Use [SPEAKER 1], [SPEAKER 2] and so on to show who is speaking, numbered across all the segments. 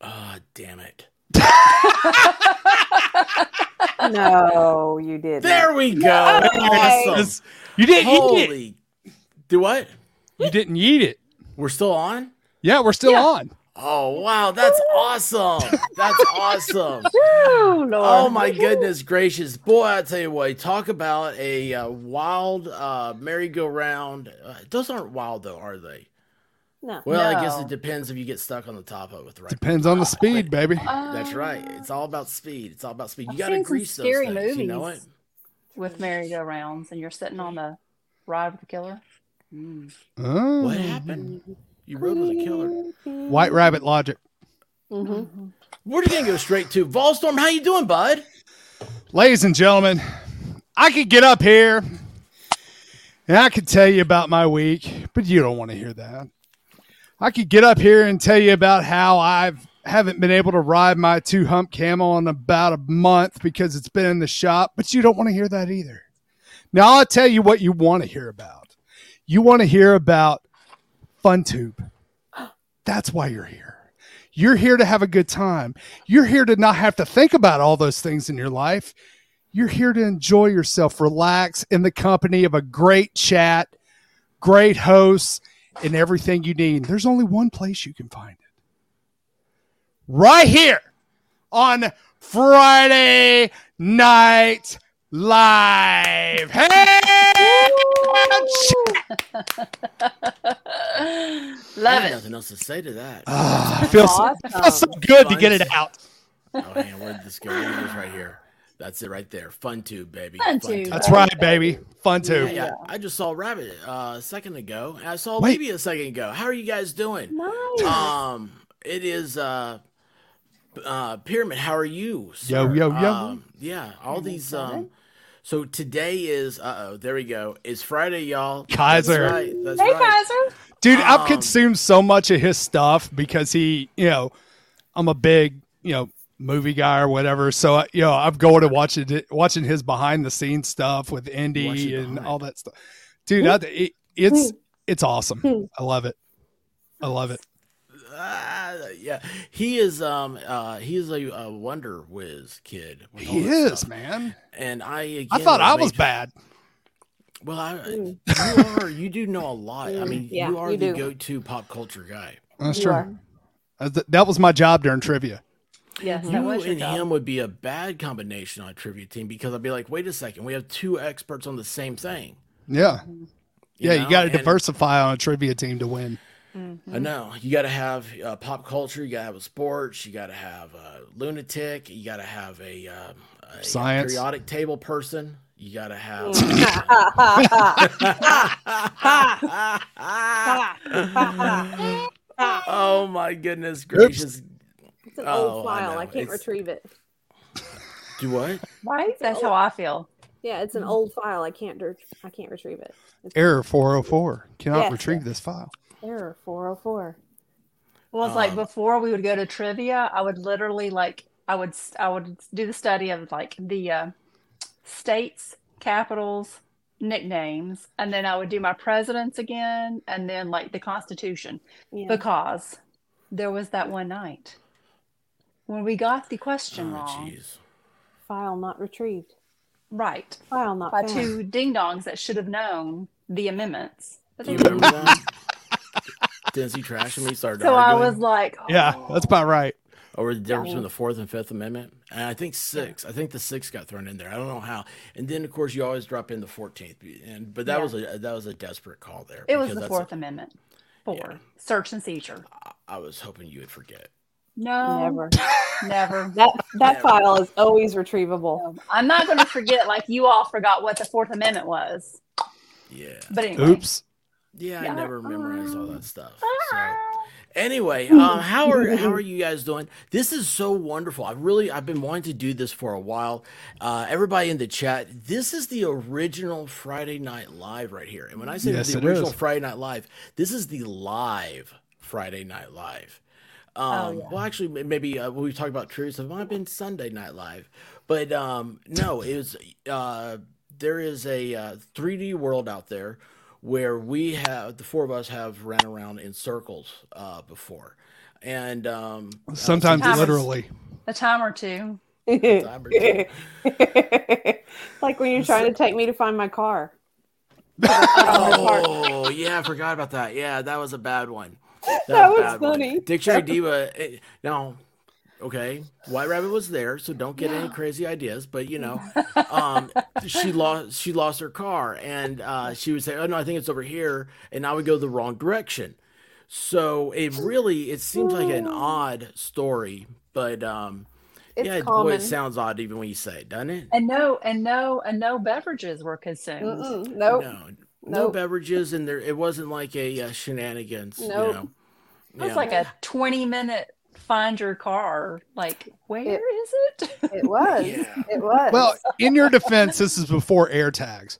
[SPEAKER 1] Ah, damn it.
[SPEAKER 2] No, you didn't.
[SPEAKER 1] There we go.
[SPEAKER 2] Yay.
[SPEAKER 1] Awesome.
[SPEAKER 3] That's- You didn't eat it.
[SPEAKER 1] Holy. Do what?
[SPEAKER 3] You didn't eat it.
[SPEAKER 1] We're still on?
[SPEAKER 3] Yeah, we're still
[SPEAKER 2] Yeah.
[SPEAKER 3] on.
[SPEAKER 1] Oh, wow. That's awesome. That's awesome.
[SPEAKER 2] Woo, Lord.
[SPEAKER 1] Oh my goodness gracious, boy! I tell you what, talk about a uh, wild uh, merry-go-round. Uh, those aren't wild though, are they?
[SPEAKER 2] No.
[SPEAKER 1] Well, I guess
[SPEAKER 2] No.
[SPEAKER 1] it depends if you get stuck on the top of it, right?
[SPEAKER 3] Depends on the speed, baby.
[SPEAKER 1] That's right. It's all about speed. It's all about speed. You
[SPEAKER 4] Uh, I've
[SPEAKER 1] got to
[SPEAKER 4] seen some
[SPEAKER 1] grease those
[SPEAKER 4] scary
[SPEAKER 1] things. You know it.
[SPEAKER 4] movies. with merry-go-rounds and you're sitting on the ride with the killer. Mm.
[SPEAKER 3] Oh.
[SPEAKER 1] What
[SPEAKER 4] Mm-hmm.
[SPEAKER 1] happened? You rode with a killer.
[SPEAKER 3] White Rabbit logic.
[SPEAKER 2] Mhm.
[SPEAKER 1] We're just gonna go straight to Volstorm. How you doing, bud?
[SPEAKER 3] Ladies and gentlemen, I could get up here and I could tell you about my week, but you don't want to hear that. I could get up here and tell you about how I've haven't been able to ride my two hump camel in about a month because it's been in the shop, but you don't want to hear that either. Now I'll tell you what you want to hear about. You want to hear about FunTube. That's why you're here. You're here to have a good time. You're here to not have to think about all those things in your life. You're here to enjoy yourself, relax in the company of a great chat, great hosts, and everything you need. There's only one place you can find it right here on Friday Night Live. Hey!
[SPEAKER 1] I
[SPEAKER 4] Love
[SPEAKER 5] 예!
[SPEAKER 1] have
[SPEAKER 4] it.
[SPEAKER 1] Nothing else to say to that. Oh,
[SPEAKER 3] Ah, I feel so, I feel so good to get it out.
[SPEAKER 1] hang on. Where did Oh, this go? Look at this right here. That's it right there. Fun tube, baby.
[SPEAKER 4] Fun tube.
[SPEAKER 3] That's right, baby. Fun
[SPEAKER 1] Yeah,
[SPEAKER 3] too.
[SPEAKER 1] yeah. I just saw Rabbit uh, a second ago. and I saw
[SPEAKER 3] Wait.
[SPEAKER 1] Libby a second ago. How are you guys doing?
[SPEAKER 2] Nice.
[SPEAKER 1] Um, it is uh, uh, Pyramid. How are you? Sir?
[SPEAKER 3] Yo, yo, yo.
[SPEAKER 1] Um, yeah, all
[SPEAKER 4] Pretty
[SPEAKER 1] these.
[SPEAKER 4] good.
[SPEAKER 1] Um, so today is uh oh, there we go. It's Friday, y'all.
[SPEAKER 3] Kaiser.
[SPEAKER 1] That's right. That's
[SPEAKER 4] Hey,
[SPEAKER 1] right.
[SPEAKER 4] Kaiser.
[SPEAKER 3] Dude,
[SPEAKER 1] Um,
[SPEAKER 3] I've consumed so much of his stuff because he, you know, I'm a big, you know, movie guy or whatever. So, I, you know, I'm going and watching it, watching his behind the scenes stuff with
[SPEAKER 1] Watch
[SPEAKER 3] Indy
[SPEAKER 1] it
[SPEAKER 3] and
[SPEAKER 1] behind.
[SPEAKER 3] all that stuff. Dude, I, it,
[SPEAKER 2] Hmm.
[SPEAKER 3] it's it's awesome. I love it. I love it.
[SPEAKER 1] Ah, yeah, he is. Um, uh, he is a, a wonder whiz kid. with all
[SPEAKER 3] He
[SPEAKER 1] that
[SPEAKER 3] is,
[SPEAKER 1] stuff.
[SPEAKER 3] man.
[SPEAKER 1] And I. Again,
[SPEAKER 3] I thought I was
[SPEAKER 1] amazed-
[SPEAKER 3] bad.
[SPEAKER 1] Well, I,
[SPEAKER 4] Hmm.
[SPEAKER 2] Mm.
[SPEAKER 1] you are. You do know a lot. I
[SPEAKER 2] Mm,
[SPEAKER 1] mean,
[SPEAKER 2] yeah,
[SPEAKER 1] you are
[SPEAKER 2] you
[SPEAKER 1] the
[SPEAKER 2] do.
[SPEAKER 1] go-to pop culture guy.
[SPEAKER 3] That's
[SPEAKER 2] You
[SPEAKER 3] true.
[SPEAKER 2] are.
[SPEAKER 3] Uh, th- That was my job during trivia.
[SPEAKER 4] Yes, that
[SPEAKER 1] you
[SPEAKER 4] was your
[SPEAKER 1] and
[SPEAKER 4] job.
[SPEAKER 1] him would be a bad combination on a trivia team because I'd be like, wait a second, we have two experts on the same thing.
[SPEAKER 3] Yeah. yeah,
[SPEAKER 1] know?
[SPEAKER 3] you got to
[SPEAKER 1] And
[SPEAKER 3] diversify on a trivia team to win.
[SPEAKER 1] I know you got to have uh, pop culture, you got to have a sports, you got to have a lunatic, you got to have a, um, a
[SPEAKER 3] Science.
[SPEAKER 1] periodic table person, you got to have. oh my goodness gracious!
[SPEAKER 2] It's an
[SPEAKER 1] Oh, I
[SPEAKER 2] old file.
[SPEAKER 1] know.
[SPEAKER 2] I, can't
[SPEAKER 1] It's-
[SPEAKER 2] retrieve it.
[SPEAKER 1] Do what?
[SPEAKER 2] Right?
[SPEAKER 4] That's how I feel.
[SPEAKER 2] Yeah, it's an old file. I can't. dir- I can't retrieve it. It's
[SPEAKER 3] Error 404. Cannot
[SPEAKER 2] Yes.
[SPEAKER 3] retrieve this file.
[SPEAKER 2] error four oh hundred four.
[SPEAKER 4] Well, it's like
[SPEAKER 1] Um,
[SPEAKER 4] before we would go to trivia, I would literally like I would s- I would do the study of like the uh, states, capitals, nicknames, and then I would do my presidents again, and then like the Constitution
[SPEAKER 2] Yeah.
[SPEAKER 4] because there was that one night when we got the question
[SPEAKER 1] Oh,
[SPEAKER 4] wrong.
[SPEAKER 1] jeez.
[SPEAKER 2] File not retrieved.
[SPEAKER 4] Right.
[SPEAKER 2] File not
[SPEAKER 4] By
[SPEAKER 2] found.
[SPEAKER 4] two ding dongs that should have known the amendments. But
[SPEAKER 1] Do you
[SPEAKER 4] they
[SPEAKER 1] remember that? Didn't he trash him? He started
[SPEAKER 4] So I
[SPEAKER 1] arguing
[SPEAKER 4] was like,
[SPEAKER 3] Yeah, that's about right.
[SPEAKER 1] over the difference
[SPEAKER 2] Yeah.
[SPEAKER 1] between the Fourth and Fifth Amendment. And I think six. I think the six got thrown in there. I don't know how. And then of course you always drop in the Fourteenth. And but that
[SPEAKER 4] Yeah.
[SPEAKER 1] was a that was a desperate call there.
[SPEAKER 4] it was
[SPEAKER 1] because
[SPEAKER 4] the
[SPEAKER 1] that's-
[SPEAKER 4] Fourth Amendment. Four
[SPEAKER 1] Yeah.
[SPEAKER 4] search and seizure.
[SPEAKER 1] I- I was hoping you would forget.
[SPEAKER 4] No, never,
[SPEAKER 2] Never.
[SPEAKER 4] never.
[SPEAKER 2] That that
[SPEAKER 1] Never.
[SPEAKER 2] file is always retrievable.
[SPEAKER 4] No. I'm not going to forget like you all forgot what the Fourth Amendment was.
[SPEAKER 1] Yeah.
[SPEAKER 4] But anyway,
[SPEAKER 3] Oops.
[SPEAKER 1] Yeah,
[SPEAKER 4] Yeah. Um,
[SPEAKER 1] I never memorized all that stuff. So
[SPEAKER 4] Ah.
[SPEAKER 1] anyway, um, how are how are you guys doing? This is so wonderful. I really I've been wanting to do this for a while. Uh, everybody in the chat, this is the original Friday Night Live right here. And when I say
[SPEAKER 3] Yes, it
[SPEAKER 1] the original
[SPEAKER 3] is.
[SPEAKER 1] Friday Night Live, this is the live Friday Night Live. Um,
[SPEAKER 4] yeah.
[SPEAKER 1] Well, actually, may- maybe uh, we talked about curious. It might have been Sunday Night Live, but um, no, it was. Uh, there is a uh, 3D world out there where we have the four of us have ran around in circles uh, before, and um, uh,
[SPEAKER 3] Sometimes
[SPEAKER 4] sometimes-
[SPEAKER 3] literally.
[SPEAKER 4] a time or two.
[SPEAKER 1] Time retrieved.
[SPEAKER 2] like when you're trying to take me to find my car.
[SPEAKER 1] Oh yeah, I forgot about that. Yeah, that was a bad one.
[SPEAKER 2] That was
[SPEAKER 1] a bad one.
[SPEAKER 2] funny.
[SPEAKER 1] Dictionary diva. eh, Now, okay, White Rabbit was there, so don't get any
[SPEAKER 4] Yeah.
[SPEAKER 1] crazy ideas. But you know, um, she lost she lost her car, and uh, she would say, "Oh no, I think it's over here," and I would go the wrong direction. So it really it seems like an odd story, but um,
[SPEAKER 2] It's
[SPEAKER 1] yeah, boy,
[SPEAKER 2] common.
[SPEAKER 1] it sounds odd even when you say it, doesn't it?
[SPEAKER 4] And no, and no, and no beverages were consumed.
[SPEAKER 2] Mm-mm. Nope.
[SPEAKER 1] No, no
[SPEAKER 2] Nope.
[SPEAKER 1] beverages, and there it wasn't like a uh, shenanigans. You
[SPEAKER 2] Nope.
[SPEAKER 1] know?
[SPEAKER 4] It was
[SPEAKER 1] Yeah.
[SPEAKER 4] like a 20 minute find your car. Like, where
[SPEAKER 2] It-
[SPEAKER 4] is it?
[SPEAKER 2] It was.
[SPEAKER 1] Yeah.
[SPEAKER 2] It was.
[SPEAKER 3] Well, in your defense, this is before air tags.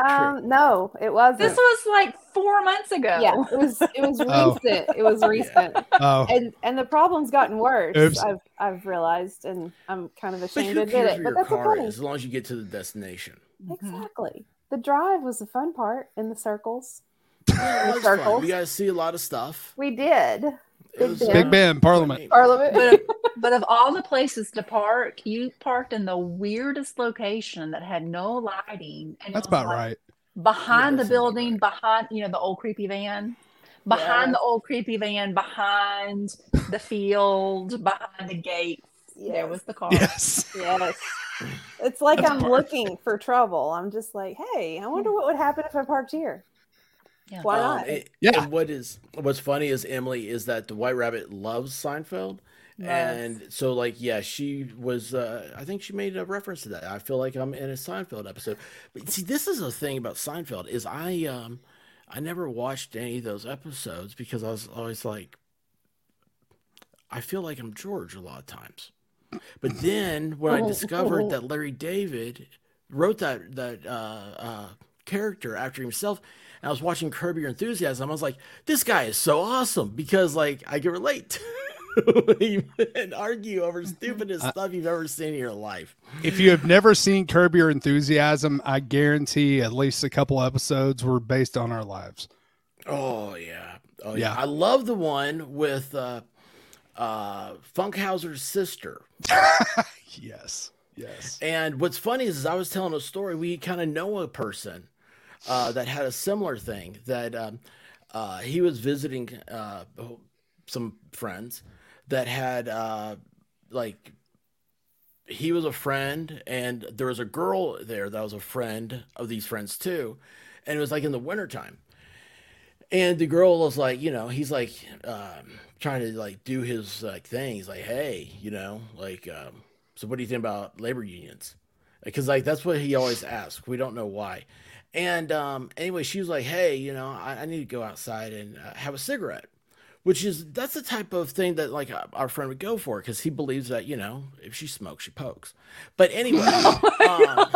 [SPEAKER 2] um, no, it wasn't.
[SPEAKER 4] this was like four months ago.
[SPEAKER 2] yeah, it was. It was
[SPEAKER 3] Oh.
[SPEAKER 2] recent. It was recent,
[SPEAKER 3] Oh,
[SPEAKER 2] and and the problem's gotten worse.
[SPEAKER 3] Oops.
[SPEAKER 2] I've I've realized, and I'm kind of
[SPEAKER 1] But
[SPEAKER 2] ashamed
[SPEAKER 1] who
[SPEAKER 2] to admit
[SPEAKER 1] cares where
[SPEAKER 2] it, but
[SPEAKER 1] your
[SPEAKER 2] that's
[SPEAKER 1] car
[SPEAKER 2] okay.
[SPEAKER 1] is, as long as you get to the destination.
[SPEAKER 4] Mhm.
[SPEAKER 2] Exactly. The drive was the fun part in the circles.
[SPEAKER 1] It was fun.
[SPEAKER 2] circles.
[SPEAKER 1] We got to see a lot of stuff.
[SPEAKER 2] We did.
[SPEAKER 1] It
[SPEAKER 2] Big
[SPEAKER 1] was
[SPEAKER 2] Ben.
[SPEAKER 3] Big Ben, Parliament.
[SPEAKER 1] funny.
[SPEAKER 2] Parliament.
[SPEAKER 4] But, but of all the places to park, you parked in the weirdest location that had no lighting. And it
[SPEAKER 3] That's
[SPEAKER 4] was,
[SPEAKER 3] about
[SPEAKER 4] like,
[SPEAKER 3] right.
[SPEAKER 4] Behind
[SPEAKER 1] Yeah,
[SPEAKER 4] the
[SPEAKER 1] that sounds about
[SPEAKER 4] building,
[SPEAKER 1] right.
[SPEAKER 4] behind, you know, the old creepy van. Behind the old creepy van, behind the field, behind the gate. There
[SPEAKER 2] Yes.
[SPEAKER 4] was the car.
[SPEAKER 3] Yes.
[SPEAKER 2] Yes. It's like
[SPEAKER 1] That's
[SPEAKER 2] I'm
[SPEAKER 1] hard.
[SPEAKER 2] looking for trouble. I'm just like, hey, I wonder what would happen if I parked here.
[SPEAKER 4] Yeah.
[SPEAKER 2] Why
[SPEAKER 1] Um,
[SPEAKER 2] not?
[SPEAKER 1] it-
[SPEAKER 3] Yeah.
[SPEAKER 1] And what is what's funny is Emily is that the White Rabbit loves Seinfeld, and so like yeah, she was. Uh, I think she made a reference to that. I feel like I'm in a Seinfeld episode. But see, this is the thing about Seinfeld is I um I never watched any of those episodes because I was always like, I feel like I'm George a lot of times. But then when I discovered that Larry David wrote that that uh, uh, character after himself, and I was watching Curb Your Enthusiasm, I was like, this guy is so awesome because like I can relate. and argue over stupidest
[SPEAKER 3] I-
[SPEAKER 1] stuff you've ever seen in your life.
[SPEAKER 3] Uh, If you have never seen Curb Your Enthusiasm, I guarantee at least a couple episodes were based on our lives.
[SPEAKER 1] Oh yeah. Oh yeah.
[SPEAKER 3] Yeah.
[SPEAKER 1] I love the one with uh uh Funkhauser's sister.
[SPEAKER 3] Yes. Yes.
[SPEAKER 1] And what's funny is, is I was telling a story. We kind of know a person uh, that had a similar thing that um, uh, he was visiting uh, some friends that had uh, like he was a friend and there was a girl there that was a friend of these friends too and it was like in the wintertime and the girl was like you know he's like um, trying to like do his like thing he's like hey you know like um, so what do you think about labor unions because like that's what he always asks we don't know why and um, anyway she was like hey you know i, I need to go outside and uh, have a cigarette which is that's the type of thing that like our- our friend would go for because he believes that you know if she smokes she pokes but anyway um,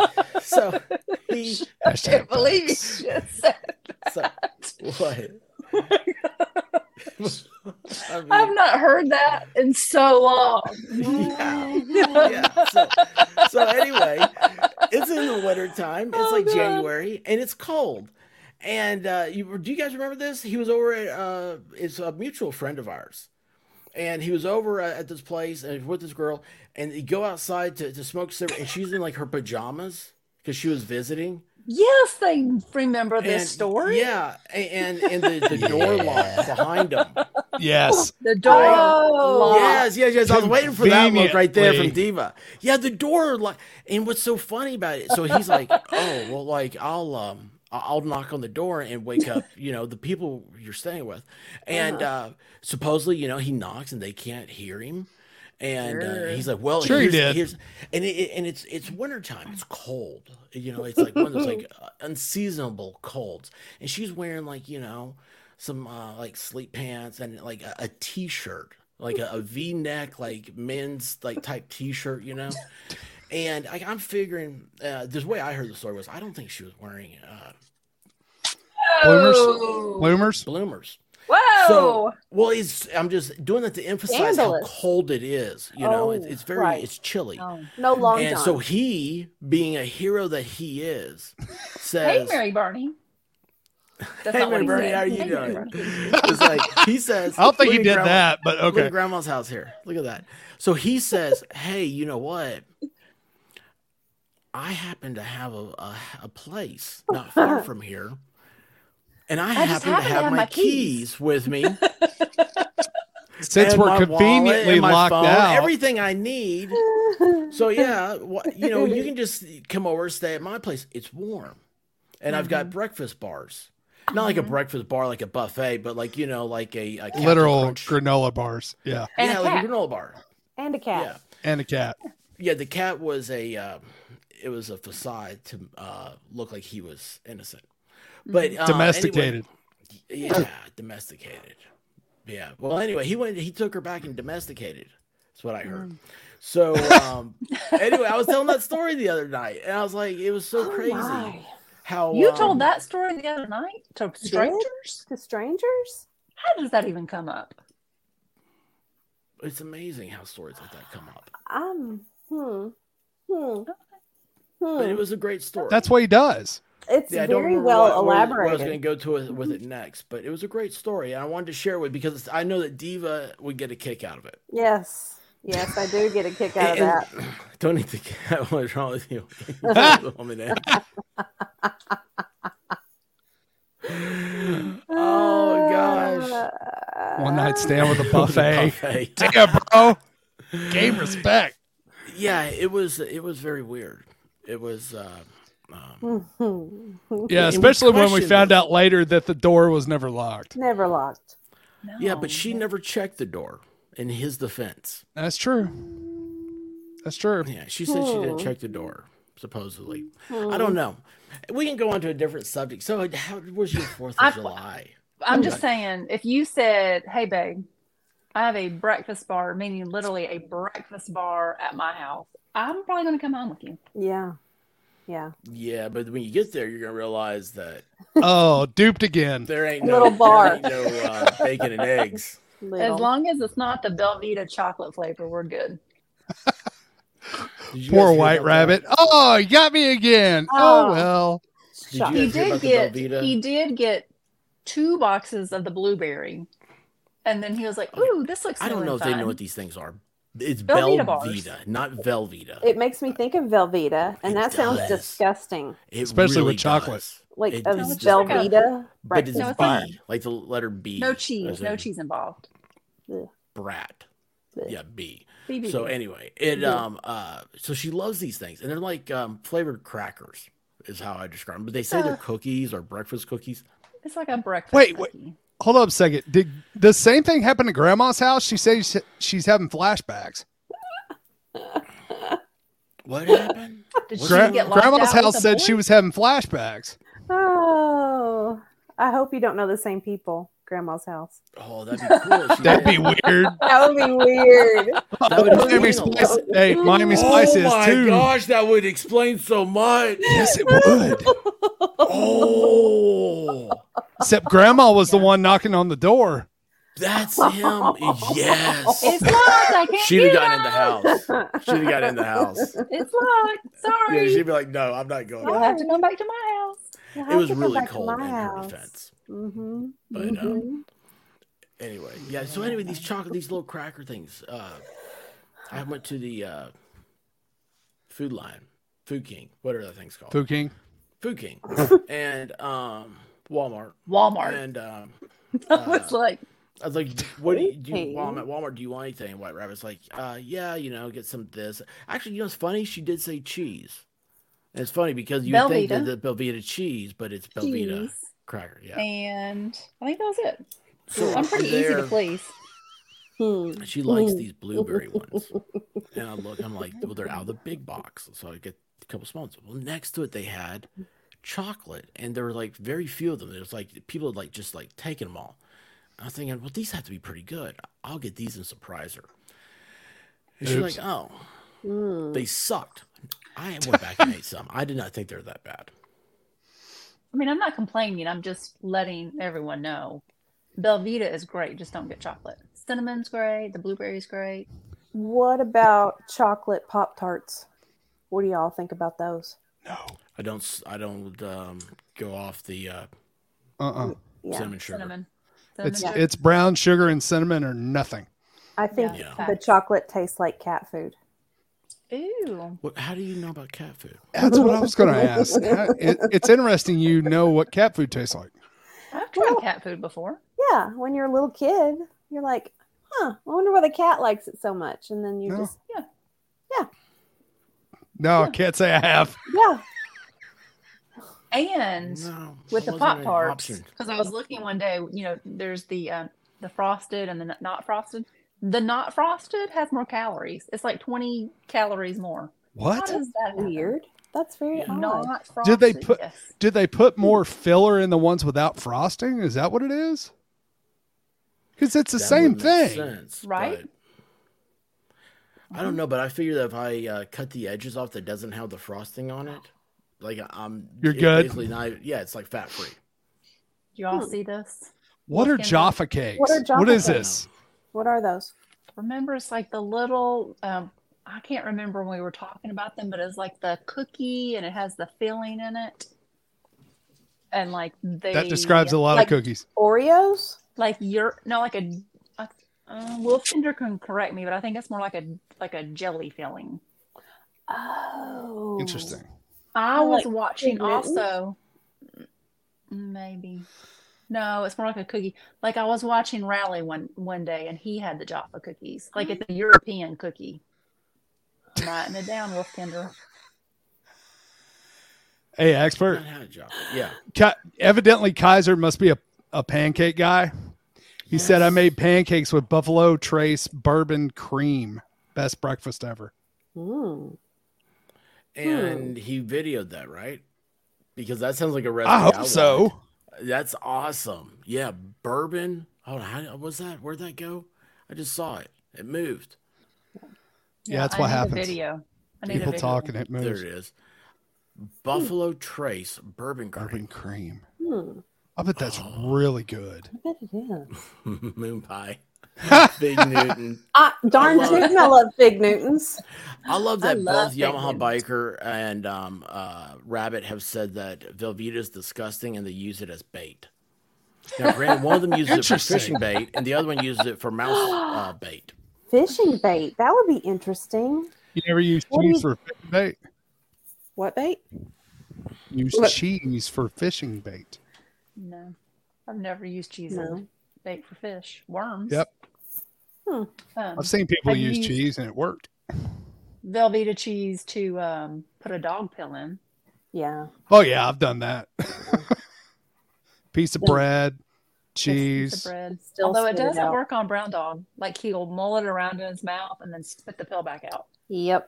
[SPEAKER 1] so he
[SPEAKER 4] Oh I can't believe you
[SPEAKER 3] facts.
[SPEAKER 4] just said
[SPEAKER 1] so what I mean,
[SPEAKER 4] I've not heard that in so long.
[SPEAKER 1] yeah, yeah. So, so anyway, it's in the winter time. It's
[SPEAKER 4] Oh,
[SPEAKER 1] like
[SPEAKER 4] God.
[SPEAKER 1] January, and it's cold. And uh, you, do you guys remember this? He was over at uh, it's a mutual friend of ours, and he was over at, at this place and with this girl, and they go outside to, to smoke cigarette, and she's in like her pajamas because she was visiting.
[SPEAKER 4] Yes, they remember this
[SPEAKER 1] And-
[SPEAKER 4] story.
[SPEAKER 1] Yeah, and and, and the, the door
[SPEAKER 6] Yeah.
[SPEAKER 1] locked behind him.
[SPEAKER 3] Yes.
[SPEAKER 4] The door.
[SPEAKER 2] Oh,
[SPEAKER 4] locked.
[SPEAKER 1] Yes, yes, yes. I was waiting for that look right there from
[SPEAKER 3] Conveniently.
[SPEAKER 1] Diva. Yeah, the door like and what's so funny about it? So he's like, "Oh, well like I'll um I- I'll knock on the door and wake up, you know, the people you're staying with." And uh
[SPEAKER 4] Uh-huh.
[SPEAKER 1] supposedly, you know, he knocks and they can't hear him. And
[SPEAKER 2] Sure.
[SPEAKER 1] uh, he's like, "Well,
[SPEAKER 3] Sure he
[SPEAKER 1] here's,
[SPEAKER 3] did.
[SPEAKER 1] here's- and it, and it's it's wintertime. It's cold. You know, it's like one of those like uh, unseasonable colds. And she's wearing like, you know, some uh, like sleep pants and like a, a t-shirt like a, a v-neck like men's like type t-shirt you know and I, i'm figuring uh, this way i heard the story was i don't think she was wearing uh,
[SPEAKER 3] Bloomers?
[SPEAKER 4] Whoa.
[SPEAKER 3] Bloomers.
[SPEAKER 1] bloomers
[SPEAKER 4] Whoa.
[SPEAKER 1] So- well it's i'm just doing that to emphasize
[SPEAKER 2] Scandalous.
[SPEAKER 1] how cold it is you know it's,
[SPEAKER 2] Oh,
[SPEAKER 1] it's very
[SPEAKER 2] right.
[SPEAKER 1] it's chilly
[SPEAKER 4] Oh.
[SPEAKER 2] No long
[SPEAKER 1] and
[SPEAKER 2] john.
[SPEAKER 1] so he being a hero that he is
[SPEAKER 4] Hey,
[SPEAKER 1] says
[SPEAKER 4] Mary Bernie. That's
[SPEAKER 1] hey
[SPEAKER 4] not what
[SPEAKER 1] Mary
[SPEAKER 4] he
[SPEAKER 1] Bernie,
[SPEAKER 4] said.
[SPEAKER 1] how are you
[SPEAKER 4] Hey, Mary
[SPEAKER 1] doing
[SPEAKER 4] Bernie.
[SPEAKER 1] it's like he says
[SPEAKER 3] I don't think
[SPEAKER 1] "Look
[SPEAKER 3] he
[SPEAKER 1] at
[SPEAKER 3] did
[SPEAKER 1] Grandma-
[SPEAKER 3] that, but
[SPEAKER 1] Look
[SPEAKER 3] okay.
[SPEAKER 1] at grandma's house here. Look at that. So he says, Hey, you know what? I happen to have a, a, a place not far from here. And I,
[SPEAKER 4] just
[SPEAKER 1] happen, to have, my, keys.
[SPEAKER 4] keys."
[SPEAKER 1] with me.
[SPEAKER 3] Since
[SPEAKER 1] and my
[SPEAKER 3] we're
[SPEAKER 1] wallet and
[SPEAKER 3] conveniently
[SPEAKER 1] my
[SPEAKER 3] locked
[SPEAKER 1] phone,
[SPEAKER 3] out,
[SPEAKER 1] Um, Everything I need. So yeah, wha- you know, you can just come over, stay at my place. It's warm. And I've got breakfast bars. Not like a
[SPEAKER 4] Mhm.
[SPEAKER 1] breakfast bar, like a buffet, but like, you know, like a, a Captain
[SPEAKER 3] literal
[SPEAKER 1] Crunch.
[SPEAKER 3] granola bars. Yeah,
[SPEAKER 4] And
[SPEAKER 1] yeah,
[SPEAKER 4] a
[SPEAKER 1] like a
[SPEAKER 4] cat.
[SPEAKER 1] granola bar.
[SPEAKER 2] and a
[SPEAKER 1] Yeah.
[SPEAKER 2] cat.
[SPEAKER 3] and a cat.
[SPEAKER 1] Yeah, the cat was a uh, it was a facade to uh, look like he was innocent, but uh,
[SPEAKER 3] Domesticated.
[SPEAKER 1] anyway- yeah, domesticated. Yeah. Well, anyway, he went. He took her back and domesticated. That's what I heard.
[SPEAKER 4] Mm.
[SPEAKER 1] So um, anyway, I was telling that story the other night, and I was like, it was so
[SPEAKER 2] Oh
[SPEAKER 1] crazy
[SPEAKER 2] my.
[SPEAKER 1] how
[SPEAKER 4] You
[SPEAKER 1] um,
[SPEAKER 4] told that story the other night to strangers?
[SPEAKER 2] To strangers?
[SPEAKER 4] How does that even come up?
[SPEAKER 1] It's amazing how stories like that come up,
[SPEAKER 2] Um, hmm. Hmm.
[SPEAKER 1] but it
[SPEAKER 2] hmm.
[SPEAKER 1] was a great story.
[SPEAKER 3] That's what he does.
[SPEAKER 2] It's
[SPEAKER 1] Yeah, I don't
[SPEAKER 2] very
[SPEAKER 1] remember what- where-
[SPEAKER 2] well
[SPEAKER 1] where I was
[SPEAKER 2] elaborated. Mm-hmm.
[SPEAKER 1] going to go to it, with it next, but it was a great story, and I wanted to share it with because I know that Diva would get a kick out of it.
[SPEAKER 2] Yes. Yes, I do get a kick out of
[SPEAKER 1] And-
[SPEAKER 2] that.
[SPEAKER 1] and- Don't e- need to get what's wrong with you. Woman, eh? oh gosh.
[SPEAKER 2] Uh,
[SPEAKER 3] One night stand with a
[SPEAKER 1] Buffet.
[SPEAKER 3] buffet. Damn, bro. Game respect.
[SPEAKER 1] Yeah, it was it was very weird. It was uh, um,
[SPEAKER 3] Yeah,
[SPEAKER 1] And we
[SPEAKER 3] especially when we
[SPEAKER 1] questioned
[SPEAKER 3] found
[SPEAKER 1] it.
[SPEAKER 3] out later that the door was never locked.
[SPEAKER 2] Never locked.
[SPEAKER 4] No.
[SPEAKER 1] yeah, but
[SPEAKER 2] Oh,
[SPEAKER 1] she never checked the door in his defense.
[SPEAKER 3] That's true. That's true.
[SPEAKER 1] Yeah, she said she didn't
[SPEAKER 2] Hmm.
[SPEAKER 1] check the door, supposedly. I don't know. We can go on to a different subject. So, how was your 4th
[SPEAKER 4] I-
[SPEAKER 1] of July?
[SPEAKER 4] I'm just saying, if you said, "Hey, babe, I have a breakfast bar," meaning literally a breakfast bar at my house, I'm probably going to come home with you.
[SPEAKER 2] Yeah. Yeah.
[SPEAKER 1] Yeah, but when you get there, you're going to realize that
[SPEAKER 3] Oh, duped again.
[SPEAKER 1] There ain't
[SPEAKER 2] A
[SPEAKER 1] no
[SPEAKER 2] little bar.
[SPEAKER 1] There ain't no uh, bacon and eggs.
[SPEAKER 2] Little.
[SPEAKER 4] As long as it's not the Belvita chocolate flavor, we're good.
[SPEAKER 1] Did you guys
[SPEAKER 3] Poor
[SPEAKER 1] hear
[SPEAKER 3] white
[SPEAKER 1] about
[SPEAKER 3] rabbit. Oh, he got me again. Oh,
[SPEAKER 4] Oh.
[SPEAKER 3] well.
[SPEAKER 1] Did
[SPEAKER 2] Shocked.
[SPEAKER 1] you
[SPEAKER 4] He
[SPEAKER 1] guys hear
[SPEAKER 4] did
[SPEAKER 1] about the
[SPEAKER 4] get
[SPEAKER 1] Velveeta?
[SPEAKER 4] he did get two boxes of the blueberry, and then he was like,
[SPEAKER 1] Okay.
[SPEAKER 4] "Ooh, this looks."
[SPEAKER 1] That? I don't
[SPEAKER 4] really
[SPEAKER 1] know if they know
[SPEAKER 4] fun."
[SPEAKER 1] what these things are. It's
[SPEAKER 4] Velveeta
[SPEAKER 1] Velveeta,
[SPEAKER 4] bars.
[SPEAKER 1] not Velveeta. It,
[SPEAKER 2] It makes me think of Velveeta, and
[SPEAKER 1] It
[SPEAKER 2] that sounds
[SPEAKER 1] does.
[SPEAKER 2] disgusting.
[SPEAKER 3] Especially with
[SPEAKER 1] really
[SPEAKER 3] chocolate.
[SPEAKER 1] does.
[SPEAKER 2] Like
[SPEAKER 1] It
[SPEAKER 2] a
[SPEAKER 1] is
[SPEAKER 4] just like a-
[SPEAKER 2] Velveeta
[SPEAKER 1] But it's
[SPEAKER 2] breakfast
[SPEAKER 4] No,
[SPEAKER 1] B,
[SPEAKER 4] it's not.
[SPEAKER 1] like the letter B.
[SPEAKER 4] No
[SPEAKER 1] as
[SPEAKER 4] cheese, no
[SPEAKER 1] in
[SPEAKER 4] cheese involved.
[SPEAKER 1] Brat. Yeah, B.
[SPEAKER 4] BBB.
[SPEAKER 1] So anyway, it
[SPEAKER 2] Yeah.
[SPEAKER 1] um uh so she loves these things, and they're like um flavored crackers is how I describe them. But they say they're
[SPEAKER 4] Uh.
[SPEAKER 1] cookies or breakfast cookies.
[SPEAKER 4] it's like a breakfast.
[SPEAKER 3] Wait, wait.
[SPEAKER 4] cookie.
[SPEAKER 3] Hold up a second. Did the same thing happen to grandma's house? She says she's having flashbacks.
[SPEAKER 1] What happened?
[SPEAKER 4] Did she
[SPEAKER 3] Gra-
[SPEAKER 4] get locked
[SPEAKER 3] grandma's
[SPEAKER 4] out with
[SPEAKER 3] house
[SPEAKER 4] a
[SPEAKER 3] said
[SPEAKER 4] boy?
[SPEAKER 3] she was having flashbacks.
[SPEAKER 2] Oh, I hope you don't know the same people. Grandma's house.
[SPEAKER 1] Oh, that'd be cool. if she
[SPEAKER 3] That'd be
[SPEAKER 1] did.
[SPEAKER 3] weird.
[SPEAKER 2] That would be weird.
[SPEAKER 1] That would
[SPEAKER 3] Miami
[SPEAKER 1] explain a
[SPEAKER 3] Spice,
[SPEAKER 1] lot.
[SPEAKER 3] hey, Miami Spice
[SPEAKER 1] oh
[SPEAKER 3] is
[SPEAKER 1] my
[SPEAKER 3] too.
[SPEAKER 1] gosh, that would explain so much.
[SPEAKER 3] Yes, it would.
[SPEAKER 1] Oh,
[SPEAKER 3] Except grandma was the one knocking on the door.
[SPEAKER 1] that's him. Yes,
[SPEAKER 4] It's locked. I can't.
[SPEAKER 1] she'd have
[SPEAKER 4] get
[SPEAKER 1] gotten in the
[SPEAKER 4] out.
[SPEAKER 1] house. She'd have gotten in the house.
[SPEAKER 4] It's locked.
[SPEAKER 1] Yeah,
[SPEAKER 4] Sorry.
[SPEAKER 1] she'd be like, "No, I'm not going."
[SPEAKER 4] You'll have to come back to my house.
[SPEAKER 1] It was really cold in her defense.
[SPEAKER 2] Mm-hmm.
[SPEAKER 1] But, uh, Anyway, yeah. So anyway, these chocolate, these little cracker things. Uh, I went to the uh, food line, Food King, what are the things called?
[SPEAKER 3] Food King.
[SPEAKER 1] Food King, and um, Walmart,
[SPEAKER 4] Walmart.
[SPEAKER 1] and um,
[SPEAKER 4] I was like,
[SPEAKER 1] I was like, "What do you do?
[SPEAKER 2] Okay.
[SPEAKER 1] You, well, I'm at Walmart. Do you want anything?" White Rabbit's like, "Uh, yeah, you know, get some this." Actually, you know, it's funny. She did say cheese. And it's funny because you think that
[SPEAKER 4] Velveeta.
[SPEAKER 1] the Belvita cheese, but it's Belvita
[SPEAKER 4] cheese.
[SPEAKER 1] cracker. Yeah.
[SPEAKER 4] And I think that was it.
[SPEAKER 1] So
[SPEAKER 4] I'm pretty easy to
[SPEAKER 1] there,
[SPEAKER 4] please.
[SPEAKER 2] Hmm.
[SPEAKER 1] She likes these blueberry ones, and I look. I'm like, "Well, they're out of the big box," so I get a couple small ones. Well, next to it, they had chocolate, and there were like very few of them. It was like people had like just like taken them all. I was thinking, well, these have to be pretty good. I'll get these and surprise her. And she's
[SPEAKER 3] Oops.
[SPEAKER 1] like, oh,
[SPEAKER 2] Hmm.
[SPEAKER 1] they sucked. I went back and ate some. I did not think they were that bad.
[SPEAKER 4] I mean, I'm not complaining. I'm just letting everyone know. Belvita is great. Just don't get chocolate. Cinnamon's great. The blueberry's great.
[SPEAKER 2] What about chocolate Pop Tarts? What do y'all think about those?
[SPEAKER 3] No.
[SPEAKER 1] I don't. s- I don't um, go off the uh,
[SPEAKER 3] Uh. uh
[SPEAKER 2] Yeah,
[SPEAKER 1] cinnamon sugar.
[SPEAKER 4] Cinnamon. Cinnamon
[SPEAKER 3] It's
[SPEAKER 4] sugar.
[SPEAKER 3] it's brown sugar and cinnamon or nothing.
[SPEAKER 2] I think
[SPEAKER 1] Yeah.
[SPEAKER 2] the chocolate tastes like cat food.
[SPEAKER 4] Ooh.
[SPEAKER 1] What, how do you know about cat food?
[SPEAKER 3] That's what I was going to ask. How- It, it's interesting you know what cat food tastes like.
[SPEAKER 4] I've tried cat food before.
[SPEAKER 2] Yeah, when you're a little kid, you're like, huh, I wonder why the cat likes it so much. And then you
[SPEAKER 3] No.
[SPEAKER 2] just,
[SPEAKER 3] No, I can't say I have.
[SPEAKER 2] yeah,
[SPEAKER 4] And
[SPEAKER 1] No,
[SPEAKER 4] with the
[SPEAKER 1] that wasn't
[SPEAKER 4] Pop
[SPEAKER 1] an
[SPEAKER 4] Tarts,
[SPEAKER 1] option.
[SPEAKER 4] because I was looking one day, you know, there's the uh, the frosted and the n- not frosted. The not frosted has more calories. It's like 20 calories more. How
[SPEAKER 3] What?
[SPEAKER 4] does that happen?
[SPEAKER 2] weird. That's very
[SPEAKER 1] Yeah.
[SPEAKER 2] odd.
[SPEAKER 4] Not frosted.
[SPEAKER 3] Did they put-
[SPEAKER 4] Yes.
[SPEAKER 3] Did they put more filler in the ones without frosting? Is that what it is? Because it's the
[SPEAKER 1] That
[SPEAKER 3] same
[SPEAKER 1] would make
[SPEAKER 3] thing.
[SPEAKER 1] sense,
[SPEAKER 4] Right?
[SPEAKER 1] but I don't know, but I figure that if I uh, cut the edges off that doesn't have the frosting on it, like I'm
[SPEAKER 3] You're
[SPEAKER 1] it's
[SPEAKER 3] good.
[SPEAKER 1] Basically not, yeah, it's like fat free.
[SPEAKER 4] Do y'all see this?
[SPEAKER 3] What are
[SPEAKER 4] Looking-
[SPEAKER 3] Jaffa cakes?
[SPEAKER 2] Hmm. What are Jaffa
[SPEAKER 3] what is
[SPEAKER 2] cakes?
[SPEAKER 3] this?
[SPEAKER 2] What are those?
[SPEAKER 4] remember it's like the little um i can't remember when we were talking about them but it's like the cookie and it has the filling in it and like they
[SPEAKER 3] That describes a lot
[SPEAKER 4] like,
[SPEAKER 3] of cookies.
[SPEAKER 2] Oreos?
[SPEAKER 4] like your no like a uh, well Cinder can correct me but i think it's more like a like a jelly filling
[SPEAKER 2] Oh.
[SPEAKER 3] Interesting.
[SPEAKER 4] i
[SPEAKER 2] Oh,
[SPEAKER 4] was
[SPEAKER 2] like
[SPEAKER 4] watching
[SPEAKER 2] Mittens?
[SPEAKER 4] also maybe no it's more like a cookie like i was watching rally one one day and he had the jaffa cookies like it's a european cookie I'm writing it down wolf kinder
[SPEAKER 3] Hey,
[SPEAKER 1] Not
[SPEAKER 3] expert.
[SPEAKER 1] had a job. Yeah.
[SPEAKER 3] Ki- evidently, Kaiser must be a, a pancake guy. He said, I made pancakes with Buffalo Trace bourbon cream. Best breakfast ever.
[SPEAKER 2] Mm.
[SPEAKER 1] And
[SPEAKER 4] Hmm.
[SPEAKER 1] he videoed that, right? Because that sounds like a recipe.
[SPEAKER 3] I hope
[SPEAKER 1] want.
[SPEAKER 3] so.
[SPEAKER 1] That's awesome. Yeah, bourbon. Hold on, how was that? Where'd that go? I just saw it. It moved.
[SPEAKER 3] Yeah, that's what
[SPEAKER 4] I need
[SPEAKER 3] happens.
[SPEAKER 4] A video. I need a
[SPEAKER 3] People
[SPEAKER 4] video.
[SPEAKER 3] talking, it moves.
[SPEAKER 1] There it is. Buffalo Trace bourbon
[SPEAKER 3] Bourbon
[SPEAKER 1] cream,
[SPEAKER 3] cream.
[SPEAKER 2] Hmm.
[SPEAKER 3] I bet that's
[SPEAKER 1] Oh.
[SPEAKER 3] really good.
[SPEAKER 2] I bet it is.
[SPEAKER 1] moon pie, Big Newton.
[SPEAKER 2] Ah, darn
[SPEAKER 1] I love-
[SPEAKER 2] tootin', I love Big Newtons.
[SPEAKER 1] I love
[SPEAKER 4] I
[SPEAKER 1] that
[SPEAKER 4] love
[SPEAKER 1] both
[SPEAKER 4] Big
[SPEAKER 1] Yamaha
[SPEAKER 4] Newtons.
[SPEAKER 1] Biker and um, uh, Rabbit have said that Velveeta is disgusting and they use it as bait. Now, granted, one of them uses it for
[SPEAKER 3] Interesting.
[SPEAKER 1] fishing bait and the other one uses it for mouse uh, bait.
[SPEAKER 2] Fishing bait. That would be interesting.
[SPEAKER 3] You never use
[SPEAKER 2] What do
[SPEAKER 3] cheese
[SPEAKER 2] you-
[SPEAKER 3] for fishing bait.
[SPEAKER 2] What bait?
[SPEAKER 3] Use
[SPEAKER 2] What?
[SPEAKER 3] cheese for fishing bait.
[SPEAKER 4] No, I've never used cheese
[SPEAKER 2] No.
[SPEAKER 4] on bait for fish. Worms.
[SPEAKER 3] Yep.
[SPEAKER 2] Hmm.
[SPEAKER 4] Um,
[SPEAKER 3] I've seen people
[SPEAKER 4] I
[SPEAKER 3] use
[SPEAKER 4] used-
[SPEAKER 3] cheese and it worked.
[SPEAKER 4] Velveeta cheese to um, put a dog pill in.
[SPEAKER 2] Yeah.
[SPEAKER 3] Oh yeah, I've done that. Piece of
[SPEAKER 2] Yeah.
[SPEAKER 3] bread,
[SPEAKER 4] The
[SPEAKER 3] cheese.
[SPEAKER 4] bread.
[SPEAKER 2] Still
[SPEAKER 4] Although it
[SPEAKER 2] spit it
[SPEAKER 4] doesn't
[SPEAKER 2] out.
[SPEAKER 4] work on brown dog. Like he'll mull it around in his mouth and then spit the pill back out.
[SPEAKER 2] Yep.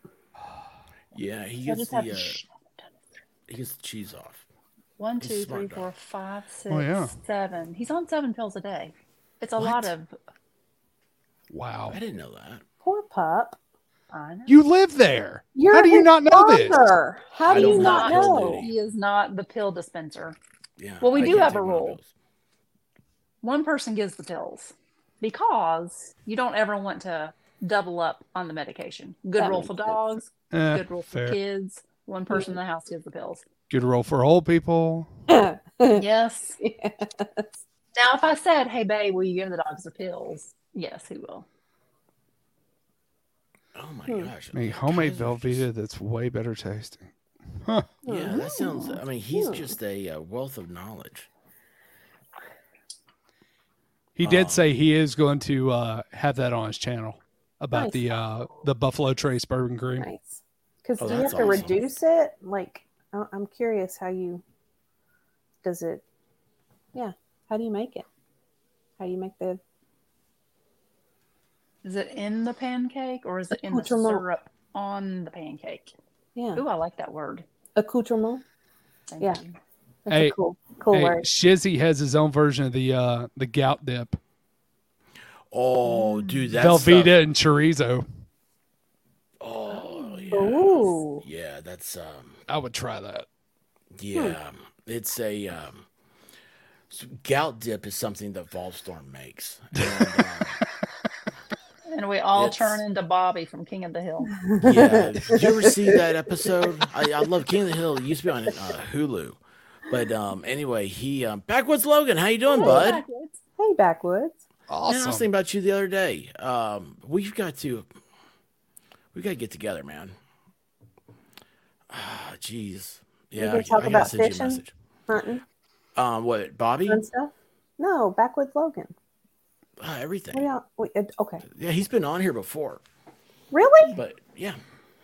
[SPEAKER 1] Yeah, he
[SPEAKER 4] So I
[SPEAKER 1] gets
[SPEAKER 4] just
[SPEAKER 1] the
[SPEAKER 4] have
[SPEAKER 1] uh,
[SPEAKER 4] to sh-
[SPEAKER 1] he gets the cheese off.
[SPEAKER 4] one,
[SPEAKER 1] a
[SPEAKER 4] two, three,
[SPEAKER 1] smart guy.
[SPEAKER 4] four, five, six,
[SPEAKER 3] Oh, yeah.
[SPEAKER 4] seven. He's on seven pills a day. It's a
[SPEAKER 1] What?
[SPEAKER 4] lot of.
[SPEAKER 3] Wow.
[SPEAKER 1] I didn't know that.
[SPEAKER 2] Poor pup.
[SPEAKER 4] I know.
[SPEAKER 3] You live there.
[SPEAKER 2] You're
[SPEAKER 3] How do you
[SPEAKER 2] his
[SPEAKER 3] not know this?
[SPEAKER 2] father. How
[SPEAKER 1] I
[SPEAKER 2] do you
[SPEAKER 1] don't
[SPEAKER 2] not
[SPEAKER 1] know.
[SPEAKER 2] know?
[SPEAKER 4] He is not the pill dispenser.
[SPEAKER 1] Yeah.
[SPEAKER 4] Well, we
[SPEAKER 1] I
[SPEAKER 4] do
[SPEAKER 1] can't
[SPEAKER 4] have
[SPEAKER 1] take
[SPEAKER 4] a
[SPEAKER 1] one of
[SPEAKER 4] rule.
[SPEAKER 1] those.
[SPEAKER 4] one person gives the pills because you don't ever want to double up on the medication. Good
[SPEAKER 2] That
[SPEAKER 4] rule
[SPEAKER 2] makes
[SPEAKER 4] for
[SPEAKER 2] sense.
[SPEAKER 4] dogs,
[SPEAKER 3] Eh,
[SPEAKER 4] good rule for
[SPEAKER 3] fair.
[SPEAKER 4] kids. One person in the house gives the pills.
[SPEAKER 3] Good roll for old people.
[SPEAKER 4] Yes.
[SPEAKER 2] Yes.
[SPEAKER 4] Now, if I said, "Hey, babe, will you give the dogs their pills?" Yes, he will.
[SPEAKER 1] Oh my
[SPEAKER 2] Hmm.
[SPEAKER 1] gosh!
[SPEAKER 3] I mean,
[SPEAKER 1] Guys
[SPEAKER 3] homemade
[SPEAKER 1] are just-
[SPEAKER 3] Velveeta that's way better tasting.
[SPEAKER 1] Yeah, that sounds. I mean, he's
[SPEAKER 2] Hmm.
[SPEAKER 1] just a uh, wealth of knowledge.
[SPEAKER 2] Oh.
[SPEAKER 3] He did
[SPEAKER 1] Um,
[SPEAKER 3] say he is going to uh, have that on his channel about
[SPEAKER 2] Nice.
[SPEAKER 3] the uh, the Buffalo Trace bourbon cream.
[SPEAKER 2] Nice. Because
[SPEAKER 1] Oh,
[SPEAKER 2] do you have
[SPEAKER 1] that's
[SPEAKER 2] to
[SPEAKER 1] awesome.
[SPEAKER 2] reduce it? Like, I- I'm curious how you does it. Yeah, how do you make it? How do you make the?
[SPEAKER 4] Is it in the pancake or is it in the
[SPEAKER 2] Accoutrement.
[SPEAKER 4] syrup on the pancake?
[SPEAKER 2] Yeah,
[SPEAKER 4] Ooh, I like that word.
[SPEAKER 2] accoutrement.
[SPEAKER 4] Thank
[SPEAKER 2] Yeah.
[SPEAKER 4] you.
[SPEAKER 2] That's
[SPEAKER 3] Hey,
[SPEAKER 2] a cool, cool
[SPEAKER 3] Hey,
[SPEAKER 2] word.
[SPEAKER 3] Shizzy has his own version of the uh, the gout dip,
[SPEAKER 1] Oh,
[SPEAKER 4] Mm.
[SPEAKER 1] dude, that's
[SPEAKER 3] Velveeta and chorizo.
[SPEAKER 1] Oh, yeah.
[SPEAKER 2] Ooh.
[SPEAKER 1] Yeah, that's um.
[SPEAKER 3] I would try that.
[SPEAKER 1] Yeah, it's a um, s- gout dip is something that Volstorm makes. And, uh,
[SPEAKER 4] And we all
[SPEAKER 1] It's-
[SPEAKER 4] turn into Bobby from King of the Hill.
[SPEAKER 1] yeah, did you ever see that episode? I, I love King of the Hill. It used to be on uh, Hulu, but um, anyway, he um, backwoods Logan, how you doing, bud? Man,
[SPEAKER 4] Backwards.
[SPEAKER 2] Hey, backwoods.
[SPEAKER 1] I was
[SPEAKER 3] Awesome.
[SPEAKER 1] thinking about you the other day. Um, we've got to, we got to get together, man. Ah, jeez. Yeah,
[SPEAKER 2] gonna
[SPEAKER 1] I- I
[SPEAKER 2] talk
[SPEAKER 1] gotta
[SPEAKER 2] about
[SPEAKER 1] send you a
[SPEAKER 2] fishing?
[SPEAKER 1] message.
[SPEAKER 2] Hunting
[SPEAKER 1] Um, what, Bobby?
[SPEAKER 2] and stuff. No, backwoods Logan.
[SPEAKER 1] Ah, everything.
[SPEAKER 2] What do y'all? Wait, uh, okay,
[SPEAKER 1] Yeah, he's been on here before,
[SPEAKER 2] really?
[SPEAKER 1] but yeah,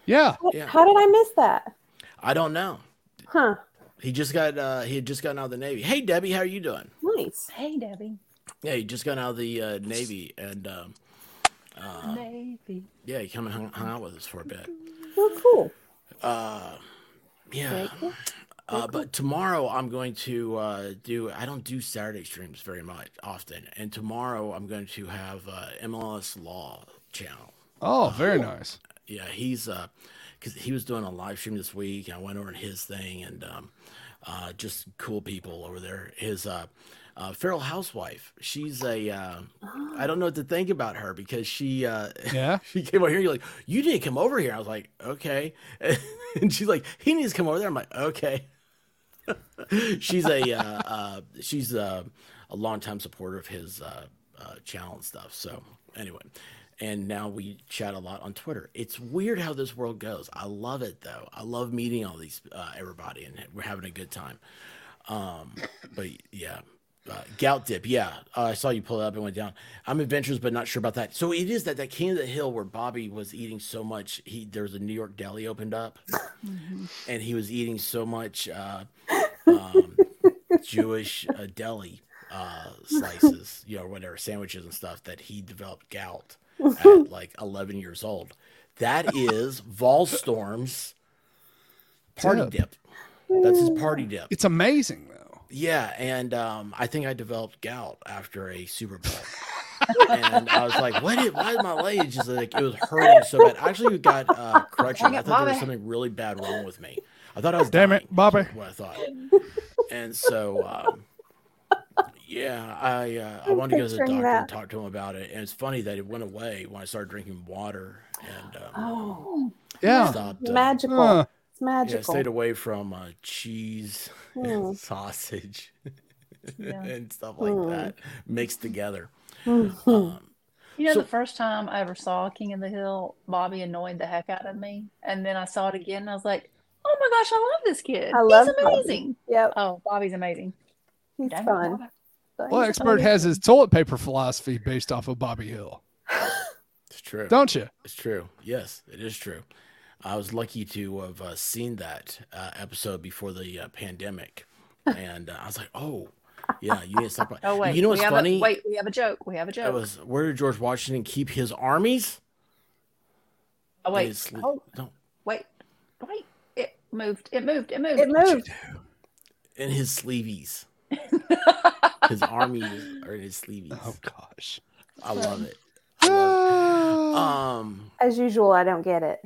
[SPEAKER 3] yeah.
[SPEAKER 2] What-
[SPEAKER 1] Yeah.
[SPEAKER 2] How did I miss that?
[SPEAKER 1] I don't know.
[SPEAKER 2] Huh?
[SPEAKER 1] He just got uh he had just gotten out of the navy. Hey Debbie, how are you doing?
[SPEAKER 2] Nice.
[SPEAKER 4] Hey, Debbie.
[SPEAKER 1] Yeah, he just got out of the uh, navy, and um, uh,
[SPEAKER 4] Maybe.
[SPEAKER 1] yeah, he come and hung, hung out with us for a bit.
[SPEAKER 2] Well, Oh, cool.
[SPEAKER 1] Uh, yeah,
[SPEAKER 2] Very cool.
[SPEAKER 1] uh, but tomorrow I'm going to uh, do. I don't do Saturday streams very much often, and tomorrow I'm going to have uh, MLS Law channel. Uh,
[SPEAKER 3] Oh, very nice.
[SPEAKER 1] Yeah, he's uh, because he was doing a live stream this week. And I went over to his thing, and um, uh, just cool people over there. His uh, uh, feral housewife. She's a. Uh,
[SPEAKER 2] Oh,
[SPEAKER 1] I don't know what to think about her because she uh,
[SPEAKER 3] Yeah.
[SPEAKER 1] she came over here. You're like, you didn't come over here. I was like, okay. And she's like, he needs to come over there. I'm like, okay. she's a uh, uh, she's a, a longtime supporter of his uh, uh, channel and stuff. So anyway, and now we chat a lot on Twitter. It's weird how this world goes. I love it though. I love meeting all these uh, everybody, and we're having a good time. Um, but yeah, uh, gout dip. Yeah, uh, I saw you pull it up and went down. I'm adventurous, but not sure about that. So it is that that King of the Hill where Bobby was eating so much. He there was a New York deli opened up, and he was eating so much uh, um, Jewish uh, deli uh, slices, you know, whatever sandwiches and stuff that he developed gout
[SPEAKER 2] Mm-hmm.
[SPEAKER 1] at like 11 years old. That is Volstorm's party
[SPEAKER 3] Dip.
[SPEAKER 1] dip. That's his party dip.
[SPEAKER 3] It's amazing though.
[SPEAKER 1] Yeah, and um, I think I developed gout after a Super Bowl, and I was like, "What? Did, why is my leg just like it was hurting so bad?" I actually got uh, crutches.
[SPEAKER 4] Dang
[SPEAKER 1] I
[SPEAKER 4] it,
[SPEAKER 1] thought there
[SPEAKER 4] Bobby.
[SPEAKER 1] was something really bad wrong with me. I thought I was
[SPEAKER 3] Damn it,
[SPEAKER 1] dying,
[SPEAKER 3] Bobby.
[SPEAKER 1] What I thought, and so um, yeah, I uh, I
[SPEAKER 2] I'm
[SPEAKER 1] wanted to go to the
[SPEAKER 2] picturing
[SPEAKER 1] doctor
[SPEAKER 2] that.
[SPEAKER 1] and talk to him about it. And it's funny that it went away when I started drinking water and um,
[SPEAKER 2] Oh,
[SPEAKER 3] Yeah.
[SPEAKER 1] stopped. uh,
[SPEAKER 2] magical.
[SPEAKER 3] Huh.
[SPEAKER 2] it's
[SPEAKER 1] yeah,
[SPEAKER 2] magical.
[SPEAKER 1] stayed away from uh, cheese
[SPEAKER 2] Mm.
[SPEAKER 1] and sausage
[SPEAKER 4] Hmm. Yeah. Hmm.
[SPEAKER 1] and stuff like
[SPEAKER 2] Mm.
[SPEAKER 1] that mixed together.
[SPEAKER 2] Mhm.
[SPEAKER 1] Um,
[SPEAKER 4] You know,
[SPEAKER 1] So-
[SPEAKER 4] the first time I ever saw King of the Hill, Bobby annoyed the heck out of me. And then I saw it again and I was like, oh my gosh, I love this kid.
[SPEAKER 2] I love
[SPEAKER 4] He's
[SPEAKER 2] Bobby.
[SPEAKER 4] amazing.
[SPEAKER 2] Yep,
[SPEAKER 4] Oh, Bobby's amazing.
[SPEAKER 2] he's
[SPEAKER 4] Dang it,
[SPEAKER 2] fun.
[SPEAKER 4] Bobby.
[SPEAKER 3] Well, expert has his toilet paper philosophy based off of Bobby Hill,
[SPEAKER 1] it's true.
[SPEAKER 3] don't you?
[SPEAKER 1] It's true. Yes, it is true. I was lucky to have uh, seen that uh, episode before the uh, pandemic, and uh, I was like, "Oh, yeah, you need to stop."
[SPEAKER 4] Oh, wait.
[SPEAKER 1] you know
[SPEAKER 4] we
[SPEAKER 1] what's
[SPEAKER 4] have
[SPEAKER 1] funny?
[SPEAKER 4] A, wait, we have a joke. We have a
[SPEAKER 1] That
[SPEAKER 4] joke.
[SPEAKER 1] was where did George Washington keep his armies?
[SPEAKER 4] oh,
[SPEAKER 1] In
[SPEAKER 4] wait.
[SPEAKER 1] his sli-
[SPEAKER 4] Oh,
[SPEAKER 1] no,
[SPEAKER 4] wait. Wait. It moved. It moved. It moved.
[SPEAKER 2] It moved.
[SPEAKER 1] in his sleeveys. His armies are in his sleeveys.
[SPEAKER 3] Oh gosh.
[SPEAKER 1] I love it. I love it.
[SPEAKER 3] Ah.
[SPEAKER 1] Um,
[SPEAKER 2] As usual, I don't get it.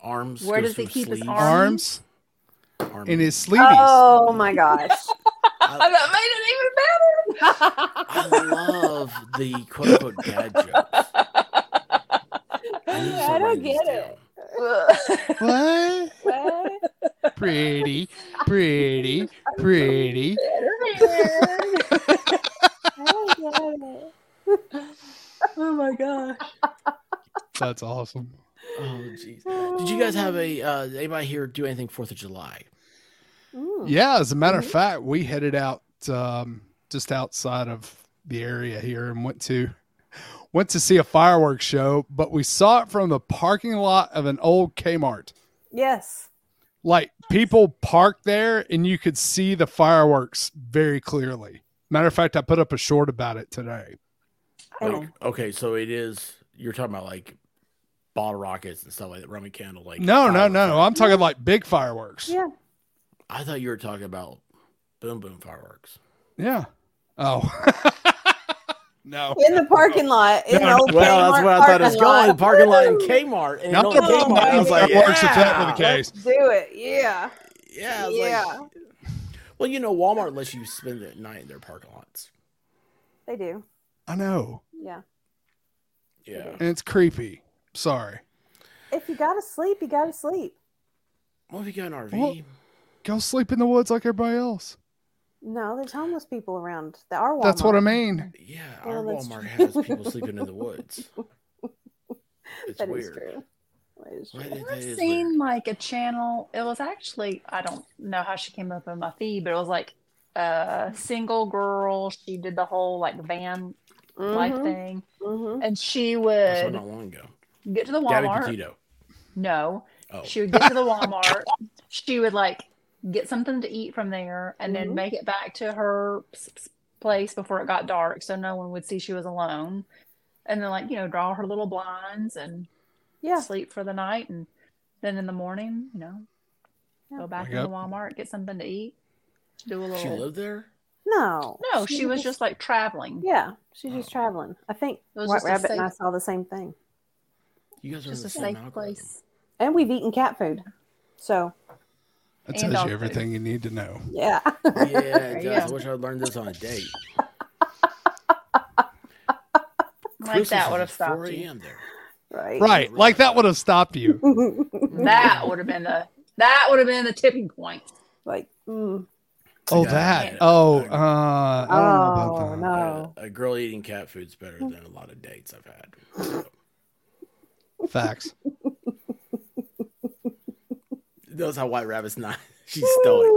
[SPEAKER 1] arms.
[SPEAKER 4] Where
[SPEAKER 1] goes
[SPEAKER 4] does he
[SPEAKER 1] from
[SPEAKER 4] keep his
[SPEAKER 1] sleeves.
[SPEAKER 4] arm?
[SPEAKER 3] Arms
[SPEAKER 1] Arm-
[SPEAKER 3] in his sleeves.
[SPEAKER 2] Oh my
[SPEAKER 1] um,
[SPEAKER 2] gosh!
[SPEAKER 4] Oh, that made it even better.
[SPEAKER 1] I love the quote unquote dad jokes. I, need to start
[SPEAKER 2] I don't
[SPEAKER 1] writing these
[SPEAKER 2] get
[SPEAKER 1] down.
[SPEAKER 2] it.
[SPEAKER 3] What?
[SPEAKER 2] What?
[SPEAKER 3] Pretty, pretty, pretty. That's awesome.
[SPEAKER 1] Oh, jeez. Did you guys have a uh, anybody here do anything Fourth of July?
[SPEAKER 2] Mm.
[SPEAKER 3] Yeah, as a matter of
[SPEAKER 4] Mm-hmm.
[SPEAKER 2] Mhm.
[SPEAKER 3] fact, we headed out um, just outside of the area here and went to went to see a fireworks show, but we saw it from the parking lot of an old Kmart.
[SPEAKER 2] Yes.
[SPEAKER 3] Like people parked there and you could see the fireworks very clearly. Matter of fact, I put up a short about it today.
[SPEAKER 2] I
[SPEAKER 1] Like,
[SPEAKER 2] know.
[SPEAKER 1] okay, so it is. You're talking about like bottle rockets and stuff like that, rummy candle, like
[SPEAKER 3] No, no,
[SPEAKER 1] fireworks.
[SPEAKER 3] no. I'm talking like big fireworks.
[SPEAKER 2] Yeah.
[SPEAKER 1] I thought you were talking about boom boom fireworks.
[SPEAKER 3] Yeah. Oh. no.
[SPEAKER 2] In the parking lot. In the
[SPEAKER 3] No, no,
[SPEAKER 2] old
[SPEAKER 1] Well, that's
[SPEAKER 2] Kmart
[SPEAKER 1] where I thought it was
[SPEAKER 2] parking lot.
[SPEAKER 1] going. Parking lot in
[SPEAKER 2] Woo!
[SPEAKER 1] Kmart. And
[SPEAKER 3] Not
[SPEAKER 1] on
[SPEAKER 3] the
[SPEAKER 2] Oh,
[SPEAKER 1] Kmart, I was like,
[SPEAKER 3] fireworks, if that were the
[SPEAKER 1] yeah.
[SPEAKER 3] case.
[SPEAKER 2] Let's do it. Yeah.
[SPEAKER 1] Yeah, I was
[SPEAKER 2] yeah.
[SPEAKER 1] like, well, you know, Walmart lets you spend the night in their parking lots.
[SPEAKER 2] They do.
[SPEAKER 3] I know.
[SPEAKER 2] Yeah.
[SPEAKER 1] Yeah.
[SPEAKER 3] And it's creepy. Sorry.
[SPEAKER 2] If you gotta sleep, you gotta sleep.
[SPEAKER 1] Well, if you got an RV,
[SPEAKER 3] Well- Go sleep in the woods like everybody else.
[SPEAKER 2] No, there's homeless people around. There are. Walmart.
[SPEAKER 3] That's what I mean.
[SPEAKER 1] yeah,
[SPEAKER 2] Well,
[SPEAKER 1] our
[SPEAKER 2] that's
[SPEAKER 1] Walmart
[SPEAKER 2] true.
[SPEAKER 1] has people sleeping in the woods. It's
[SPEAKER 2] That is
[SPEAKER 1] weird.
[SPEAKER 2] true. That is true.
[SPEAKER 1] Why
[SPEAKER 4] I've
[SPEAKER 1] did- that is
[SPEAKER 4] seen
[SPEAKER 1] weird.
[SPEAKER 4] like a channel. It was actually I don't know how she came up in my feed, but it was like a single girl. She did the whole like van life
[SPEAKER 2] Mhm,
[SPEAKER 4] thing,
[SPEAKER 2] mhm.
[SPEAKER 4] and she
[SPEAKER 1] I saw
[SPEAKER 4] would
[SPEAKER 1] not long ago.
[SPEAKER 4] get to the
[SPEAKER 1] Gabby
[SPEAKER 4] Walmart.
[SPEAKER 1] Petito.
[SPEAKER 4] No,
[SPEAKER 1] Oh,
[SPEAKER 4] she would get to the Walmart. she would like get something to eat from there, and
[SPEAKER 2] Mhm.
[SPEAKER 4] then make it back to her s- s- place before it got dark, so no one would see she was alone. And then like you know draw her little blinds and
[SPEAKER 2] Yeah.
[SPEAKER 4] sleep for the night and then in the morning, you know,
[SPEAKER 2] Yeah.
[SPEAKER 4] go back
[SPEAKER 3] Wake
[SPEAKER 4] into
[SPEAKER 3] up.
[SPEAKER 4] Walmart, get something to eat, do a
[SPEAKER 1] she
[SPEAKER 4] little.
[SPEAKER 1] lived there.
[SPEAKER 2] No.
[SPEAKER 4] No, she was just like traveling.
[SPEAKER 2] Yeah, she's just
[SPEAKER 1] Oh.
[SPEAKER 2] traveling. I think
[SPEAKER 4] It was
[SPEAKER 2] White
[SPEAKER 4] just a
[SPEAKER 2] Rabbit and I
[SPEAKER 4] safe,
[SPEAKER 2] saw the same thing,
[SPEAKER 1] You guys are in
[SPEAKER 4] just
[SPEAKER 1] the
[SPEAKER 4] a
[SPEAKER 1] same
[SPEAKER 4] safe
[SPEAKER 1] algorithm.
[SPEAKER 4] place.
[SPEAKER 2] and we've eaten cat food. So
[SPEAKER 3] That
[SPEAKER 4] And
[SPEAKER 3] tells
[SPEAKER 4] dog
[SPEAKER 3] you
[SPEAKER 4] food.
[SPEAKER 3] everything you need to know.
[SPEAKER 2] yeah,
[SPEAKER 1] Yeah, it
[SPEAKER 4] you
[SPEAKER 1] does. I
[SPEAKER 4] go.
[SPEAKER 1] wish I'd learned this on a date.
[SPEAKER 4] Like that would have
[SPEAKER 1] Four
[SPEAKER 4] stopped you.
[SPEAKER 1] a.m. there.
[SPEAKER 2] right,
[SPEAKER 3] Right. Like that would have stopped you.
[SPEAKER 4] That would have been the that would have been the tipping point.
[SPEAKER 2] like, mm,
[SPEAKER 3] Oh,
[SPEAKER 1] Yeah,
[SPEAKER 3] that.
[SPEAKER 1] yeah.
[SPEAKER 3] Oh, uh,
[SPEAKER 1] Okay.
[SPEAKER 3] I don't know
[SPEAKER 2] Oh,
[SPEAKER 3] about that.
[SPEAKER 2] no. Mm. Oh.
[SPEAKER 1] A, a girl eating cat food's better than a lot of dates I've had. So,
[SPEAKER 3] Facts.
[SPEAKER 1] knows how White Rabbit's not. She's stoic.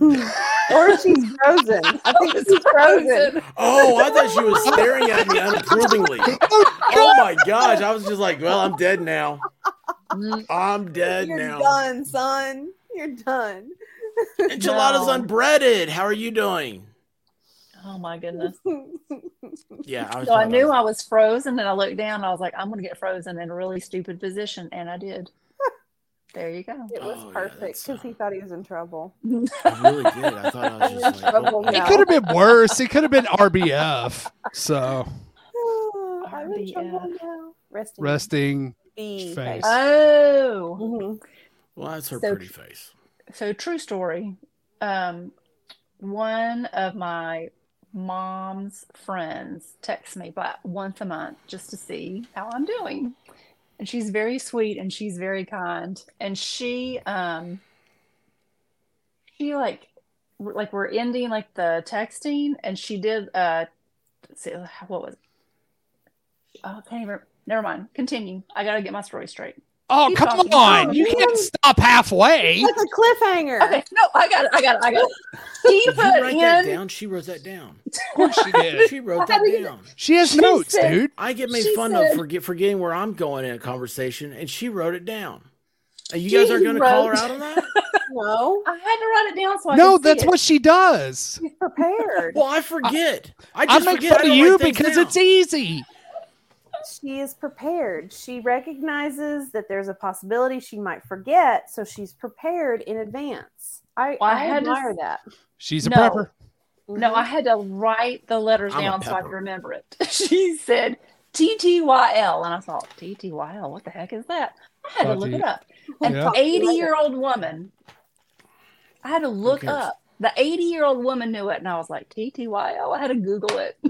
[SPEAKER 2] or she's frozen. I think she's frozen.
[SPEAKER 1] Oh, I thought she was staring at me unapprovingly. Oh my gosh! I was just like, well, I'm dead now.
[SPEAKER 4] Mm,
[SPEAKER 1] I'm dead
[SPEAKER 2] You're
[SPEAKER 1] now.
[SPEAKER 2] done, son. You're done.
[SPEAKER 1] Enchiladas
[SPEAKER 4] No.
[SPEAKER 1] unbreaded. How are you doing?
[SPEAKER 4] Oh my goodness.
[SPEAKER 1] Yeah, I
[SPEAKER 4] So I
[SPEAKER 1] was. "Oh." talking about-
[SPEAKER 4] knew I was frozen and I looked down and I was like, I'm gonna get frozen in a really stupid position and I did. There you go.
[SPEAKER 2] It was
[SPEAKER 1] Oh, yeah,
[SPEAKER 2] perfect
[SPEAKER 1] that's,
[SPEAKER 2] because he
[SPEAKER 1] uh,
[SPEAKER 2] thought he was in trouble.
[SPEAKER 1] I really did. I thought I was just like,
[SPEAKER 2] Trouble
[SPEAKER 1] oh,
[SPEAKER 3] It
[SPEAKER 2] now.
[SPEAKER 3] could have been worse. It could have been RBF. So
[SPEAKER 2] Oh, I'm in trouble
[SPEAKER 4] RBF.
[SPEAKER 2] now. Resting.
[SPEAKER 3] resting.
[SPEAKER 2] Bee
[SPEAKER 3] face.
[SPEAKER 2] face.
[SPEAKER 4] Oh.
[SPEAKER 2] Mhm.
[SPEAKER 1] well, that's her
[SPEAKER 4] Uh, So-
[SPEAKER 1] pretty face.
[SPEAKER 4] so true story um one of my mom's friends texts me about once a month just to see how i'm doing and she's very sweet and she's very kind and she um she like we're- like we're ending like the texting and she did uh let's see what was oh I can't even never mind continue i gotta get my story straight
[SPEAKER 3] Oh,
[SPEAKER 4] Keep
[SPEAKER 3] come
[SPEAKER 4] talking.
[SPEAKER 3] on.
[SPEAKER 2] Oh,
[SPEAKER 3] You
[SPEAKER 2] man.
[SPEAKER 3] can't stop halfway.
[SPEAKER 2] That's a cliffhanger.
[SPEAKER 4] okay no i got it i got it i got it she
[SPEAKER 1] Did you
[SPEAKER 4] put
[SPEAKER 1] write
[SPEAKER 4] in
[SPEAKER 1] that down? She wrote that down.
[SPEAKER 3] Of course she did.
[SPEAKER 1] She wrote
[SPEAKER 4] How
[SPEAKER 1] that
[SPEAKER 4] did you-
[SPEAKER 1] down.
[SPEAKER 3] She has
[SPEAKER 4] She
[SPEAKER 3] notes,
[SPEAKER 4] said-
[SPEAKER 3] dude.
[SPEAKER 1] I get made
[SPEAKER 4] She
[SPEAKER 1] fun of
[SPEAKER 4] said-
[SPEAKER 1] for get, forgetting where I'm going in a conversation, and she wrote it down. And you guys
[SPEAKER 4] She
[SPEAKER 1] are going to call her
[SPEAKER 4] wrote-
[SPEAKER 1] out on that?
[SPEAKER 2] No,
[SPEAKER 4] I had to write it down so I
[SPEAKER 3] No,
[SPEAKER 4] could see
[SPEAKER 3] that's
[SPEAKER 4] it.
[SPEAKER 3] what she does.
[SPEAKER 2] prepared.
[SPEAKER 1] Well, I forget. I,
[SPEAKER 3] I
[SPEAKER 1] just
[SPEAKER 3] make
[SPEAKER 1] forget. I
[SPEAKER 3] fun of
[SPEAKER 1] don't
[SPEAKER 3] you
[SPEAKER 1] write things
[SPEAKER 3] because
[SPEAKER 1] down.
[SPEAKER 3] it's easy.
[SPEAKER 2] She is prepared. She recognizes that there's a possibility she might forget, so she's prepared in advance. I,
[SPEAKER 4] Well, I
[SPEAKER 2] I,
[SPEAKER 4] had to-
[SPEAKER 2] admire that. Mm-hmm.
[SPEAKER 3] She's a
[SPEAKER 4] No.
[SPEAKER 3] prepper.
[SPEAKER 4] No, I had to write the letters
[SPEAKER 1] I'm a
[SPEAKER 4] down so I
[SPEAKER 1] pepper.
[SPEAKER 4] could remember it. she said T T Y L, and I thought T T Y L. What the heck is that? I had to
[SPEAKER 3] Oh,
[SPEAKER 4] look it
[SPEAKER 3] dear.
[SPEAKER 4] up. An
[SPEAKER 3] Yeah.
[SPEAKER 4] eighty-year-old woman. I had to look
[SPEAKER 1] cares?
[SPEAKER 4] up. The eighty-year-old woman knew it, and I was like T T Y L. I had to Google it.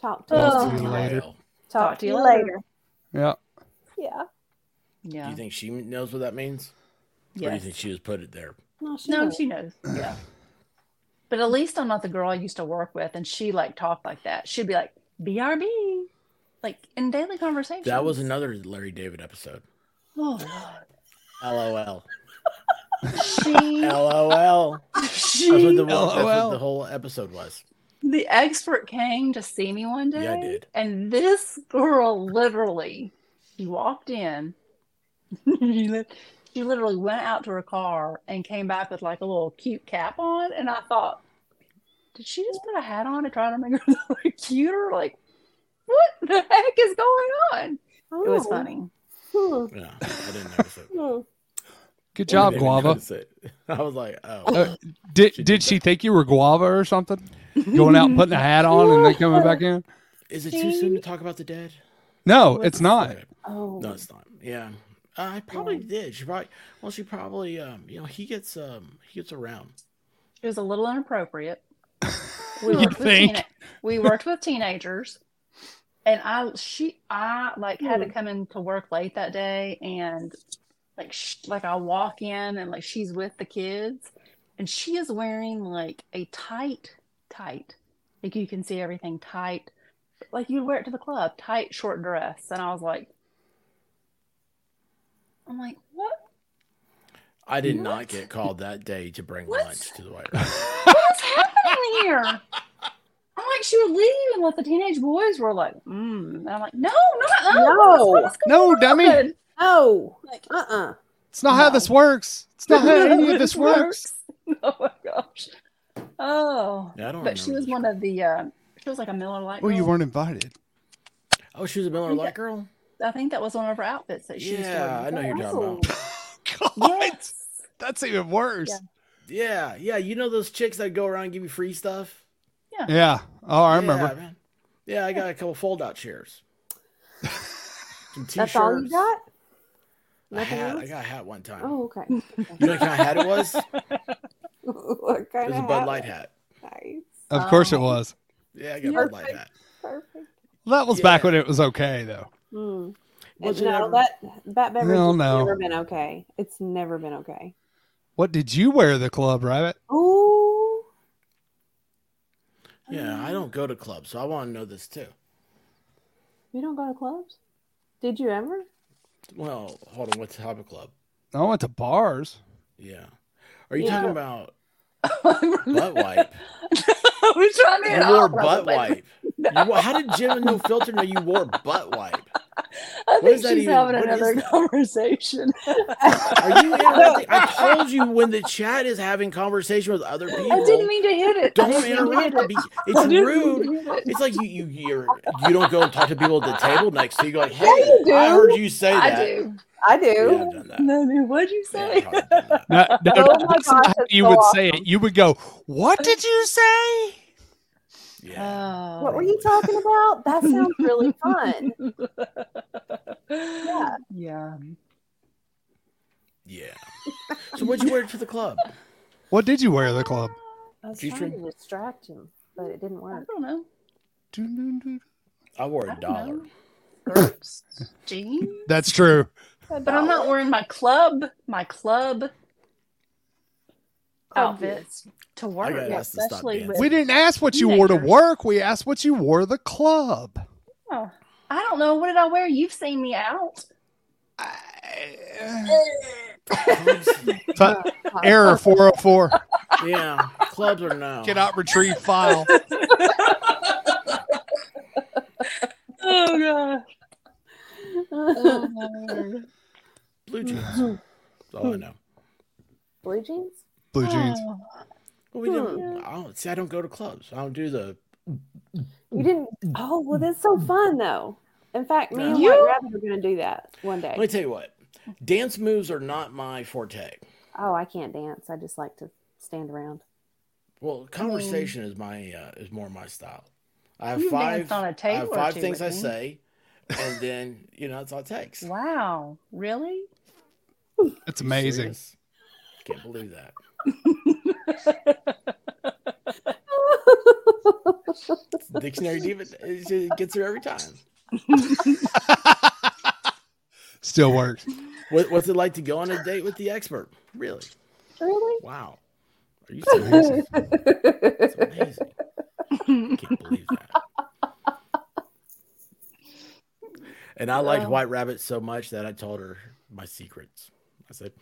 [SPEAKER 2] talk to,
[SPEAKER 4] Talk
[SPEAKER 2] you
[SPEAKER 4] to
[SPEAKER 2] later.
[SPEAKER 4] you.
[SPEAKER 1] Well,
[SPEAKER 2] Talk to you later.
[SPEAKER 3] Yeah.
[SPEAKER 2] Yeah.
[SPEAKER 1] Do
[SPEAKER 4] Yeah.
[SPEAKER 1] you think she knows what that means? Or do you
[SPEAKER 4] Yes.
[SPEAKER 1] think she was put it there?
[SPEAKER 2] No, she
[SPEAKER 4] No,
[SPEAKER 2] knows.
[SPEAKER 4] she knows. Yeah. But at least I'm not the girl I used to work with, and she like talked like that. She'd be like, "BRB, like in daily conversation.
[SPEAKER 1] That was another Larry David episode.
[SPEAKER 4] Oh,
[SPEAKER 1] LOL.
[SPEAKER 4] she,
[SPEAKER 1] LOL.
[SPEAKER 4] she,
[SPEAKER 1] That's what the,
[SPEAKER 4] the,
[SPEAKER 1] that's what
[SPEAKER 3] LOL.
[SPEAKER 1] the whole episode was.
[SPEAKER 4] expert came to see me one day.
[SPEAKER 1] Yeah, I did.
[SPEAKER 4] And this girl literally, she walked in. she li- she literally went out to her car and came back with like a little cute cap on. And I thought, did she just put a hat on to try to make her look cuter? Like, what the heck is going on? It was
[SPEAKER 2] Oh.
[SPEAKER 4] funny.
[SPEAKER 2] Hmm.
[SPEAKER 1] Yeah, I didn't notice it.
[SPEAKER 2] Hmm.
[SPEAKER 3] Good
[SPEAKER 1] I
[SPEAKER 3] job,
[SPEAKER 1] didn't
[SPEAKER 3] Guava.
[SPEAKER 1] notice it. I was like, oh.
[SPEAKER 3] Uh, did
[SPEAKER 1] She did
[SPEAKER 3] did she
[SPEAKER 1] that.
[SPEAKER 3] think you were Guava or something? Going out and putting a hat on and then coming back in?
[SPEAKER 1] Is it too soon to talk about the dead?
[SPEAKER 3] No, it's not.
[SPEAKER 1] Okay.
[SPEAKER 2] Oh.
[SPEAKER 1] No, it's not. Yeah. Uh, I probably did. She probably, well, she probably, um, you know, he gets, um, he gets around.
[SPEAKER 4] It was a little inappropriate. We
[SPEAKER 3] You
[SPEAKER 4] worked with
[SPEAKER 3] think?
[SPEAKER 4] teena- we worked with teenagers, and I she I like had
[SPEAKER 3] Hmm.
[SPEAKER 4] to come into work late that day, and like sh- like I walk in and like she's with the kids, and she is wearing like a tight tight, like you can see everything tight, like you wear it to the club tight short dress, and I was like, I'm like what
[SPEAKER 1] I did not
[SPEAKER 4] What?
[SPEAKER 1] get called that day to bring
[SPEAKER 4] What?
[SPEAKER 1] lunch to the White Room.
[SPEAKER 4] what's happening here? I'm like, she would leave, and like the teenage boys were like, mm. and I'm like, no, not us.
[SPEAKER 2] No.
[SPEAKER 4] What's Oh, going
[SPEAKER 3] No, dummy.
[SPEAKER 4] on?
[SPEAKER 2] No. uh-uh.
[SPEAKER 3] It's not how
[SPEAKER 4] No.
[SPEAKER 3] this works. It's not how any of this works.
[SPEAKER 4] Oh my gosh. Oh,
[SPEAKER 1] Yeah, I don't
[SPEAKER 4] but she
[SPEAKER 1] remember
[SPEAKER 4] was
[SPEAKER 1] this
[SPEAKER 4] one
[SPEAKER 1] girl.
[SPEAKER 4] of the. Uh, she was like a Miller Lite.
[SPEAKER 3] Oh, you
[SPEAKER 4] girl.
[SPEAKER 3] weren't invited.
[SPEAKER 1] Oh, she was a Miller
[SPEAKER 4] Yeah.
[SPEAKER 1] Lite girl?
[SPEAKER 4] I think that was one of her outfits that she was Oh.
[SPEAKER 1] Yeah, I know you're talking
[SPEAKER 2] Oh.
[SPEAKER 1] about.
[SPEAKER 3] God,
[SPEAKER 4] Yes.
[SPEAKER 3] that's even worse.
[SPEAKER 1] Yeah, yeah. You know those chicks that go around and give you free stuff?
[SPEAKER 3] Yeah. Oh, I
[SPEAKER 1] Yeah,
[SPEAKER 3] remember.
[SPEAKER 1] man. yeah I got a couple fold out chairs. Some t shirts.
[SPEAKER 2] That's all you got?
[SPEAKER 1] A
[SPEAKER 2] Nothing
[SPEAKER 1] hat.
[SPEAKER 2] else?
[SPEAKER 1] I got a hat one time.
[SPEAKER 2] Oh, okay.
[SPEAKER 1] You know what kind of hat it was? It
[SPEAKER 2] what kind
[SPEAKER 1] was a
[SPEAKER 2] of
[SPEAKER 1] Bud
[SPEAKER 2] hat?
[SPEAKER 1] Light hat.
[SPEAKER 2] Nice.
[SPEAKER 3] Of course it
[SPEAKER 4] Oh.
[SPEAKER 3] was.
[SPEAKER 1] Yeah, I got a
[SPEAKER 2] Yeah.
[SPEAKER 1] Bud Light hat.
[SPEAKER 2] Perfect.
[SPEAKER 3] That was
[SPEAKER 1] Yeah.
[SPEAKER 3] back when it was okay, though.
[SPEAKER 2] Hmm.
[SPEAKER 1] Was
[SPEAKER 2] And
[SPEAKER 1] it
[SPEAKER 2] no,
[SPEAKER 1] ever-
[SPEAKER 2] that that beverage
[SPEAKER 3] Hell
[SPEAKER 2] has
[SPEAKER 3] no.
[SPEAKER 2] never been okay. It's never been okay.
[SPEAKER 3] What did you wear to the club, Rabbit?
[SPEAKER 2] Ooh.
[SPEAKER 1] Yeah, I don't go to clubs, so I want to know this too.
[SPEAKER 2] You don't go to clubs? Did you ever?
[SPEAKER 1] Well, hold on. What's the type of club?
[SPEAKER 3] I went to bars.
[SPEAKER 1] Yeah. Are you
[SPEAKER 2] Yeah.
[SPEAKER 1] talking about butt
[SPEAKER 4] I
[SPEAKER 1] wipe?
[SPEAKER 4] was trying to.
[SPEAKER 1] You
[SPEAKER 4] hit
[SPEAKER 1] wore
[SPEAKER 4] off, but I was
[SPEAKER 1] butt
[SPEAKER 4] like,
[SPEAKER 1] wipe.
[SPEAKER 4] no.
[SPEAKER 1] You wore- how did Jim and No Filter know you wore butt wipe?
[SPEAKER 4] I
[SPEAKER 1] What
[SPEAKER 4] think
[SPEAKER 1] is that
[SPEAKER 4] she's
[SPEAKER 1] even-
[SPEAKER 4] having
[SPEAKER 1] what is
[SPEAKER 4] another
[SPEAKER 1] that?
[SPEAKER 4] conversation.
[SPEAKER 1] Are you interrupting? I told you when the chat is having conversation with other people.
[SPEAKER 4] I didn't mean to hit it. I
[SPEAKER 1] don't
[SPEAKER 4] didn't mean to hit
[SPEAKER 1] interrupt.
[SPEAKER 4] it.
[SPEAKER 1] Be-
[SPEAKER 4] I
[SPEAKER 1] It's
[SPEAKER 4] didn't mean
[SPEAKER 1] rude.
[SPEAKER 4] to hit it.
[SPEAKER 1] It's like you you you're, you don't go and talk to people at the table next to you. You're like, hey,
[SPEAKER 2] you do.
[SPEAKER 1] I heard you say that.
[SPEAKER 4] I do.
[SPEAKER 2] I
[SPEAKER 1] Yeah,
[SPEAKER 2] do.
[SPEAKER 1] I've done that.
[SPEAKER 4] No, no, what'd you
[SPEAKER 1] Yeah,
[SPEAKER 4] say?
[SPEAKER 1] I've probably done that.
[SPEAKER 3] No, no,
[SPEAKER 2] Oh
[SPEAKER 3] no,
[SPEAKER 2] my
[SPEAKER 3] that's
[SPEAKER 2] gosh,
[SPEAKER 3] not how
[SPEAKER 2] that's
[SPEAKER 3] you
[SPEAKER 2] so
[SPEAKER 3] would
[SPEAKER 2] awesome.
[SPEAKER 3] say it. You would go, What did you say?
[SPEAKER 1] Yeah.
[SPEAKER 4] Oh.
[SPEAKER 2] What were you talking about? That sounds really fun.
[SPEAKER 4] yeah. Yeah.
[SPEAKER 1] Yeah. So what'd you wear to the club?
[SPEAKER 3] What did you wear to the club?
[SPEAKER 2] I was
[SPEAKER 1] Did you
[SPEAKER 2] trying to
[SPEAKER 1] drink?
[SPEAKER 2] distract him, but it didn't
[SPEAKER 4] I
[SPEAKER 2] work.
[SPEAKER 4] don't know.
[SPEAKER 1] I wore
[SPEAKER 4] I
[SPEAKER 1] a
[SPEAKER 4] don't
[SPEAKER 1] dollar.
[SPEAKER 4] know. Skirts, jeans.
[SPEAKER 3] That's true.
[SPEAKER 4] But I'm not wearing my club, my club
[SPEAKER 2] Club gear.
[SPEAKER 4] outfits to work,
[SPEAKER 1] gotta ask to stop
[SPEAKER 4] especially
[SPEAKER 1] dancing.
[SPEAKER 4] with.
[SPEAKER 3] We didn't ask what you wore to
[SPEAKER 4] Teenagers.
[SPEAKER 3] work. We asked what you wore to the club.
[SPEAKER 4] Oh, I don't know. What did I wear? You've seen me out.
[SPEAKER 3] I-
[SPEAKER 1] Clubs,
[SPEAKER 3] Ti-
[SPEAKER 5] oh
[SPEAKER 3] Error 404.
[SPEAKER 1] yeah, clubs are no.
[SPEAKER 3] Cannot retrieve file.
[SPEAKER 4] Oh god. Oh, Lord.
[SPEAKER 1] Blue jeans. That's all I know.
[SPEAKER 2] Blue jeans?
[SPEAKER 3] Blue jeans.
[SPEAKER 4] Oh.
[SPEAKER 1] Well,
[SPEAKER 2] Hmm.
[SPEAKER 1] we
[SPEAKER 4] Hmm.
[SPEAKER 1] didn't. I don't see. I don't go to clubs. I don't do the.
[SPEAKER 2] You didn't. Oh, well, that's so fun, though. In fact, me and
[SPEAKER 4] You-
[SPEAKER 2] White Rabbit are going to do that one
[SPEAKER 1] Let me
[SPEAKER 2] day.
[SPEAKER 1] tell you what. Dance moves are not my forte.
[SPEAKER 2] Oh, I can't dance. I just like to stand around.
[SPEAKER 1] Well, conversation is my uh, is more my style. I have
[SPEAKER 4] You
[SPEAKER 1] five.
[SPEAKER 4] danced on a
[SPEAKER 1] I
[SPEAKER 4] table
[SPEAKER 1] have
[SPEAKER 4] or
[SPEAKER 1] five
[SPEAKER 4] two
[SPEAKER 1] things
[SPEAKER 4] with
[SPEAKER 1] I
[SPEAKER 4] me.
[SPEAKER 1] say, and then you know that's all it takes.
[SPEAKER 4] Wow. Really?
[SPEAKER 3] That's
[SPEAKER 1] You
[SPEAKER 3] amazing.
[SPEAKER 1] serious? Can't believe that. Dictionary diva it it gets her every time.
[SPEAKER 3] Still works.
[SPEAKER 1] What, what's it like to go on a date with the expert? Really?
[SPEAKER 2] really?
[SPEAKER 1] Wow. Are you serious? That's amazing. I can't believe that. And I liked
[SPEAKER 4] Oh.
[SPEAKER 1] White Rabbit so much that I told her my secrets. I said,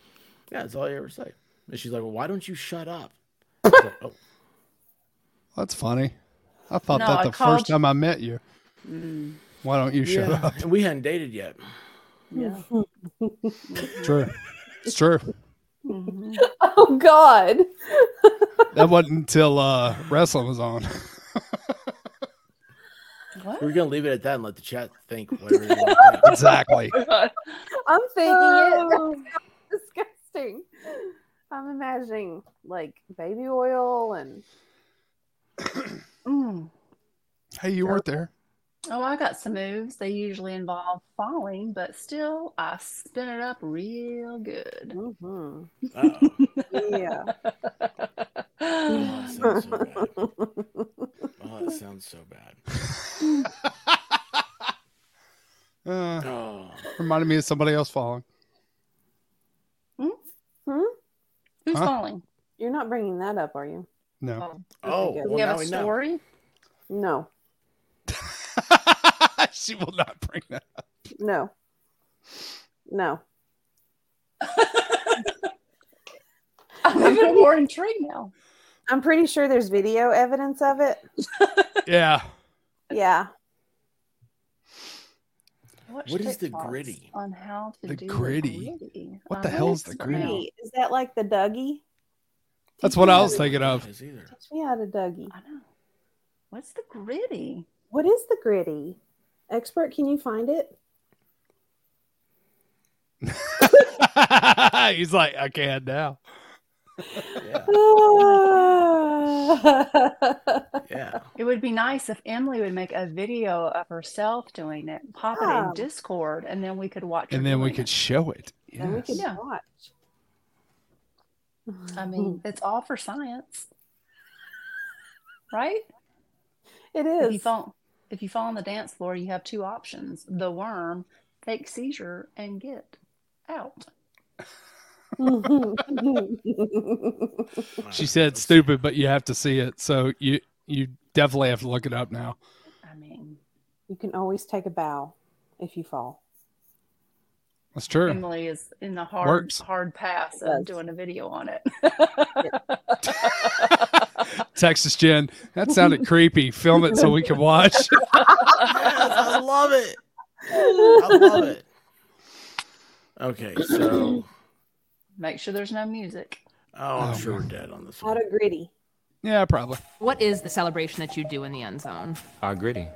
[SPEAKER 1] "Yeah, that's all you ever say." And she's like, "Well, why don't you shut up?" I was like, oh,
[SPEAKER 3] That's funny. I thought
[SPEAKER 4] No,
[SPEAKER 3] that
[SPEAKER 4] I
[SPEAKER 3] the
[SPEAKER 4] called
[SPEAKER 3] first time I met you.
[SPEAKER 2] Mm,
[SPEAKER 3] Why don't you shut
[SPEAKER 1] yeah.
[SPEAKER 3] up?
[SPEAKER 1] And we hadn't dated yet.
[SPEAKER 4] Yeah.
[SPEAKER 3] True. It's true.
[SPEAKER 4] Mhm.
[SPEAKER 2] Oh God.
[SPEAKER 3] That wasn't until uh, wrestling was on.
[SPEAKER 4] What?
[SPEAKER 1] We're gonna leave it at that and let the chat think whatever. They want to think.
[SPEAKER 3] exactly.
[SPEAKER 2] I'm thinking
[SPEAKER 4] Oh.
[SPEAKER 2] it. That's disgusting. I'm imagining like baby oil and
[SPEAKER 4] Mm.
[SPEAKER 3] Hey, you weren't there.
[SPEAKER 4] Oh, I got some moves. They usually involve falling, but still, I spin it up real good.
[SPEAKER 2] Mhm.
[SPEAKER 1] Uh-oh.
[SPEAKER 2] yeah.
[SPEAKER 1] Oh, that sounds so bad. Oh, that sounds so bad.
[SPEAKER 3] Uh,
[SPEAKER 1] Oh,
[SPEAKER 3] reminded me of somebody else falling.
[SPEAKER 2] Hmm?
[SPEAKER 4] Mm-hmm. Who's
[SPEAKER 3] Huh?
[SPEAKER 4] falling?
[SPEAKER 2] You're not bringing that up, are you?
[SPEAKER 3] No.
[SPEAKER 1] oh
[SPEAKER 2] Okay, good.
[SPEAKER 4] Do
[SPEAKER 1] well,
[SPEAKER 4] we have
[SPEAKER 1] now
[SPEAKER 4] a
[SPEAKER 1] we know.
[SPEAKER 4] story?
[SPEAKER 2] No,
[SPEAKER 3] she will not bring that.
[SPEAKER 2] no, no.
[SPEAKER 4] I'm even more intrigued now.
[SPEAKER 2] I'm pretty sure there's video evidence of it.
[SPEAKER 3] Yeah.
[SPEAKER 2] Yeah.
[SPEAKER 1] What is
[SPEAKER 4] should
[SPEAKER 1] the
[SPEAKER 4] thoughts
[SPEAKER 1] gritty?
[SPEAKER 4] On how to
[SPEAKER 3] The
[SPEAKER 4] do
[SPEAKER 3] gritty?
[SPEAKER 4] gritty? Um,
[SPEAKER 3] What
[SPEAKER 4] I
[SPEAKER 3] the hell's
[SPEAKER 4] don't
[SPEAKER 3] the
[SPEAKER 4] know.
[SPEAKER 3] gritty?
[SPEAKER 2] Is that like the Dougie?
[SPEAKER 3] That's what I was
[SPEAKER 2] Yeah.
[SPEAKER 3] thinking of.
[SPEAKER 1] Yes, either.
[SPEAKER 2] Teach me how to Dougie.
[SPEAKER 4] I know. What's the gritty?
[SPEAKER 2] What is the gritty? Expert, can you find it?
[SPEAKER 3] He's like, I can now.
[SPEAKER 1] Yeah,
[SPEAKER 2] Ah.
[SPEAKER 1] yeah.
[SPEAKER 4] It would be nice if Emily would make a video of herself doing it, pop it
[SPEAKER 2] Yeah.
[SPEAKER 4] in Discord, and then we could watch. her
[SPEAKER 3] And then we
[SPEAKER 4] doing
[SPEAKER 3] could show it.
[SPEAKER 2] And we can
[SPEAKER 3] Yes.
[SPEAKER 4] Yeah.
[SPEAKER 2] watch.
[SPEAKER 4] it. I mean, it's all for science, right?
[SPEAKER 2] it
[SPEAKER 4] If you
[SPEAKER 2] is.
[SPEAKER 4] fall, if you fall on the dance floor, you have two options: the worm, fake seizure, and get out.
[SPEAKER 1] Wow.
[SPEAKER 3] She said
[SPEAKER 1] That's-
[SPEAKER 3] stupid, but you have to see it. So you you definitely have to look it up now.
[SPEAKER 4] I mean,
[SPEAKER 2] you can always take a bow if you fall.
[SPEAKER 3] That's true.
[SPEAKER 4] Emily is in the hard
[SPEAKER 3] Works.
[SPEAKER 4] hard pass
[SPEAKER 2] Yes.
[SPEAKER 4] of doing a video on it.
[SPEAKER 3] Texas Jen, that sounded creepy. Film it so we can watch.
[SPEAKER 1] Yes, I love it. I love it. Okay, so
[SPEAKER 4] Make sure there's no music.
[SPEAKER 1] oh,
[SPEAKER 3] Oh,
[SPEAKER 1] I'm sure we're
[SPEAKER 3] man.
[SPEAKER 1] dead on this
[SPEAKER 2] How
[SPEAKER 1] one.
[SPEAKER 2] to gritty.
[SPEAKER 3] yeah, probably.
[SPEAKER 6] What is the celebration that you do in the end zone?
[SPEAKER 7] Ah, gritty.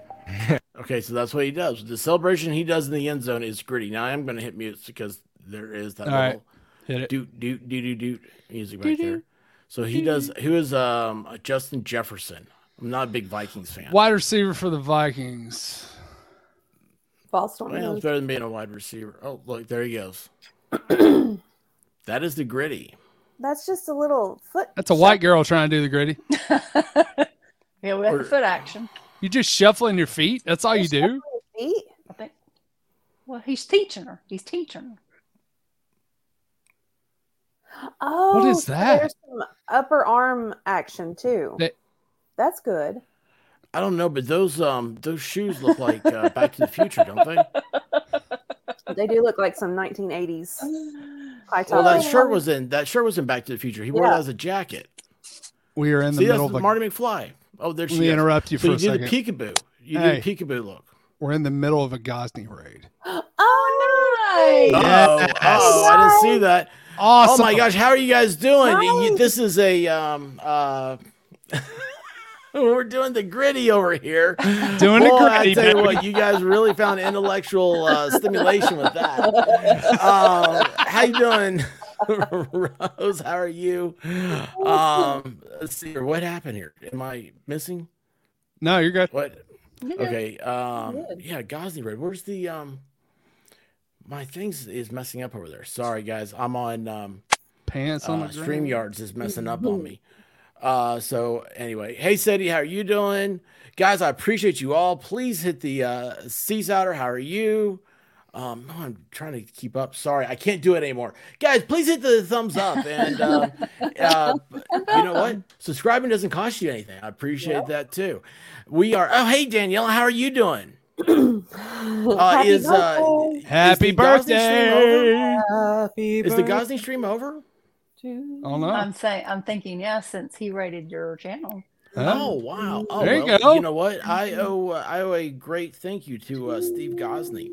[SPEAKER 1] Okay, so that's what he does. The celebration he does in the end zone is gritty. Now I'm going to hit mute because there is that
[SPEAKER 3] All right.
[SPEAKER 1] little
[SPEAKER 3] Hit it.
[SPEAKER 1] doot doot doot doot doot music back there. So he does. Who is um a Justin Jefferson? I'm not a big Vikings fan.
[SPEAKER 3] Wide receiver for the Vikings.
[SPEAKER 2] False don't
[SPEAKER 1] Well,
[SPEAKER 2] know.
[SPEAKER 1] it's better than being a wide receiver. Oh, look, there he goes. that is the gritty.
[SPEAKER 2] That's just a little foot.
[SPEAKER 3] That's a white girl trying to do the gritty.
[SPEAKER 4] yeah, we have
[SPEAKER 1] Or-
[SPEAKER 4] the foot action.
[SPEAKER 3] You just shuffling your feet. That's all you do.
[SPEAKER 2] feet.
[SPEAKER 4] I think. Well, he's teaching her. He's teaching her.
[SPEAKER 2] Oh,
[SPEAKER 3] is
[SPEAKER 2] so
[SPEAKER 3] that?
[SPEAKER 2] There's some upper arm action too.
[SPEAKER 3] That-
[SPEAKER 2] That's good.
[SPEAKER 1] I don't know, but those um those shoes look like uh, Back to the Future, don't they?
[SPEAKER 2] They do look like some 1980s high
[SPEAKER 1] Well,
[SPEAKER 2] top.
[SPEAKER 1] that shirt was in that shirt was in Back to the Future. He wore
[SPEAKER 2] Yeah.
[SPEAKER 1] that as a jacket.
[SPEAKER 3] We are in the
[SPEAKER 1] See,
[SPEAKER 3] middle
[SPEAKER 1] that's
[SPEAKER 3] of a,
[SPEAKER 1] Marty McFly. Oh, there
[SPEAKER 3] Let
[SPEAKER 1] she
[SPEAKER 3] me
[SPEAKER 1] is.
[SPEAKER 3] interrupt you
[SPEAKER 1] so
[SPEAKER 3] for
[SPEAKER 1] you
[SPEAKER 3] a
[SPEAKER 1] do
[SPEAKER 3] second.
[SPEAKER 1] the peekaboo. You do
[SPEAKER 3] Hey.
[SPEAKER 1] the peekaboo look.
[SPEAKER 3] We're in the middle of a Gosney raid.
[SPEAKER 2] oh
[SPEAKER 4] Nice.
[SPEAKER 1] Oh,
[SPEAKER 3] Yes.
[SPEAKER 1] oh, I didn't see that.
[SPEAKER 3] Awesome.
[SPEAKER 1] Oh my gosh, how are you guys doing? You-
[SPEAKER 2] Nice.
[SPEAKER 1] this is a um uh we're doing the gritty over here.
[SPEAKER 3] Doing the
[SPEAKER 1] Boy,
[SPEAKER 3] gritty,
[SPEAKER 1] I tell you
[SPEAKER 3] baby.
[SPEAKER 1] what, you guys really found intellectual uh, stimulation with that. Um, how you doing, Rose? How are you? Um, let's see here. What happened here? Am I missing?
[SPEAKER 3] No, you're good.
[SPEAKER 1] What? Okay. Um,
[SPEAKER 2] Good.
[SPEAKER 1] yeah, Gosney Red. Where's the um? My things is messing up over there. Sorry, guys. I'm on um
[SPEAKER 3] Pants on
[SPEAKER 1] uh,
[SPEAKER 3] the ground.
[SPEAKER 1] StreamYards is messing up
[SPEAKER 3] Mm-hmm.
[SPEAKER 1] on me. Uh, so anyway, hey Sadie, how are you doing, guys? I appreciate you all. Please hit the uh, cease outer. How are you? Um, oh, I'm trying to keep up. Sorry, I can't do it anymore, guys. Please hit the thumbs up and um, uh, you know what? Subscribing doesn't cost you anything. I appreciate that too. We are. Oh, hey Danielle, how are you doing? Uh,
[SPEAKER 2] Happy
[SPEAKER 1] is uh,
[SPEAKER 2] birthday
[SPEAKER 3] Happy
[SPEAKER 1] the Gosling stream
[SPEAKER 3] birthday.
[SPEAKER 6] Happy
[SPEAKER 1] is the Gosney stream over?
[SPEAKER 2] to-
[SPEAKER 3] Oh, no.
[SPEAKER 4] I'm saying I'm thinking yeah, since he rated your channel.
[SPEAKER 3] Huh?
[SPEAKER 1] Oh wow! Oh,
[SPEAKER 3] There you
[SPEAKER 1] well,
[SPEAKER 3] go.
[SPEAKER 1] You know what? I owe uh, I owe a great thank you to uh, Steve Gosney.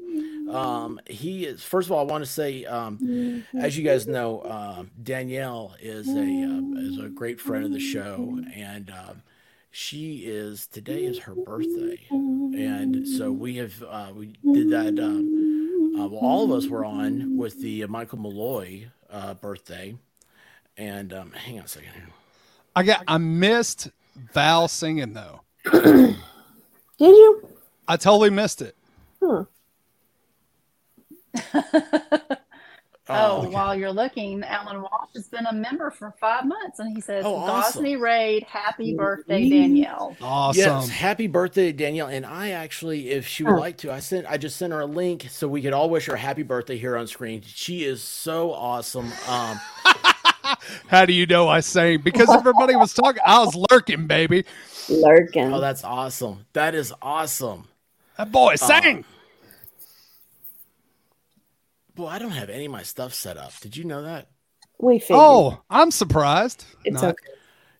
[SPEAKER 1] Um, he is first of all. I want to say, um, as you guys know, um Danielle is a uh, is a great friend of the show, and um, she is today is her birthday, and so we have uh, we did that. Um, uh, well, all of us were on with the uh, Michael Malloy uh, birthday, and um, hang on a second here.
[SPEAKER 3] I got I missed Val singing though.
[SPEAKER 2] Did you?
[SPEAKER 3] I totally missed it.
[SPEAKER 2] Hmm.
[SPEAKER 4] Oh,
[SPEAKER 1] okay.
[SPEAKER 4] while you're looking, Alan Walsh has been a member for five months, and he says,
[SPEAKER 1] Oh, awesome.
[SPEAKER 4] "Gosney Raid, happy
[SPEAKER 2] Mm-hmm.
[SPEAKER 4] birthday, Danielle."
[SPEAKER 3] Awesome.
[SPEAKER 1] Yes, happy birthday, Danielle. And I actually, if she would
[SPEAKER 2] Oh.
[SPEAKER 1] like to, I sent I just sent her a link so we could all wish her happy birthday here on screen. She is so awesome. Um,
[SPEAKER 3] How do you know I sang? Because everybody was talking. I was lurking, baby.
[SPEAKER 2] Lurking.
[SPEAKER 1] oh, that's awesome. That is awesome. Uh,
[SPEAKER 3] That boy sang.
[SPEAKER 1] Boy, I don't have any of my stuff set up. Did you know that?
[SPEAKER 2] we figured.
[SPEAKER 3] Oh, I'm surprised.
[SPEAKER 2] it's
[SPEAKER 3] Not-
[SPEAKER 2] okay.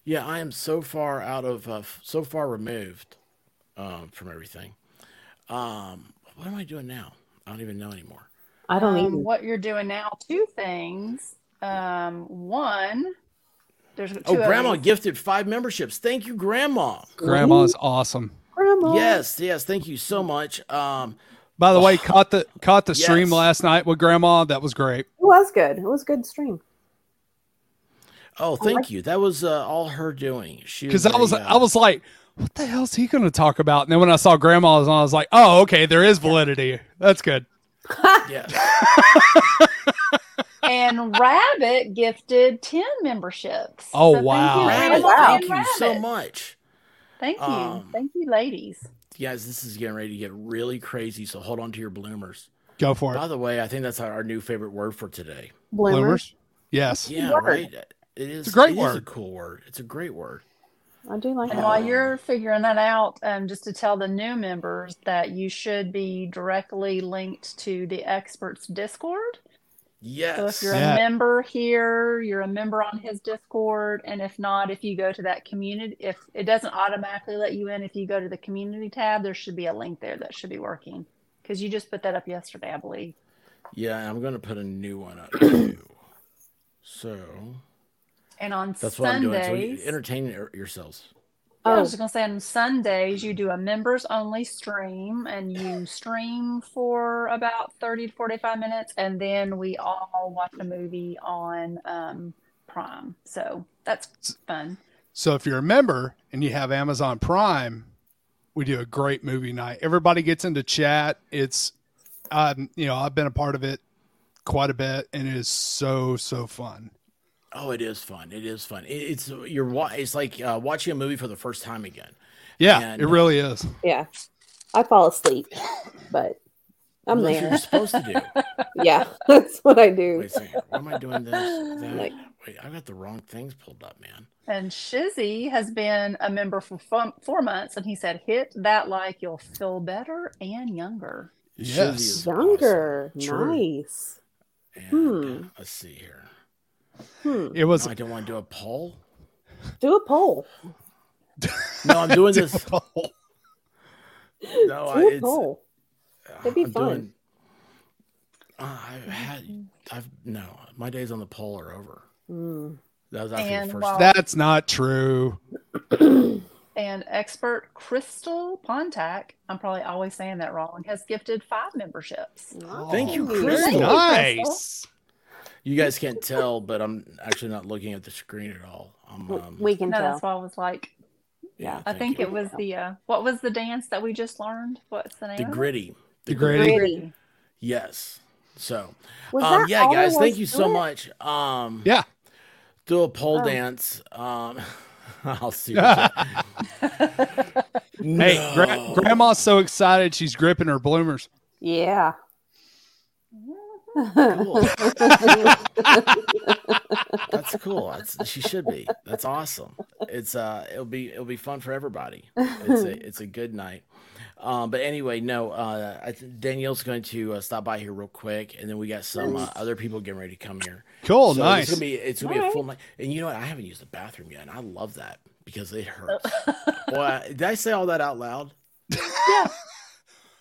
[SPEAKER 1] Yeah, I am so far out of uh, f- so far removed um, from everything. Um, what am I doing now? I don't even know anymore.
[SPEAKER 2] I don't
[SPEAKER 4] um,
[SPEAKER 2] even.
[SPEAKER 4] what you're doing now. Two things. Um, one, there's two.
[SPEAKER 1] Oh, Grandma
[SPEAKER 4] of these.
[SPEAKER 1] gifted five memberships. Thank you, Grandma.
[SPEAKER 3] Grandma's awesome.
[SPEAKER 2] Grandma.
[SPEAKER 1] Yes, yes. Thank you so much. Um,
[SPEAKER 3] By the way, caught the caught the stream
[SPEAKER 1] Yes.
[SPEAKER 3] last night with Grandma. That was great.
[SPEAKER 2] It was good. It was a good stream.
[SPEAKER 1] Oh, thank you. That was uh, all her doing. She
[SPEAKER 3] Because I was
[SPEAKER 1] a, uh,
[SPEAKER 3] I was like, what the hell's he going to talk about? And then when I saw Grandma was on, I was like, oh, okay, there is validity. That's good.
[SPEAKER 1] yeah.
[SPEAKER 4] and Rabbit gifted ten memberships.
[SPEAKER 3] Oh,
[SPEAKER 4] thank you,
[SPEAKER 3] wow.
[SPEAKER 1] Rabbit,
[SPEAKER 4] Grandma
[SPEAKER 2] wow.
[SPEAKER 4] and
[SPEAKER 1] Thank you so
[SPEAKER 4] Rabbit.
[SPEAKER 1] much,
[SPEAKER 4] Thank you,
[SPEAKER 1] Um,
[SPEAKER 4] thank you, ladies.
[SPEAKER 1] guys. This is getting ready to get really crazy. So hold on to your bloomers.
[SPEAKER 3] Go for it.
[SPEAKER 1] By the way, I think that's our new favorite word for today.
[SPEAKER 2] Bloomers.
[SPEAKER 3] Bloomers. Yes.
[SPEAKER 1] Yeah,
[SPEAKER 2] word.
[SPEAKER 1] right. It is
[SPEAKER 3] a great
[SPEAKER 1] it is a
[SPEAKER 3] word.
[SPEAKER 1] cool word. It's a great word.
[SPEAKER 2] I do like
[SPEAKER 4] And
[SPEAKER 2] that.
[SPEAKER 4] while you're figuring that out, um, just to tell the new members that you should be directly linked to the experts Discord. So if
[SPEAKER 1] Yes.
[SPEAKER 4] you're a
[SPEAKER 3] Yeah.
[SPEAKER 4] member here, you're a member on his Discord, and if not, if you go to that community, if it doesn't automatically let you in, if you go to the community tab, there should be a link there that should be working because you just put that up yesterday, I believe.
[SPEAKER 1] Yeah, I'm gonna put a new one up too. So
[SPEAKER 4] And on
[SPEAKER 1] that's what
[SPEAKER 4] Sundays,
[SPEAKER 1] I'm doing. So you- entertain your- yourselves.
[SPEAKER 4] Yeah, I
[SPEAKER 2] Oh,
[SPEAKER 4] was just gonna say on Sundays you do a members only stream and you stream for about thirty to forty five minutes, and then we all watch a movie on um, Prime. So that's fun.
[SPEAKER 3] So if you're a member and you have Amazon Prime, we do a great movie night. Everybody gets into chat. It's, um, you know, I've been a part of it quite a bit, and it is so so fun.
[SPEAKER 1] Oh, it is fun. It is fun. It, it's you're wa- it's like uh, watching a movie for the first time again.
[SPEAKER 3] Yeah,
[SPEAKER 1] And-
[SPEAKER 3] it really is.
[SPEAKER 2] yeah. I fall asleep, but I'm
[SPEAKER 1] That's what
[SPEAKER 2] there.
[SPEAKER 1] You're supposed to do.
[SPEAKER 2] yeah, that's what I do.
[SPEAKER 1] Wait a second. Why am I doing this? That?
[SPEAKER 2] Like-
[SPEAKER 1] Wait, I got the wrong things pulled up, man.
[SPEAKER 4] And Shizzy has been a member for fo- four months, and he said, "Hit that like, you'll feel better and younger."
[SPEAKER 3] Yes.
[SPEAKER 1] Shizzy is awesome.
[SPEAKER 2] Younger.
[SPEAKER 1] True.
[SPEAKER 2] Nice.
[SPEAKER 1] And, uh,
[SPEAKER 2] Hmm.
[SPEAKER 1] Let's see here.
[SPEAKER 2] Hmm.
[SPEAKER 3] It was
[SPEAKER 1] No, I don't want to do a poll.
[SPEAKER 2] Do a poll.
[SPEAKER 1] No, I'm doing this. No, I,
[SPEAKER 2] Do a
[SPEAKER 1] it's.
[SPEAKER 2] poll. It'd be
[SPEAKER 1] I'm
[SPEAKER 2] fun.
[SPEAKER 1] doing- uh, I've had. I've no. My days on the poll are over.
[SPEAKER 2] Hmm.
[SPEAKER 1] That was actually
[SPEAKER 4] And
[SPEAKER 1] the first.
[SPEAKER 4] while-
[SPEAKER 3] that's not true.
[SPEAKER 4] And expert Crystal Pontac, I'm probably always saying that wrong, has gifted five memberships.
[SPEAKER 1] Thank you,
[SPEAKER 3] Very
[SPEAKER 1] Crystal.
[SPEAKER 3] Nice.
[SPEAKER 1] You guys can't tell, but I'm actually not looking at the screen at all. I'm,
[SPEAKER 2] W-
[SPEAKER 1] um,
[SPEAKER 2] we can
[SPEAKER 4] No,
[SPEAKER 2] tell.
[SPEAKER 4] that's why I was like,
[SPEAKER 1] yeah.
[SPEAKER 4] I
[SPEAKER 1] thank
[SPEAKER 4] think
[SPEAKER 1] you.
[SPEAKER 4] it was the uh, what was the dance that we just learned? What's the name?
[SPEAKER 1] the
[SPEAKER 4] of it?
[SPEAKER 1] gritty.
[SPEAKER 3] The
[SPEAKER 2] Gritty.
[SPEAKER 3] gritty.
[SPEAKER 1] Yes. So.
[SPEAKER 2] Was
[SPEAKER 1] um,
[SPEAKER 2] that
[SPEAKER 1] yeah,
[SPEAKER 2] all
[SPEAKER 1] guys,
[SPEAKER 2] there
[SPEAKER 1] thank
[SPEAKER 2] was
[SPEAKER 1] you
[SPEAKER 2] to
[SPEAKER 1] so
[SPEAKER 2] it?
[SPEAKER 1] much. Um,
[SPEAKER 3] Yeah.
[SPEAKER 1] do a pole
[SPEAKER 2] Oh.
[SPEAKER 1] dance. Um, I'll see. What no.
[SPEAKER 3] Hey, gra- grandma's so excited she's gripping her bloomers.
[SPEAKER 2] Yeah.
[SPEAKER 1] Cool. That's cool. That's she should be. That's awesome. It's uh, it'll be it'll be fun for everybody. It's a it's a good night. Um, but anyway, no, uh, I th- Danielle's going to uh, stop by here real quick, and then we got some uh, other people getting ready to come here.
[SPEAKER 3] Cool,
[SPEAKER 1] So It's
[SPEAKER 3] nice.
[SPEAKER 1] gonna be it's gonna be a full night. And you know what? I haven't used the bathroom yet, and I love that because it hurts. well, did I say all that out loud?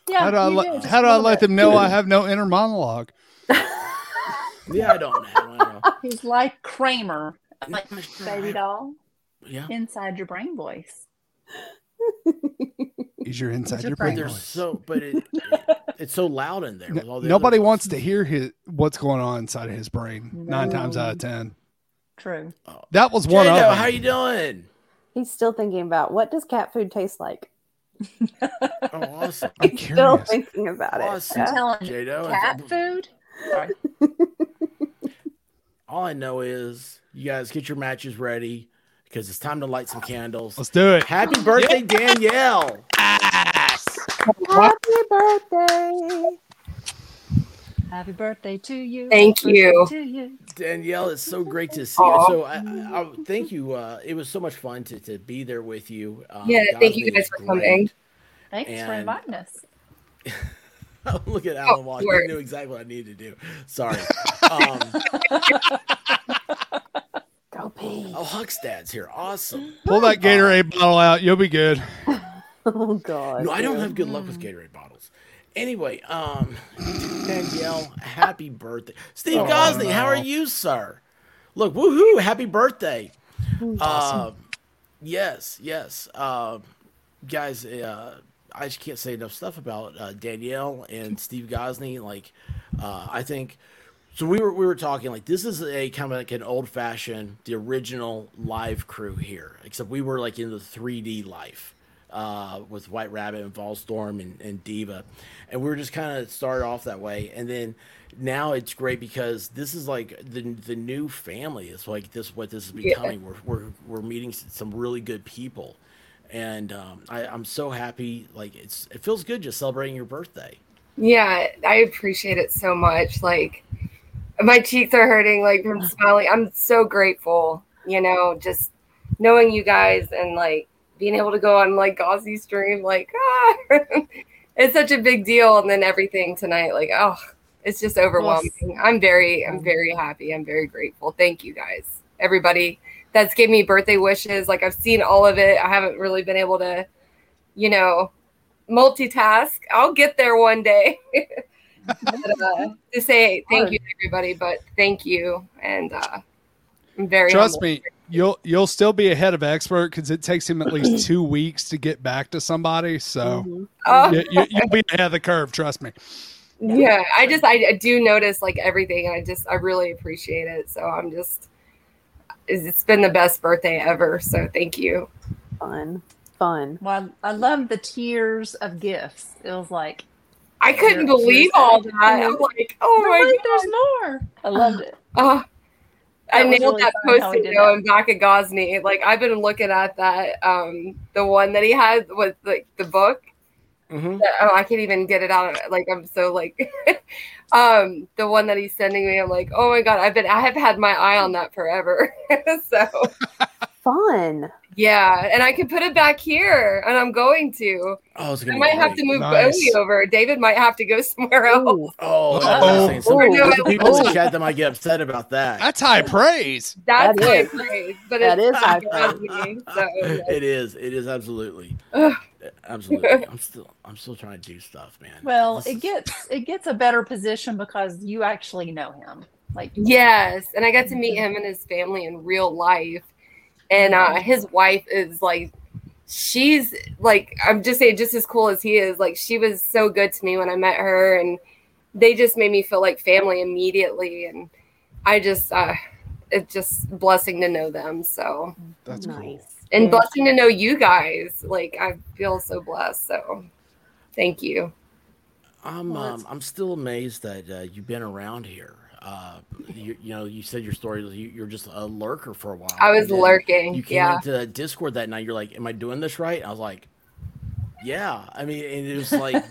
[SPEAKER 4] Yeah,
[SPEAKER 3] how do I,
[SPEAKER 4] you
[SPEAKER 3] le-
[SPEAKER 4] did, just
[SPEAKER 3] how
[SPEAKER 4] a
[SPEAKER 3] do I
[SPEAKER 4] little
[SPEAKER 3] let
[SPEAKER 4] bit.
[SPEAKER 3] them know I have no inner monologue?
[SPEAKER 1] Yeah, I don't know. I don't know.
[SPEAKER 4] He's like Kramer, like
[SPEAKER 1] I'm sure I-
[SPEAKER 4] baby doll,
[SPEAKER 1] Yeah,
[SPEAKER 4] inside your brain voice.
[SPEAKER 3] Is your inside
[SPEAKER 4] your
[SPEAKER 3] your
[SPEAKER 1] but
[SPEAKER 3] brain?
[SPEAKER 4] brain
[SPEAKER 1] there's
[SPEAKER 3] voice.
[SPEAKER 1] so but it, it's so loud in there. With all the
[SPEAKER 3] Nobody
[SPEAKER 1] other voices.
[SPEAKER 3] wants to hear his, what's going on inside of his brain. Nine times out of ten,
[SPEAKER 4] True.
[SPEAKER 3] that was one
[SPEAKER 1] Jado,
[SPEAKER 3] of
[SPEAKER 1] how
[SPEAKER 3] them.
[SPEAKER 1] you doing?
[SPEAKER 2] He's still thinking about what does cat food taste like.
[SPEAKER 1] Oh, awesome,
[SPEAKER 3] I'm
[SPEAKER 2] He's still
[SPEAKER 3] curious.
[SPEAKER 2] thinking about
[SPEAKER 1] awesome,
[SPEAKER 2] it.
[SPEAKER 4] Telling
[SPEAKER 1] Jado.
[SPEAKER 4] cat
[SPEAKER 1] It's-
[SPEAKER 4] food. Sorry.
[SPEAKER 1] All I know is you guys get your matches ready because it's time to light some candles.
[SPEAKER 3] Let's do it.
[SPEAKER 1] Happy birthday, Danielle!
[SPEAKER 2] Happy birthday!
[SPEAKER 4] Happy birthday to you.
[SPEAKER 7] Thank
[SPEAKER 4] Happy birthday
[SPEAKER 7] you.
[SPEAKER 4] To you.
[SPEAKER 1] Danielle, it's so great to see you.
[SPEAKER 7] Aw.
[SPEAKER 1] So I, I I- thank you. Uh, it was so much fun to, to be there with you. Um,
[SPEAKER 7] Yeah, thank you
[SPEAKER 1] Gosley
[SPEAKER 7] guys
[SPEAKER 1] was
[SPEAKER 7] for
[SPEAKER 1] great.
[SPEAKER 7] coming.
[SPEAKER 4] Thanks for
[SPEAKER 1] And-
[SPEAKER 4] inviting us.
[SPEAKER 1] Look at Alan
[SPEAKER 7] Oh,
[SPEAKER 1] Walker. You
[SPEAKER 7] word.
[SPEAKER 1] knew exactly what I needed to do. Sorry. Um,
[SPEAKER 2] Go pee.
[SPEAKER 1] oh, Huckstad's here. Awesome.
[SPEAKER 3] Pull that Gatorade bottle out. You'll be good.
[SPEAKER 2] Oh god.
[SPEAKER 1] No, I don't
[SPEAKER 2] dude.
[SPEAKER 1] have good luck with Gatorade bottles. Anyway, um, Danielle, happy birthday, Steve
[SPEAKER 3] Oh,
[SPEAKER 1] Gosley. How are
[SPEAKER 3] no.
[SPEAKER 1] you, sir? Look, woohoo! Happy birthday. Uh, yes, yes. Uh, guys, uh, I just can't say enough stuff about uh, Danielle and Steve Gosney. Like, uh, I think so. We were we were talking like this is a kind of like an old fashioned, the original live crew here, except we were like in the 3D life. Uh, with White Rabbit and Volstorm and, and Diva, and we were just kind of started off that way, and then now it's great because this is like the the new family. It's like this what this is
[SPEAKER 7] Yeah.
[SPEAKER 1] becoming. We're, we're we're meeting s- some really good people, and um, I, I'm so happy. Like it's it feels good just celebrating your birthday.
[SPEAKER 7] Yeah, I appreciate it so much. Like my cheeks are hurting like from smiling. I'm so grateful, you know, just knowing you guys and like being able to go on like Gauzy stream, like ah it's such a big deal. And then everything tonight, like, oh, it's just overwhelming. I'm very, I'm very happy. I'm very grateful. Thank you guys. Everybody that's gave me birthday wishes. Like I've seen all of it. I haven't really been able to, you know, multitask. I'll get there one day. but, uh, to say thank you to everybody, but thank you, and uh, I'm very
[SPEAKER 3] Trust
[SPEAKER 7] humbled.
[SPEAKER 3] me, you'll you'll still be ahead of expert because it takes him at least two weeks to get back to somebody. So
[SPEAKER 2] Mhm.
[SPEAKER 7] Oh,
[SPEAKER 3] you, you, you'll be ahead of the curve. Trust me.
[SPEAKER 7] yeah, I just I, I do notice like everything, and I just I really appreciate it. So I'm just it's it's been the best birthday ever. So thank you.
[SPEAKER 2] Fun. Fun.
[SPEAKER 4] Well, I love the tiers of gifts. It was like,
[SPEAKER 7] I couldn't
[SPEAKER 4] Yeah,
[SPEAKER 7] believe
[SPEAKER 4] seriously.
[SPEAKER 7] all that. I'm like, oh
[SPEAKER 4] no,
[SPEAKER 7] my
[SPEAKER 4] wait, there's more. I loved it.
[SPEAKER 7] Oh, I
[SPEAKER 4] That was
[SPEAKER 7] nailed
[SPEAKER 4] really
[SPEAKER 7] that
[SPEAKER 4] fun how he
[SPEAKER 7] post-it
[SPEAKER 4] did
[SPEAKER 7] note
[SPEAKER 4] that.
[SPEAKER 7] in back of Gosney. Like I've been looking at that, um, the one that he had with like the book.
[SPEAKER 1] Mm-hmm.
[SPEAKER 7] That, oh, I can't even get it out. Of, like I'm so like, um, the one that he's sending me. I'm like, oh my god, I've been, I have had my eye on that forever. so
[SPEAKER 2] Fun.
[SPEAKER 7] yeah, and I can put it back here, and I'm going to.
[SPEAKER 1] Oh, it's
[SPEAKER 7] I
[SPEAKER 1] gonna.
[SPEAKER 7] might
[SPEAKER 1] be
[SPEAKER 7] have
[SPEAKER 1] great.
[SPEAKER 7] to move
[SPEAKER 3] Nice.
[SPEAKER 7] Bowie over. David might have to go somewhere else.
[SPEAKER 2] Ooh,
[SPEAKER 1] Oh, that's what I'm saying. Some-
[SPEAKER 2] Ooh.
[SPEAKER 1] there's some
[SPEAKER 7] oh,
[SPEAKER 1] people in the
[SPEAKER 2] Ooh.
[SPEAKER 1] chat that might get upset about that.
[SPEAKER 3] That's high praise.
[SPEAKER 7] That's
[SPEAKER 2] That
[SPEAKER 7] high
[SPEAKER 2] is-
[SPEAKER 7] praise, but
[SPEAKER 2] that
[SPEAKER 7] it's
[SPEAKER 2] is high
[SPEAKER 7] Gosney, so, yeah.
[SPEAKER 1] it is. It is absolutely.
[SPEAKER 7] Ugh.
[SPEAKER 1] Absolutely. I'm still. I'm still trying to do stuff, man.
[SPEAKER 4] Well,
[SPEAKER 1] This
[SPEAKER 4] it
[SPEAKER 1] is-
[SPEAKER 4] gets it gets a better position because you actually know him. Like,
[SPEAKER 7] Yes, and I got to meet him and his family in real life. And uh, his wife is like, she's like, I'm just saying, just as cool as he is. Like, she was so good to me when I met her, and they just made me feel like family immediately. And I just, uh, it's just blessing to know them. So,
[SPEAKER 3] That's cool.
[SPEAKER 2] nice.
[SPEAKER 7] and
[SPEAKER 2] Yeah.
[SPEAKER 7] blessing to know you guys. Like, I feel so blessed. So, thank you.
[SPEAKER 1] I'm
[SPEAKER 4] Well,
[SPEAKER 1] um, I'm still amazed that uh, you've been around here. Uh, you, you know, you said your story. You, you're just a lurker for a while.
[SPEAKER 7] I was
[SPEAKER 1] and then You
[SPEAKER 7] lurking.
[SPEAKER 1] came
[SPEAKER 7] Yeah.
[SPEAKER 1] into Discord that night. You're like, "Am I doing this right?" I was like, "Yeah." I mean, and it was like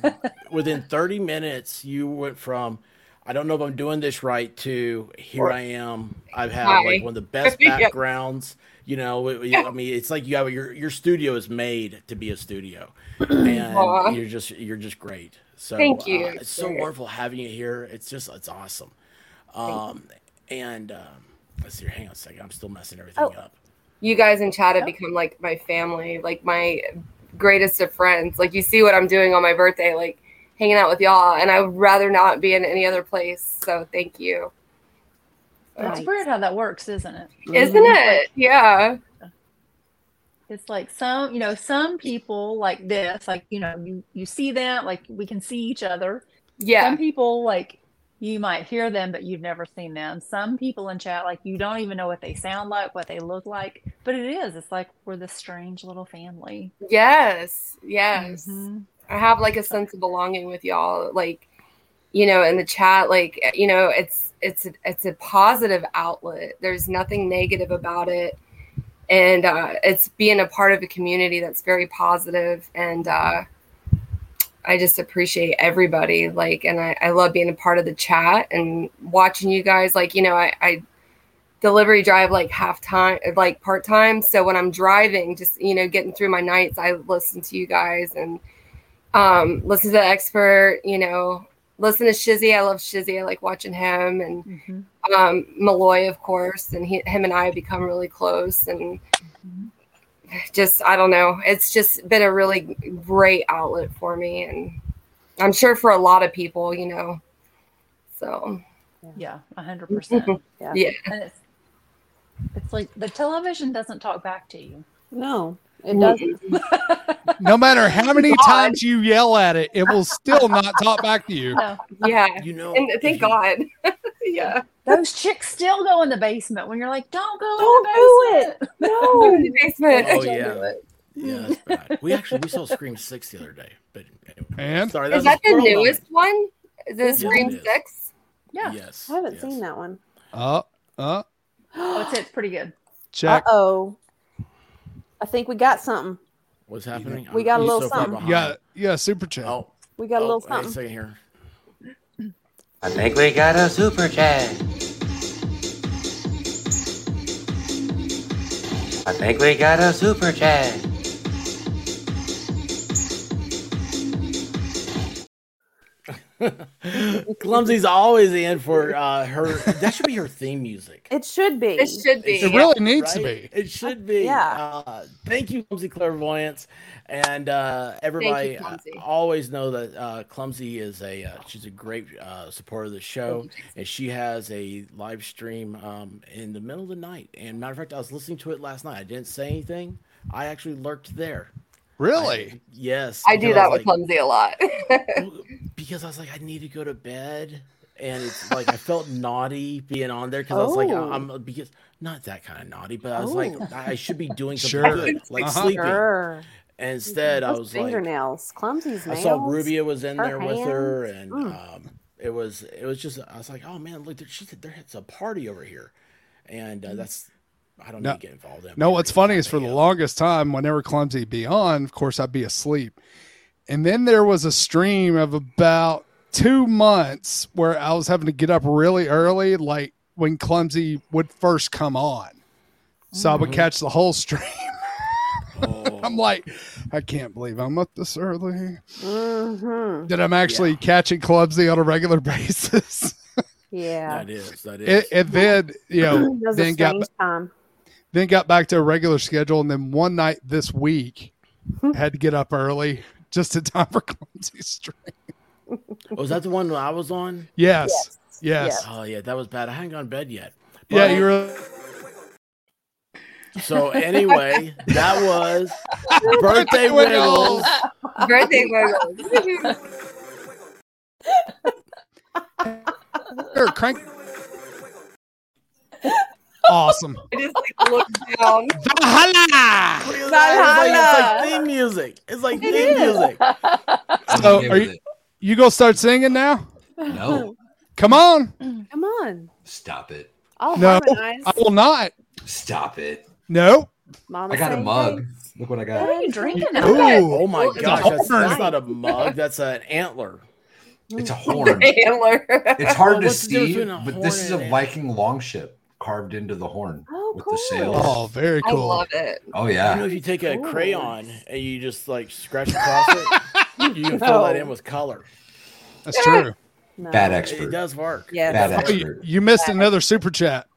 [SPEAKER 1] within 30 minutes, you went from I don't know if I'm doing this right to here
[SPEAKER 7] Or-
[SPEAKER 1] I am. I've had
[SPEAKER 7] Hi.
[SPEAKER 1] like one of the best
[SPEAKER 7] Yeah.
[SPEAKER 1] backgrounds. You know, it- it- I mean, it's like you have your your studio is made to be a studio, and
[SPEAKER 7] Aw.
[SPEAKER 1] you're just you're just great. So
[SPEAKER 7] Thank you.
[SPEAKER 1] uh, it's so
[SPEAKER 7] Sure.
[SPEAKER 1] wonderful having you here. It's just it's awesome. Um, and um, let's see. Hang on a second. I'm still messing everything
[SPEAKER 7] Oh.
[SPEAKER 1] up.
[SPEAKER 7] You guys in chat have become like my family, like my greatest of friends. Like you see what I'm doing on my birthday, like hanging out with y'all, and I would rather not be in any other place. So thank you.
[SPEAKER 4] It's
[SPEAKER 2] Right. Mm-hmm.
[SPEAKER 4] weird how that works, isn't it?
[SPEAKER 7] Isn't it? Yeah.
[SPEAKER 4] It's like some, you know, some people like this, like you know, you you see them, like we can see each other.
[SPEAKER 7] Yeah.
[SPEAKER 4] Some people like you might hear them, but you've never seen them. Some people in chat, like you don't even know what they sound like, what they look like. But it is, it's like we're this strange little family.
[SPEAKER 7] Yes. Yes.
[SPEAKER 4] Mhm.
[SPEAKER 7] I have like a sense of belonging with y'all, like you know, in the chat, like you know, it's it's it's a positive outlet. There's nothing negative about it, and uh, it's being a part of a community that's very positive, and uh, I just appreciate everybody. Like, and I, I love being a part of the chat and watching you guys. Like, you know, I. I delivery drive like half time like part time so when i'm driving just you know getting through my nights i listen to you guys and um, listen to the expert, you know, listen to Shizzy. I love Shizzy. I like watching him and
[SPEAKER 4] Mhm.
[SPEAKER 7] um, Malloy, of course, and he, him and I have become really close. And
[SPEAKER 4] Mhm.
[SPEAKER 7] just, I don't know, it's just been a really great outlet for me. And I'm sure for a lot of people, you know. So,
[SPEAKER 4] Yeah, a hundred percent.
[SPEAKER 2] Yeah.
[SPEAKER 7] Mm-hmm. Yeah.
[SPEAKER 4] And it's it's like the television doesn't talk back to you.
[SPEAKER 2] No, it
[SPEAKER 7] Mm.
[SPEAKER 2] doesn't.
[SPEAKER 3] No matter how many
[SPEAKER 7] God.
[SPEAKER 3] times you yell at it, it will still not talk back to you.
[SPEAKER 4] No,
[SPEAKER 7] yeah.
[SPEAKER 1] You know,
[SPEAKER 7] And
[SPEAKER 1] if
[SPEAKER 7] thank
[SPEAKER 1] you-
[SPEAKER 7] God. yeah.
[SPEAKER 4] those chicks still go in the basement when you're like, don't go
[SPEAKER 2] Don't do
[SPEAKER 4] in the basement.
[SPEAKER 7] No. In the basement.
[SPEAKER 1] Oh
[SPEAKER 4] Don't do
[SPEAKER 1] yeah,
[SPEAKER 4] it.
[SPEAKER 1] yeah. That's bad. We actually we saw Scream Six the other day, but
[SPEAKER 3] And?
[SPEAKER 1] sorry,
[SPEAKER 7] Is
[SPEAKER 1] was
[SPEAKER 7] that
[SPEAKER 1] a
[SPEAKER 7] the
[SPEAKER 1] squirrel moment.
[SPEAKER 7] newest one? The
[SPEAKER 1] Yeah,
[SPEAKER 7] Scream
[SPEAKER 1] it is.
[SPEAKER 7] 6?
[SPEAKER 4] Yeah.
[SPEAKER 1] Yes,
[SPEAKER 2] I haven't
[SPEAKER 1] yes.
[SPEAKER 2] seen that one.
[SPEAKER 3] Uh, uh,
[SPEAKER 4] Oh, it's, it's pretty good.
[SPEAKER 3] check.
[SPEAKER 2] oh. I think we got something.
[SPEAKER 1] What's happening?
[SPEAKER 2] We got a
[SPEAKER 1] I'm
[SPEAKER 2] little
[SPEAKER 1] far
[SPEAKER 2] something.
[SPEAKER 1] behind.
[SPEAKER 3] Yeah, yeah, super check.
[SPEAKER 1] Oh,
[SPEAKER 2] We got a little
[SPEAKER 1] oh, wait a
[SPEAKER 2] something.
[SPEAKER 1] second here.
[SPEAKER 8] I think we got a super chat. I think we got a super chat.
[SPEAKER 1] Clumsy's always in for uh, her. That should be her theme music.
[SPEAKER 2] It should be.
[SPEAKER 7] It should be.
[SPEAKER 3] It really needs to be.
[SPEAKER 1] right? It should be.
[SPEAKER 2] Yeah.
[SPEAKER 1] Uh, thank you, Clumsy Clairvoyance, and uh,
[SPEAKER 7] you,
[SPEAKER 1] everybody. uh,
[SPEAKER 7] Clumsy.
[SPEAKER 1] always know that uh, Clumsy is a uh, she's a great uh, supporter of the show, and she has a live stream um, in the middle of the night. And matter of fact, I was listening to it last night. I didn't say anything. I actually lurked there.
[SPEAKER 3] Really?
[SPEAKER 1] I- yes.
[SPEAKER 7] I do
[SPEAKER 1] because
[SPEAKER 7] that
[SPEAKER 1] was
[SPEAKER 7] with
[SPEAKER 1] like-
[SPEAKER 7] Clumsy a lot.
[SPEAKER 1] well, because I was like, I need to go to bed, and it's like I felt naughty being on there because I was like,
[SPEAKER 2] Oh.
[SPEAKER 1] I- I'm because not that kind of naughty, but I was
[SPEAKER 7] Oh.
[SPEAKER 1] like, I I should be doing something
[SPEAKER 3] Sure.
[SPEAKER 1] good, like
[SPEAKER 3] Uh-huh.
[SPEAKER 1] sleeping.
[SPEAKER 2] Sure.
[SPEAKER 1] And instead, I
[SPEAKER 2] Those
[SPEAKER 1] was like,
[SPEAKER 2] fingernails, clumsy's
[SPEAKER 1] I
[SPEAKER 2] nails.
[SPEAKER 1] saw Rubia was in
[SPEAKER 2] her
[SPEAKER 1] there with her,
[SPEAKER 2] hands. Mm.
[SPEAKER 1] and um, it was it was just I was like, oh man, look, there, she's, there's a party over here, and
[SPEAKER 2] Mm.
[SPEAKER 1] uh, that's I don't
[SPEAKER 3] No-
[SPEAKER 1] need to get involved in.
[SPEAKER 3] No, what's funny is for the
[SPEAKER 1] Yeah.
[SPEAKER 3] longest time, whenever Clumsy would be on, of course, I'd be asleep. And then there was a stream of about two months where I was having to get up really early, like when Clumsy would first come on. So I would
[SPEAKER 1] Mhm.
[SPEAKER 3] catch the whole stream.
[SPEAKER 1] Oh.
[SPEAKER 3] I'm like, I can't believe I'm up this early.
[SPEAKER 2] Mm-hmm.
[SPEAKER 3] That I'm actually catching Clumsy on a regular basis.
[SPEAKER 2] Yeah.
[SPEAKER 1] that is that is.
[SPEAKER 3] and, and then, you know,
[SPEAKER 2] That was a
[SPEAKER 3] then got
[SPEAKER 2] strange time.
[SPEAKER 3] then got back to a regular schedule and then one night this week had to get up early just in time for Clumsy's stream.
[SPEAKER 1] Oh, was that the one I was on?
[SPEAKER 3] Yes. Yes.
[SPEAKER 1] Oh yeah, that was bad. I hadn't gone to bed yet.
[SPEAKER 3] Yeah,
[SPEAKER 1] But-
[SPEAKER 3] you were
[SPEAKER 1] So anyway, that was birthday
[SPEAKER 3] Wiggles.
[SPEAKER 1] wiggles.
[SPEAKER 7] Birthday wiggles.
[SPEAKER 3] Sure, crank. Awesome.
[SPEAKER 7] I just like look down.
[SPEAKER 1] Look at that. It's like, it's like theme music. It's like theme music.
[SPEAKER 3] So,
[SPEAKER 5] okay
[SPEAKER 3] are
[SPEAKER 5] with
[SPEAKER 3] you- You gonna start singing now?
[SPEAKER 5] it. No,
[SPEAKER 3] Come on.
[SPEAKER 2] Come on.
[SPEAKER 5] stop it.
[SPEAKER 2] All
[SPEAKER 3] No,
[SPEAKER 2] harmonize.
[SPEAKER 3] I will not.
[SPEAKER 5] Stop it.
[SPEAKER 3] No.
[SPEAKER 2] Mama
[SPEAKER 5] I got a
[SPEAKER 2] say
[SPEAKER 5] mug.
[SPEAKER 2] thanks.
[SPEAKER 5] Look what I
[SPEAKER 4] What
[SPEAKER 5] got.
[SPEAKER 4] are you drinking? out of?
[SPEAKER 3] Ooh.
[SPEAKER 1] Oh my
[SPEAKER 3] a
[SPEAKER 1] gosh, that's,
[SPEAKER 3] horn.
[SPEAKER 1] that's not a mug. That's an antler.
[SPEAKER 9] It's a horn.
[SPEAKER 7] Antler.
[SPEAKER 9] It's hard
[SPEAKER 1] Well,
[SPEAKER 9] to
[SPEAKER 1] what's the difference
[SPEAKER 9] see,
[SPEAKER 1] between a
[SPEAKER 9] but
[SPEAKER 1] horn
[SPEAKER 9] this is
[SPEAKER 1] and
[SPEAKER 9] a
[SPEAKER 1] an-
[SPEAKER 9] Viking longship carved into the horn
[SPEAKER 2] Oh,
[SPEAKER 9] with
[SPEAKER 2] cool.
[SPEAKER 9] the sails.
[SPEAKER 3] Oh,
[SPEAKER 9] Oh,
[SPEAKER 3] very
[SPEAKER 7] I
[SPEAKER 3] cool.
[SPEAKER 7] love it.
[SPEAKER 1] You know,
[SPEAKER 9] yeah.
[SPEAKER 1] if you take a
[SPEAKER 2] Cool.
[SPEAKER 1] crayon and you just like scratch across it, you can fill that in with color.
[SPEAKER 3] That's true.
[SPEAKER 2] No.
[SPEAKER 9] Bad
[SPEAKER 1] It
[SPEAKER 9] expert.
[SPEAKER 1] does work.
[SPEAKER 7] Yeah.
[SPEAKER 9] Bad
[SPEAKER 7] that's-
[SPEAKER 3] Oh, you,
[SPEAKER 9] expert.
[SPEAKER 3] you missed another super chat.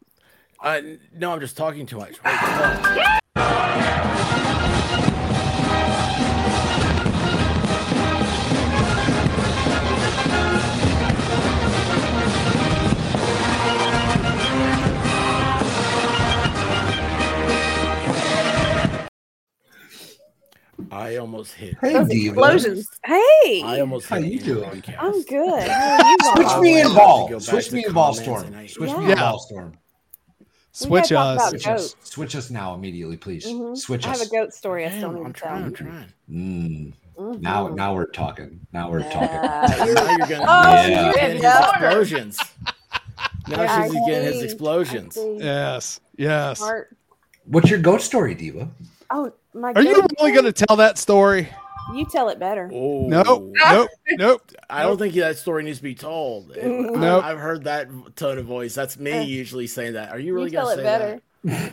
[SPEAKER 1] Uh, no, I'm just talking too much. Wait, hold on. I almost hit.
[SPEAKER 9] Hey,
[SPEAKER 7] Those
[SPEAKER 9] Diva.
[SPEAKER 7] explosions.
[SPEAKER 2] Hey,
[SPEAKER 1] I almost
[SPEAKER 9] How
[SPEAKER 1] hit
[SPEAKER 9] you
[SPEAKER 1] it
[SPEAKER 9] doing?
[SPEAKER 1] on cast.
[SPEAKER 2] I'm good. How are you
[SPEAKER 9] Switch
[SPEAKER 2] all?
[SPEAKER 9] me
[SPEAKER 1] I wanted to go
[SPEAKER 9] involved.
[SPEAKER 1] back
[SPEAKER 9] Switch
[SPEAKER 1] to
[SPEAKER 9] me
[SPEAKER 1] the
[SPEAKER 9] involved,
[SPEAKER 1] comments
[SPEAKER 9] Storm.
[SPEAKER 1] and I-
[SPEAKER 9] Switch me
[SPEAKER 2] Yeah.
[SPEAKER 9] involved, Storm.
[SPEAKER 3] Switch
[SPEAKER 2] gotta talk
[SPEAKER 3] us.
[SPEAKER 2] about-
[SPEAKER 9] Switch us.
[SPEAKER 2] Goat.
[SPEAKER 9] Switch us now immediately, please.
[SPEAKER 2] Mhm.
[SPEAKER 9] Switch
[SPEAKER 2] I have
[SPEAKER 9] us.
[SPEAKER 2] a goat story I still
[SPEAKER 1] Damn,
[SPEAKER 2] need
[SPEAKER 1] I'm
[SPEAKER 2] to tell
[SPEAKER 1] trying. I'm
[SPEAKER 2] you.
[SPEAKER 1] trying.
[SPEAKER 9] Mm.
[SPEAKER 2] Mhm.
[SPEAKER 9] Now, now we're talking. Now we're talking.
[SPEAKER 2] Yeah, you're-
[SPEAKER 1] Now you're gonna
[SPEAKER 9] Oh,
[SPEAKER 1] yeah.
[SPEAKER 9] you
[SPEAKER 1] get
[SPEAKER 4] did
[SPEAKER 1] his
[SPEAKER 4] not.
[SPEAKER 1] explosions. Now
[SPEAKER 2] Yeah,
[SPEAKER 1] she's
[SPEAKER 2] I
[SPEAKER 1] getting his
[SPEAKER 2] see.
[SPEAKER 1] explosions.
[SPEAKER 2] I see.
[SPEAKER 3] Yes. Yes.
[SPEAKER 2] Smart.
[SPEAKER 9] What's your goat story, Diva?
[SPEAKER 2] Oh my!
[SPEAKER 3] Are
[SPEAKER 2] goat
[SPEAKER 3] you really
[SPEAKER 2] story?
[SPEAKER 3] going to tell that story?
[SPEAKER 2] You tell it better.
[SPEAKER 1] Oh
[SPEAKER 3] Nope. Nope. Nope.
[SPEAKER 1] I don't think that story needs to be told. I-
[SPEAKER 2] Mm-hmm.
[SPEAKER 3] Nope.
[SPEAKER 1] I've heard that tone of voice. That's me
[SPEAKER 2] Eh.
[SPEAKER 1] usually saying that. Are you
[SPEAKER 2] You,
[SPEAKER 1] really
[SPEAKER 2] tell
[SPEAKER 1] gonna
[SPEAKER 2] it
[SPEAKER 1] say
[SPEAKER 2] better.
[SPEAKER 1] that?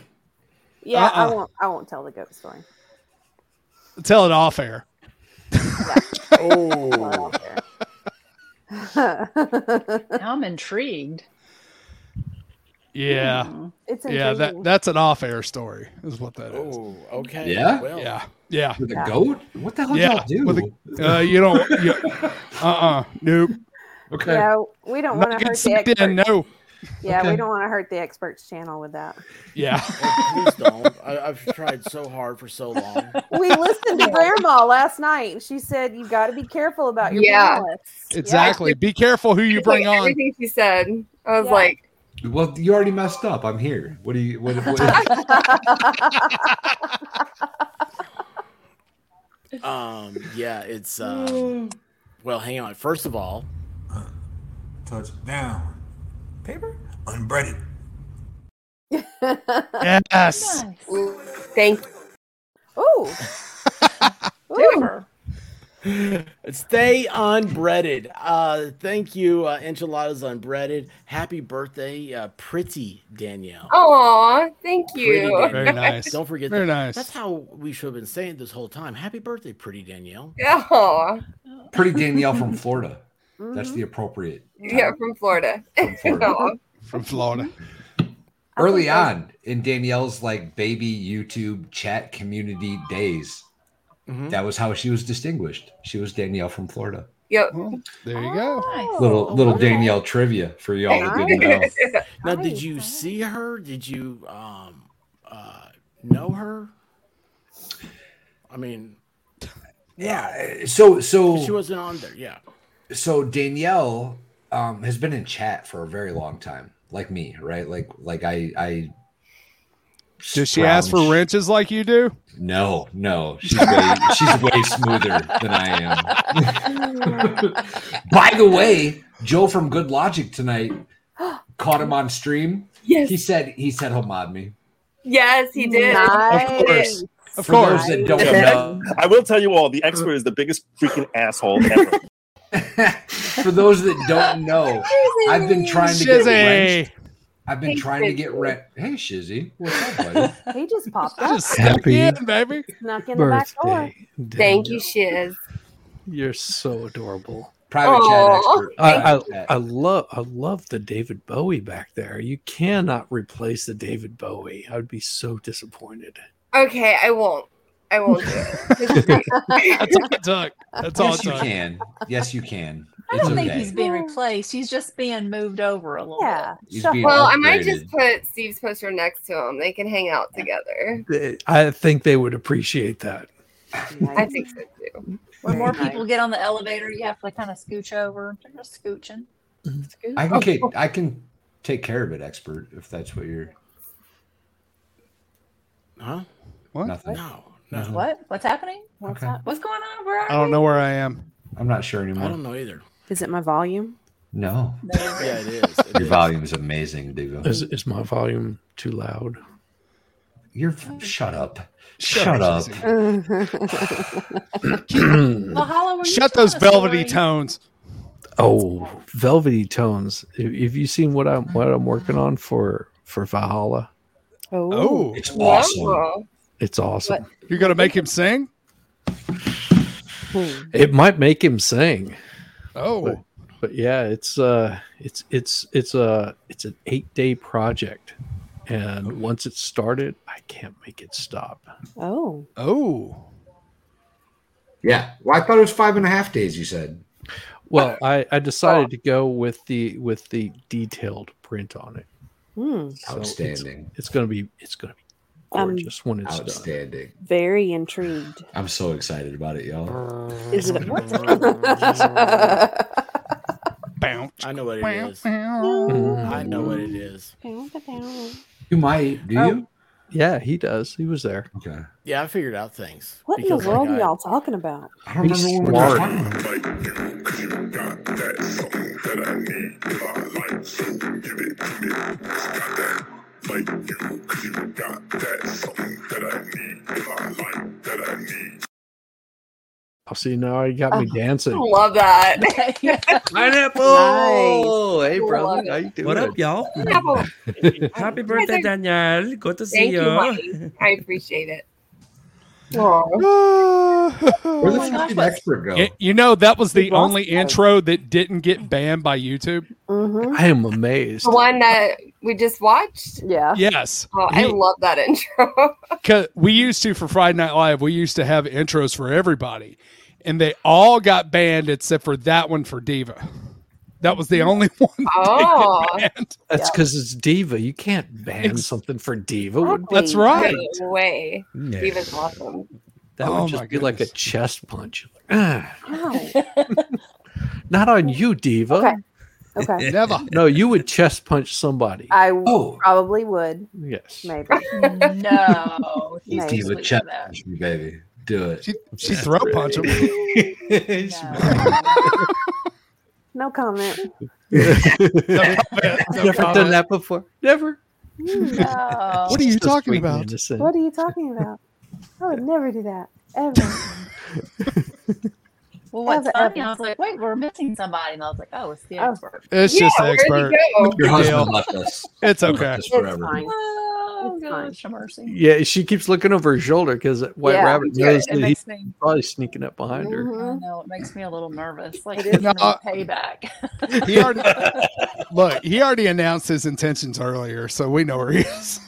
[SPEAKER 2] yeah, I
[SPEAKER 3] Uh-uh.
[SPEAKER 2] won't. I won't tell the goat story.
[SPEAKER 3] Tell it off air.
[SPEAKER 1] Oh,
[SPEAKER 4] Now I'm intrigued.
[SPEAKER 3] Yeah.
[SPEAKER 4] Hmm.
[SPEAKER 2] it's intriguing.
[SPEAKER 3] Yeah. That that's an off air story. Is what that is.
[SPEAKER 1] oh, okay.
[SPEAKER 9] Yeah?
[SPEAKER 1] Well,
[SPEAKER 3] Yeah. Yeah.
[SPEAKER 9] With a goat? What the hell
[SPEAKER 3] Yeah,
[SPEAKER 9] do y'all
[SPEAKER 3] with
[SPEAKER 9] do?
[SPEAKER 3] Uh, you don't. You, uh-uh. Nope.
[SPEAKER 9] okay.
[SPEAKER 2] yeah, we don't want
[SPEAKER 3] Not
[SPEAKER 2] to
[SPEAKER 3] good
[SPEAKER 2] hurt the experts.
[SPEAKER 3] something, no.
[SPEAKER 2] Yeah, we
[SPEAKER 9] Okay.
[SPEAKER 2] don't want to hurt the experts channel with that.
[SPEAKER 3] Yeah.
[SPEAKER 1] Please don't. I, I've tried so hard for so long.
[SPEAKER 2] We listened to Grandma last night, and she said you got to be careful about your
[SPEAKER 7] Yeah.
[SPEAKER 2] palates."
[SPEAKER 3] Exactly. Be careful who you bring
[SPEAKER 7] Like,
[SPEAKER 3] on.
[SPEAKER 7] Everything she said. I was
[SPEAKER 2] Yeah.
[SPEAKER 7] like,
[SPEAKER 9] Well, you already messed up. I'm here. What do you? What? what Oh.
[SPEAKER 1] Um, yeah, it's
[SPEAKER 2] Mm.
[SPEAKER 1] um, well, hang on. First of all,
[SPEAKER 10] Touchdown. Paper? Unbreaded.
[SPEAKER 3] Yes.
[SPEAKER 4] Nice.
[SPEAKER 7] thank
[SPEAKER 2] Ooh,
[SPEAKER 4] Super.
[SPEAKER 1] Stay unbreaded. Uh, thank you, uh, enchiladas unbreaded. Happy birthday, uh, pretty Danielle.
[SPEAKER 7] Aw, thank
[SPEAKER 1] Pretty
[SPEAKER 7] you.
[SPEAKER 3] Very nice.
[SPEAKER 1] Don't forget
[SPEAKER 3] Very
[SPEAKER 1] that.
[SPEAKER 3] nice.
[SPEAKER 1] That's how we should have been saying this whole time. Happy birthday, pretty Danielle.
[SPEAKER 7] Aw.
[SPEAKER 9] Pretty Danielle from Florida. That's
[SPEAKER 2] Mhm.
[SPEAKER 9] the appropriate.
[SPEAKER 7] Yeah, from Florida.
[SPEAKER 9] From Florida.
[SPEAKER 7] Aw.
[SPEAKER 3] From Florida.
[SPEAKER 2] I
[SPEAKER 9] Early
[SPEAKER 2] think Mm-hmm. I-
[SPEAKER 9] on in Danielle's like baby YouTube chat community days,
[SPEAKER 1] Mhm.
[SPEAKER 9] that was how she was distinguished. She was Danielle from Florida.
[SPEAKER 7] Yep.
[SPEAKER 3] Well, there you go.
[SPEAKER 4] Nice.
[SPEAKER 9] Little
[SPEAKER 1] Oh,
[SPEAKER 9] little
[SPEAKER 1] okay.
[SPEAKER 9] Danielle trivia for y'all that didn't know.
[SPEAKER 1] Now, did
[SPEAKER 2] Nice.
[SPEAKER 1] you see her? Did you um, uh, know her? I mean,
[SPEAKER 9] Yeah. So so
[SPEAKER 1] she wasn't on there. Yeah.
[SPEAKER 9] so Danielle um, has been in chat for a very long time, like me, right? Like like I I.
[SPEAKER 3] Does she ask for
[SPEAKER 9] scrounge-
[SPEAKER 3] wrenches like you do?
[SPEAKER 9] No, no, she's way, she's way smoother than I am. By the way, Joe from Good Logic tonight caught him on stream. He
[SPEAKER 7] Yes.
[SPEAKER 9] said he said he'll mod me.
[SPEAKER 7] Yes, he did.
[SPEAKER 2] Nice.
[SPEAKER 3] Of course. Of
[SPEAKER 9] For
[SPEAKER 3] course.
[SPEAKER 9] those that don't know,
[SPEAKER 11] I will tell you all, the expert is the biggest freaking asshole ever.
[SPEAKER 9] for those that don't know, I've been trying to get
[SPEAKER 3] Shizzy.
[SPEAKER 9] wrenched. I've been
[SPEAKER 7] Hey,
[SPEAKER 9] trying to get
[SPEAKER 7] Shizzy.
[SPEAKER 9] rent. Hey, Shizzy, what's up, buddy?
[SPEAKER 2] Mm. He just popped
[SPEAKER 3] I
[SPEAKER 2] up,
[SPEAKER 3] just stuck
[SPEAKER 12] Happy-
[SPEAKER 3] in, baby.
[SPEAKER 2] snuck in the back door.
[SPEAKER 12] Birthday.
[SPEAKER 7] Thank you,
[SPEAKER 12] Daniel.
[SPEAKER 7] Shiz.
[SPEAKER 12] You're so adorable.
[SPEAKER 9] Private
[SPEAKER 7] Aw.
[SPEAKER 9] chat
[SPEAKER 12] I, I,
[SPEAKER 9] expert.
[SPEAKER 12] I love I love the David Bowie back there. You cannot replace the David Bowie. I would be so disappointed.
[SPEAKER 7] Okay, I won't. I won't do it.
[SPEAKER 3] That's all it took. That's all it
[SPEAKER 9] yes, you
[SPEAKER 3] took.
[SPEAKER 9] can. Yes, you can.
[SPEAKER 4] I
[SPEAKER 9] It's
[SPEAKER 4] don't think
[SPEAKER 9] okay.
[SPEAKER 4] he's being replaced. He's just being moved over a little
[SPEAKER 2] Yeah,
[SPEAKER 9] He's
[SPEAKER 2] shuffle.
[SPEAKER 9] being-
[SPEAKER 7] well, I might just
[SPEAKER 9] Upgraded.
[SPEAKER 7] put Steve's poster next to him. They can hang out together.
[SPEAKER 12] They- I think they would appreciate that.
[SPEAKER 7] I
[SPEAKER 2] Nice.
[SPEAKER 7] think so too.
[SPEAKER 4] bit. When more
[SPEAKER 2] Nice.
[SPEAKER 4] people get on the elevator, you have to kind of scooch over. They're just scooching. Scooch.
[SPEAKER 9] I can take, I can take care of it, expert, if that's what you're.
[SPEAKER 1] Huh?
[SPEAKER 3] What?
[SPEAKER 9] Nothing.
[SPEAKER 1] No. No.
[SPEAKER 4] What? What's happening?
[SPEAKER 2] What's
[SPEAKER 9] Okay.
[SPEAKER 2] up?
[SPEAKER 4] What's going on? Where are
[SPEAKER 3] I don't
[SPEAKER 4] you?
[SPEAKER 3] know where I am.
[SPEAKER 9] I'm not sure
[SPEAKER 1] I don't
[SPEAKER 9] anymore.
[SPEAKER 1] know either.
[SPEAKER 2] Is it my volume?
[SPEAKER 9] No.
[SPEAKER 4] No.
[SPEAKER 1] Yeah, it is. It
[SPEAKER 9] Your
[SPEAKER 1] is.
[SPEAKER 9] volume is amazing, Diva.
[SPEAKER 12] Is is my volume too loud?
[SPEAKER 9] You're shut up.
[SPEAKER 3] Shut
[SPEAKER 9] Shut
[SPEAKER 3] up,
[SPEAKER 9] up.
[SPEAKER 3] Susie.
[SPEAKER 2] That's
[SPEAKER 4] Well, Hollow, were you telling
[SPEAKER 3] Shut those
[SPEAKER 4] a
[SPEAKER 3] velvety
[SPEAKER 4] story?
[SPEAKER 3] tones.
[SPEAKER 12] Oh, velvety tones. Have have you seen what I'm what I'm working on for for Valhalla?
[SPEAKER 3] Oh,
[SPEAKER 5] it's awesome.
[SPEAKER 12] It's awesome.
[SPEAKER 3] You're gonna make him sing?
[SPEAKER 12] It might make him sing.
[SPEAKER 3] Oh,
[SPEAKER 12] but yeah it's uh it's it's it's a it's an eight day project and once it's started i can't make it stop
[SPEAKER 2] Oh.
[SPEAKER 3] oh
[SPEAKER 9] yeah well i thought it was five and a half days you said
[SPEAKER 12] well i i decided to go with the with the detailed print on it
[SPEAKER 2] Hmm. Um,
[SPEAKER 12] So it's-
[SPEAKER 9] Outstanding.
[SPEAKER 12] it's, gonna be it's gonna be
[SPEAKER 2] I'm
[SPEAKER 12] gorgeous when it's
[SPEAKER 9] outstanding
[SPEAKER 2] very intrigued.
[SPEAKER 9] i'm so excited about it y'all
[SPEAKER 2] Is it
[SPEAKER 1] I know what it is.
[SPEAKER 12] Mhm.
[SPEAKER 1] I know what it is.
[SPEAKER 12] you might
[SPEAKER 1] do Oh. you?
[SPEAKER 12] yeah he does he was there
[SPEAKER 9] okay
[SPEAKER 1] Yeah, I figured out things.
[SPEAKER 2] What in the
[SPEAKER 12] Because, like,
[SPEAKER 2] world
[SPEAKER 12] I-
[SPEAKER 2] are y'all talking about?
[SPEAKER 12] I don't He's remember what we're smart. talking oh see now he got
[SPEAKER 2] Uh-huh.
[SPEAKER 12] me dancing
[SPEAKER 2] Oh,
[SPEAKER 7] Love that.
[SPEAKER 12] Pineapple! Hey, brother,
[SPEAKER 7] Love
[SPEAKER 12] how you
[SPEAKER 7] it.
[SPEAKER 12] doing?
[SPEAKER 8] What up, y'all?
[SPEAKER 7] Pineapple.
[SPEAKER 8] Happy birthday, Danielle. Good to see
[SPEAKER 7] Thank you,
[SPEAKER 8] you.
[SPEAKER 7] honey. I appreciate it. Aw.
[SPEAKER 3] Where
[SPEAKER 2] Oh
[SPEAKER 7] the fuck did
[SPEAKER 9] Expert
[SPEAKER 3] You, you know that was
[SPEAKER 7] We
[SPEAKER 3] the
[SPEAKER 7] lost
[SPEAKER 3] only
[SPEAKER 7] him.
[SPEAKER 3] intro that didn't get banned by YouTube.
[SPEAKER 2] Mm-hmm.
[SPEAKER 12] I am amazed.
[SPEAKER 7] The one that we just watched?
[SPEAKER 2] Yeah.
[SPEAKER 3] Yes,
[SPEAKER 7] Oh, I
[SPEAKER 3] He-
[SPEAKER 7] love that intro.
[SPEAKER 3] 'cause we used to for Friday Night Live. We used to have intros for everybody, and they all got banned except for that one for Diva. That was the only one. that
[SPEAKER 7] Oh.
[SPEAKER 3] didn't get banned.
[SPEAKER 12] That's because it's diva. You can't ban something for diva. What-
[SPEAKER 3] That's right.
[SPEAKER 7] No way.
[SPEAKER 12] Yeah.
[SPEAKER 7] Diva's awesome.
[SPEAKER 12] That
[SPEAKER 3] Oh
[SPEAKER 12] would just
[SPEAKER 3] my
[SPEAKER 12] be like a chest punch. Like, "Ah,
[SPEAKER 2] Ow.
[SPEAKER 12] not on you, diva.
[SPEAKER 2] Okay. Okay.
[SPEAKER 3] Never.
[SPEAKER 12] No, you would chest punch somebody.
[SPEAKER 2] I
[SPEAKER 12] Oh.
[SPEAKER 2] probably would.
[SPEAKER 12] Yes.
[SPEAKER 2] Maybe.
[SPEAKER 4] No. he's
[SPEAKER 2] Nice.
[SPEAKER 4] too sweet
[SPEAKER 9] Diva
[SPEAKER 4] for that.
[SPEAKER 9] challenge me, baby do it
[SPEAKER 3] She, she throw punch him.
[SPEAKER 2] No comment.
[SPEAKER 12] Never done that before. Never.
[SPEAKER 4] No.
[SPEAKER 3] What are you talking about?
[SPEAKER 2] What are you talking about? I would never do that. Ever.
[SPEAKER 4] Well, what's
[SPEAKER 2] Ever,
[SPEAKER 4] funny?
[SPEAKER 2] ever.
[SPEAKER 4] I was like, wait, we're missing somebody, and I was like, oh, it's the
[SPEAKER 2] Oh.
[SPEAKER 4] expert.
[SPEAKER 3] It's just
[SPEAKER 7] Yeah,
[SPEAKER 3] the
[SPEAKER 7] where'd he
[SPEAKER 3] expert.
[SPEAKER 7] go?
[SPEAKER 3] No big
[SPEAKER 9] your husband
[SPEAKER 3] deal.
[SPEAKER 9] left us
[SPEAKER 3] It's okay.
[SPEAKER 9] Just
[SPEAKER 2] It's
[SPEAKER 9] forever
[SPEAKER 2] fine.
[SPEAKER 4] Oh,
[SPEAKER 2] It's fine.
[SPEAKER 4] gosh, have mercy.
[SPEAKER 12] Yeah, she keeps looking over her shoulder because White
[SPEAKER 2] Yeah,
[SPEAKER 12] Rabbit
[SPEAKER 4] yeah,
[SPEAKER 12] knows
[SPEAKER 4] it
[SPEAKER 12] that
[SPEAKER 4] makes
[SPEAKER 12] he's
[SPEAKER 4] me-
[SPEAKER 12] probably sneaking up behind her.
[SPEAKER 4] I
[SPEAKER 1] Mm-hmm.
[SPEAKER 2] Mhm.
[SPEAKER 4] know it makes me a little nervous. Like,
[SPEAKER 2] It
[SPEAKER 4] it's
[SPEAKER 3] is.
[SPEAKER 4] no payback.
[SPEAKER 3] He already, look, he already announced his intentions earlier, so we know where he is.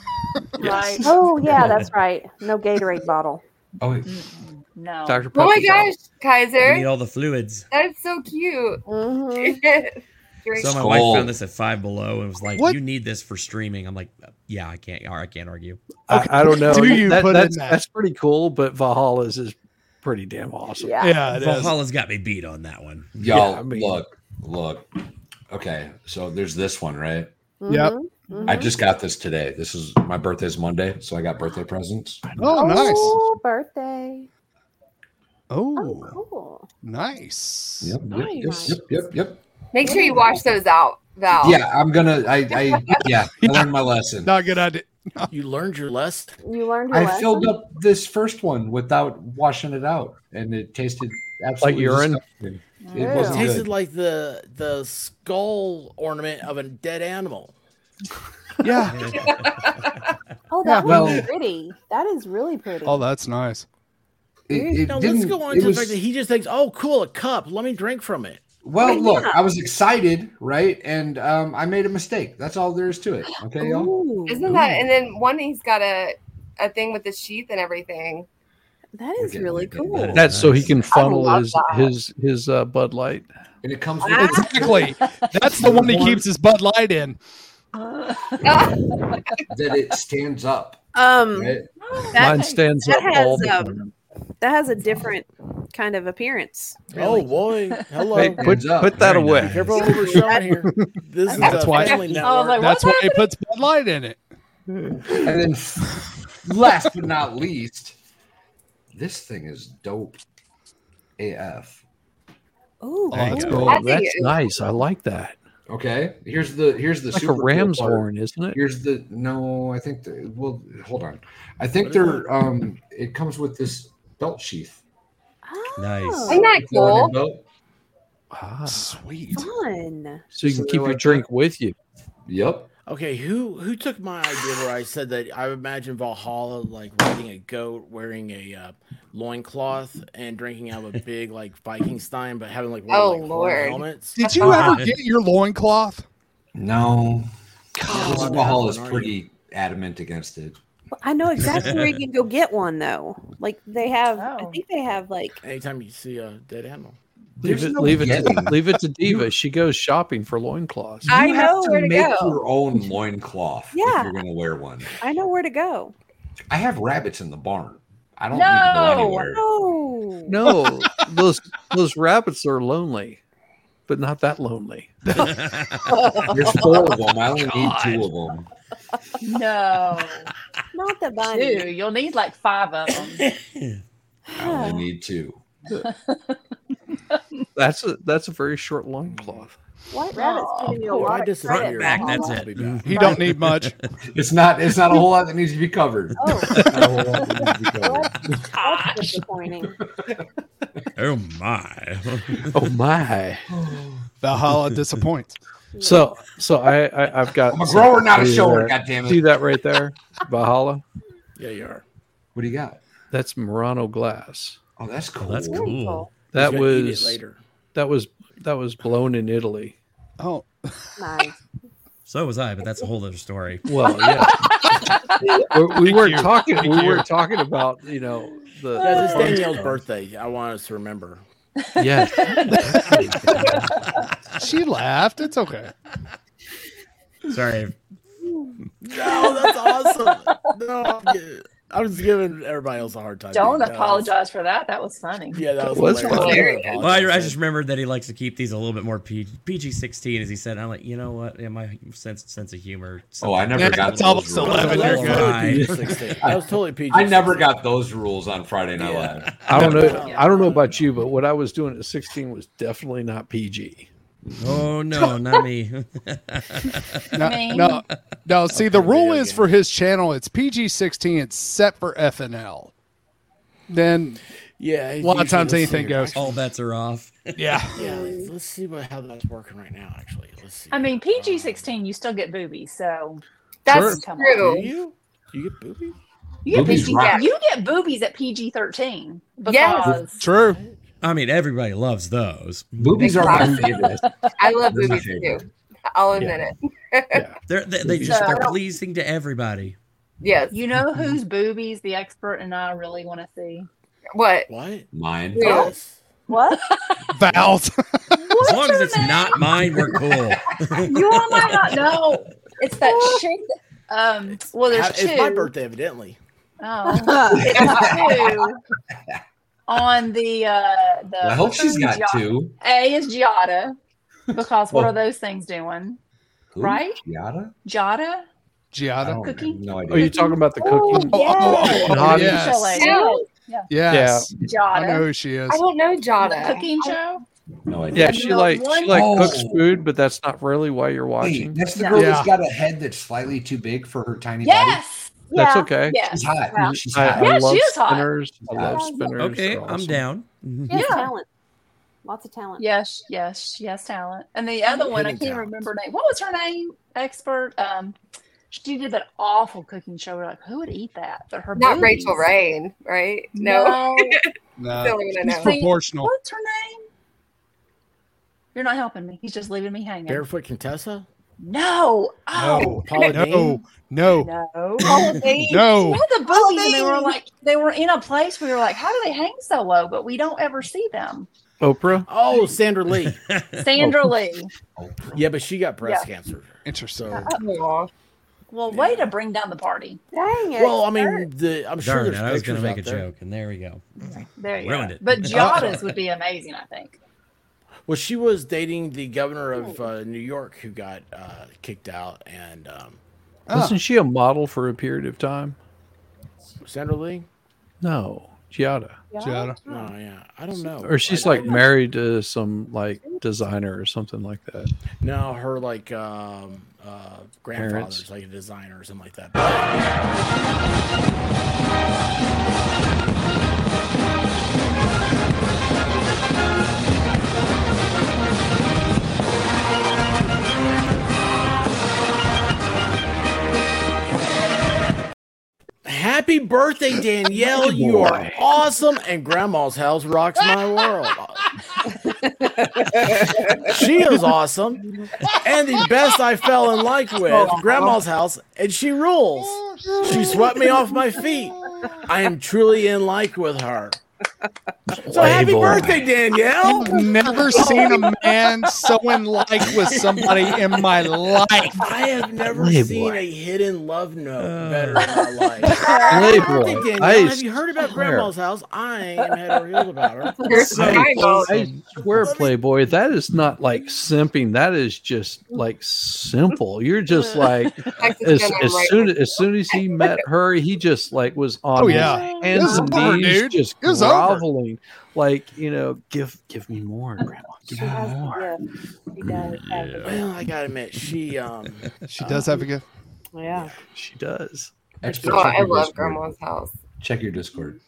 [SPEAKER 4] Right?
[SPEAKER 2] Oh yeah, that's right. No Gatorade bottle.
[SPEAKER 9] oh wait.
[SPEAKER 4] Mm-mm. No.
[SPEAKER 12] Dr.
[SPEAKER 7] Mm. Oh my
[SPEAKER 12] Pepper's out.
[SPEAKER 8] Need
[SPEAKER 7] gosh, Kaiser.
[SPEAKER 8] all the fluids.
[SPEAKER 7] That's so cute.
[SPEAKER 2] Mm-hmm.
[SPEAKER 7] Drink.
[SPEAKER 8] So my
[SPEAKER 9] Skull.
[SPEAKER 8] wife found this at Five Below and was like,
[SPEAKER 3] What?
[SPEAKER 8] "You need this for streaming." I'm like, "Yeah, I can't. I can't argue."
[SPEAKER 3] Okay.
[SPEAKER 12] I, I don't know.
[SPEAKER 3] Do you
[SPEAKER 12] That-
[SPEAKER 3] put in
[SPEAKER 12] that's,
[SPEAKER 3] that?
[SPEAKER 12] that's pretty cool, but Valhalla's is pretty damn awesome.
[SPEAKER 2] Yeah.
[SPEAKER 3] Yeah, it is.
[SPEAKER 8] Valhalla's got me beat on that one.
[SPEAKER 9] y'all
[SPEAKER 12] Yeah, I mean-
[SPEAKER 9] look look okay so there's this one right
[SPEAKER 3] Yep.
[SPEAKER 2] Mhm.
[SPEAKER 9] i
[SPEAKER 2] Mhm.
[SPEAKER 9] just got this today this is my birthday's monday so i got birthday presents
[SPEAKER 3] Oh, nice.
[SPEAKER 2] Oh, birthday. Oh,
[SPEAKER 3] Oh,
[SPEAKER 2] cool.
[SPEAKER 3] nice.
[SPEAKER 9] yep yep yep,
[SPEAKER 2] Nice.
[SPEAKER 9] yep yep yep
[SPEAKER 7] Make sure you wash those out,
[SPEAKER 1] Oh.
[SPEAKER 7] Val.
[SPEAKER 9] yeah i'm gonna i i yeah i learned my lesson
[SPEAKER 3] Not a good idea.
[SPEAKER 1] You learned your lesson.
[SPEAKER 2] You learned your
[SPEAKER 9] i
[SPEAKER 2] lesson.
[SPEAKER 9] filled up this first one without washing it out and it tasted absolutely
[SPEAKER 12] urine?
[SPEAKER 9] disgusting. it
[SPEAKER 2] Ew.
[SPEAKER 1] It
[SPEAKER 9] wasn't
[SPEAKER 1] tasted
[SPEAKER 9] good.
[SPEAKER 1] like the the skull ornament of a dead animal.
[SPEAKER 3] Yeah.
[SPEAKER 2] Oh, that
[SPEAKER 9] Yeah,
[SPEAKER 2] one's
[SPEAKER 9] well-
[SPEAKER 2] pretty. That is really pretty.
[SPEAKER 3] Oh, that's nice.
[SPEAKER 9] it, it
[SPEAKER 1] Now let's
[SPEAKER 9] didn't
[SPEAKER 1] go on
[SPEAKER 9] it
[SPEAKER 1] to
[SPEAKER 9] was-
[SPEAKER 1] the fact that he just thinks, "Oh, cool, a cup. Let me drink from it."
[SPEAKER 9] well look i was excited right and um i made a mistake that's all there is to it okay y'all
[SPEAKER 2] Ooh,
[SPEAKER 7] Isn't that? And then one, he's got a, a thing with the sheath and everything.
[SPEAKER 2] that is
[SPEAKER 9] Okay,
[SPEAKER 2] really
[SPEAKER 8] okay,
[SPEAKER 2] cool.
[SPEAKER 8] that is-
[SPEAKER 12] That's so he can funnel
[SPEAKER 7] love
[SPEAKER 12] his
[SPEAKER 7] that.
[SPEAKER 12] his his uh, Bud Light.
[SPEAKER 9] and it comes with
[SPEAKER 3] Exactly. That's the one he keeps his Bud Light in.
[SPEAKER 4] Uh,
[SPEAKER 9] that it stands up
[SPEAKER 2] Um,
[SPEAKER 9] right
[SPEAKER 12] Mine stands
[SPEAKER 2] that
[SPEAKER 12] up all
[SPEAKER 2] has,
[SPEAKER 12] the
[SPEAKER 2] um,
[SPEAKER 12] time.
[SPEAKER 2] that has a different kind of appearance.
[SPEAKER 1] Oh
[SPEAKER 2] Really.
[SPEAKER 1] boy! Hello.
[SPEAKER 12] Hey,
[SPEAKER 9] Hands
[SPEAKER 12] put,
[SPEAKER 9] up.
[SPEAKER 12] put that
[SPEAKER 8] Very
[SPEAKER 12] away.
[SPEAKER 8] nice.
[SPEAKER 1] Careful what we're showing here. This is
[SPEAKER 3] That's
[SPEAKER 1] a
[SPEAKER 3] why-
[SPEAKER 1] family
[SPEAKER 4] I was
[SPEAKER 7] Oh,
[SPEAKER 1] network.
[SPEAKER 4] like,
[SPEAKER 3] That's why he puts Bud Light in it.
[SPEAKER 9] And then, last but not least, this thing is dope AF.
[SPEAKER 2] Ooh,
[SPEAKER 3] There you
[SPEAKER 2] cool.
[SPEAKER 3] go.
[SPEAKER 12] Oh,
[SPEAKER 7] I think
[SPEAKER 12] that's
[SPEAKER 7] it-
[SPEAKER 12] nice. I like that.
[SPEAKER 9] Okay, here's the here's the
[SPEAKER 12] It's like a
[SPEAKER 9] super cool
[SPEAKER 12] ram's
[SPEAKER 9] part.
[SPEAKER 12] horn, isn't it?
[SPEAKER 9] Here's the no. I think the, well, hold on. I think
[SPEAKER 1] What is
[SPEAKER 9] they're um. It comes with this belt sheath.
[SPEAKER 2] Oh.
[SPEAKER 8] Nice.
[SPEAKER 7] Isn't that
[SPEAKER 9] Put that on your
[SPEAKER 7] cool?
[SPEAKER 9] belt.
[SPEAKER 12] Ah.
[SPEAKER 1] Sweet.
[SPEAKER 2] Fun.
[SPEAKER 12] So you can keep your drink with you.
[SPEAKER 5] Yep.
[SPEAKER 1] Okay, who who took my idea where I said that I would imagine Valhalla like riding a goat, wearing a uh, loincloth, and drinking out of a big like Viking stein, but having like one
[SPEAKER 7] Oh,
[SPEAKER 1] of, like, horn
[SPEAKER 7] Lord.
[SPEAKER 1] helmets?
[SPEAKER 3] Did you ever get your loincloth?
[SPEAKER 5] No. God, Mahal is
[SPEAKER 1] Aren't
[SPEAKER 5] pretty adamant against it.
[SPEAKER 2] Well, I know exactly where you can go get one though. Like they have,
[SPEAKER 1] Oh.
[SPEAKER 2] I think they have like
[SPEAKER 1] Anytime you see a dead animal,
[SPEAKER 12] Leave
[SPEAKER 1] There's
[SPEAKER 12] it,
[SPEAKER 1] no
[SPEAKER 12] leave it, to,
[SPEAKER 1] getting.
[SPEAKER 12] leave it to Diva. She goes shopping for loincloths.
[SPEAKER 2] I You have know to where to
[SPEAKER 5] Make
[SPEAKER 2] go.
[SPEAKER 5] your own loincloth
[SPEAKER 2] Yeah.
[SPEAKER 5] if you're going to wear one.
[SPEAKER 2] I know where to go.
[SPEAKER 5] I have rabbits in the barn. I don't need to go
[SPEAKER 2] No,
[SPEAKER 5] anywhere.
[SPEAKER 2] no.
[SPEAKER 12] No, those those rabbits are lonely, but not that lonely.
[SPEAKER 5] There's four of them. I only need two of them.
[SPEAKER 4] No.
[SPEAKER 2] Not the
[SPEAKER 4] bunny. Two. You'll need like five of them.
[SPEAKER 5] I only need two.
[SPEAKER 12] That's a that's a very short
[SPEAKER 3] Mm.
[SPEAKER 12] loincloth.
[SPEAKER 2] What rabbit's giving you a
[SPEAKER 1] If I
[SPEAKER 2] lot of
[SPEAKER 1] disagree,
[SPEAKER 2] credit?
[SPEAKER 1] Back, that's
[SPEAKER 12] it.
[SPEAKER 3] He don't need much.
[SPEAKER 5] It's not. It's not a whole lot that needs to be covered.
[SPEAKER 4] Oh.
[SPEAKER 5] Not a whole lot that needs to be covered.
[SPEAKER 2] Oh. That's disappointing.
[SPEAKER 13] Oh my.
[SPEAKER 12] Oh my.
[SPEAKER 3] Valhalla disappoints.
[SPEAKER 12] So so I, I I've got
[SPEAKER 3] I'm a grower, not a
[SPEAKER 12] See
[SPEAKER 3] shower,
[SPEAKER 12] that-
[SPEAKER 3] goddammit.
[SPEAKER 12] See that right there? Valhalla?
[SPEAKER 1] yeah, you are.
[SPEAKER 5] What do you got?
[SPEAKER 12] That's Murano glass.
[SPEAKER 5] Oh, that's cool.
[SPEAKER 13] that's cool. Very cool.
[SPEAKER 12] That
[SPEAKER 1] He's gonna eat it
[SPEAKER 12] was
[SPEAKER 1] later.
[SPEAKER 12] That was that was blown in Italy.
[SPEAKER 3] Oh,
[SPEAKER 2] nice.
[SPEAKER 13] So was I, but that's a whole other story.
[SPEAKER 12] Well, yeah. we we weren't
[SPEAKER 13] you.
[SPEAKER 12] talking.
[SPEAKER 13] Thank
[SPEAKER 12] we
[SPEAKER 13] you.
[SPEAKER 12] weren't talking about you know the.
[SPEAKER 1] Yeah, this
[SPEAKER 12] the-
[SPEAKER 1] is Danielle's birthday. I want us to remember.
[SPEAKER 12] Yeah.
[SPEAKER 3] she laughed. It's okay.
[SPEAKER 13] Sorry.
[SPEAKER 1] No, that's awesome. No, I'm, gi- I'm just giving everybody else a hard time.
[SPEAKER 4] Don't
[SPEAKER 1] That was-
[SPEAKER 4] apologize for that. That was funny.
[SPEAKER 1] Yeah, that was, hilarious.
[SPEAKER 13] Well, I, I just remembered that he likes to keep these a little bit more PG sixteen, as he said. And I'm like, you know what? Yeah, my sense sense of humor.
[SPEAKER 5] Oh, I never
[SPEAKER 13] something-
[SPEAKER 5] got
[SPEAKER 13] it's almost
[SPEAKER 5] those rules.
[SPEAKER 13] 11, you're good.
[SPEAKER 1] That was totally PG.
[SPEAKER 5] I never got those rules on Friday Night Live.
[SPEAKER 12] I don't know. I don't know about you, but what I was doing at 16 was definitely not PG.
[SPEAKER 13] Oh no, not me.
[SPEAKER 3] No, no, no. See, the rule is for his channel, it's PG sixteen, except for FNL. Then,
[SPEAKER 1] Yeah,
[SPEAKER 3] a lot of times anything goes.
[SPEAKER 13] All bets are off.
[SPEAKER 3] Yeah.
[SPEAKER 1] Yeah, let's see what how that's working right now. Actually, let's see.
[SPEAKER 4] I mean, PG sixteen, you still get boobies, so
[SPEAKER 1] That's
[SPEAKER 4] Come
[SPEAKER 1] true.
[SPEAKER 4] on.
[SPEAKER 1] Do you? You get boobies?
[SPEAKER 4] You get
[SPEAKER 13] Boobies
[SPEAKER 4] PG,
[SPEAKER 13] rock.
[SPEAKER 4] you get boobies at PG thirteen because
[SPEAKER 13] True. I mean, everybody loves those.
[SPEAKER 5] Boobies are my favorite.
[SPEAKER 7] I love
[SPEAKER 13] They're my
[SPEAKER 7] movies too. I'll admit it.
[SPEAKER 13] They're they, they just
[SPEAKER 4] So-
[SPEAKER 13] they're pleasing to everybody.
[SPEAKER 7] Yes.
[SPEAKER 4] You know whose boobies the expert and I really want to see?
[SPEAKER 7] What?
[SPEAKER 1] What?
[SPEAKER 13] Mine.
[SPEAKER 1] Yes.
[SPEAKER 4] What?
[SPEAKER 3] Val's.
[SPEAKER 13] As long as it's not mine, we're cool.
[SPEAKER 4] you all might not know. It's that chick. that- Um. Well, there's
[SPEAKER 1] it's
[SPEAKER 4] two.
[SPEAKER 1] my birthday, evidently.
[SPEAKER 4] Oh, it's two on the uh the.
[SPEAKER 5] I hope she's
[SPEAKER 4] food
[SPEAKER 5] got
[SPEAKER 4] Giada.
[SPEAKER 5] two.
[SPEAKER 4] A is Giada, because what
[SPEAKER 5] Well-
[SPEAKER 4] are those things doing?
[SPEAKER 5] Who?
[SPEAKER 4] Right?
[SPEAKER 5] Giada?
[SPEAKER 4] Giada.
[SPEAKER 5] I
[SPEAKER 3] Giada.
[SPEAKER 5] don't
[SPEAKER 4] Cookie?
[SPEAKER 5] have No idea.
[SPEAKER 12] Are you talking about the cooking?
[SPEAKER 3] Oh, oh, oh,
[SPEAKER 12] Naughty?
[SPEAKER 3] yes.
[SPEAKER 4] Chile. Yeah.
[SPEAKER 3] Yes.
[SPEAKER 4] Yeah.
[SPEAKER 3] I know who she is.
[SPEAKER 7] I don't know Jada.
[SPEAKER 4] Cooking show.
[SPEAKER 5] No idea. Oh.
[SPEAKER 12] Yeah, she like she like cooks food, but that's not really why you're watching.
[SPEAKER 5] Wait, that's the girl
[SPEAKER 12] Yeah.
[SPEAKER 5] that's got a head that's slightly too big for her tiny
[SPEAKER 4] Yes.
[SPEAKER 12] That's
[SPEAKER 4] Yeah.
[SPEAKER 12] okay.
[SPEAKER 4] Yes.
[SPEAKER 5] She's hot.
[SPEAKER 4] Wow.
[SPEAKER 5] She's
[SPEAKER 12] I,
[SPEAKER 5] hot.
[SPEAKER 12] I
[SPEAKER 4] Yeah, she
[SPEAKER 12] love
[SPEAKER 4] is hot.
[SPEAKER 12] spinners. I
[SPEAKER 9] Oh,
[SPEAKER 12] love
[SPEAKER 4] Yeah.
[SPEAKER 12] spinners.
[SPEAKER 13] Okay,
[SPEAKER 12] They're
[SPEAKER 13] I'm
[SPEAKER 12] awesome.
[SPEAKER 13] down.
[SPEAKER 2] She has talent. Lots of talent.
[SPEAKER 4] Yes, yes, she has talent. And the other one, I
[SPEAKER 13] Hidden
[SPEAKER 4] can't remember her name. What was her name? Expert. Um, she did that awful cooking show. We're like, who would eat that? But her
[SPEAKER 7] Not Rachel
[SPEAKER 4] boobies.
[SPEAKER 7] Rain, right? No.
[SPEAKER 4] No.
[SPEAKER 7] Still
[SPEAKER 3] No,
[SPEAKER 7] gonna
[SPEAKER 3] she's
[SPEAKER 7] know.
[SPEAKER 3] proportional.
[SPEAKER 4] What's her name? You're not helping me. He's just leaving me hanging.
[SPEAKER 1] Barefoot Contessa.
[SPEAKER 4] No.
[SPEAKER 3] No,
[SPEAKER 4] Oh.
[SPEAKER 1] Paula
[SPEAKER 3] no,
[SPEAKER 1] Deen?
[SPEAKER 3] no.
[SPEAKER 4] No.
[SPEAKER 3] Deen. No.
[SPEAKER 4] She had the boobies, and they were like, they were in a place where we were like, how do they hang so low? But we don't ever see them.
[SPEAKER 12] Oprah.
[SPEAKER 1] Oh, Sandra Lee.
[SPEAKER 3] Oh.
[SPEAKER 4] Sandra Lee.
[SPEAKER 1] yeah, but she got breast
[SPEAKER 4] Yeah.
[SPEAKER 1] cancer.
[SPEAKER 3] Interesting.
[SPEAKER 1] So,
[SPEAKER 7] Aw.
[SPEAKER 4] Uh, Well, way to bring down the party.
[SPEAKER 2] Dang it.
[SPEAKER 1] well, I mean, the, I'm sure
[SPEAKER 13] Darn it,
[SPEAKER 1] there's
[SPEAKER 13] I was
[SPEAKER 1] pictures
[SPEAKER 13] going to make a
[SPEAKER 1] out there.
[SPEAKER 13] joke, and there we go.
[SPEAKER 4] There you
[SPEAKER 13] Ruined
[SPEAKER 4] go.
[SPEAKER 13] it.
[SPEAKER 4] But Giada's would be amazing, I think.
[SPEAKER 1] Well, she was dating the governor of uh, New York who got uh, kicked out, and um,
[SPEAKER 12] Wasn't she a model for a period of time?
[SPEAKER 1] Sandra Lee.
[SPEAKER 12] No, Giada.
[SPEAKER 3] Giada.
[SPEAKER 1] No, yeah, I don't know.
[SPEAKER 12] Or she's
[SPEAKER 1] I- I-
[SPEAKER 12] like married to some like designer or something like that.
[SPEAKER 1] no, her like um, uh, grandfather's
[SPEAKER 12] Parents.
[SPEAKER 1] like a designer or something like that. Happy birthday, Danielle. you are awesome. And Grandma's house rocks my world. she is awesome. And the best I fell in like with
[SPEAKER 3] Oh.
[SPEAKER 1] Grandma's house, and she rules. She swept me off my feet. I am truly in like with her. So happy
[SPEAKER 3] boy.
[SPEAKER 1] birthday, Danielle.
[SPEAKER 3] I've never seen a man so in like with somebody in my life.
[SPEAKER 1] I have never
[SPEAKER 3] Hey,
[SPEAKER 1] seen
[SPEAKER 3] boy.
[SPEAKER 1] a hidden love note
[SPEAKER 3] Uh.
[SPEAKER 1] better in my life.
[SPEAKER 3] Hey, boy.
[SPEAKER 1] Birthday, Danielle.
[SPEAKER 3] I
[SPEAKER 1] have you heard about
[SPEAKER 12] swear.
[SPEAKER 1] Grandma's house? I am head over heels about her.
[SPEAKER 12] I, I swear, Playboy, that is not like simping. That is just like simple. You're just like as, as soon as soon as he met her, he just like was on
[SPEAKER 3] Oh,
[SPEAKER 12] his
[SPEAKER 3] yeah. It
[SPEAKER 12] hands
[SPEAKER 3] was
[SPEAKER 12] and
[SPEAKER 3] over,
[SPEAKER 12] knees,
[SPEAKER 3] dude.
[SPEAKER 12] just
[SPEAKER 3] It was over.
[SPEAKER 12] groveling. Like you know, give give me more, Grandma. Give me more.
[SPEAKER 1] Well, I gotta admit, she um
[SPEAKER 3] She does have a gift.
[SPEAKER 2] Yeah.
[SPEAKER 12] She does.
[SPEAKER 1] Actually,
[SPEAKER 7] Oh,
[SPEAKER 1] check
[SPEAKER 7] I
[SPEAKER 1] your
[SPEAKER 7] love
[SPEAKER 1] Discord.
[SPEAKER 7] grandma's house.
[SPEAKER 5] Check your Discord.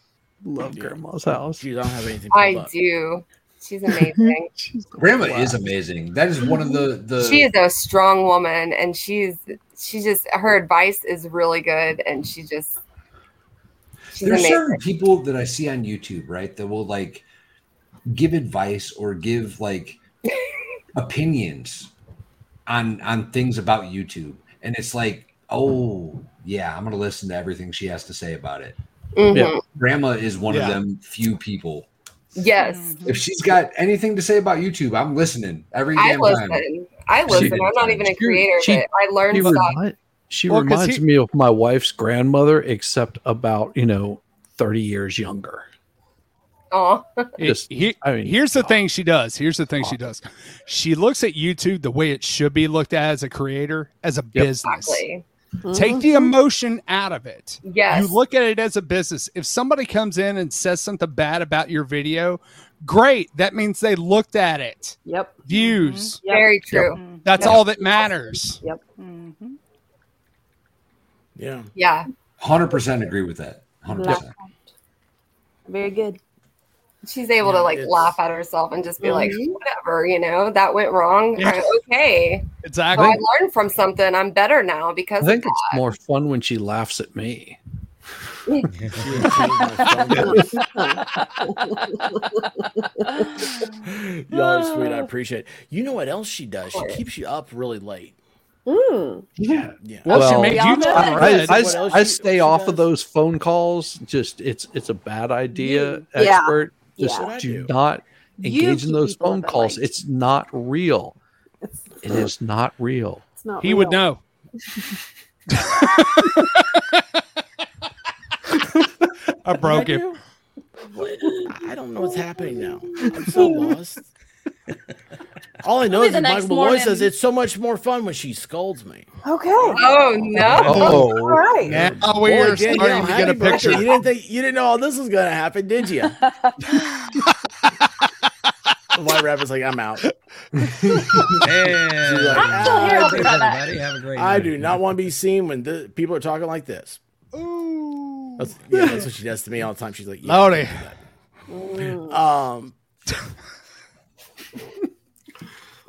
[SPEAKER 12] Love grandma's house.
[SPEAKER 1] You don't have anything.
[SPEAKER 7] I do. She's amazing.
[SPEAKER 5] Grandma is amazing. That is one of the the
[SPEAKER 7] she is a strong woman, and she's she just her advice is really good, and she just she's
[SPEAKER 5] There's
[SPEAKER 7] amazing.
[SPEAKER 5] certain people that I see on YouTube, right, that will like give advice or give like opinions on on things about YouTube, and it's like, oh yeah, I'm gonna listen to everything she has to say about it.
[SPEAKER 7] Mhm. Yeah.
[SPEAKER 5] Grandma is one
[SPEAKER 7] Yeah.
[SPEAKER 5] of them few people.
[SPEAKER 7] Yes,
[SPEAKER 5] If she's got anything to say about YouTube, I'm listening every
[SPEAKER 7] I
[SPEAKER 5] damn
[SPEAKER 7] listen.
[SPEAKER 5] time.
[SPEAKER 7] I
[SPEAKER 5] She
[SPEAKER 7] listen.
[SPEAKER 5] did.
[SPEAKER 7] I'm not even a
[SPEAKER 5] She-
[SPEAKER 7] creator,
[SPEAKER 5] she-
[SPEAKER 7] but I learned
[SPEAKER 12] she,
[SPEAKER 7] stuff.
[SPEAKER 12] remi- she
[SPEAKER 7] Well, 'cause
[SPEAKER 12] reminds
[SPEAKER 7] he-
[SPEAKER 12] me of my wife's grandmother, except about you know thirty years younger.
[SPEAKER 7] Oh,
[SPEAKER 12] Just,
[SPEAKER 3] He-
[SPEAKER 12] I mean,
[SPEAKER 3] here's the thing she does. Here's the thing she does. She looks at YouTube the way it should be looked at as a creator, as a business.
[SPEAKER 7] exactly.
[SPEAKER 3] Take the emotion out of it.
[SPEAKER 7] Yes.
[SPEAKER 3] You look at it as a business. If somebody comes in and says something bad about your video, great. That means they looked at it.
[SPEAKER 2] Yep. Mm-hmm.
[SPEAKER 3] Views.
[SPEAKER 7] Very true.
[SPEAKER 3] That's all that matters.
[SPEAKER 2] Yep.
[SPEAKER 1] Mm-hmm. Yeah.
[SPEAKER 7] Yeah.
[SPEAKER 5] Hundred percent agree with that. Hundred
[SPEAKER 7] Yep.
[SPEAKER 5] percent.
[SPEAKER 2] Very good.
[SPEAKER 7] She's able to like laugh at herself and just be like,
[SPEAKER 2] Mm-hmm.
[SPEAKER 7] whatever, you know, that went wrong. I'm okay.
[SPEAKER 3] Exactly.
[SPEAKER 7] Oh, I learned from something. I'm better now
[SPEAKER 12] I
[SPEAKER 7] because
[SPEAKER 12] think
[SPEAKER 7] of
[SPEAKER 12] it's more fun when she laughs at me.
[SPEAKER 1] Y'all are sweet. I appreciate it. You know what else she does? She keeps you up really late.
[SPEAKER 4] Mm.
[SPEAKER 12] Yeah.
[SPEAKER 1] Yeah.
[SPEAKER 3] Well, she made you turn
[SPEAKER 12] I,
[SPEAKER 3] red.
[SPEAKER 12] I,
[SPEAKER 3] What else
[SPEAKER 12] I
[SPEAKER 3] she-
[SPEAKER 12] stay off of those phone calls. Just it's it's a bad idea,
[SPEAKER 3] Yeah. Yeah.
[SPEAKER 12] expert. Just
[SPEAKER 3] Yeah.
[SPEAKER 12] do not
[SPEAKER 2] You
[SPEAKER 12] engage in
[SPEAKER 2] keep
[SPEAKER 12] those
[SPEAKER 2] people up
[SPEAKER 12] phone
[SPEAKER 2] at
[SPEAKER 12] calls. It's not real. It is not real.
[SPEAKER 2] It's not
[SPEAKER 3] He would
[SPEAKER 2] real.
[SPEAKER 3] know. I broke
[SPEAKER 1] Did I
[SPEAKER 3] him.
[SPEAKER 1] do? I don't know what's happening now. I'm so lost. All I know
[SPEAKER 4] Probably the
[SPEAKER 1] is that
[SPEAKER 4] next
[SPEAKER 1] Michael Malloy
[SPEAKER 4] morning.
[SPEAKER 1] says it's so much more fun when she scolds me.
[SPEAKER 2] Okay. Oh
[SPEAKER 7] no.
[SPEAKER 3] Oh. All
[SPEAKER 2] right.
[SPEAKER 3] Now we
[SPEAKER 1] Danielle,
[SPEAKER 3] are starting to get a
[SPEAKER 1] happy birthday.
[SPEAKER 3] picture.
[SPEAKER 1] You didn't think you didn't know all this was gonna happen, did you? My rapper's like, I'm out. She's like,
[SPEAKER 4] I'm still here.
[SPEAKER 1] "Ah,
[SPEAKER 4] I'll be right back."
[SPEAKER 1] I do-
[SPEAKER 13] Have a great
[SPEAKER 1] I
[SPEAKER 13] night.
[SPEAKER 1] do not want to be seen when the people are talking like this. That's, yeah, that's what she does to me all the time. She's like, yeah,
[SPEAKER 3] Lordy.
[SPEAKER 1] Um.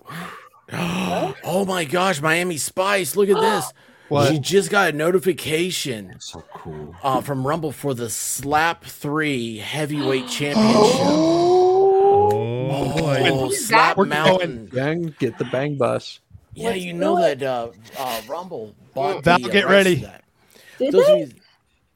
[SPEAKER 1] oh my gosh, Miami Spice! Look at this.
[SPEAKER 3] What?
[SPEAKER 1] She just got a notification.
[SPEAKER 5] so cool.
[SPEAKER 1] Uh, from Rumble for the Slap Three Heavyweight Championship.
[SPEAKER 13] Oh,
[SPEAKER 1] Oh, Slap
[SPEAKER 12] We're
[SPEAKER 1] Mountain.
[SPEAKER 12] going, gang, get the bang bus.
[SPEAKER 1] Yeah, you know that uh, uh, Rumble bought.
[SPEAKER 12] Val,
[SPEAKER 1] the, uh,
[SPEAKER 12] get
[SPEAKER 1] rights
[SPEAKER 12] ready.
[SPEAKER 1] to that.
[SPEAKER 2] Did
[SPEAKER 1] Those
[SPEAKER 2] they?
[SPEAKER 1] of you-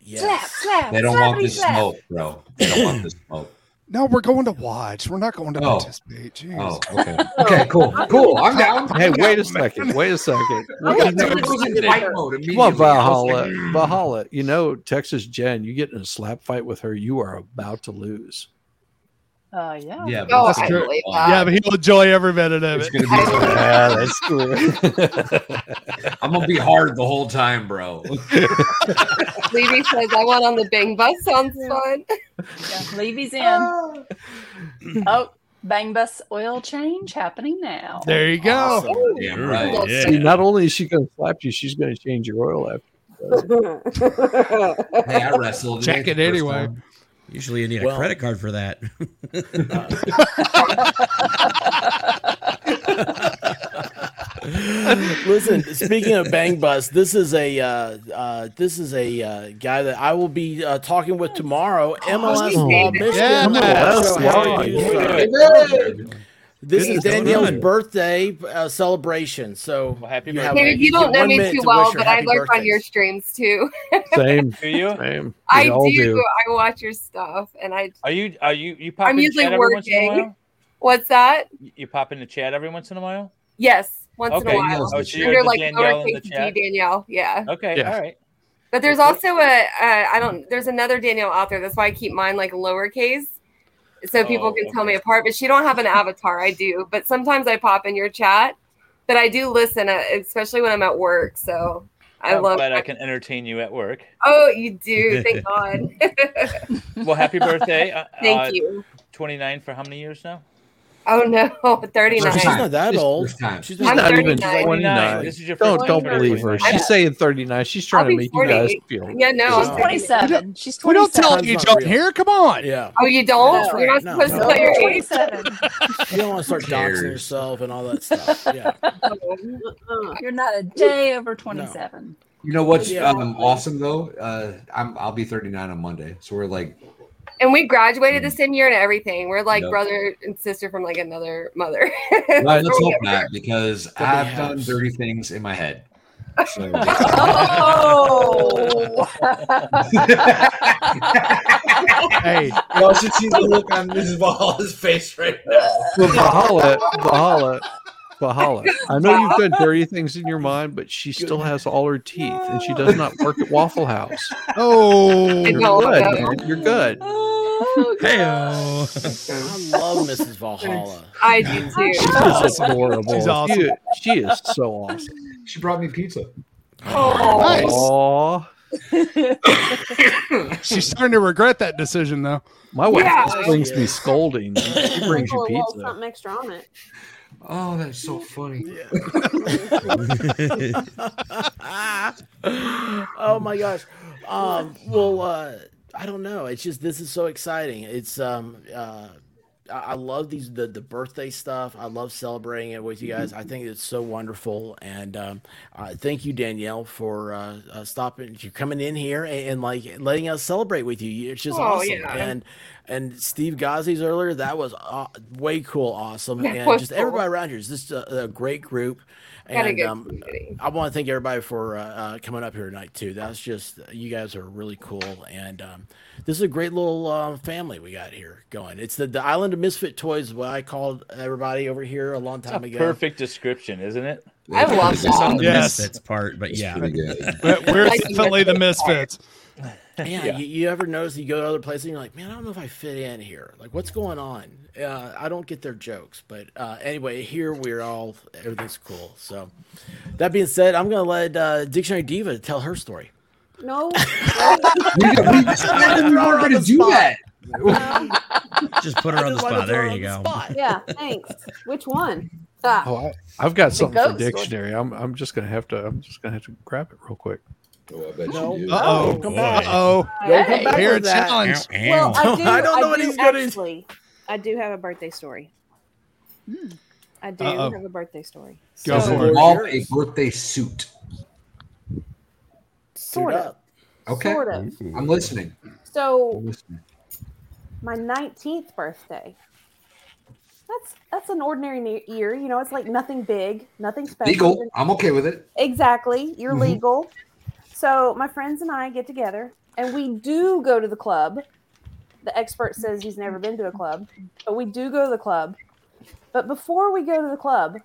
[SPEAKER 1] Yes.
[SPEAKER 5] They don't want this smoke, bro. They don't want this smoke.
[SPEAKER 3] No, we're going to watch. We're not going to
[SPEAKER 5] Oh.
[SPEAKER 3] participate. Jeez.
[SPEAKER 5] Oh, okay. Okay, cool. Cool. I'm down.
[SPEAKER 12] Hey, wait a second. Wait a second.
[SPEAKER 5] We got no in fight mode
[SPEAKER 12] Come on,
[SPEAKER 5] immediately.
[SPEAKER 12] Valhalla. Valhalla, you know, Texas Jen, you get in a slap fight with her, you are about to lose.
[SPEAKER 4] Uh, yeah.
[SPEAKER 14] Oh,
[SPEAKER 12] Yeah,
[SPEAKER 3] but
[SPEAKER 12] that's true.
[SPEAKER 3] Yeah, but he'll enjoy every minute of it.
[SPEAKER 12] yeah, that's true.
[SPEAKER 5] I'm gonna be hard the whole time, bro.
[SPEAKER 7] Levy says I went on the bang bus sounds fun.
[SPEAKER 4] Yeah, Levy's in. oh, Bang Bus oil change happening now.
[SPEAKER 3] There you go.
[SPEAKER 5] Yeah,
[SPEAKER 4] right.
[SPEAKER 12] See, not only is she going to slap you, she's going to change your oil after.
[SPEAKER 5] Hey, I wrestled.
[SPEAKER 3] Check it anyway.
[SPEAKER 13] Usually you need
[SPEAKER 3] Well-
[SPEAKER 13] a credit card for that.
[SPEAKER 1] uh, Listen, speaking of Bang Bus, this is a uh, uh, this is a uh, guy that I will be uh, talking with tomorrow. MLS
[SPEAKER 3] Oh,
[SPEAKER 1] Law Michigan.
[SPEAKER 3] yeah,
[SPEAKER 1] Law
[SPEAKER 3] that's
[SPEAKER 1] Show. How are
[SPEAKER 3] right.
[SPEAKER 1] you,
[SPEAKER 3] Yeah.
[SPEAKER 1] sir? This is
[SPEAKER 3] Goodness, don't
[SPEAKER 1] Danielle's
[SPEAKER 3] run.
[SPEAKER 1] birthday uh, celebration. So happy birthday!
[SPEAKER 7] David, you don't know me too well, but I lurk on your streams too.
[SPEAKER 12] Same.
[SPEAKER 14] Do you?
[SPEAKER 12] Same.
[SPEAKER 7] I
[SPEAKER 12] We all
[SPEAKER 7] do. I watch your stuff, and I
[SPEAKER 14] Are you are you you pop
[SPEAKER 7] I'm
[SPEAKER 14] in the
[SPEAKER 7] usually
[SPEAKER 14] chat every once in a
[SPEAKER 7] working.
[SPEAKER 14] while?
[SPEAKER 7] What's that?
[SPEAKER 14] You pop in the chat every once in a while?
[SPEAKER 7] Yes, once in
[SPEAKER 14] Okay.
[SPEAKER 7] a while.
[SPEAKER 14] Oh, so you're
[SPEAKER 7] Under
[SPEAKER 14] the
[SPEAKER 7] like
[SPEAKER 14] Danielle in the
[SPEAKER 7] lowercase d
[SPEAKER 14] chat?
[SPEAKER 7] Danielle. Yeah.
[SPEAKER 14] Okay,
[SPEAKER 7] Yeah.
[SPEAKER 14] all right.
[SPEAKER 7] But there's also a uh, I don't there's another Danielle out there. That's why I keep mine like lowercase, so people
[SPEAKER 14] Oh,
[SPEAKER 7] can tell me apart. But she don't have an avatar. I do, but sometimes I pop in your chat. But I do listen, uh, especially when I'm at work. So I
[SPEAKER 14] I'm
[SPEAKER 7] love.
[SPEAKER 14] glad I can entertain you at work.
[SPEAKER 7] Oh, you do. Thank God.
[SPEAKER 14] Well, happy birthday. Uh,
[SPEAKER 7] Thank
[SPEAKER 14] uh,
[SPEAKER 7] you.
[SPEAKER 14] 29 for how many years now?
[SPEAKER 7] Oh no, thirty nine.
[SPEAKER 1] She's not that old.
[SPEAKER 14] She's
[SPEAKER 12] She's not even
[SPEAKER 7] 39.
[SPEAKER 12] 29.
[SPEAKER 14] This is your
[SPEAKER 12] don't
[SPEAKER 14] first
[SPEAKER 12] don't
[SPEAKER 14] time.
[SPEAKER 12] believe her.
[SPEAKER 14] I'm-
[SPEAKER 12] She's saying 39. She's trying to
[SPEAKER 7] be
[SPEAKER 12] make
[SPEAKER 7] 40.
[SPEAKER 12] you guys feel.
[SPEAKER 7] Yeah, no,
[SPEAKER 12] She's
[SPEAKER 7] I'm
[SPEAKER 4] 27. She's
[SPEAKER 3] We
[SPEAKER 4] 27.
[SPEAKER 3] don't tell age on here. Come on.
[SPEAKER 1] Yeah.
[SPEAKER 7] Oh, you don't?
[SPEAKER 4] No,
[SPEAKER 7] You're not
[SPEAKER 4] no,
[SPEAKER 7] supposed
[SPEAKER 4] no.
[SPEAKER 7] to tell your age.
[SPEAKER 4] 27.
[SPEAKER 1] You don't want to start doxing yourself and all that stuff. Yeah.
[SPEAKER 4] You're not a day over 27.
[SPEAKER 9] You know what's
[SPEAKER 4] Yeah.
[SPEAKER 9] um, awesome though? Uh, I'm I'll be 39 on Monday, so we're like
[SPEAKER 7] And we graduated the same year and everything. We're like
[SPEAKER 9] Yep.
[SPEAKER 7] brother and sister from like another mother.
[SPEAKER 9] Well, let's hope not because
[SPEAKER 7] That'd be
[SPEAKER 9] I've
[SPEAKER 7] helps.
[SPEAKER 9] done dirty things in my head. So,
[SPEAKER 4] Oh.
[SPEAKER 3] hey,
[SPEAKER 9] y'all should see the look on Mrs. Valhalla's face right now.
[SPEAKER 12] Well, Bahala, Bahala, Bahala. I know you've done dirty things in your mind, but she still has all her teeth, and she does not work at Waffle House.
[SPEAKER 3] Oh,
[SPEAKER 12] You're
[SPEAKER 1] No,
[SPEAKER 12] good.
[SPEAKER 1] no.
[SPEAKER 12] man. You're good.
[SPEAKER 1] I love Mrs. Valhalla.
[SPEAKER 7] I do too.
[SPEAKER 12] She is adorable.
[SPEAKER 1] She's awesome.
[SPEAKER 12] You- she is so awesome.
[SPEAKER 9] She brought me pizza.
[SPEAKER 3] Nice.
[SPEAKER 12] Aw.
[SPEAKER 3] She's starting to regret that decision though.
[SPEAKER 12] My wife
[SPEAKER 2] Yeah.
[SPEAKER 12] just brings me scolding. She brings you
[SPEAKER 2] Sprinkle a little
[SPEAKER 12] pizza.
[SPEAKER 2] something extra on it.
[SPEAKER 9] Oh, that's so funny.
[SPEAKER 1] oh my gosh. Um, well, uh, I don't know. It's just this is so exciting. It's um, uh, I, I love these the the birthday stuff. I love celebrating it with you guys. I think it's so wonderful. And um, uh, thank you, Danielle, for uh, uh, stopping, you coming in here and, and, like letting us celebrate with you. It's just
[SPEAKER 7] Oh,
[SPEAKER 1] awesome.
[SPEAKER 7] yeah.
[SPEAKER 1] And and Steve Gozzi's earlier that was uh, way cool, awesome,
[SPEAKER 7] That
[SPEAKER 1] and
[SPEAKER 7] was
[SPEAKER 1] just
[SPEAKER 7] cool.
[SPEAKER 1] everybody around here is just a, a great group.
[SPEAKER 7] Got a
[SPEAKER 1] And
[SPEAKER 7] good
[SPEAKER 1] um, I want to thank everybody for uh, uh, coming up here tonight too. That's just you guys are really cool, and um, this is a great little um, family we got here going. It's the, the Island of Misfit Toys, what I called everybody over here a long time
[SPEAKER 14] a
[SPEAKER 1] ago.
[SPEAKER 14] perfect description, isn't it?
[SPEAKER 7] I love
[SPEAKER 13] It's on
[SPEAKER 7] that.
[SPEAKER 13] the
[SPEAKER 3] Yes.
[SPEAKER 13] misfits part, but yeah.
[SPEAKER 3] We're, we're
[SPEAKER 7] Like
[SPEAKER 3] definitely the misfits.
[SPEAKER 1] Yeah, You, you ever notice you go to other places and you're like, man, I don't know if I fit in here. Like, what's going on? Uh, I don't get their jokes. But uh, anyway, here we're all, everything's cool. So, that being said, I'm going to let uh, Dictionary Diva tell her story.
[SPEAKER 2] No.
[SPEAKER 9] we weren't going to do that.
[SPEAKER 13] Just put her on the spot. There you go.
[SPEAKER 2] yeah, thanks. Which one? Ah.
[SPEAKER 12] Oh, I, I've got
[SPEAKER 2] The
[SPEAKER 12] something for
[SPEAKER 2] ghost one.
[SPEAKER 12] dictionary. I'm, I'm just gonna have to. I'm just gonna have to grab it real quick.
[SPEAKER 9] Oh, I bet
[SPEAKER 1] No.
[SPEAKER 9] you do.
[SPEAKER 3] Uh-oh.
[SPEAKER 1] Come back.
[SPEAKER 3] Uh-oh.
[SPEAKER 1] Don't come back
[SPEAKER 3] Parent
[SPEAKER 1] with that.
[SPEAKER 3] challenge.
[SPEAKER 2] Well, I, do,
[SPEAKER 1] I don't know what
[SPEAKER 2] do
[SPEAKER 1] he's gonna-
[SPEAKER 2] actually, I do have a birthday story. I do
[SPEAKER 9] Uh-oh.
[SPEAKER 2] have a birthday story.
[SPEAKER 9] Go
[SPEAKER 2] So,
[SPEAKER 9] for it. Involve a birthday suit.
[SPEAKER 2] Sort
[SPEAKER 9] Suit
[SPEAKER 2] of.
[SPEAKER 9] Okay. Mm-hmm.
[SPEAKER 2] Sort of.
[SPEAKER 9] I'm listening.
[SPEAKER 2] So
[SPEAKER 9] I'm listening.
[SPEAKER 2] my 19th birthday. That's that's an ordinary ne- year, you know. It's like nothing big, nothing special.
[SPEAKER 9] Legal. I'm okay with it.
[SPEAKER 2] Exactly. You're
[SPEAKER 3] Mm-hmm.
[SPEAKER 9] Mhm.
[SPEAKER 2] legal. So my friends and I get together and we do go to the club. The expert says he's never been to a club, but we do go to the club. But before we go to the club,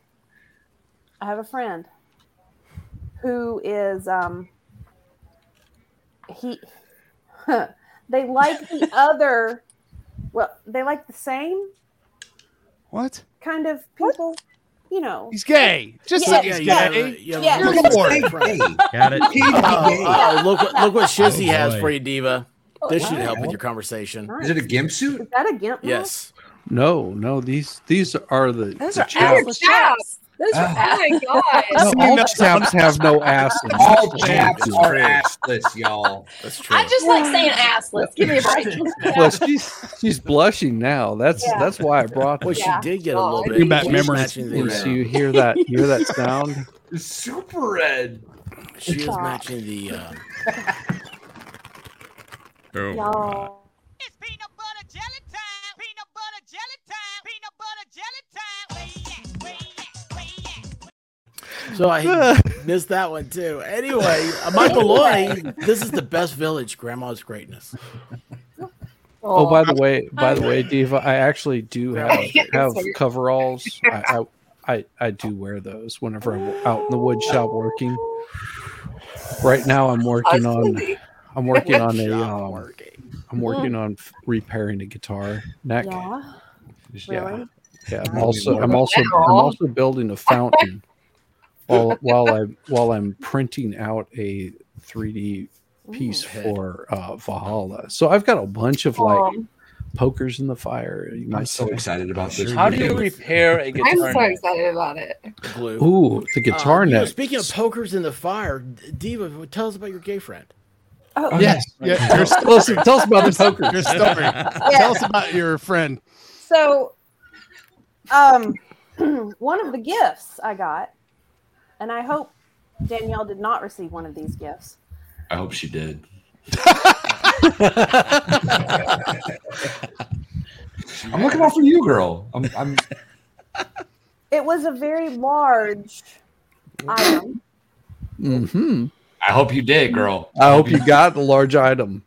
[SPEAKER 2] I have a friend who is um he they like the other well, they like the same
[SPEAKER 3] What?
[SPEAKER 2] kind of people, you know.
[SPEAKER 3] He's gay. Just
[SPEAKER 2] Yeah,
[SPEAKER 3] say he's
[SPEAKER 1] yeah, you
[SPEAKER 3] gay.
[SPEAKER 1] have a- you have a
[SPEAKER 3] Dear
[SPEAKER 1] little
[SPEAKER 3] Lord.
[SPEAKER 13] Got it.
[SPEAKER 1] Uh, look, look what Shizzy
[SPEAKER 13] Oh,
[SPEAKER 1] has
[SPEAKER 13] boy.
[SPEAKER 1] for you, Diva. This should help with
[SPEAKER 9] wow.
[SPEAKER 1] your conversation.
[SPEAKER 9] Is it a gimp suit?
[SPEAKER 2] Is that a gimp?
[SPEAKER 1] Yes.
[SPEAKER 12] No, no. These these are the,
[SPEAKER 4] Those
[SPEAKER 12] the
[SPEAKER 4] are
[SPEAKER 12] chaps.
[SPEAKER 4] atlas chaps.
[SPEAKER 7] Those were, oh my
[SPEAKER 12] Ah. No,
[SPEAKER 7] god!
[SPEAKER 12] all chaps have no asses.
[SPEAKER 9] All chaps are assless, y'all.
[SPEAKER 12] That's
[SPEAKER 15] I just like saying assless. Give me a break.
[SPEAKER 12] Well, she's she's blushing now. That's
[SPEAKER 15] Yeah.
[SPEAKER 12] that's why I brought.
[SPEAKER 1] Well,
[SPEAKER 12] that.
[SPEAKER 1] she did get a little bit.
[SPEAKER 12] Bring back
[SPEAKER 1] she's
[SPEAKER 12] memories.
[SPEAKER 1] matching the,
[SPEAKER 12] Yes,
[SPEAKER 1] uh,
[SPEAKER 12] you hear that? You hear that sound?
[SPEAKER 9] Super red.
[SPEAKER 1] She is matching the. Uh,
[SPEAKER 5] Oh.
[SPEAKER 15] Y'all.
[SPEAKER 1] So I missed that one too. Anyway, uh, Michael Lloyd, this is the best village, Grandma's Greatness.
[SPEAKER 12] Oh, by the way, by the way, Diva, I actually do have
[SPEAKER 1] Yeah,
[SPEAKER 12] have
[SPEAKER 1] sorry.
[SPEAKER 12] coveralls. I, I I I do wear those whenever I'm out in the wood shop working. Right now, I'm working on I'm working on a um, I'm working on f- repairing a guitar neck.
[SPEAKER 2] Yeah.
[SPEAKER 12] Yeah,
[SPEAKER 2] Really?
[SPEAKER 12] yeah. I'm
[SPEAKER 2] Nice.
[SPEAKER 12] also I'm also I'm also building a fountain while while I while I'm printing out a 3D piece for uh, Valhalla. So I've got a bunch of like
[SPEAKER 7] Aw.
[SPEAKER 12] pokers in the fire. You might
[SPEAKER 9] so
[SPEAKER 12] say.
[SPEAKER 9] excited about this.
[SPEAKER 14] How do you repair a
[SPEAKER 7] I'm
[SPEAKER 14] guitar?
[SPEAKER 7] so
[SPEAKER 14] neck?
[SPEAKER 7] excited about it.
[SPEAKER 1] Glue.
[SPEAKER 12] Ooh, the guitar
[SPEAKER 1] Uh, Um, you know,
[SPEAKER 12] neck.
[SPEAKER 1] speaking of pokers in the fire, D- Diva, tell us about your gay friend.
[SPEAKER 2] Oh,
[SPEAKER 12] yes.
[SPEAKER 3] Yeah,
[SPEAKER 12] Tell
[SPEAKER 3] your
[SPEAKER 12] us-
[SPEAKER 3] story.
[SPEAKER 12] tell us about the poker.
[SPEAKER 3] Your story. Tell us about your friend.
[SPEAKER 2] So, um, one of the gifts I got, and I hope Danielle did not receive one of these gifts.
[SPEAKER 9] I hope she did. I'm looking out for you, girl. I'm, I'm
[SPEAKER 2] It was a very large item.
[SPEAKER 12] Mm-hmm.
[SPEAKER 9] I hope you did, girl.
[SPEAKER 12] I hope you got the large item.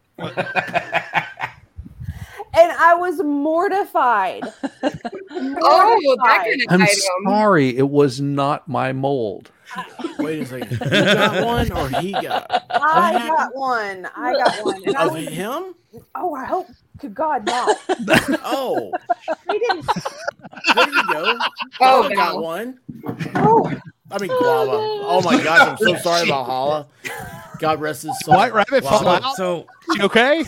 [SPEAKER 2] And I was mortified.
[SPEAKER 7] Oh, that
[SPEAKER 2] Mortified.
[SPEAKER 7] kind of
[SPEAKER 12] I'm
[SPEAKER 7] item.
[SPEAKER 12] sorry, it was not my mold.
[SPEAKER 1] Wait a second. You got one or he got
[SPEAKER 2] I got one. I got one. And I
[SPEAKER 1] of
[SPEAKER 2] was,
[SPEAKER 1] him?
[SPEAKER 2] oh, I hope to God not.
[SPEAKER 1] Oh,
[SPEAKER 2] He didn't.
[SPEAKER 1] there you go.
[SPEAKER 7] Oh,
[SPEAKER 1] I got
[SPEAKER 7] no.
[SPEAKER 1] one. I mean, guava. Oh my gosh, I'm so sorry about Hala. God rest his soul.
[SPEAKER 3] White Rabbit
[SPEAKER 1] Wow.
[SPEAKER 3] fall out?
[SPEAKER 13] So
[SPEAKER 3] She okay?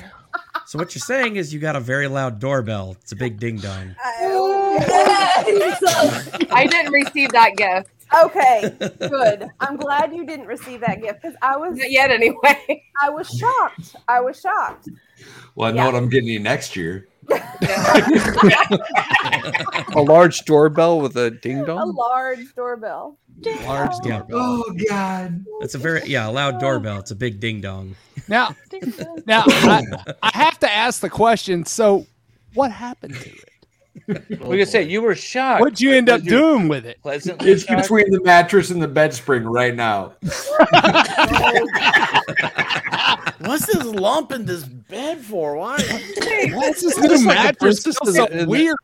[SPEAKER 13] so what you're saying is you got a very loud doorbell. It's a big ding dong.
[SPEAKER 7] Oh, I didn't receive that gift.
[SPEAKER 2] Okay, good. I'm glad you didn't receive that gift because I was
[SPEAKER 7] Not yet, anyway.
[SPEAKER 2] I was shocked. I was shocked.
[SPEAKER 9] Well, I know what I'm getting you next year.
[SPEAKER 12] A large doorbell with a ding
[SPEAKER 2] A
[SPEAKER 12] dong.
[SPEAKER 2] large doorbell.
[SPEAKER 13] Large doorbell.
[SPEAKER 7] Oh,
[SPEAKER 9] God.
[SPEAKER 13] That's a very yeah, a loud doorbell. It's a big ding dong.
[SPEAKER 3] Now, now I, I have to ask the question. So, what happened to it?
[SPEAKER 14] We could say you were shocked.
[SPEAKER 3] What'd you end up doing with it?
[SPEAKER 14] Pleasantly
[SPEAKER 9] It's
[SPEAKER 14] shocked?
[SPEAKER 9] between the mattress and the bed spring right now.
[SPEAKER 1] What's this lump in this bed for? Why?
[SPEAKER 3] What's this
[SPEAKER 12] Is this
[SPEAKER 3] new
[SPEAKER 12] like a
[SPEAKER 3] mattress?
[SPEAKER 12] princess
[SPEAKER 3] Feels
[SPEAKER 12] in
[SPEAKER 3] so
[SPEAKER 12] the- in the-
[SPEAKER 3] weird.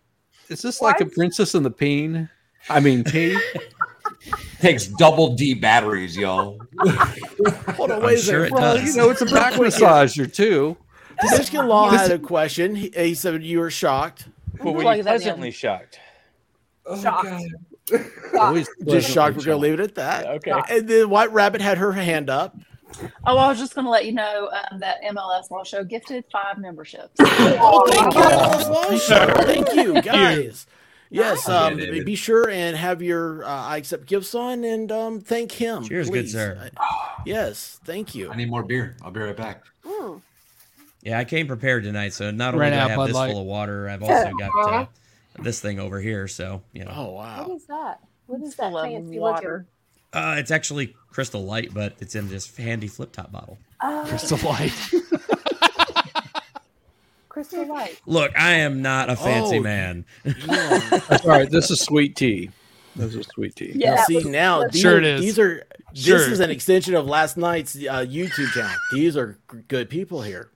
[SPEAKER 12] Is this like a princess in the peen? I mean, tea.
[SPEAKER 9] Takes double D batteries, y'all.
[SPEAKER 1] Hold on,
[SPEAKER 12] I'm
[SPEAKER 1] wait a
[SPEAKER 12] sure
[SPEAKER 1] second.
[SPEAKER 12] it does. You know, it's a back
[SPEAKER 1] Quick here.
[SPEAKER 12] massager too.
[SPEAKER 1] Michigan Law
[SPEAKER 12] This-
[SPEAKER 1] had a question. He, he said you were shocked.
[SPEAKER 14] But were you pleasantly shocked?
[SPEAKER 2] Shocked.
[SPEAKER 12] Always
[SPEAKER 1] Just
[SPEAKER 12] pleasantly
[SPEAKER 1] shocked. We're gonna leave it at that.
[SPEAKER 14] Okay.
[SPEAKER 1] And then White Rabbit had her hand up.
[SPEAKER 4] Oh, I was just going to let you know um, that MLS Law Show gifted five memberships.
[SPEAKER 1] Oh, thank you, Alice Law Show. Thank you, guys. Yes,
[SPEAKER 13] Yeah,
[SPEAKER 1] um,
[SPEAKER 13] David.
[SPEAKER 1] be sure and have your uh, I accept gifts on and um, thank him.
[SPEAKER 13] Cheers, good
[SPEAKER 1] please.
[SPEAKER 13] sir.
[SPEAKER 1] I- yes, thank you.
[SPEAKER 9] I need more beer. I'll be right back.
[SPEAKER 4] Hmm.
[SPEAKER 13] Yeah, I came prepared tonight, so not only
[SPEAKER 3] Ran
[SPEAKER 13] do
[SPEAKER 3] out
[SPEAKER 13] I have
[SPEAKER 3] Bud
[SPEAKER 13] this
[SPEAKER 3] Light.
[SPEAKER 13] full of water, I've also got uh, this thing over here. So you know,
[SPEAKER 1] Oh wow.
[SPEAKER 2] What is that? What is that
[SPEAKER 4] full of
[SPEAKER 2] fancy
[SPEAKER 4] water.
[SPEAKER 13] uh, it's actually Crystal Light, but it's in this handy flip top bottle.
[SPEAKER 2] looking?
[SPEAKER 3] Crystal light.
[SPEAKER 2] Crystal light.
[SPEAKER 13] Look, I am not a fancy
[SPEAKER 1] Oh.
[SPEAKER 13] man.
[SPEAKER 12] That's all right. This is sweet tea. This is sweet tea.
[SPEAKER 2] Yeah,
[SPEAKER 1] now,
[SPEAKER 2] that
[SPEAKER 1] see
[SPEAKER 2] was-
[SPEAKER 1] now,
[SPEAKER 2] that-
[SPEAKER 1] these,
[SPEAKER 3] Sure
[SPEAKER 1] are-
[SPEAKER 3] it is.
[SPEAKER 1] These are this
[SPEAKER 3] Sure.
[SPEAKER 1] is an extension of last night's uh, YouTube channel. These are g- good people here.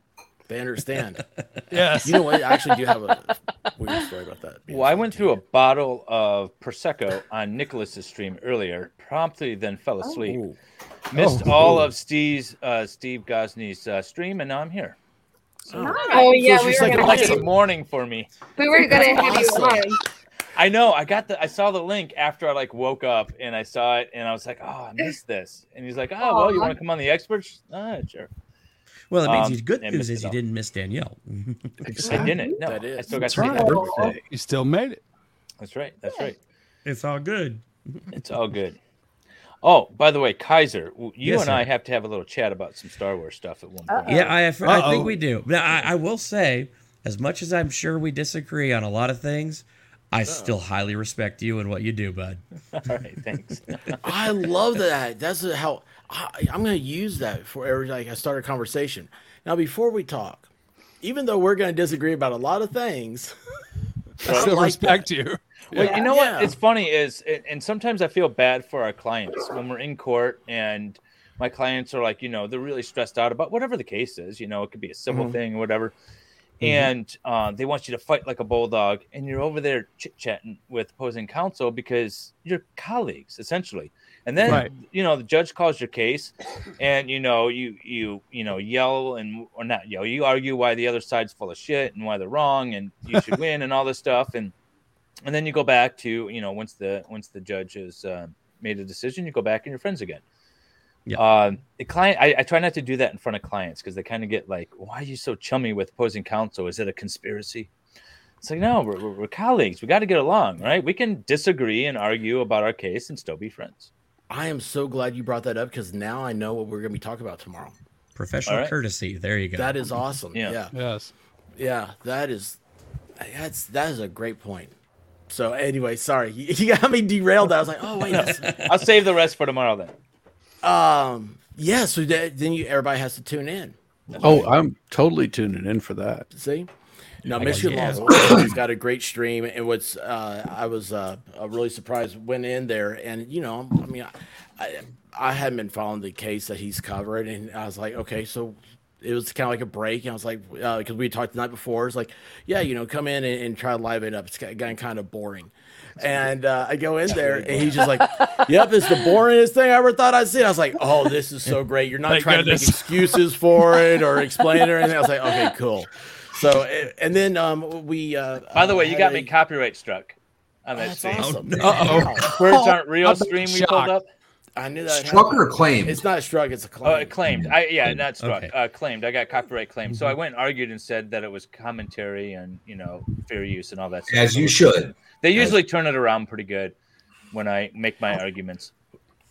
[SPEAKER 1] They understand.
[SPEAKER 3] Yes.
[SPEAKER 1] You know what? I actually do have a weird story about that.
[SPEAKER 14] Well, I went through a bottle of prosecco on Nicholas's stream earlier, promptly then fell asleep.
[SPEAKER 1] Ooh.
[SPEAKER 14] Missed
[SPEAKER 1] Oh.
[SPEAKER 14] all of Steve's uh, Steve Gosney's uh, stream, and now I'm here.
[SPEAKER 7] Oh
[SPEAKER 1] So
[SPEAKER 7] yeah,
[SPEAKER 1] it's
[SPEAKER 7] we
[SPEAKER 1] just
[SPEAKER 7] were
[SPEAKER 1] like
[SPEAKER 7] gonna
[SPEAKER 1] a-
[SPEAKER 14] Like
[SPEAKER 7] have
[SPEAKER 14] the
[SPEAKER 7] you.
[SPEAKER 14] morning for me.
[SPEAKER 7] We were gonna have you one.
[SPEAKER 14] I know. I got the. I saw the link after I like woke up and I saw it and I was like, "Oh, I missed this." And he's like, "Oh, well, you want to come on the experts?" Ah, sure.
[SPEAKER 13] Well, that means
[SPEAKER 14] Um,
[SPEAKER 13] the good
[SPEAKER 14] I
[SPEAKER 13] news
[SPEAKER 14] missed
[SPEAKER 13] is
[SPEAKER 14] it
[SPEAKER 13] you
[SPEAKER 14] all.
[SPEAKER 13] didn't miss Danielle.
[SPEAKER 14] I didn't. No,
[SPEAKER 1] That is-
[SPEAKER 14] I still got
[SPEAKER 3] That's
[SPEAKER 14] to see
[SPEAKER 3] right.
[SPEAKER 14] that.
[SPEAKER 3] You still made it.
[SPEAKER 14] That's right. That's right.
[SPEAKER 13] It's all good.
[SPEAKER 14] It's all good. Oh, by the way, Kaiser, w- you
[SPEAKER 13] Yes,
[SPEAKER 14] and
[SPEAKER 13] sir.
[SPEAKER 14] I have to have a little chat about some Star Wars stuff at one point.
[SPEAKER 13] Yeah, I, have- I
[SPEAKER 14] Uh-oh.
[SPEAKER 13] think we do. Now, I, I will say, as much as I'm sure we disagree on a lot of things, I still highly respect you and what you do, bud.
[SPEAKER 14] All right, thanks.
[SPEAKER 1] I love that. That's how I, I'm going to use that for every like I start a conversation. Now, before we talk, even though we're going to disagree about a lot of things,
[SPEAKER 3] I still
[SPEAKER 1] like
[SPEAKER 3] respect
[SPEAKER 1] that.
[SPEAKER 3] you.
[SPEAKER 14] Well,
[SPEAKER 1] Yeah.
[SPEAKER 14] you know
[SPEAKER 1] Yeah.
[SPEAKER 14] what? It's funny is, and- and sometimes I feel bad for our clients when we're in court and my clients are like, you know, they're really stressed out about whatever the case is. You know, it could be a civil
[SPEAKER 13] Mhm.
[SPEAKER 14] thing or whatever,
[SPEAKER 13] Mhm.
[SPEAKER 14] and uh, they want you to fight like a bulldog, and you're over there chit chatting with opposing counsel because you're colleagues essentially. And then
[SPEAKER 13] Right.
[SPEAKER 14] you know the judge calls your case, and you know you you you know yell and or not yell. You argue why the other side's full of shit and why they're wrong and you should win and all this stuff and and then you go back to you know once the once the judge has uh, made a decision you go back and you're friends again
[SPEAKER 13] yeah
[SPEAKER 14] um the client I, I try not to do that in front of clients because they kind of get like why are you so chummy with opposing counsel is it a conspiracy it's like no we're, we're, we're colleagues we got to get along right we can disagree and argue about our case and still be friends
[SPEAKER 1] I am so glad you brought that up because now I know what we're going to be talking about tomorrow.
[SPEAKER 13] Professional
[SPEAKER 1] All right.
[SPEAKER 13] courtesy. There you go.
[SPEAKER 1] That is awesome. Yeah.
[SPEAKER 3] Yes.
[SPEAKER 1] Yeah. That is. That's that is a great point. So anyway, sorry, you, you got me derailed. I was like, oh wait, that's,
[SPEAKER 14] i'll save the rest for tomorrow then
[SPEAKER 1] um, yeah. So that, then you everybody has to tune in.
[SPEAKER 12] Oh, I'm totally tuning in for that.
[SPEAKER 1] See, now
[SPEAKER 12] I got
[SPEAKER 1] Michigan
[SPEAKER 12] you.
[SPEAKER 1] Law Enforcement has got a great stream, and what's uh, I was uh, uh, really surprised went in there, and you know, I mean, I, I, I hadn't been following the case that he's covered, and I was like, okay, so it was kind of like a break, and I was like, because we talked the night before, it's like, yeah, you know, come in and, and try to liven it up. It's gotten kind of boring. And uh, I go in there, and he's just like, "Yep, it's the boringest thing I ever thought I'd seen." I was like, "Oh, this is so great! You're not
[SPEAKER 3] Thank
[SPEAKER 1] trying to
[SPEAKER 3] goodness.
[SPEAKER 1] make excuses for it or explain it or anything." I was like, "Okay, cool." So, a- and then um, we. Uh,
[SPEAKER 14] by the way you
[SPEAKER 1] had
[SPEAKER 14] got
[SPEAKER 1] a-
[SPEAKER 14] me copyright struck on that
[SPEAKER 1] That's
[SPEAKER 14] stream.
[SPEAKER 1] awesome. Oh,
[SPEAKER 14] Wow. words aren't real stream we pulled up
[SPEAKER 1] I knew that.
[SPEAKER 14] Struck
[SPEAKER 1] happened.
[SPEAKER 14] or claimed?
[SPEAKER 1] It's not struck. It's a claim.
[SPEAKER 14] Oh, claimed. Mm-hmm. I yeah, not struck.
[SPEAKER 1] Okay.
[SPEAKER 14] Uh, claimed. I got copyright claimed. So I went and argued and said that it was commentary and you know fair use and all that. stuff.
[SPEAKER 5] As you should.
[SPEAKER 14] They usually turn it around pretty good when I make my arguments.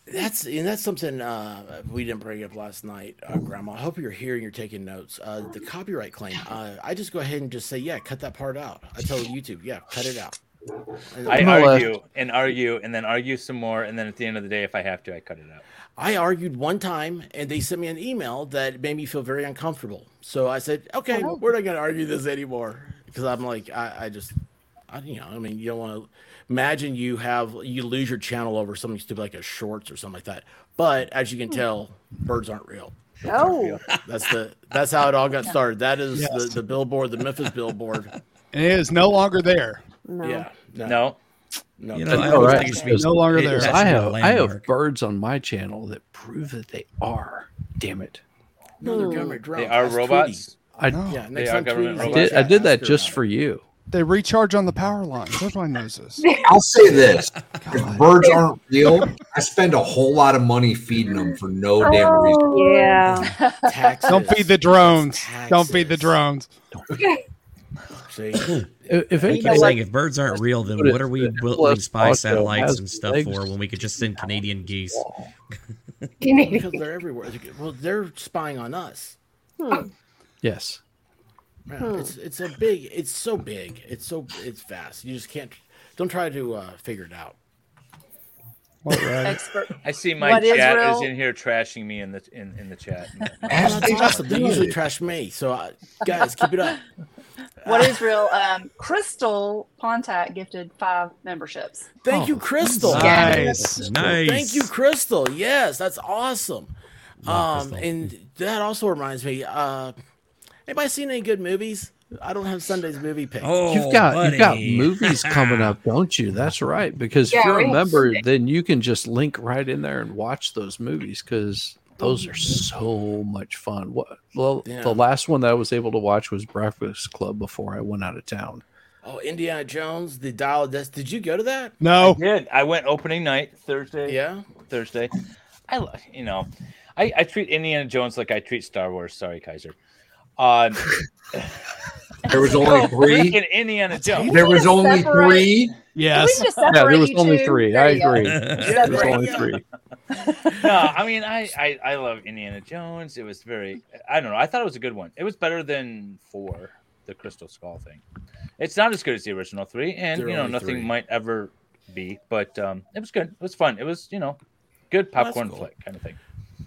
[SPEAKER 1] That's and that's something uh, we didn't bring up last night, uh, Grandma. I hope you're here and you're taking notes. Uh, the copyright claim. Uh, I just go ahead and just say, yeah, cut that part out. I tell YouTube, yeah, cut it out. And-
[SPEAKER 14] I argue and argue and then argue some more and then at the end of the day, if I have to, I cut it out.
[SPEAKER 1] I argued one time, and they sent me an email that made me feel very uncomfortable. So I said, "Okay, we're not going to argue this anymore," because I'm like, I, I just, I, you know, I mean, you don't want to imagine you have you lose your channel over something stupid like a shorts or something like that. But as you can tell, birds aren't real. Birds aren't
[SPEAKER 2] Oh.
[SPEAKER 1] real. that's the that's how it all got started. That is the, the billboard, the Memphis billboard.
[SPEAKER 3] And it is no longer there.
[SPEAKER 1] Yeah, no,
[SPEAKER 14] no,
[SPEAKER 1] no.
[SPEAKER 13] You know,
[SPEAKER 12] All
[SPEAKER 13] I
[SPEAKER 12] right,
[SPEAKER 13] always think it should be
[SPEAKER 12] no longer there.
[SPEAKER 13] That's
[SPEAKER 12] I
[SPEAKER 13] not a
[SPEAKER 12] have I have
[SPEAKER 13] landmark.
[SPEAKER 12] birds on my channel that prove that they are. Damn it!
[SPEAKER 1] No, they're government drones.
[SPEAKER 14] They are
[SPEAKER 1] That's
[SPEAKER 14] robots.
[SPEAKER 12] I,
[SPEAKER 1] Yeah,
[SPEAKER 14] next are time government tweet
[SPEAKER 12] I
[SPEAKER 14] is-
[SPEAKER 12] did, I
[SPEAKER 14] robots.
[SPEAKER 12] did that just for you.
[SPEAKER 3] They recharge on the power lines. Everyone knows this.
[SPEAKER 9] I'll say this: if birds aren't real, I spend a whole lot of money feeding them for no damn
[SPEAKER 5] Oh,
[SPEAKER 9] reason.
[SPEAKER 3] yeah.
[SPEAKER 1] Taxes.
[SPEAKER 3] Don't feed the drones. Don't feed the drones.
[SPEAKER 1] See,
[SPEAKER 12] If
[SPEAKER 13] I
[SPEAKER 12] anything,
[SPEAKER 13] keep saying if birds aren't real, then
[SPEAKER 12] But
[SPEAKER 13] what are we
[SPEAKER 12] it's-
[SPEAKER 13] building spy
[SPEAKER 12] also
[SPEAKER 13] satellites
[SPEAKER 12] has
[SPEAKER 13] and stuff
[SPEAKER 12] legs.
[SPEAKER 13] for when we could just send Canadian geese?
[SPEAKER 1] because they're everywhere. Well, they're spying on us.
[SPEAKER 12] yes,
[SPEAKER 1] Yeah,
[SPEAKER 12] Hmm.
[SPEAKER 1] It's it's a big. It's so big. It's so it's fast. You just can't. Don't try to uh, figure it out.
[SPEAKER 14] Expert. I see my
[SPEAKER 1] What is
[SPEAKER 14] chat
[SPEAKER 1] real?
[SPEAKER 14] is in here trashing me in the in, in the chat.
[SPEAKER 1] Well, that's awesome. They usually trash me. So uh, guys, keep it up.
[SPEAKER 4] What is real? Um, Crystal Pontac gifted five memberships.
[SPEAKER 1] Thank you, Crystal.
[SPEAKER 13] Oh, nice. Nice.
[SPEAKER 1] Thank you, Crystal. Yes, that's awesome. Um, and that also reminds me. Uh, anybody seen any good movies? I don't have Sunday's movie pick.
[SPEAKER 13] Oh.
[SPEAKER 12] you've got you've got movies coming up, don't you? That's right. Because
[SPEAKER 1] Yeah,
[SPEAKER 12] if you're
[SPEAKER 1] we
[SPEAKER 12] a
[SPEAKER 1] have
[SPEAKER 12] member,
[SPEAKER 1] six.
[SPEAKER 12] then you can just link right in there and watch those movies because those are so much fun. What well,
[SPEAKER 1] Yeah.
[SPEAKER 12] the last one that I was able to watch was Breakfast Club before I went out of town.
[SPEAKER 1] Oh, Indiana Jones, the Dial of Dest. Did you go to that?
[SPEAKER 12] No.
[SPEAKER 14] I did. I went opening night Thursday.
[SPEAKER 1] Yeah,
[SPEAKER 14] Thursday. I lo- you know, I, I treat Indiana Jones like I treat Star Wars. Sorry, Kaiser. Um,
[SPEAKER 9] There was only three.
[SPEAKER 14] Freaking Indiana Jones.
[SPEAKER 9] There was only three.
[SPEAKER 12] Yes. Yeah, there was only three. I agree. There was only three.
[SPEAKER 14] no, I mean, I, I I love Indiana Jones. It was very, I don't know. I thought it was a good one. It was better than four, the Crystal Skull thing. It's not as good as the original three, and
[SPEAKER 1] There are
[SPEAKER 14] you know,
[SPEAKER 1] only
[SPEAKER 14] nothing
[SPEAKER 1] three.
[SPEAKER 14] might ever be, but um, it was good. It was fun. It was you know, good
[SPEAKER 1] Well, that's
[SPEAKER 14] popcorn
[SPEAKER 1] cool.
[SPEAKER 14] flick kind of thing.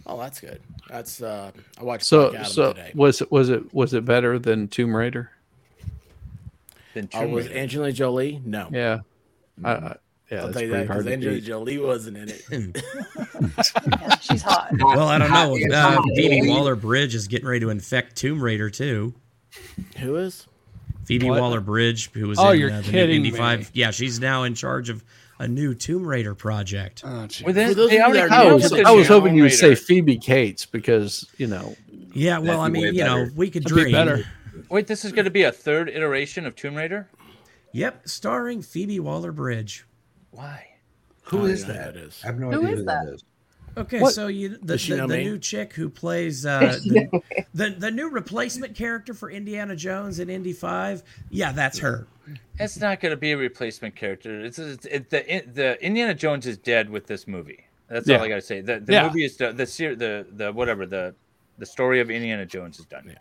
[SPEAKER 1] Oh, that's good. That's uh, I watched
[SPEAKER 12] So
[SPEAKER 1] Black Adam
[SPEAKER 12] so
[SPEAKER 1] today.
[SPEAKER 12] was it was it was it better than Tomb Raider?
[SPEAKER 14] Then
[SPEAKER 1] Uh,
[SPEAKER 14] Tomb
[SPEAKER 1] was
[SPEAKER 14] Raider.
[SPEAKER 1] Angelina Jolie? No.
[SPEAKER 12] Yeah. I, I, yeah,
[SPEAKER 1] I'll
[SPEAKER 12] that's
[SPEAKER 1] tell you
[SPEAKER 12] pretty
[SPEAKER 1] that because
[SPEAKER 12] hard to
[SPEAKER 1] Angelina
[SPEAKER 12] beat.
[SPEAKER 1] Jolie wasn't in it.
[SPEAKER 4] she's hot.
[SPEAKER 13] Well, I don't know. Uh, Phoebe
[SPEAKER 1] Who
[SPEAKER 13] Waller Bridge is getting ready to infect Tomb Raider too.
[SPEAKER 1] Who is?
[SPEAKER 13] Phoebe
[SPEAKER 1] What?
[SPEAKER 13] Waller Bridge, who was
[SPEAKER 1] Oh,
[SPEAKER 13] in
[SPEAKER 1] you're
[SPEAKER 13] uh, the new
[SPEAKER 1] kidding
[SPEAKER 13] Indy
[SPEAKER 1] me.
[SPEAKER 13] Five. Yeah, she's now in charge of a new Tomb Raider project.
[SPEAKER 14] Well, then,
[SPEAKER 1] For those
[SPEAKER 14] they
[SPEAKER 1] of you
[SPEAKER 14] already
[SPEAKER 1] that
[SPEAKER 14] came
[SPEAKER 12] I
[SPEAKER 14] out
[SPEAKER 12] was,
[SPEAKER 14] with the
[SPEAKER 12] I was hoping
[SPEAKER 14] Tomb
[SPEAKER 12] you would say
[SPEAKER 14] Raider.
[SPEAKER 12] Phoebe Cates because you know.
[SPEAKER 13] Yeah, well, I mean, you know, we could dream.
[SPEAKER 14] Wait, this is going to be a third iteration of Tomb Raider.
[SPEAKER 13] Yep, starring Phoebe Waller Bridge.
[SPEAKER 14] Why?
[SPEAKER 13] Who
[SPEAKER 9] is
[SPEAKER 13] that?
[SPEAKER 9] I have no
[SPEAKER 13] Who
[SPEAKER 9] idea
[SPEAKER 13] is
[SPEAKER 9] who that
[SPEAKER 13] that?
[SPEAKER 9] is.
[SPEAKER 13] Okay,
[SPEAKER 9] What?
[SPEAKER 13] so you the,
[SPEAKER 9] Does she
[SPEAKER 13] the,
[SPEAKER 9] know
[SPEAKER 13] the
[SPEAKER 9] me?
[SPEAKER 13] new chick who plays uh, the, the the new replacement character for Indiana Jones in Indy Five. Yeah, that's her.
[SPEAKER 14] It's not going to be a replacement character. It's, it's it, the the Indiana Jones is dead with this movie. That's all
[SPEAKER 12] Yeah.
[SPEAKER 14] I got to say. The, the
[SPEAKER 12] Yeah.
[SPEAKER 14] movie is done. The ser- the the whatever the the story of Indiana Jones is done. Yeah.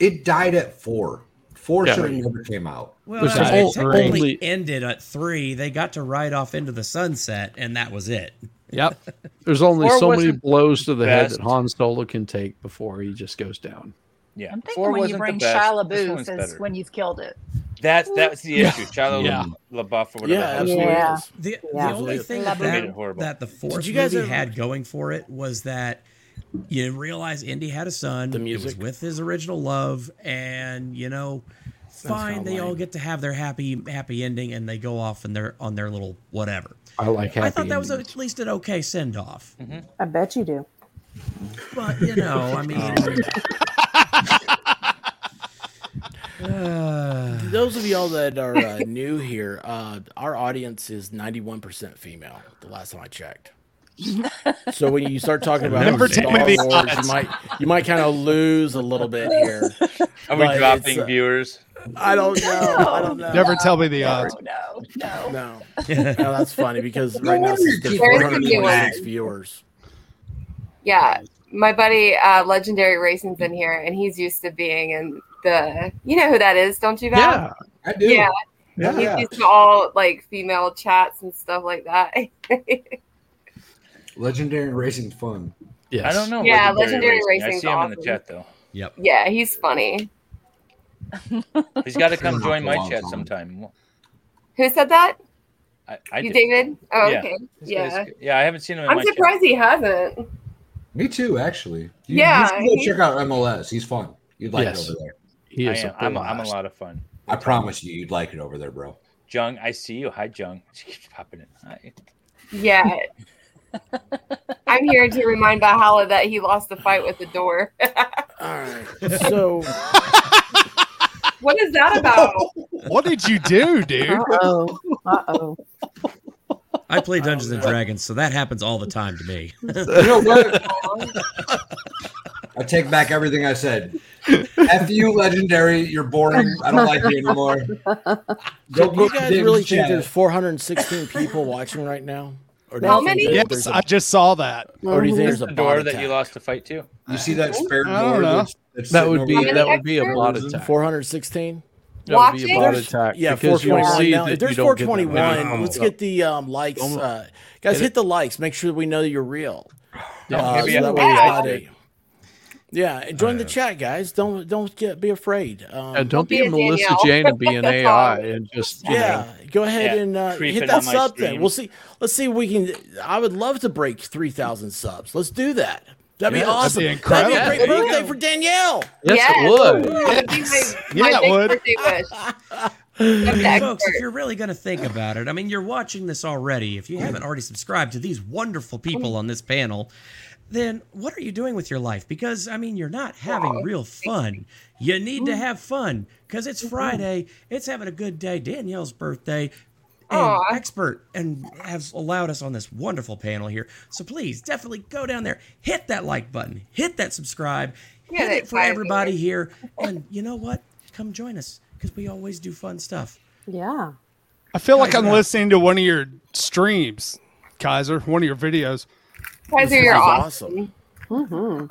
[SPEAKER 9] It died at four. Four
[SPEAKER 14] Yeah.
[SPEAKER 9] should have never came out.
[SPEAKER 13] Well, no, it technically ended at three. They got to ride off into the sunset, and that was it.
[SPEAKER 12] Yep. There's only
[SPEAKER 13] Or
[SPEAKER 12] so
[SPEAKER 13] was
[SPEAKER 12] many
[SPEAKER 13] it
[SPEAKER 12] blows to the head
[SPEAKER 13] best?
[SPEAKER 12] that Han Solo can take before he just goes down.
[SPEAKER 14] Yeah.
[SPEAKER 4] I'm thinking when you bring Shia LaBeouf is when you've killed it.
[SPEAKER 14] That's that's the
[SPEAKER 12] Yeah.
[SPEAKER 14] issue. Shia
[SPEAKER 12] Yeah.
[SPEAKER 14] La- LaBeouf or whatever.
[SPEAKER 4] Yeah,
[SPEAKER 14] the hell
[SPEAKER 4] absolutely. Yeah.
[SPEAKER 14] it is.
[SPEAKER 13] The,
[SPEAKER 4] Yeah.
[SPEAKER 13] the only thing
[SPEAKER 4] Love
[SPEAKER 13] that,
[SPEAKER 4] it.
[SPEAKER 14] Made it horrible.
[SPEAKER 13] that the fourth
[SPEAKER 1] Did you guys
[SPEAKER 13] movie
[SPEAKER 1] ever-
[SPEAKER 13] had going for it was that you didn't realize Indy had a son. The music was with his original love, and you know,
[SPEAKER 12] Sounds
[SPEAKER 13] fine,
[SPEAKER 12] kinda
[SPEAKER 13] they all
[SPEAKER 12] lame.
[SPEAKER 13] get to have their happy happy ending, and they go off and they're on their little whatever.
[SPEAKER 12] I like happy.
[SPEAKER 13] I thought that was
[SPEAKER 12] endings.
[SPEAKER 13] at least an okay send off,
[SPEAKER 2] I bet you do.
[SPEAKER 13] Mm-hmm. but you know, I mean.
[SPEAKER 3] Um,
[SPEAKER 1] Those of y'all that are uh, new here, uh, our audience is 91% female. The last time I checked. So when you start talking about
[SPEAKER 3] Never
[SPEAKER 1] Star
[SPEAKER 3] tell me the
[SPEAKER 1] Wars, you
[SPEAKER 3] odds.
[SPEAKER 1] might you might kind of lose a little bit here.
[SPEAKER 14] Are we
[SPEAKER 1] But
[SPEAKER 14] dropping
[SPEAKER 1] it's, uh,
[SPEAKER 14] viewers?
[SPEAKER 1] I don't know. I don't know.
[SPEAKER 3] Never tell me the odds.
[SPEAKER 4] No,
[SPEAKER 1] No. no, that's funny because right now
[SPEAKER 7] wonder
[SPEAKER 1] it's
[SPEAKER 7] you
[SPEAKER 1] just
[SPEAKER 7] keep arguing.
[SPEAKER 1] 426 viewers.
[SPEAKER 7] Yeah, my buddy uh, Legendary Racing's in here, and he's used to being in the. You know who that is, don't you, Val?
[SPEAKER 9] Yeah, I do.
[SPEAKER 7] Yeah.
[SPEAKER 9] Yeah.
[SPEAKER 7] He's used to all like female chats and stuff like that.
[SPEAKER 9] Legendary Racing Fun.
[SPEAKER 12] Yes.
[SPEAKER 14] I don't know.
[SPEAKER 7] Yeah, Legendary
[SPEAKER 14] I
[SPEAKER 7] Racing's
[SPEAKER 14] see him in
[SPEAKER 7] awesome.
[SPEAKER 14] the chat though.
[SPEAKER 13] Yep.
[SPEAKER 7] yeah, he's funny.
[SPEAKER 14] He's got to
[SPEAKER 7] Been
[SPEAKER 14] come
[SPEAKER 7] around
[SPEAKER 14] join
[SPEAKER 7] for a
[SPEAKER 14] my
[SPEAKER 7] long
[SPEAKER 14] chat
[SPEAKER 7] time.
[SPEAKER 14] sometime.
[SPEAKER 7] Who said that?
[SPEAKER 14] I, I
[SPEAKER 7] you,
[SPEAKER 14] did.
[SPEAKER 7] David? Oh,
[SPEAKER 14] Yeah.
[SPEAKER 7] okay.
[SPEAKER 14] This
[SPEAKER 7] Yeah.
[SPEAKER 14] guy's- Yeah, I haven't seen him. In
[SPEAKER 7] I'm
[SPEAKER 14] my
[SPEAKER 7] surprised he hasn't.
[SPEAKER 9] Me too, actually. You,
[SPEAKER 7] Yeah,
[SPEAKER 9] You should go
[SPEAKER 7] he-
[SPEAKER 9] check out MLS. He's fun. You'd like
[SPEAKER 12] Yes.
[SPEAKER 9] it over there.
[SPEAKER 12] He is
[SPEAKER 14] I am.
[SPEAKER 12] a
[SPEAKER 14] I'm, a- I'm a
[SPEAKER 12] blast.
[SPEAKER 14] lot of fun.
[SPEAKER 9] I promise you, you'd like it over there, bro.
[SPEAKER 14] Jung, I see you. Hi, Jung. She keeps popping in. Hi.
[SPEAKER 7] Yeah. I'm here to remind Valhalla that he lost the fight with the door.
[SPEAKER 1] So
[SPEAKER 7] what is that about?
[SPEAKER 3] What did you do, dude?
[SPEAKER 2] Uh-oh. Uh-oh.
[SPEAKER 13] I play Dungeons and Dragons, so that happens all the time to me.
[SPEAKER 9] You know what? I take back everything I said. F you, legendary. You're boring. I don't like you anymore.
[SPEAKER 1] So do
[SPEAKER 9] Go- go
[SPEAKER 1] you
[SPEAKER 9] to
[SPEAKER 1] guys
[SPEAKER 9] David's
[SPEAKER 1] really
[SPEAKER 9] chat.
[SPEAKER 1] think there's 416 people watching right now? Or do
[SPEAKER 7] How
[SPEAKER 1] you think
[SPEAKER 7] many?
[SPEAKER 1] that
[SPEAKER 3] Yes,
[SPEAKER 1] there's a-
[SPEAKER 3] I just saw that.
[SPEAKER 1] Or do you think
[SPEAKER 14] There's
[SPEAKER 1] there's a
[SPEAKER 14] the door
[SPEAKER 1] bot
[SPEAKER 14] that you
[SPEAKER 1] attack?
[SPEAKER 14] lost the fight to.
[SPEAKER 9] You see that spare
[SPEAKER 3] I don't
[SPEAKER 9] door?
[SPEAKER 3] know.
[SPEAKER 9] that's- that's
[SPEAKER 12] That
[SPEAKER 9] sitting
[SPEAKER 12] would
[SPEAKER 9] over
[SPEAKER 12] be
[SPEAKER 9] there?
[SPEAKER 12] that would be a bot attack.
[SPEAKER 1] 416.
[SPEAKER 12] That would be a bot
[SPEAKER 1] There's-
[SPEAKER 12] attack.
[SPEAKER 1] Yeah,
[SPEAKER 12] because you'll
[SPEAKER 1] 421.
[SPEAKER 12] see
[SPEAKER 1] Now,
[SPEAKER 12] that
[SPEAKER 1] if
[SPEAKER 12] you
[SPEAKER 1] there's
[SPEAKER 12] don't get that
[SPEAKER 1] 421,
[SPEAKER 12] many.
[SPEAKER 1] let's get the um, likes.
[SPEAKER 12] Don't-
[SPEAKER 1] Uh, guys,
[SPEAKER 12] Get
[SPEAKER 1] hit the likes. Make sure we know that you're real.
[SPEAKER 12] Yeah.
[SPEAKER 1] Uh,
[SPEAKER 12] Maybe
[SPEAKER 1] so
[SPEAKER 12] I Uh,
[SPEAKER 1] that
[SPEAKER 12] can
[SPEAKER 1] way it's
[SPEAKER 12] be
[SPEAKER 1] not
[SPEAKER 12] ice
[SPEAKER 1] a- yeah, and join the chat, guys. Don't don't get be afraid. Um,
[SPEAKER 12] And don't be
[SPEAKER 7] Be
[SPEAKER 12] a
[SPEAKER 7] a
[SPEAKER 12] Melissa
[SPEAKER 7] Danielle.
[SPEAKER 12] Jane and be an
[SPEAKER 7] That's
[SPEAKER 12] AI and just you
[SPEAKER 1] yeah,
[SPEAKER 12] know,
[SPEAKER 1] go ahead
[SPEAKER 14] Yeah,
[SPEAKER 1] and uh,
[SPEAKER 14] creeping
[SPEAKER 1] hit that
[SPEAKER 14] on my
[SPEAKER 1] sub thing.
[SPEAKER 14] stream.
[SPEAKER 1] We'll see. Let's see if we can. I would love to break 3,000 subs. Let's do that. That'd
[SPEAKER 3] Yeah,
[SPEAKER 1] be
[SPEAKER 3] that'd
[SPEAKER 1] awesome.
[SPEAKER 3] be
[SPEAKER 1] That'd be,
[SPEAKER 3] incredible.
[SPEAKER 1] a great
[SPEAKER 3] There you
[SPEAKER 1] birthday for Danielle.
[SPEAKER 12] Yes, it would.
[SPEAKER 7] That'd be my-
[SPEAKER 3] Yeah,
[SPEAKER 7] my
[SPEAKER 3] it
[SPEAKER 7] big
[SPEAKER 3] would.
[SPEAKER 7] birthday wish.
[SPEAKER 13] I
[SPEAKER 7] I'm
[SPEAKER 13] mean,
[SPEAKER 7] the
[SPEAKER 13] folks, if
[SPEAKER 7] expert.
[SPEAKER 13] you're really going to think about it, I mean, you're watching this already. If you haven't already subscribed to these wonderful
[SPEAKER 7] Mm-hmm.
[SPEAKER 13] people on this panel, then what are you doing with your life? Because, I mean, you're not having real fun. You need
[SPEAKER 7] Mm-hmm.
[SPEAKER 13] to have fun because it's Friday. It's having a good day. Danielle's birthday. And
[SPEAKER 7] Aw.
[SPEAKER 13] expert and has allowed us on this wonderful panel here. So please definitely go down there, hit that like button, hit that subscribe,
[SPEAKER 7] Yeah,
[SPEAKER 13] hit
[SPEAKER 7] that
[SPEAKER 13] it for
[SPEAKER 7] excited me.
[SPEAKER 13] everybody here. And you know what? Come join us. because we always do fun stuff.
[SPEAKER 2] Yeah.
[SPEAKER 3] I feel like I'm listening to one of your streams, Kaiser, one of your videos.
[SPEAKER 7] Kaiser,
[SPEAKER 3] This
[SPEAKER 7] you're
[SPEAKER 3] is
[SPEAKER 7] awesome.
[SPEAKER 2] Mm-hmm.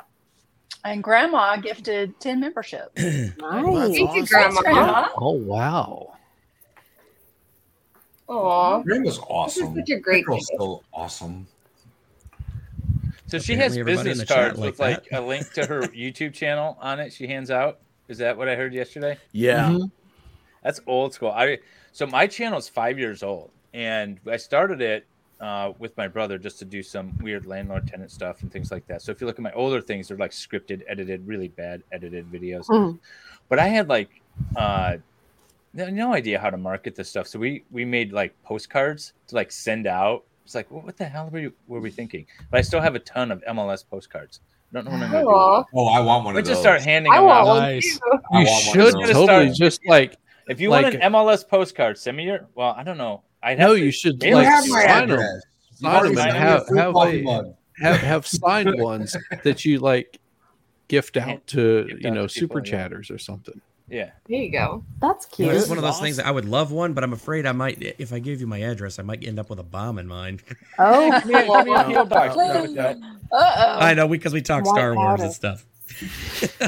[SPEAKER 4] And Grandma gifted ten memberships. nice.
[SPEAKER 7] Thank you, Grandma.
[SPEAKER 12] Oh wow.
[SPEAKER 7] Aw.
[SPEAKER 5] Rim was awesome.
[SPEAKER 7] This is such a great
[SPEAKER 5] Girl's so awesome.
[SPEAKER 14] So she
[SPEAKER 5] Apparently
[SPEAKER 14] has
[SPEAKER 5] everybody in
[SPEAKER 14] business
[SPEAKER 5] the chat
[SPEAKER 14] cards with
[SPEAKER 5] like
[SPEAKER 14] like a link to her YouTube channel on it. She hands out. Is that what I heard yesterday?
[SPEAKER 1] Yeah.
[SPEAKER 5] Mm-hmm.
[SPEAKER 14] That's old school. I so my channel is five years old, and I started it uh, with my brother just to do some weird landlord tenant stuff and things like that. So if you look at my older things, they're like scripted, edited, really bad edited videos.
[SPEAKER 7] Hmm.
[SPEAKER 11] Mm.
[SPEAKER 14] But I had like uh, no, no idea how to market this stuff. So we we made like postcards to like send out. It's like, what the hell were, you, were we thinking? But I still have a ton of MLS postcards. I don't know what I'm gonna do.
[SPEAKER 7] Aw.
[SPEAKER 5] Oh, I want one
[SPEAKER 14] We
[SPEAKER 5] of
[SPEAKER 14] just
[SPEAKER 5] those.
[SPEAKER 14] start handing
[SPEAKER 7] I
[SPEAKER 14] them
[SPEAKER 7] want
[SPEAKER 14] out.
[SPEAKER 7] one Nice. too.
[SPEAKER 5] I
[SPEAKER 12] You
[SPEAKER 5] want one
[SPEAKER 12] should
[SPEAKER 5] of those.
[SPEAKER 12] totally just like
[SPEAKER 14] If you
[SPEAKER 12] like,
[SPEAKER 14] want an MLS postcard, send me your. Well, I don't know. I
[SPEAKER 12] No, you should
[SPEAKER 14] Maybe
[SPEAKER 12] like
[SPEAKER 14] I should
[SPEAKER 12] sign them. Sign them and have have,
[SPEAKER 14] Coffee
[SPEAKER 12] a,
[SPEAKER 14] mug.
[SPEAKER 12] have have signed ones that you like gift out to you know super chatters or something.
[SPEAKER 14] Yeah.
[SPEAKER 7] There you go.
[SPEAKER 2] That's
[SPEAKER 13] You know, it's one of those things that I would love one, but I'm afraid I might, if I gave you my address, I might end up with a bomb in mind.
[SPEAKER 2] Oh,
[SPEAKER 14] Give me a- give me a PO box.
[SPEAKER 13] Please.
[SPEAKER 14] No, no.
[SPEAKER 4] Uh
[SPEAKER 13] I know because we talk
[SPEAKER 4] Why
[SPEAKER 13] Star Wars
[SPEAKER 4] not?
[SPEAKER 13] and stuff.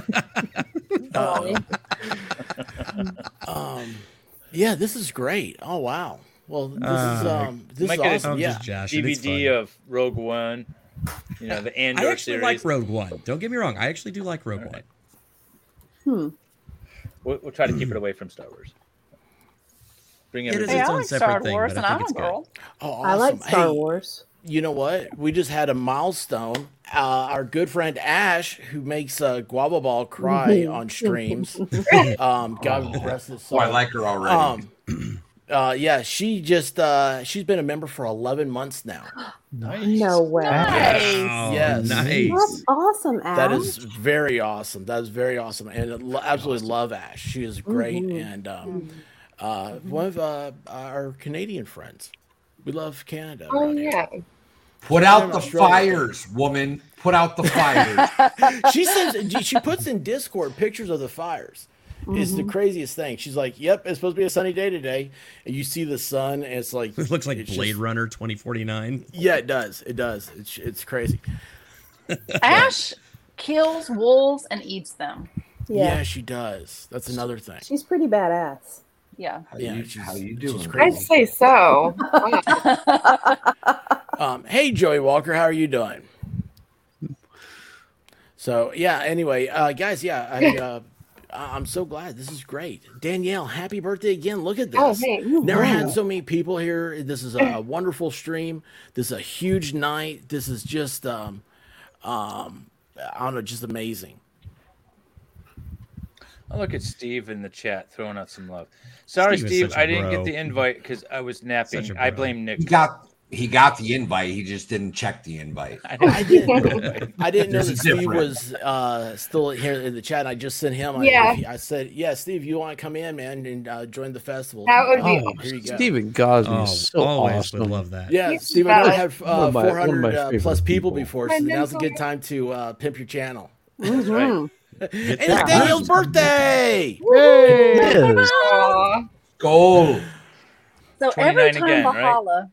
[SPEAKER 1] um, yeah, this is great. Oh wow. Well, this is
[SPEAKER 13] Uh,
[SPEAKER 1] um, this
[SPEAKER 14] Might
[SPEAKER 1] is
[SPEAKER 14] get a
[SPEAKER 1] awesome. Yeah.
[SPEAKER 14] DVD of Rogue One. You know the Andor
[SPEAKER 13] I actually
[SPEAKER 14] series.
[SPEAKER 13] like Rogue One. Don't get me wrong. I actually do like Rogue One.
[SPEAKER 2] Hmm.
[SPEAKER 14] We'll, we'll try to keep it away from Star Wars. Bring
[SPEAKER 13] It is
[SPEAKER 14] everything-
[SPEAKER 13] its own separate thing, but I think it's good.
[SPEAKER 1] Oh,
[SPEAKER 2] I like
[SPEAKER 1] awesome.
[SPEAKER 2] Star
[SPEAKER 1] Hey,
[SPEAKER 2] Wars.
[SPEAKER 1] You know what? We just had a milestone. Uh, our good friend Ash, who makes uh, Guava Ball
[SPEAKER 2] Mm-hmm.
[SPEAKER 1] cry on streams, um, God bless his
[SPEAKER 5] Oh,
[SPEAKER 1] soul.
[SPEAKER 5] I like her already.
[SPEAKER 1] Um, uh, yeah, she just uh, she's been a member for eleven months now.
[SPEAKER 2] No way.
[SPEAKER 13] Nice.
[SPEAKER 1] Yes.
[SPEAKER 5] Oh,
[SPEAKER 2] That's awesome, Ash.
[SPEAKER 1] That is very awesome. That is very awesome, and I lo- absolutely love Ash. She is great,
[SPEAKER 2] Mhm.
[SPEAKER 1] and um, uh, one of uh, our Canadian friends. We love Canada.
[SPEAKER 7] Oh yeah.
[SPEAKER 5] Put
[SPEAKER 1] Yeah,
[SPEAKER 5] out
[SPEAKER 1] in
[SPEAKER 5] the
[SPEAKER 1] Australia.
[SPEAKER 5] fires, woman. Put out the fires.
[SPEAKER 1] she sends. She puts in Discord pictures of the fires. It's the
[SPEAKER 13] Mhm.
[SPEAKER 1] craziest thing. She's like, "Yep, it's supposed to be a sunny day today," and you see the sun, and it's like
[SPEAKER 13] It looks like
[SPEAKER 1] it's
[SPEAKER 13] Blade
[SPEAKER 1] just-
[SPEAKER 13] Runner 2049.
[SPEAKER 1] yeah, it does. It does. It's it's crazy.
[SPEAKER 4] Ash kills wolves and eats them.
[SPEAKER 1] Yeah.
[SPEAKER 2] Yeah.
[SPEAKER 1] she does. That's another thing.
[SPEAKER 2] She's pretty badass.
[SPEAKER 4] Yeah.
[SPEAKER 1] yeah, she's, how you doing? She's
[SPEAKER 7] I'd
[SPEAKER 1] crazy.
[SPEAKER 7] say so.
[SPEAKER 1] Um, hey, Joey Walker, how are you doing? So yeah. Anyway, uh, guys, yeah, I, uh, I- I'm so glad. This is great, Danielle. Happy birthday again! Look at this.
[SPEAKER 7] Oh, thanks.
[SPEAKER 1] Never had so many people here. This is a, wonderful stream. This is a huge night. This is just, um, um, I don't know, just amazing.
[SPEAKER 14] Oh, look at Steve in the chat throwing out some love. Sorry,
[SPEAKER 5] Steve is
[SPEAKER 14] Steve,
[SPEAKER 5] such a
[SPEAKER 14] I didn't
[SPEAKER 5] bro.
[SPEAKER 14] get the invite because I was napping. I blame Nick.
[SPEAKER 5] He got he got the invite. He just didn't check the invite.
[SPEAKER 1] I didn't. I didn't know
[SPEAKER 5] There's
[SPEAKER 1] that
[SPEAKER 5] a
[SPEAKER 1] Steve
[SPEAKER 5] difference.
[SPEAKER 1] was uh, still here in the chat. And I just sent him. I-
[SPEAKER 7] Yeah.
[SPEAKER 1] I, said, "Yeah, Steve, you want to come in, man, and uh, join the festival."
[SPEAKER 7] That would be
[SPEAKER 1] Oh, here you go.
[SPEAKER 12] Stephen Gosby
[SPEAKER 13] Oh,
[SPEAKER 12] is so
[SPEAKER 13] always
[SPEAKER 12] awesome.
[SPEAKER 13] would love that.
[SPEAKER 1] Yeah,
[SPEAKER 7] Yes,
[SPEAKER 1] Steve,
[SPEAKER 7] that
[SPEAKER 1] I've
[SPEAKER 7] is
[SPEAKER 1] had
[SPEAKER 12] one
[SPEAKER 1] uh,
[SPEAKER 12] of my- one of
[SPEAKER 1] 400
[SPEAKER 12] my
[SPEAKER 1] uh,
[SPEAKER 12] favorite
[SPEAKER 1] plus people,
[SPEAKER 12] people.
[SPEAKER 1] before,
[SPEAKER 7] I
[SPEAKER 1] so now's a
[SPEAKER 7] know.
[SPEAKER 1] good time to uh, pimp your channel.
[SPEAKER 2] Mhm.
[SPEAKER 12] Mm-hmm.
[SPEAKER 1] And
[SPEAKER 13] that
[SPEAKER 1] it's Danielle's birthday!
[SPEAKER 12] Yes.
[SPEAKER 7] Aw.
[SPEAKER 5] Go.
[SPEAKER 4] So every
[SPEAKER 14] 29
[SPEAKER 4] time
[SPEAKER 14] again, right?
[SPEAKER 4] Valhalla,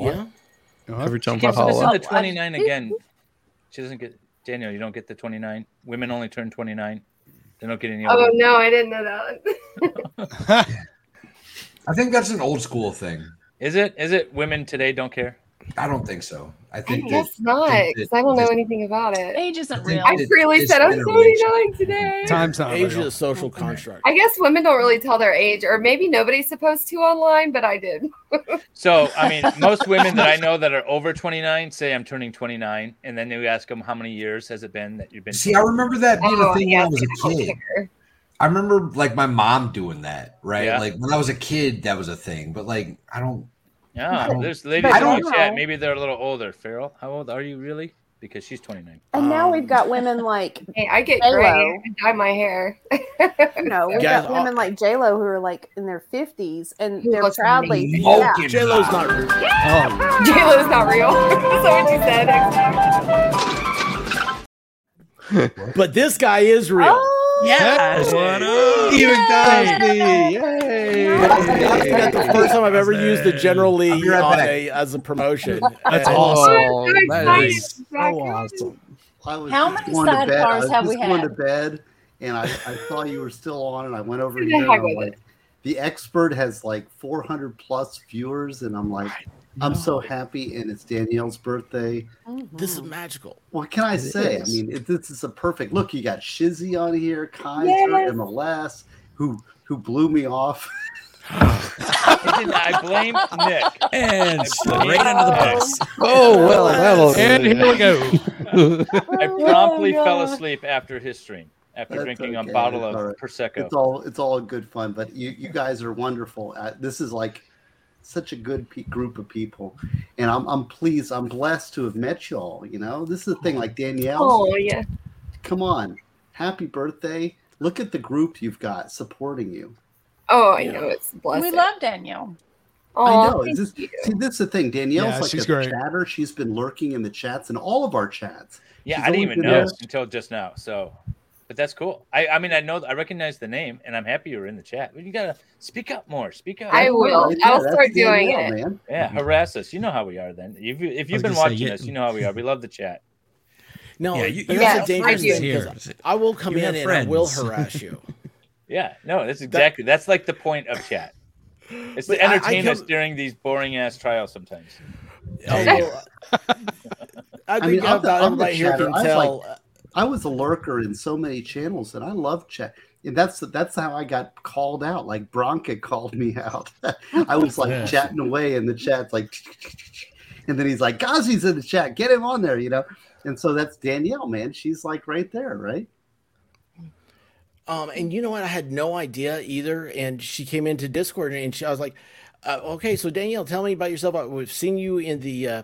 [SPEAKER 1] Yeah.
[SPEAKER 12] Every time
[SPEAKER 14] She keeps missing the
[SPEAKER 12] Valhalla.
[SPEAKER 14] 29 again. Oh, She doesn't get Daniel. You don't get the 29. Women only turn 29. They don't get any.
[SPEAKER 7] Oh
[SPEAKER 14] older.
[SPEAKER 7] no, I didn't know that.
[SPEAKER 5] I think that's an old school thing.
[SPEAKER 14] Is it? Is it? Women today don't care.
[SPEAKER 5] I don't think so. I
[SPEAKER 7] I
[SPEAKER 5] think
[SPEAKER 7] guess
[SPEAKER 5] that-
[SPEAKER 7] not,
[SPEAKER 5] think
[SPEAKER 7] because I don't know
[SPEAKER 5] that-
[SPEAKER 7] anything about it.
[SPEAKER 4] age isn't
[SPEAKER 5] think
[SPEAKER 4] real.
[SPEAKER 7] I
[SPEAKER 5] that
[SPEAKER 7] freely
[SPEAKER 5] this
[SPEAKER 7] said I'm
[SPEAKER 5] generation-
[SPEAKER 7] 79 today.
[SPEAKER 3] Time's not
[SPEAKER 1] Age is
[SPEAKER 3] real.
[SPEAKER 1] a social construct.
[SPEAKER 7] I guess women don't really tell their age, or maybe nobody's supposed to online, but I did.
[SPEAKER 14] So I mean, most women that I know that are over 29 say I'm turning 29, and then you ask them how many years has it been that you've been.
[SPEAKER 5] See, I remember that being a
[SPEAKER 7] Oh,
[SPEAKER 5] thing
[SPEAKER 7] yeah,
[SPEAKER 5] when I was a
[SPEAKER 7] I
[SPEAKER 5] kid. I remember like my mom doing that, right?
[SPEAKER 14] Yeah.
[SPEAKER 5] Like when I was a kid, that was a thing. But like, I don't. I
[SPEAKER 14] Yeah,
[SPEAKER 5] don't-
[SPEAKER 14] there's ladies
[SPEAKER 5] I
[SPEAKER 14] in the
[SPEAKER 5] don't
[SPEAKER 14] chat.
[SPEAKER 5] know.
[SPEAKER 14] Maybe they're a little older. Farrell, how old are you really? Because she's 29.
[SPEAKER 2] And now we've
[SPEAKER 1] Um,
[SPEAKER 2] got women like
[SPEAKER 7] Hey, I get
[SPEAKER 2] Hello.
[SPEAKER 7] gray. I dye my hair.
[SPEAKER 2] you know, we've
[SPEAKER 1] Guys,
[SPEAKER 2] got women like J Lo who are like in their fifties and
[SPEAKER 7] Who
[SPEAKER 2] they're
[SPEAKER 7] looks
[SPEAKER 2] proudly
[SPEAKER 5] amazing.
[SPEAKER 2] yeah.
[SPEAKER 5] Smoking
[SPEAKER 1] J Lo's not real.
[SPEAKER 7] J-Lo's not real. That's not what you said.
[SPEAKER 1] But this guy is real.
[SPEAKER 5] Oh,
[SPEAKER 13] Yeah. What up?
[SPEAKER 1] Stephen Cosby.
[SPEAKER 12] Yay.
[SPEAKER 1] That's the first time I've ever used the General Lee
[SPEAKER 12] right
[SPEAKER 1] on
[SPEAKER 12] back.
[SPEAKER 1] a, as a promotion.
[SPEAKER 12] That's
[SPEAKER 1] And-
[SPEAKER 12] awesome.
[SPEAKER 11] Oh,
[SPEAKER 12] that
[SPEAKER 11] excited,
[SPEAKER 12] is so
[SPEAKER 11] Zachary.
[SPEAKER 12] awesome.
[SPEAKER 11] I was
[SPEAKER 4] How
[SPEAKER 11] just
[SPEAKER 4] many
[SPEAKER 11] going to
[SPEAKER 4] side
[SPEAKER 11] bed-
[SPEAKER 4] bars
[SPEAKER 11] I was
[SPEAKER 4] have
[SPEAKER 11] just
[SPEAKER 4] we
[SPEAKER 11] going to
[SPEAKER 4] had?
[SPEAKER 11] bed, and I, I saw you were still on, and I went over
[SPEAKER 4] Who the
[SPEAKER 11] here. And
[SPEAKER 4] heck
[SPEAKER 11] I'm
[SPEAKER 4] was
[SPEAKER 11] like, the expert has like 400 plus viewers, and I'm like, I'm so happy, and it's Danielle's birthday.
[SPEAKER 1] This is magical.
[SPEAKER 11] What can I
[SPEAKER 1] It
[SPEAKER 11] say?
[SPEAKER 1] is.
[SPEAKER 11] I mean, it, this is a perfect look. You got Shizzy on here, Kaiser,
[SPEAKER 1] Yes.
[SPEAKER 11] MLS, who who blew me off.
[SPEAKER 14] I blame Nick.
[SPEAKER 13] And
[SPEAKER 14] straight under the bus.
[SPEAKER 12] Oh well, that'll.
[SPEAKER 3] And here we go.
[SPEAKER 14] I promptly fell asleep after his stream, after
[SPEAKER 11] Oh, That's
[SPEAKER 14] drinking
[SPEAKER 11] okay.
[SPEAKER 14] a bottle of
[SPEAKER 11] It's all right.
[SPEAKER 14] prosecco.
[SPEAKER 11] It's all it's all good fun, but you you guys are wonderful. Uh, this is like such a good pe- group of people, and I'm I'm pleased. I'm blessed to have met you all. You know, this is the thing. Like Danielle,
[SPEAKER 7] Oh, yeah.
[SPEAKER 11] come on, happy birthday! Look at the group you've got supporting you.
[SPEAKER 7] Oh, I know it's a blessing.
[SPEAKER 4] We love Danielle.
[SPEAKER 11] I know.
[SPEAKER 7] Oh,
[SPEAKER 11] It's just- see, this is the thing. Danielle's
[SPEAKER 14] Yeah,
[SPEAKER 11] like
[SPEAKER 14] she's
[SPEAKER 11] a
[SPEAKER 14] great.
[SPEAKER 11] chatter. She's been lurking in the chats and all of our chats.
[SPEAKER 14] Yeah,
[SPEAKER 11] She's
[SPEAKER 14] I didn't
[SPEAKER 11] always
[SPEAKER 14] even
[SPEAKER 11] been
[SPEAKER 14] know
[SPEAKER 11] there.
[SPEAKER 14] until just now. So, but that's cool. I, I mean, I know, I recognize the name, and I'm happy you're in the chat. But you gotta speak up more. Speak up.
[SPEAKER 7] I will.
[SPEAKER 11] Right there,
[SPEAKER 7] I'll
[SPEAKER 11] that's
[SPEAKER 7] start
[SPEAKER 11] the
[SPEAKER 7] doing
[SPEAKER 11] idea,
[SPEAKER 7] it.
[SPEAKER 11] man.
[SPEAKER 14] Yeah, harass us. You know how we are. Then if, you, if
[SPEAKER 13] I was
[SPEAKER 14] you've been
[SPEAKER 13] gonna say,
[SPEAKER 14] watching
[SPEAKER 13] yeah.
[SPEAKER 14] us, you know how we are. We love the chat.
[SPEAKER 1] No,
[SPEAKER 13] Yeah, you-
[SPEAKER 1] but
[SPEAKER 13] you
[SPEAKER 1] that's
[SPEAKER 13] have
[SPEAKER 1] a dangerous
[SPEAKER 13] friends
[SPEAKER 1] thing
[SPEAKER 13] here.
[SPEAKER 1] 'cause I will come
[SPEAKER 13] You
[SPEAKER 1] in
[SPEAKER 13] have
[SPEAKER 1] and I will
[SPEAKER 13] friends.
[SPEAKER 1] harass you.
[SPEAKER 14] Yeah, no, that's exactly that's like the point of chat. It's
[SPEAKER 1] But
[SPEAKER 14] to
[SPEAKER 1] I- I
[SPEAKER 14] entertain us
[SPEAKER 1] come- Oh,
[SPEAKER 14] during these boring ass trials sometimes.
[SPEAKER 1] Although, I think
[SPEAKER 11] I'm the-
[SPEAKER 1] about
[SPEAKER 11] I'm the
[SPEAKER 1] everybody here
[SPEAKER 11] chatter.
[SPEAKER 1] can
[SPEAKER 11] I was
[SPEAKER 1] tell. uh,
[SPEAKER 11] like- I was a lurker in so many channels, and I love chat. And that's that's how I got called out. Like Bronca called me out. I was like
[SPEAKER 9] Yes.
[SPEAKER 11] chatting away in the chat, like, and then he's like, "Gazi's in the chat. Get him on there," you know. And so that's Danielle, man. She's like right there, right?
[SPEAKER 1] Um, and you know what? I had no idea either. And she came into Discord, and she, I was like, uh, "Okay, so Danielle, tell me about yourself. Uh, We've seen you in the uh,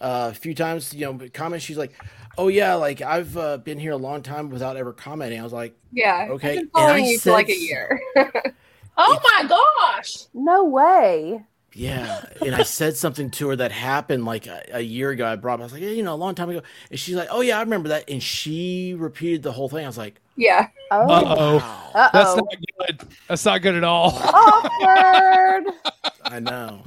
[SPEAKER 1] uh, few times, you know, comments." She's like, "Oh yeah, like I've uh, been here a long time without ever commenting." I was like,
[SPEAKER 7] Yeah.
[SPEAKER 1] Okay,
[SPEAKER 7] I've been
[SPEAKER 1] and
[SPEAKER 7] following
[SPEAKER 1] I
[SPEAKER 7] you for like a
[SPEAKER 1] sense-
[SPEAKER 7] year.
[SPEAKER 2] Oh my gosh! No way.
[SPEAKER 1] "Yeah," and I said something to her that happened like a, a year ago. I brought, up, I was like, "Yeah, "You know, a long time ago," and she's like, "Oh yeah, I remember that." And she repeated the whole thing. I was like,
[SPEAKER 7] Yeah.
[SPEAKER 2] Oh.
[SPEAKER 3] Uh oh.
[SPEAKER 2] Uh
[SPEAKER 3] That's
[SPEAKER 2] oh.
[SPEAKER 3] not good. That's not good at all.
[SPEAKER 2] Awkward.
[SPEAKER 1] "I know."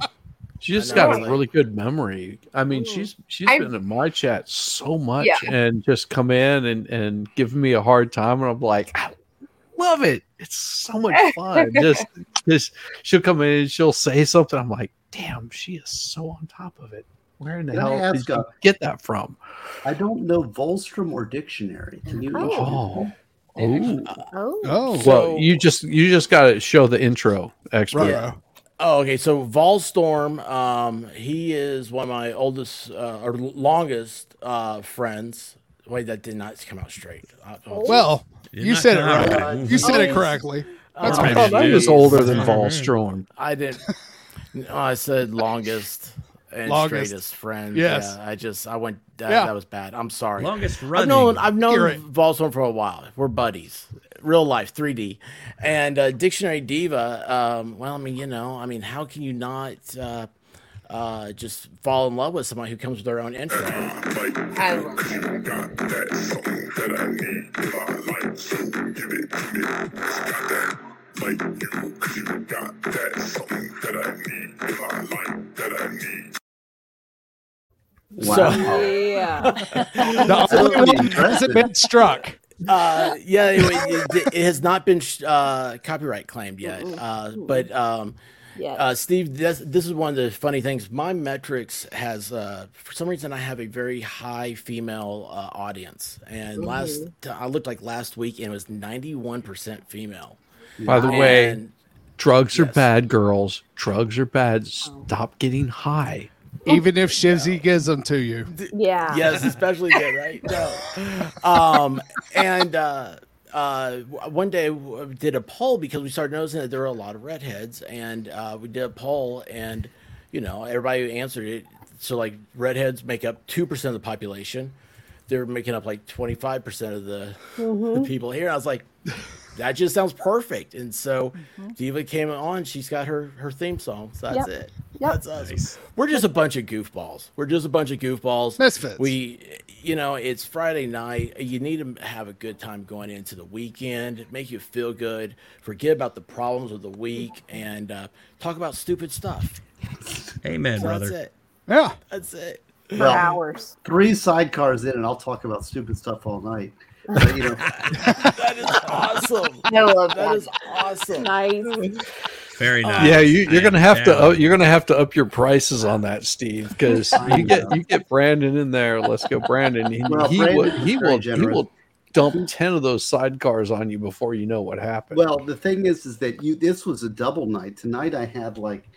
[SPEAKER 12] She just
[SPEAKER 1] I know,
[SPEAKER 12] got a
[SPEAKER 1] like- Mm.
[SPEAKER 12] really good memory. I mean, she's she's
[SPEAKER 7] I've-
[SPEAKER 12] been in my chat so much
[SPEAKER 7] Yeah.
[SPEAKER 12] and just come in and and give me a hard time, and I'm like, I love it. It's so much fun. just just she'll come in and she'll say something. I'm like, damn, she is so on top of it. Where in the
[SPEAKER 11] Can I
[SPEAKER 12] hell did
[SPEAKER 11] ask
[SPEAKER 12] you
[SPEAKER 11] a-
[SPEAKER 12] get that from?
[SPEAKER 11] I don't know Volstrom or dictionary. Can you?
[SPEAKER 12] Oh.
[SPEAKER 2] Oh.
[SPEAKER 3] Oh.
[SPEAKER 12] well, you just you just got to show the intro expert.
[SPEAKER 1] Yeah. Oh, okay. So Volstorm, um, he is one of my oldest uh, or longest uh, friends. Wait, that did not come out straight. Uh, oh,
[SPEAKER 3] Well,
[SPEAKER 1] geez.
[SPEAKER 3] you said it right. You said it
[SPEAKER 1] Oh,
[SPEAKER 3] correctly.
[SPEAKER 1] Oh,
[SPEAKER 3] That's
[SPEAKER 1] I
[SPEAKER 3] right.
[SPEAKER 1] thought that
[SPEAKER 12] He was
[SPEAKER 1] Jeez.
[SPEAKER 12] older than Vol
[SPEAKER 1] I didn't. No, I said longest and
[SPEAKER 12] Longest.
[SPEAKER 1] straightest friends.
[SPEAKER 12] Yes.
[SPEAKER 1] Yeah, I just I went. That,
[SPEAKER 12] Yeah.
[SPEAKER 1] that was bad. I'm sorry.
[SPEAKER 13] Longest
[SPEAKER 1] I've known
[SPEAKER 13] running.
[SPEAKER 1] I've known
[SPEAKER 13] You're right.
[SPEAKER 1] Volstone for a while. We're buddies, real life, 3D, and uh, Dictionary Diva. Um, well, I mean, you know, I mean, how can you not uh, uh, just fall in love with somebody who comes with their own intro?
[SPEAKER 7] I love her.
[SPEAKER 3] Wow.
[SPEAKER 1] So,
[SPEAKER 3] The only one that hasn't been struck.
[SPEAKER 1] uh, yeah, anyway, it, it- it has not been sh- uh, copyright claimed yet. Uh, but um,
[SPEAKER 2] Yet.
[SPEAKER 1] uh, Steve, this, this is one of the funny things. My metrics has, uh, for some reason, I have a very high female uh, audience, and last
[SPEAKER 12] Mhm.
[SPEAKER 1] I looked like last week, and it was ninety one percent female.
[SPEAKER 12] By the way,
[SPEAKER 1] And-
[SPEAKER 12] drugs are bad, girls. Drugs are bad.
[SPEAKER 1] Oh.
[SPEAKER 12] Stop getting high.
[SPEAKER 3] Even if Shivzy gives them to you.
[SPEAKER 2] Yeah.
[SPEAKER 1] Yes, especially good, right? No. Um, and uh, uh, w- one day we did a poll because we started noticing that there were a lot of redheads, and uh, we did a poll, and you know everybody who answered it. So like redheads make up two percent of the population. They're making up like twenty five percent of the, the
[SPEAKER 2] Mhm.
[SPEAKER 1] people here. I was like, that just sounds perfect. And so Diva came on, she's got her her theme song. So that's
[SPEAKER 2] Mm-hmm. Yep.
[SPEAKER 1] it.
[SPEAKER 2] Yep.
[SPEAKER 1] That's us. We're just a bunch of goofballs. We're just a bunch of goofballs.
[SPEAKER 3] Misfits.
[SPEAKER 1] We you know, it's Friday night. You need to have a good time going into the weekend. Make you feel good. Forget about the problems of the week and uh, talk about stupid stuff.
[SPEAKER 13] Amen,
[SPEAKER 1] So
[SPEAKER 13] brother.
[SPEAKER 1] That's it.
[SPEAKER 3] Yeah.
[SPEAKER 1] That's it.
[SPEAKER 11] Well, Three sidecars in, and I'll talk about stupid stuff all night. But, you know,
[SPEAKER 1] Awesome.
[SPEAKER 7] I love
[SPEAKER 1] That is awesome.
[SPEAKER 2] Nice.
[SPEAKER 13] Very nice.
[SPEAKER 12] Yeah, you, you're gonna have to
[SPEAKER 13] down.
[SPEAKER 12] uh, you're gonna have to up your prices on that, Steve, because you get you get Brandon in there. Let's go, Brandon. He,
[SPEAKER 11] Well,
[SPEAKER 12] he,
[SPEAKER 11] Brandon
[SPEAKER 12] will,
[SPEAKER 11] is
[SPEAKER 12] he
[SPEAKER 11] very
[SPEAKER 12] will he
[SPEAKER 11] generous.
[SPEAKER 12] will dump ten of those sidecars on you before you know what happened.
[SPEAKER 11] well, the thing is, is that you this was a double night. Tonight I had like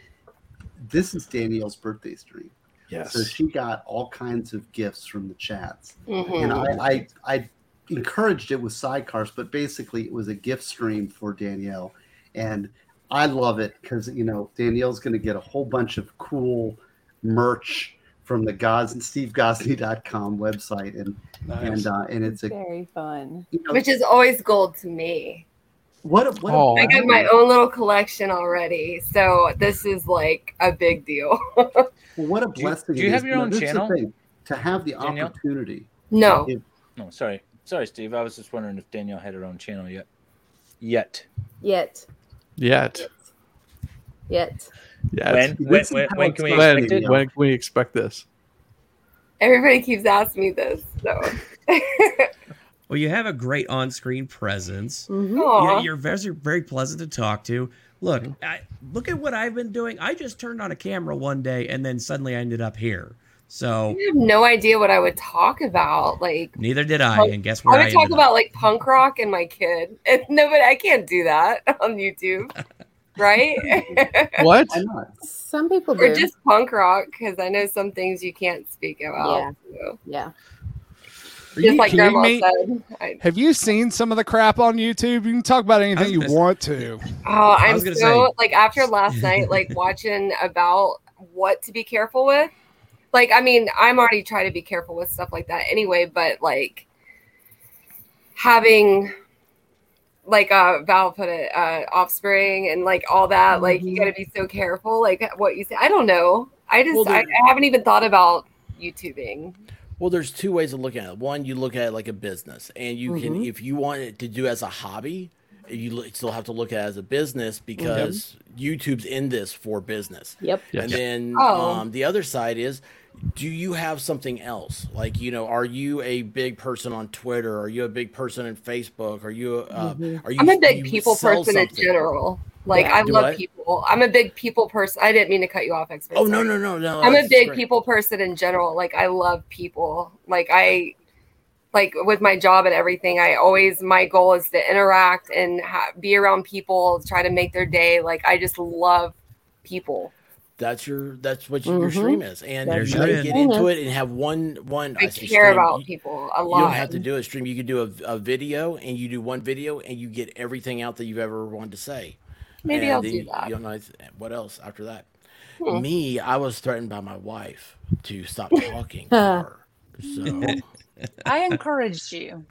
[SPEAKER 11] this is Danielle's birthday stream.
[SPEAKER 12] Yes.
[SPEAKER 11] So she got all kinds of gifts from the chats.
[SPEAKER 7] Mhm.
[SPEAKER 11] And I, I I encouraged it with sidecars, but basically it was a gift stream for Danielle. And I love it because you know Danielle's gonna get a whole bunch of cool merch from the Gos stevegosney.com website and and uh, and it's a
[SPEAKER 2] very fun.
[SPEAKER 7] Which is always gold to me.
[SPEAKER 11] what a what a
[SPEAKER 7] I got my own little collection already, so this is like a big deal.
[SPEAKER 11] Well, what a
[SPEAKER 14] you-
[SPEAKER 11] blessing!
[SPEAKER 14] do you
[SPEAKER 11] it
[SPEAKER 14] have
[SPEAKER 11] is.
[SPEAKER 14] your
[SPEAKER 11] No,
[SPEAKER 14] own
[SPEAKER 11] this is the
[SPEAKER 14] channel,
[SPEAKER 11] thing, to have the
[SPEAKER 14] Danielle?
[SPEAKER 11] opportunity?
[SPEAKER 7] No.
[SPEAKER 11] If-
[SPEAKER 14] No, sorry, sorry, Steve. I was just wondering if Danielle had her own channel yet. Yet.
[SPEAKER 2] Yet.
[SPEAKER 12] Yet,
[SPEAKER 2] Yet.
[SPEAKER 14] When-
[SPEAKER 12] yet.
[SPEAKER 14] when- This is when- how when can we it's expect
[SPEAKER 12] when,
[SPEAKER 14] done. it?
[SPEAKER 12] when can we expect this?
[SPEAKER 7] Everybody keeps asking me this, so
[SPEAKER 13] Well, you have a great on-screen presence.
[SPEAKER 12] Mm-hmm.
[SPEAKER 7] Mhm.
[SPEAKER 13] Yeah,
[SPEAKER 7] Aw.
[SPEAKER 13] you're very, very pleasant to talk to. Look,
[SPEAKER 12] Mm-hmm.
[SPEAKER 13] I, look at what I've been doing. I just turned on a camera one day, and then suddenly I ended up here. So
[SPEAKER 7] I have no idea what I would talk about. Like
[SPEAKER 13] neither did I, and guess where
[SPEAKER 7] I
[SPEAKER 13] I,
[SPEAKER 7] would talk
[SPEAKER 13] ended up.
[SPEAKER 7] about like punk rock and my kid. And nobody I can't do that on YouTube. Right?
[SPEAKER 12] What?
[SPEAKER 2] Some people
[SPEAKER 7] or
[SPEAKER 2] do.
[SPEAKER 7] just punk rock, because I know some things you can't speak about. so.
[SPEAKER 2] Yeah.
[SPEAKER 7] Just like grandma said. I,
[SPEAKER 3] Have you seen some of the crap on YouTube? You can talk about anything you want to.
[SPEAKER 7] oh,
[SPEAKER 3] I
[SPEAKER 7] I'm
[SPEAKER 3] was
[SPEAKER 7] so
[SPEAKER 3] gonna say-
[SPEAKER 7] like after last night, like watching about what to be careful with. Like, I mean, I'm already trying to be careful with stuff like that anyway, but like having like uh Val put it, uh offspring and like all that, like you gotta be so careful, like what you say. I don't know. I just
[SPEAKER 1] Well,
[SPEAKER 7] I,
[SPEAKER 1] there-
[SPEAKER 7] I haven't even thought about YouTubing.
[SPEAKER 1] Well, there's two ways of looking at it. One, you look at it like a business, and you can,
[SPEAKER 7] Mhm.
[SPEAKER 1] if you want it to do as a hobby, you lo- still have to look at it as a business because
[SPEAKER 7] Mm-hmm.
[SPEAKER 1] YouTube's in this for business.
[SPEAKER 2] Yep.
[SPEAKER 1] And
[SPEAKER 2] Yes.
[SPEAKER 1] then
[SPEAKER 2] Oh.
[SPEAKER 1] um, the other side is, do you have something else? Like, you know, are you a big person on Twitter? Are you a big person in Facebook? Are you? Uh,
[SPEAKER 7] Mhm.
[SPEAKER 1] Are you?
[SPEAKER 7] I'm a big
[SPEAKER 1] do you
[SPEAKER 7] people
[SPEAKER 1] sell
[SPEAKER 7] person in
[SPEAKER 1] something?
[SPEAKER 7] general. Like
[SPEAKER 1] Yeah.
[SPEAKER 7] I
[SPEAKER 1] Do
[SPEAKER 7] love
[SPEAKER 1] what?
[SPEAKER 7] people. I'm a big people person. I didn't mean to cut you off, expert.
[SPEAKER 1] Oh no
[SPEAKER 7] sorry.
[SPEAKER 1] no no no!
[SPEAKER 7] I'm a
[SPEAKER 1] that's
[SPEAKER 7] big
[SPEAKER 1] great.
[SPEAKER 7] people person in general. Like I love people. Like I like with my job and everything, I always my goal is to interact and ha- be around people, try to make their day. Like I just love people.
[SPEAKER 1] that's your that's what your
[SPEAKER 7] Mhm.
[SPEAKER 1] stream is and
[SPEAKER 7] That's
[SPEAKER 1] you
[SPEAKER 7] There it
[SPEAKER 1] gotta
[SPEAKER 7] is.
[SPEAKER 1] get into
[SPEAKER 7] Mhm.
[SPEAKER 1] it and have one one
[SPEAKER 7] I
[SPEAKER 1] say
[SPEAKER 7] care
[SPEAKER 1] stream,
[SPEAKER 7] about
[SPEAKER 1] you-
[SPEAKER 7] people a
[SPEAKER 1] you don't
[SPEAKER 7] lot.
[SPEAKER 1] have to do a stream you could do a, a video and you do one video and you get everything out that you've ever wanted to say
[SPEAKER 7] Maybe
[SPEAKER 1] And
[SPEAKER 7] I'll
[SPEAKER 1] then
[SPEAKER 7] do
[SPEAKER 1] you-
[SPEAKER 7] that.
[SPEAKER 1] you don't know anyth- what else after that
[SPEAKER 7] Hmm.
[SPEAKER 1] me i was threatened by my wife to stop talking to her so
[SPEAKER 4] I encouraged you.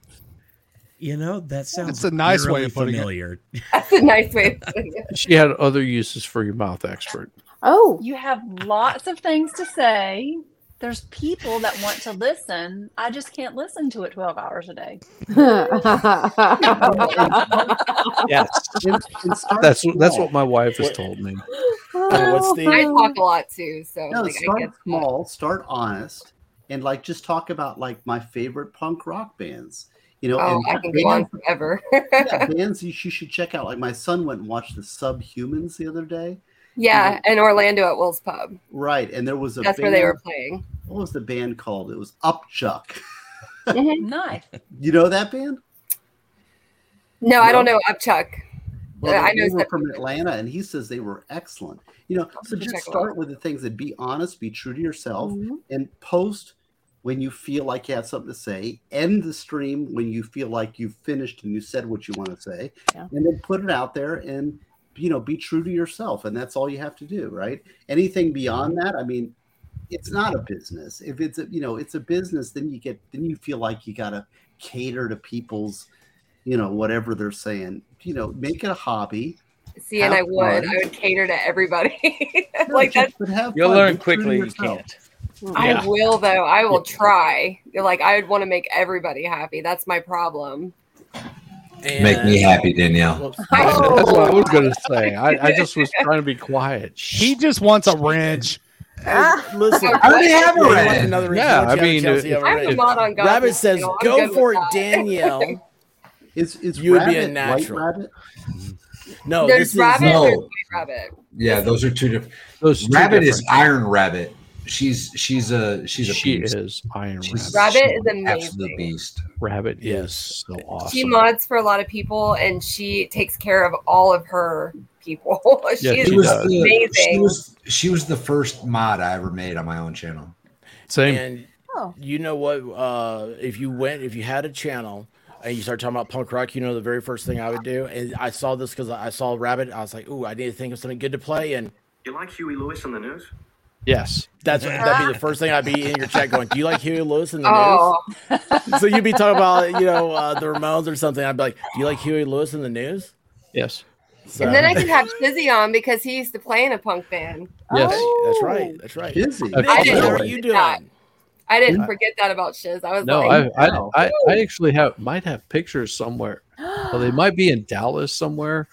[SPEAKER 13] You know that sounds.
[SPEAKER 12] That's a nice
[SPEAKER 13] eerily
[SPEAKER 12] way of putting it.
[SPEAKER 13] familiar.
[SPEAKER 7] That's a nice way. Of putting it.
[SPEAKER 12] She had other uses for your mouth, expert.
[SPEAKER 2] Oh.
[SPEAKER 4] You have lots of things to say. There's people that want to listen. I just can't listen to it 12 hours a day.
[SPEAKER 12] Yes,
[SPEAKER 11] start
[SPEAKER 12] that's what- that's
[SPEAKER 11] small.
[SPEAKER 12] what my wife has told me.
[SPEAKER 11] what's the-
[SPEAKER 7] I talk a lot too, so
[SPEAKER 11] No,
[SPEAKER 7] like, I
[SPEAKER 11] start
[SPEAKER 7] guess
[SPEAKER 11] small, start honest, and like just talk about like my favorite punk rock bands. You know,
[SPEAKER 7] oh,
[SPEAKER 11] and
[SPEAKER 7] I can go on
[SPEAKER 11] bands-
[SPEAKER 7] forever.
[SPEAKER 11] yeah, bands you you should check out. Like my son went and watched the Subhumans the other day.
[SPEAKER 7] yeah, in Orlando at Will's Pub.
[SPEAKER 11] Right, and there was a
[SPEAKER 7] That's where
[SPEAKER 11] band,
[SPEAKER 7] they were playing.
[SPEAKER 11] What was the band called? It was Upchuck.
[SPEAKER 7] Mm-hmm.
[SPEAKER 4] Nice.
[SPEAKER 11] You know that band?
[SPEAKER 7] No, I don't
[SPEAKER 11] No?
[SPEAKER 7] know Upchuck.
[SPEAKER 11] Well,
[SPEAKER 7] Uh, I
[SPEAKER 11] they
[SPEAKER 7] know
[SPEAKER 11] were
[SPEAKER 7] some-
[SPEAKER 11] from Atlanta, and he says they were excellent. You know, so
[SPEAKER 7] check
[SPEAKER 11] just
[SPEAKER 7] it out.
[SPEAKER 11] start with the things that be honest, be true to yourself,
[SPEAKER 7] Mhm.
[SPEAKER 11] and post when you feel like you have something to say. End the stream when you feel like you've finished and you said what you want to say, and then put it out there and you know be true to yourself, and that's all you have to do, right? Anything beyond that, I mean, it's not a business. If it's a you know it's a business, then you get then you feel like you gotta cater to people's you know, whatever they're saying. You know, make it a hobby.
[SPEAKER 7] See, and I
[SPEAKER 11] Have
[SPEAKER 7] would.
[SPEAKER 11] fun.
[SPEAKER 7] I would cater to everybody. like that's.
[SPEAKER 14] You'll
[SPEAKER 11] fun.
[SPEAKER 14] learn
[SPEAKER 11] Be true to
[SPEAKER 14] quickly you
[SPEAKER 11] yourself.
[SPEAKER 14] can't.
[SPEAKER 7] I
[SPEAKER 14] Yeah.
[SPEAKER 7] will though. I will try. You're like I would want to make everybody happy. That's my problem.
[SPEAKER 9] Make me happy, Danielle.
[SPEAKER 12] That's what I was going to
[SPEAKER 7] Oh.
[SPEAKER 12] say. I, I just was trying to be quiet.
[SPEAKER 3] He just wants a wrench.
[SPEAKER 7] Ah.
[SPEAKER 1] Listen,
[SPEAKER 12] I already have a
[SPEAKER 1] you want
[SPEAKER 12] red.
[SPEAKER 1] Another
[SPEAKER 12] Yeah,
[SPEAKER 1] response?
[SPEAKER 12] I mean,
[SPEAKER 1] Chelsea,
[SPEAKER 12] if-
[SPEAKER 1] have a
[SPEAKER 12] I'm
[SPEAKER 1] red.
[SPEAKER 12] not on God's
[SPEAKER 1] Rabbit says,
[SPEAKER 7] schedule. I'm
[SPEAKER 1] "Go
[SPEAKER 7] good
[SPEAKER 1] for it,
[SPEAKER 7] with that."
[SPEAKER 1] Danielle."
[SPEAKER 11] Is is
[SPEAKER 1] you would be
[SPEAKER 11] rabbit
[SPEAKER 1] a
[SPEAKER 11] white
[SPEAKER 1] natural?
[SPEAKER 11] rabbit?
[SPEAKER 1] No,
[SPEAKER 7] there's
[SPEAKER 1] this is
[SPEAKER 7] rabbit.
[SPEAKER 9] No.
[SPEAKER 7] There's white rabbit.
[SPEAKER 9] Yeah, those are two different.
[SPEAKER 12] Those two
[SPEAKER 9] rabbit is
[SPEAKER 12] different.
[SPEAKER 9] Iron Rabbit. She's she's a she's a
[SPEAKER 12] She
[SPEAKER 9] beast.
[SPEAKER 12] is Iron
[SPEAKER 9] She's-
[SPEAKER 7] Rabbit
[SPEAKER 9] she's
[SPEAKER 7] is
[SPEAKER 9] an Absolute
[SPEAKER 7] amazing.
[SPEAKER 9] beast.
[SPEAKER 12] Rabbit is so awesome.
[SPEAKER 7] She mods for a lot of people, and she takes care of all of her people. she
[SPEAKER 12] Yes,
[SPEAKER 7] is
[SPEAKER 12] she does.
[SPEAKER 7] amazing.
[SPEAKER 9] She was she was the first mod I ever made on my own channel.
[SPEAKER 1] And
[SPEAKER 7] oh.
[SPEAKER 1] you know what? Uh, if you went, if you had a channel and you start talking about punk rock, you know the very first thing I would do. And I saw this because I saw Rabbit. I was like, "Ooh, I need to think of something good to play." And
[SPEAKER 16] You like Huey Lewis on the news?
[SPEAKER 12] yes,
[SPEAKER 1] that's what, that'd be the first thing I'd be in your chat going, "Do you like Huey Lewis in the
[SPEAKER 7] Oh.
[SPEAKER 1] news?" so you'd be talking about you know uh, the Ramones or something. I'd be like, "Do you like Huey Lewis in the news?"
[SPEAKER 12] Yes.
[SPEAKER 1] So,
[SPEAKER 7] And then I can have Shizzy on because he used to play in a punk band.
[SPEAKER 12] Yes.
[SPEAKER 1] that's right. That's right.
[SPEAKER 11] Shizzy.
[SPEAKER 1] Oh. Nick,
[SPEAKER 7] I didn't
[SPEAKER 1] how are
[SPEAKER 7] forget
[SPEAKER 1] you
[SPEAKER 7] that.
[SPEAKER 1] doing?
[SPEAKER 7] I didn't forget that about Shiz. I was
[SPEAKER 12] No, I,
[SPEAKER 7] like,
[SPEAKER 12] I, I, I actually have might have pictures somewhere. Well, they might be in Dallas somewhere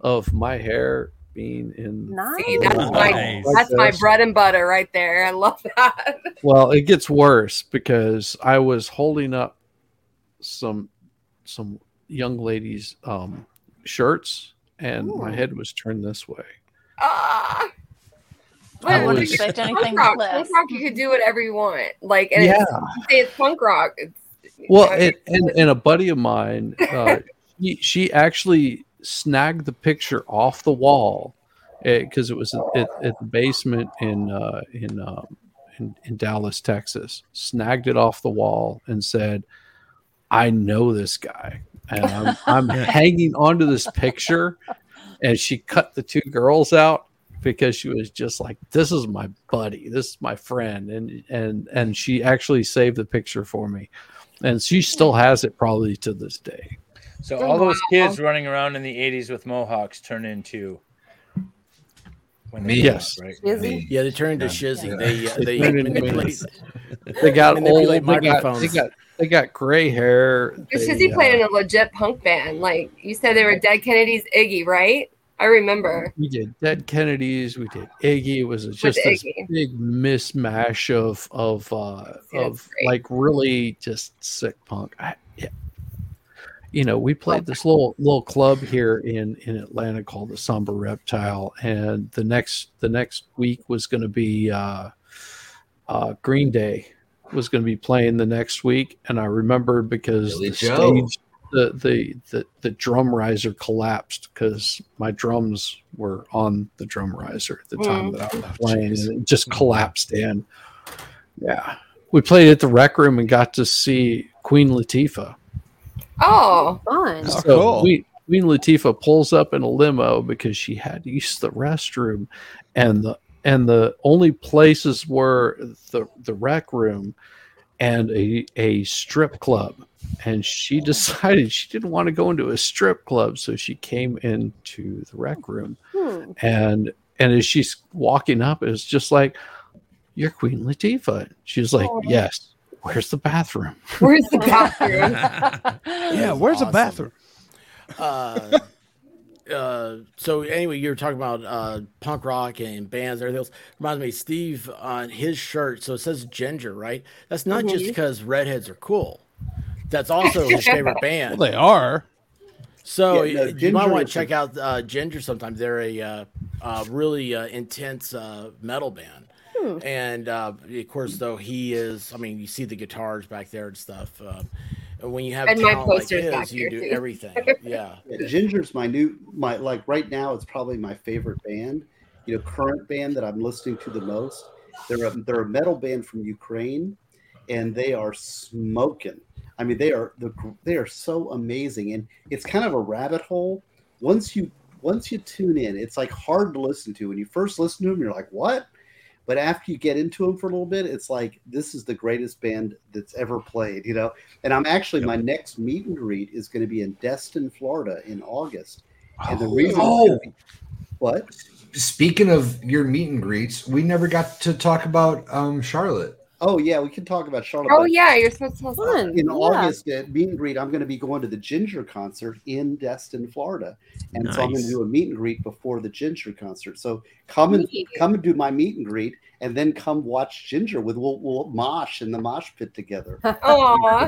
[SPEAKER 12] of my hair being in.
[SPEAKER 7] see, that's my
[SPEAKER 12] Nice.
[SPEAKER 7] that's my
[SPEAKER 12] Yes.
[SPEAKER 7] bread and butter right there. I love that.
[SPEAKER 12] Well, it gets worse because I was holding up some some young ladies' um, shirts, and my head was turned this way. I
[SPEAKER 7] Well,
[SPEAKER 12] wouldn't
[SPEAKER 7] it's
[SPEAKER 12] expect
[SPEAKER 7] punk
[SPEAKER 4] anything
[SPEAKER 7] rock.
[SPEAKER 4] less.
[SPEAKER 7] Punk rock, you could do whatever you want. Like, and it's,
[SPEAKER 12] Yeah.
[SPEAKER 7] you say it's punk rock. It's,
[SPEAKER 12] Well, and, and, and a buddy of mine, uh, she, she actually snagged the picture off the wall because it was at, at the basement in uh, in, um, in in Dallas, Texas. Snagged it off the wall and said, "I know this guy, and I'm, I'm hanging onto this picture." And she cut the two girls out because she was just like, "This is my buddy. This is my friend," and and and she actually saved the picture for me and she still has it probably to this day.
[SPEAKER 14] So all those kids running around in the '80s with mohawks turn into when
[SPEAKER 12] Me.
[SPEAKER 14] grow
[SPEAKER 12] Yes.
[SPEAKER 14] up, right?
[SPEAKER 12] Shizzy?
[SPEAKER 1] Yeah, they turned to Shizzy. They uh, they,
[SPEAKER 12] They turned into
[SPEAKER 1] manipulate.
[SPEAKER 12] They got old. They
[SPEAKER 1] manipulate
[SPEAKER 12] got, they
[SPEAKER 1] microphones.
[SPEAKER 12] got they got gray hair.
[SPEAKER 7] But
[SPEAKER 12] They,
[SPEAKER 7] Shizzy
[SPEAKER 12] uh,
[SPEAKER 7] played in a legit punk band. Like you said, they were Dead Kennedy's Iggy, right? I remember.
[SPEAKER 12] we did Dead Kennedys. We did Iggy. It was just this
[SPEAKER 7] Iggy.
[SPEAKER 12] big mismash of of uh,
[SPEAKER 7] Yeah,
[SPEAKER 12] of like really just sick punk. I, yeah. You know, we played this little little club here in in Atlanta called the Somber Reptile, and the next the next week was going to be uh, uh, Green Day was going to be playing the next week, and I remember because
[SPEAKER 9] Billy
[SPEAKER 12] the
[SPEAKER 9] Joe.
[SPEAKER 12] stage the the the, the drum riser collapsed because my drums were on the drum riser at the time
[SPEAKER 9] Mm.
[SPEAKER 12] that I was
[SPEAKER 9] Oh,
[SPEAKER 12] playing, and it just collapsed in. Yeah, we played at the rec room and got to see Queen Latifah.
[SPEAKER 7] Oh,
[SPEAKER 2] fun.
[SPEAKER 12] So Queen, Queen Latifah pulls up in a limo because she had to use the restroom, and the and the only places were the the rec room and a a strip club. And she decided she didn't want to go into a strip club, so she came into the rec room.
[SPEAKER 2] Hmm.
[SPEAKER 12] And and as she's walking up, it's just like, "You're Queen Latifah." She's like,
[SPEAKER 7] Oh.
[SPEAKER 12] "Yes." Where's the bathroom?
[SPEAKER 7] Where's the bathroom?
[SPEAKER 3] Yeah, where's the bathroom?
[SPEAKER 1] uh, uh, so anyway, you were talking about uh, punk rock and bands and everything else. Reminds me, Steve on his shirt, so it says Ginger, right? That's not just
[SPEAKER 3] Mhm.
[SPEAKER 7] Mm-hmm.
[SPEAKER 1] because redheads are cool. That's also his favorite band.
[SPEAKER 3] Well, they are.
[SPEAKER 1] So
[SPEAKER 3] Yeah, no,
[SPEAKER 1] uh, you might
[SPEAKER 3] Ginger
[SPEAKER 1] want to
[SPEAKER 3] is
[SPEAKER 1] check out uh, Ginger sometime. They're a uh, uh, really uh, intense uh, metal band.
[SPEAKER 7] Hmm.
[SPEAKER 1] And uh, of course, though he is, I mean, you see the guitars back there and stuff. Uh, and when you have
[SPEAKER 7] And my
[SPEAKER 1] talent like
[SPEAKER 7] poster's back
[SPEAKER 1] his, you
[SPEAKER 7] here,
[SPEAKER 1] do
[SPEAKER 7] too.
[SPEAKER 1] everything. Yeah.
[SPEAKER 11] Yeah, Ginger's my new my like right now it's probably my favorite band, you know, current band that I'm listening to the most. They're a, they're a metal band from Ukraine, and they are smoking. I mean, they are the gr- they are so amazing, and it's kind of a rabbit hole. Once you once you tune in, it's like hard to listen to. When you first listen to them, you're like, "What?" But after you get into them for a little bit, it's like this is the greatest band that's ever played, you know. And I'm actually my next meet and greet is going to be in Destin, Florida, in August. And the reason,
[SPEAKER 9] Oh.
[SPEAKER 11] what?
[SPEAKER 9] Speaking of your meet and greets, we never got to talk about um, Charlotte.
[SPEAKER 11] Oh yeah, we can talk about Charlotte.
[SPEAKER 7] Oh yeah, you're supposed to fun.
[SPEAKER 11] in August at meet and greet, I'm going to be going to the Ginger concert in Destin, Florida, and so I'm going
[SPEAKER 9] Nice.
[SPEAKER 11] to do a meet and greet before the Ginger concert. So come and
[SPEAKER 7] Neat.
[SPEAKER 11] come and do my meet and greet, and then come watch Ginger with we'll, we'll mosh in the mosh pit together.
[SPEAKER 7] Aw.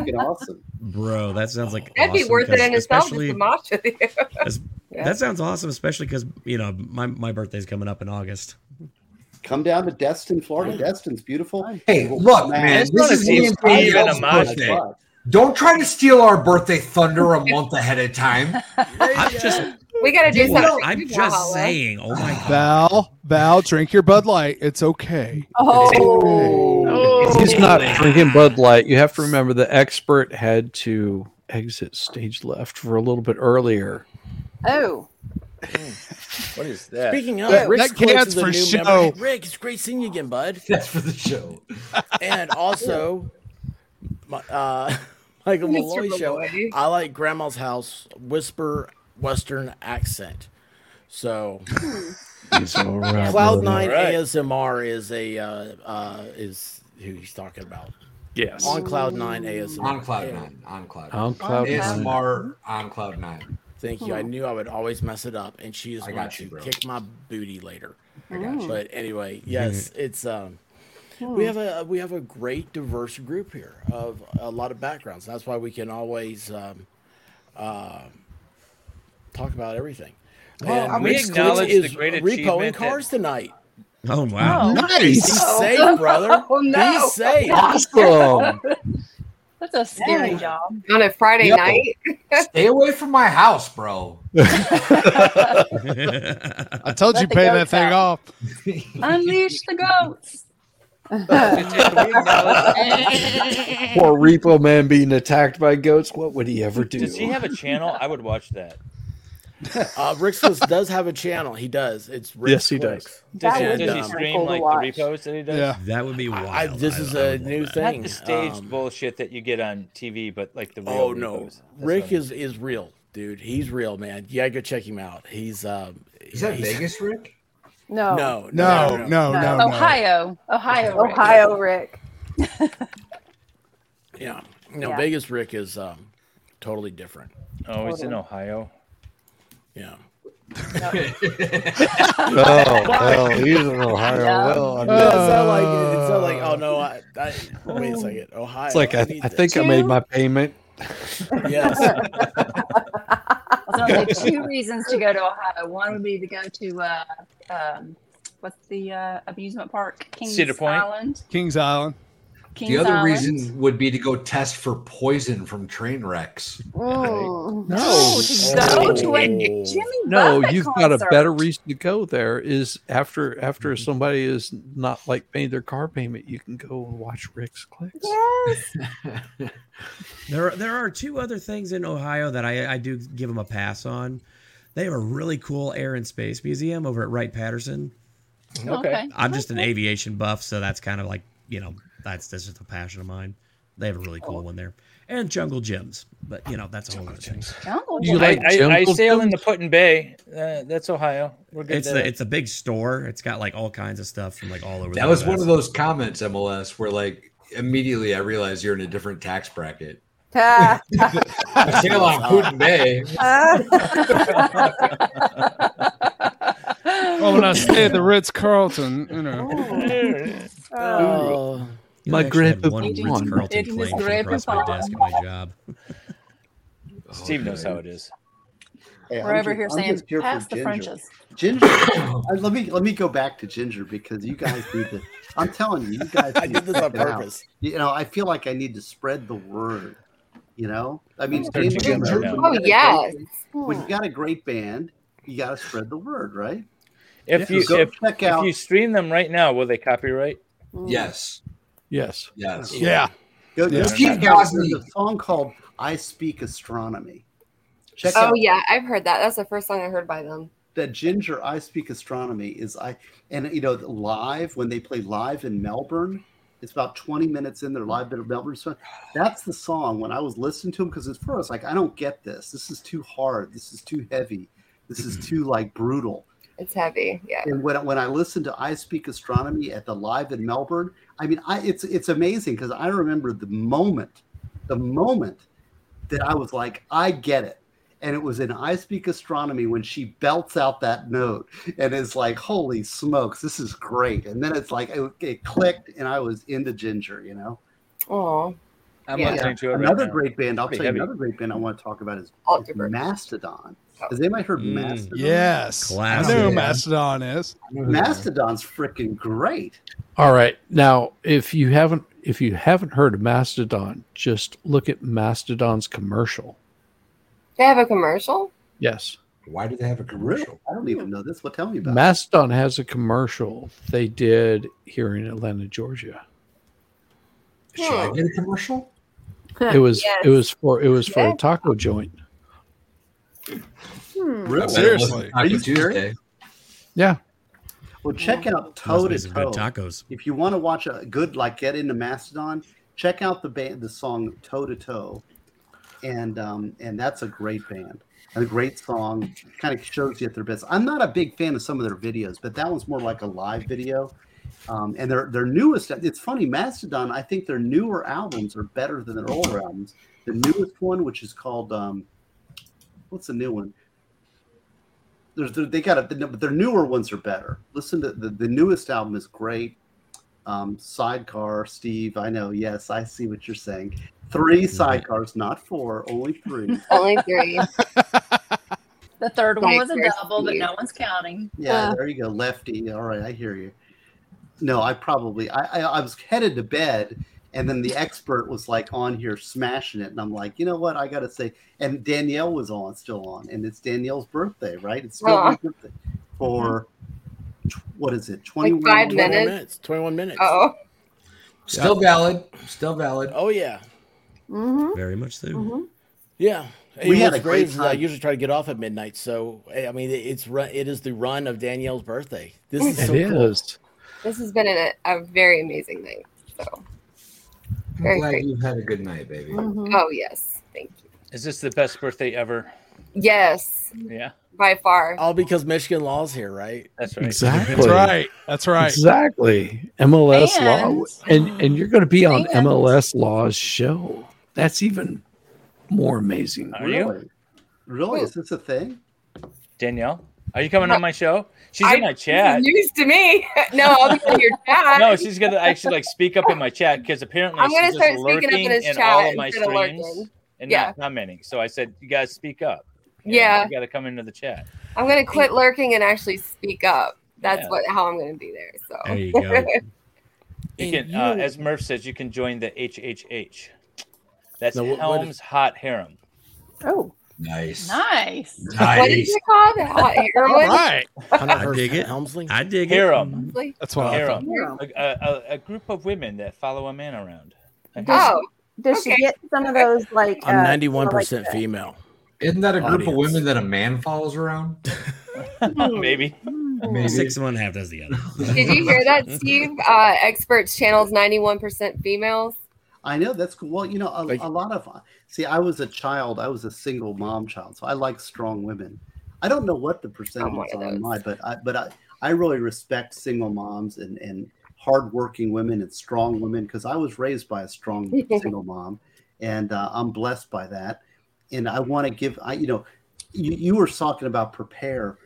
[SPEAKER 11] Freaking awesome.
[SPEAKER 13] Bro, that sounds like
[SPEAKER 7] That'd be
[SPEAKER 13] awesome,
[SPEAKER 7] worth it
[SPEAKER 13] 'cause
[SPEAKER 7] in itself just
[SPEAKER 13] especially-
[SPEAKER 7] to mosh with you.
[SPEAKER 13] as-
[SPEAKER 7] Yeah.
[SPEAKER 13] That sounds awesome, especially because you know my my birthday's coming up in August.
[SPEAKER 11] Come down to Destin, Florida. Destin's beautiful.
[SPEAKER 9] Hey, look, man, this is me and Danielle's birthday. Don't try to steal our birthday thunder a month ahead of time.
[SPEAKER 13] I'm just,
[SPEAKER 7] we gotta do
[SPEAKER 3] Well,
[SPEAKER 7] something.
[SPEAKER 3] I'm
[SPEAKER 7] for
[SPEAKER 3] just
[SPEAKER 7] Valhalla.
[SPEAKER 13] saying. Oh my
[SPEAKER 3] Val, Val, drink your Bud Light. It's okay.
[SPEAKER 7] Oh.
[SPEAKER 12] He's not drinking Bud Light. You have to remember the expert had to exit stage left for a little bit earlier.
[SPEAKER 2] Oh.
[SPEAKER 1] What is
[SPEAKER 14] that?
[SPEAKER 1] Speaking of,
[SPEAKER 12] That-
[SPEAKER 1] Rick's
[SPEAKER 12] that
[SPEAKER 1] Quakes
[SPEAKER 12] counts
[SPEAKER 1] is a
[SPEAKER 12] for
[SPEAKER 1] new
[SPEAKER 12] show.
[SPEAKER 1] member. Hey, Rick, it's great seeing you again, bud.
[SPEAKER 9] That's for the show.
[SPEAKER 1] And also, my, uh, Michael
[SPEAKER 7] Mr.
[SPEAKER 1] Malloy show.
[SPEAKER 7] Malloy.
[SPEAKER 1] I like Grandma's House whisper Western accent. So, Cloud Nine
[SPEAKER 14] Alright.
[SPEAKER 1] ASMR is a uh, uh, is who he's talking about.
[SPEAKER 12] Yes.
[SPEAKER 1] on Cloud Nine ASMR.
[SPEAKER 9] On Cloud Nine. On Cloud.
[SPEAKER 12] On Cloud Nine.
[SPEAKER 9] ASMR on Cloud Nine.
[SPEAKER 1] Thank you. I knew I would always mess it up, and she is
[SPEAKER 9] I
[SPEAKER 1] going
[SPEAKER 9] got
[SPEAKER 1] to
[SPEAKER 9] you, bro.
[SPEAKER 1] kick my booty later.
[SPEAKER 9] I got you.
[SPEAKER 1] But anyway, yes, it's um,
[SPEAKER 14] Hmm.
[SPEAKER 1] we have a we have a great diverse group here of a lot of backgrounds. That's why we can always um, uh, talk about everything.
[SPEAKER 14] Well,
[SPEAKER 1] And
[SPEAKER 14] I would
[SPEAKER 1] Rick's
[SPEAKER 14] acknowledge
[SPEAKER 1] Twitch
[SPEAKER 14] the
[SPEAKER 1] is
[SPEAKER 14] great
[SPEAKER 1] repoing
[SPEAKER 14] achievement
[SPEAKER 1] cars tonight.
[SPEAKER 13] Oh wow!
[SPEAKER 1] Be safe, brother.
[SPEAKER 7] Oh, no.
[SPEAKER 1] Be safe.
[SPEAKER 12] Awesome.
[SPEAKER 4] That's a scary
[SPEAKER 7] Yeah.
[SPEAKER 4] job.
[SPEAKER 7] On a Friday
[SPEAKER 9] Yo.
[SPEAKER 7] night.
[SPEAKER 9] Stay away from my house, bro.
[SPEAKER 3] I told you
[SPEAKER 4] Let the
[SPEAKER 3] pay that
[SPEAKER 4] goats
[SPEAKER 3] thing off.
[SPEAKER 4] Unleash the goats.
[SPEAKER 12] Poor Repo Man being attacked by goats. What would he ever do?
[SPEAKER 14] Does he have a channel? I would watch that.
[SPEAKER 1] Uh, Rick's Twitch does have a channel. He does. It's Rick's
[SPEAKER 12] Yes, he
[SPEAKER 1] Twix.
[SPEAKER 12] does.
[SPEAKER 14] Does he,
[SPEAKER 1] And,
[SPEAKER 14] does he
[SPEAKER 1] um,
[SPEAKER 14] stream like the repost that he does?
[SPEAKER 3] Yeah.
[SPEAKER 13] That would be wild.
[SPEAKER 1] I- this is a new thing.
[SPEAKER 14] Not the staged
[SPEAKER 1] Um,
[SPEAKER 14] bullshit that you get on TV, but like the real.
[SPEAKER 1] oh no,
[SPEAKER 14] repos. That's
[SPEAKER 1] Rick
[SPEAKER 14] what I'm-
[SPEAKER 1] is is real, dude. He's real, man. You gotta go check him out. He's um,
[SPEAKER 9] Is that
[SPEAKER 1] he's-
[SPEAKER 9] Vegas, Rick?
[SPEAKER 2] No.
[SPEAKER 1] No,
[SPEAKER 3] No, no, no, no.
[SPEAKER 4] Ohio. Ohio. Rick.
[SPEAKER 2] Ohio Rick.
[SPEAKER 1] Yeah, no,
[SPEAKER 4] Yeah.
[SPEAKER 1] Vegas Rick is um, totally different.
[SPEAKER 14] Oh, he's in Ohio.
[SPEAKER 1] Yeah.
[SPEAKER 12] Oh, well, he's in Ohio. Well, I mean,
[SPEAKER 1] Yeah, it's not like it's not like oh no, I, I wait a second, Ohio.
[SPEAKER 12] it's like I,
[SPEAKER 1] need
[SPEAKER 12] I think
[SPEAKER 1] this.
[SPEAKER 12] I made my payment.
[SPEAKER 1] yes.
[SPEAKER 4] There's only two reasons to go to Ohio. One would be to go to uh, um, what's the uh, amusement park? Kings
[SPEAKER 14] Cedar Point?
[SPEAKER 4] Island.
[SPEAKER 3] Kings Island.
[SPEAKER 4] Kings
[SPEAKER 9] the other
[SPEAKER 4] Island.
[SPEAKER 9] reason would be to go test for poison from train wrecks.
[SPEAKER 4] No, to go to a Jimmy
[SPEAKER 12] No,
[SPEAKER 4] Buffett
[SPEAKER 12] you've got
[SPEAKER 4] concert.
[SPEAKER 12] a better reason to go there. Is after after
[SPEAKER 14] Mm-hmm.
[SPEAKER 12] somebody is not like made their car payment, you can go and watch Rick's clips.
[SPEAKER 13] There, are, there are two other things in Ohio that I, I do give them a pass on. They have a really cool air and space museum over at Wright Patterson.
[SPEAKER 4] Okay.
[SPEAKER 13] I'm just an aviation buff, so that's kind of like you know that's that's just a passion of mine. They have a really cool one there, and Jungle Gyms, but you know that's a whole other thing.
[SPEAKER 4] Jungle
[SPEAKER 12] You
[SPEAKER 4] Jim.
[SPEAKER 12] like
[SPEAKER 14] I, I, I
[SPEAKER 12] jungle
[SPEAKER 14] sail in the
[SPEAKER 12] gyms?
[SPEAKER 14] Putin Bay. Uh, that's Ohio. We're good
[SPEAKER 13] It's
[SPEAKER 14] there.
[SPEAKER 13] a, it's a big store. It's got like all kinds of stuff from like all over.
[SPEAKER 9] That
[SPEAKER 13] the
[SPEAKER 9] was
[SPEAKER 13] US.
[SPEAKER 9] one of those comments, MLS, where like immediately I realized you're in a different tax bracket.
[SPEAKER 2] Ah.
[SPEAKER 9] I sail on Putin Bay.
[SPEAKER 3] Oh, when I stay at the Ritz Carlton, you know.
[SPEAKER 1] Oh,
[SPEAKER 13] You
[SPEAKER 12] My
[SPEAKER 13] actually had
[SPEAKER 12] grape of
[SPEAKER 13] one Ritz
[SPEAKER 12] one.
[SPEAKER 13] Carlton
[SPEAKER 4] It is
[SPEAKER 13] playing
[SPEAKER 4] grape
[SPEAKER 13] across
[SPEAKER 4] of
[SPEAKER 13] my desk at my job.
[SPEAKER 14] Steve knows how it is.
[SPEAKER 11] Hey, I'm
[SPEAKER 4] We're over
[SPEAKER 11] just-
[SPEAKER 4] here
[SPEAKER 11] I'm
[SPEAKER 4] saying,
[SPEAKER 11] just here for
[SPEAKER 4] pass the
[SPEAKER 11] Ginger.
[SPEAKER 4] Frenches.
[SPEAKER 11] Ginger, uh, let me let me go back to Ginger because you guys need to. I'm telling you, you guys.
[SPEAKER 1] I
[SPEAKER 11] need
[SPEAKER 1] did
[SPEAKER 11] to
[SPEAKER 1] this on
[SPEAKER 11] check it out.
[SPEAKER 1] purpose.
[SPEAKER 11] You know, I feel like I need to spread the word. You know, I mean,
[SPEAKER 9] Start
[SPEAKER 11] in-
[SPEAKER 9] doing that now.
[SPEAKER 11] when
[SPEAKER 7] Oh,
[SPEAKER 11] you got a
[SPEAKER 7] yes.
[SPEAKER 11] great- when you got a great band, you got to spread the word, right?
[SPEAKER 14] If
[SPEAKER 11] Yeah.
[SPEAKER 14] you
[SPEAKER 11] Go
[SPEAKER 14] if,
[SPEAKER 11] check
[SPEAKER 14] if
[SPEAKER 11] out-
[SPEAKER 14] you stream them right now, will they copyright?
[SPEAKER 9] Yes.
[SPEAKER 12] Yes.
[SPEAKER 9] Yes.
[SPEAKER 3] Yeah.
[SPEAKER 11] Go, go
[SPEAKER 9] Yeah.
[SPEAKER 11] check
[SPEAKER 9] Keep
[SPEAKER 11] out-
[SPEAKER 9] going.
[SPEAKER 11] There's a song called "I Speak Astronomy." Check
[SPEAKER 7] Oh
[SPEAKER 11] out
[SPEAKER 7] yeah, I've heard that. That's the first song I heard by them.
[SPEAKER 11] that Ginger I Speak Astronomy is I and you know live when they play live in Melbourne, it's about 20 minutes in their live bit of Melbourne. So that's the song when I was listening to them because at first I was like, I don't get this. This is too hard. This is too heavy. This is too like brutal.
[SPEAKER 7] It's heavy. Yeah.
[SPEAKER 11] And when when I listened to I Speak Astronomy at the live in Melbourne, I mean, I it's it's amazing because I remember the moment, the moment that I was like, I get it. And it was in I Speak Astronomy when she belts out that note and is like, holy smokes, this is great. And then it's like, it, it clicked and I was into Ginger, you know?
[SPEAKER 7] Oh.
[SPEAKER 11] I'm
[SPEAKER 7] Yeah.
[SPEAKER 11] listening to it another great band. I'll tell you another great band I want to talk about is, is Mastodon. Has anybody heard Mastodon?
[SPEAKER 3] Yes. I know who Mastodon is.
[SPEAKER 11] Mastodon's freaking great.
[SPEAKER 12] All right. Now, if you haven't if you haven't heard of Mastodon, just look at Mastodon's commercial.
[SPEAKER 7] They have a commercial.
[SPEAKER 12] Yes.
[SPEAKER 11] Why do they have a commercial? I don't even know this. Well, tell me about it.
[SPEAKER 12] Mastodon has a commercial they did here in Atlanta, Georgia.
[SPEAKER 11] Should I get a commercial?
[SPEAKER 5] Uh,
[SPEAKER 12] It was it was for it was for a
[SPEAKER 7] Yes.
[SPEAKER 12] taco joint.
[SPEAKER 11] Really?
[SPEAKER 12] Seriously.
[SPEAKER 11] Are you serious?
[SPEAKER 12] Yeah.
[SPEAKER 11] Well, check out Toe
[SPEAKER 13] Must be
[SPEAKER 11] to
[SPEAKER 13] some good
[SPEAKER 11] Toe.
[SPEAKER 13] tacos.
[SPEAKER 11] If you want to watch a good, like, get into Mastodon, check out the band, the song Toe to Toe, and um, and that's a great band, and a great song. Kind of shows you at their best. I'm not a big fan of some of their videos, but that one's more like a live video. Um, and their their newest, it's funny, Mastodon. I think their newer albums are better than their older albums. The newest one, which is called um, what's the new one? there's there, they got it, but their newer ones are better. Listen to the, the newest album is great. Um, sidecar, Steve, I know. Yes, I see what you're saying. Three sidecars, not four, only three.
[SPEAKER 7] Only three.
[SPEAKER 4] The third one was a
[SPEAKER 7] Thanks,
[SPEAKER 4] double, but
[SPEAKER 7] Steve.
[SPEAKER 4] no one's counting.
[SPEAKER 11] Yeah, there you go, lefty. All right, I hear you. No, I probably I, I I was headed to bed, and then the expert was like on here smashing it, and I'm like, you know what, I gotta say. And Danielle was on, still on, and it's Danielle's birthday, right? It's still
[SPEAKER 7] Aw.
[SPEAKER 11] my birthday for tw- what is it, twenty
[SPEAKER 7] Like five minutes.
[SPEAKER 1] 21 minutes.
[SPEAKER 7] Oh.
[SPEAKER 9] Still valid. Still valid.
[SPEAKER 1] Oh, yeah.
[SPEAKER 7] Mm-hmm.
[SPEAKER 13] Very much so.
[SPEAKER 1] Yeah.
[SPEAKER 9] We
[SPEAKER 1] It
[SPEAKER 9] had
[SPEAKER 1] was
[SPEAKER 9] a great
[SPEAKER 1] great is I
[SPEAKER 9] time.
[SPEAKER 1] usually try to get off at midnight. So, eh, I mean, it's ru- it is the run of Danielle's birthday. This is so
[SPEAKER 12] It
[SPEAKER 1] cool.
[SPEAKER 12] is.
[SPEAKER 7] This has been a, a very amazing night. So.
[SPEAKER 9] I'm
[SPEAKER 7] Very
[SPEAKER 9] glad
[SPEAKER 7] great.
[SPEAKER 9] you had a good night, baby.
[SPEAKER 7] Oh yes, thank you.
[SPEAKER 14] Is this the best birthday ever?
[SPEAKER 7] Yes,
[SPEAKER 14] Yeah.
[SPEAKER 7] by far.
[SPEAKER 1] All because Michigan law's here, right?
[SPEAKER 14] That's right.
[SPEAKER 12] Exactly.
[SPEAKER 3] That's right.
[SPEAKER 12] Exactly. MLS law.
[SPEAKER 3] And-
[SPEAKER 12] And and you're gonna be on
[SPEAKER 3] and-
[SPEAKER 12] MLS law's show. That's even more amazing.
[SPEAKER 14] Are you?
[SPEAKER 11] Really? Is this a thing?
[SPEAKER 14] Danielle? Are you coming on my show? She's in my chat.
[SPEAKER 7] This is news to me. no, I'll be in your chat.
[SPEAKER 14] No, she's gonna actually like speak up in my chat because apparently
[SPEAKER 7] I'm gonna
[SPEAKER 14] she's
[SPEAKER 7] start
[SPEAKER 14] just
[SPEAKER 7] speaking up in
[SPEAKER 14] lurking in,
[SPEAKER 7] his
[SPEAKER 14] all
[SPEAKER 7] chat
[SPEAKER 14] of my
[SPEAKER 7] instead of lurking.
[SPEAKER 14] streams and
[SPEAKER 7] Yeah.
[SPEAKER 14] not commenting. So I said, "You guys speak up.
[SPEAKER 7] Yeah.
[SPEAKER 14] you got to come into the chat."
[SPEAKER 7] I'm gonna quit lurking and actually speak up. That's
[SPEAKER 14] Yeah.
[SPEAKER 7] what how I'm gonna be there. So
[SPEAKER 14] There you go. You can, uh, as Murph says, you can join the HHH. That's
[SPEAKER 7] Now, what- what
[SPEAKER 14] Helm's Hot Harem.
[SPEAKER 2] Oh,
[SPEAKER 9] nice.
[SPEAKER 4] Nice.
[SPEAKER 7] What is it called? Hot heroin?
[SPEAKER 13] I dig it.
[SPEAKER 1] Helmsley.
[SPEAKER 13] I dig it.
[SPEAKER 14] Harem.
[SPEAKER 7] Honestly?
[SPEAKER 3] That's what I
[SPEAKER 14] Harem.
[SPEAKER 2] thought.
[SPEAKER 14] A, a, a- a group of women that follow a man around. A
[SPEAKER 2] Does,
[SPEAKER 9] Oh,
[SPEAKER 14] harem.
[SPEAKER 2] does she get some of those like?
[SPEAKER 14] I'm
[SPEAKER 2] uh,
[SPEAKER 14] 91%
[SPEAKER 2] like the-
[SPEAKER 1] female.
[SPEAKER 9] Isn't that a group of
[SPEAKER 13] Audience.
[SPEAKER 9] women that a man follows around?
[SPEAKER 14] Maybe.
[SPEAKER 9] Maybe.
[SPEAKER 13] Six of one half does the other.
[SPEAKER 7] Did you hear that, Steve? Uh, experts channels 91% females.
[SPEAKER 11] I know that's cool. Well, you know, a, a lot of uh, see, I was a child. I was a single mom child, so I like strong women. I don't know what the percentage
[SPEAKER 7] one
[SPEAKER 11] is
[SPEAKER 7] of
[SPEAKER 11] on my, but I but I I really respect single moms and and hardworking women and strong women because I was raised by a strong single mom, and uh, I'm blessed by that. And I want to give I you know, you you were talking about prepare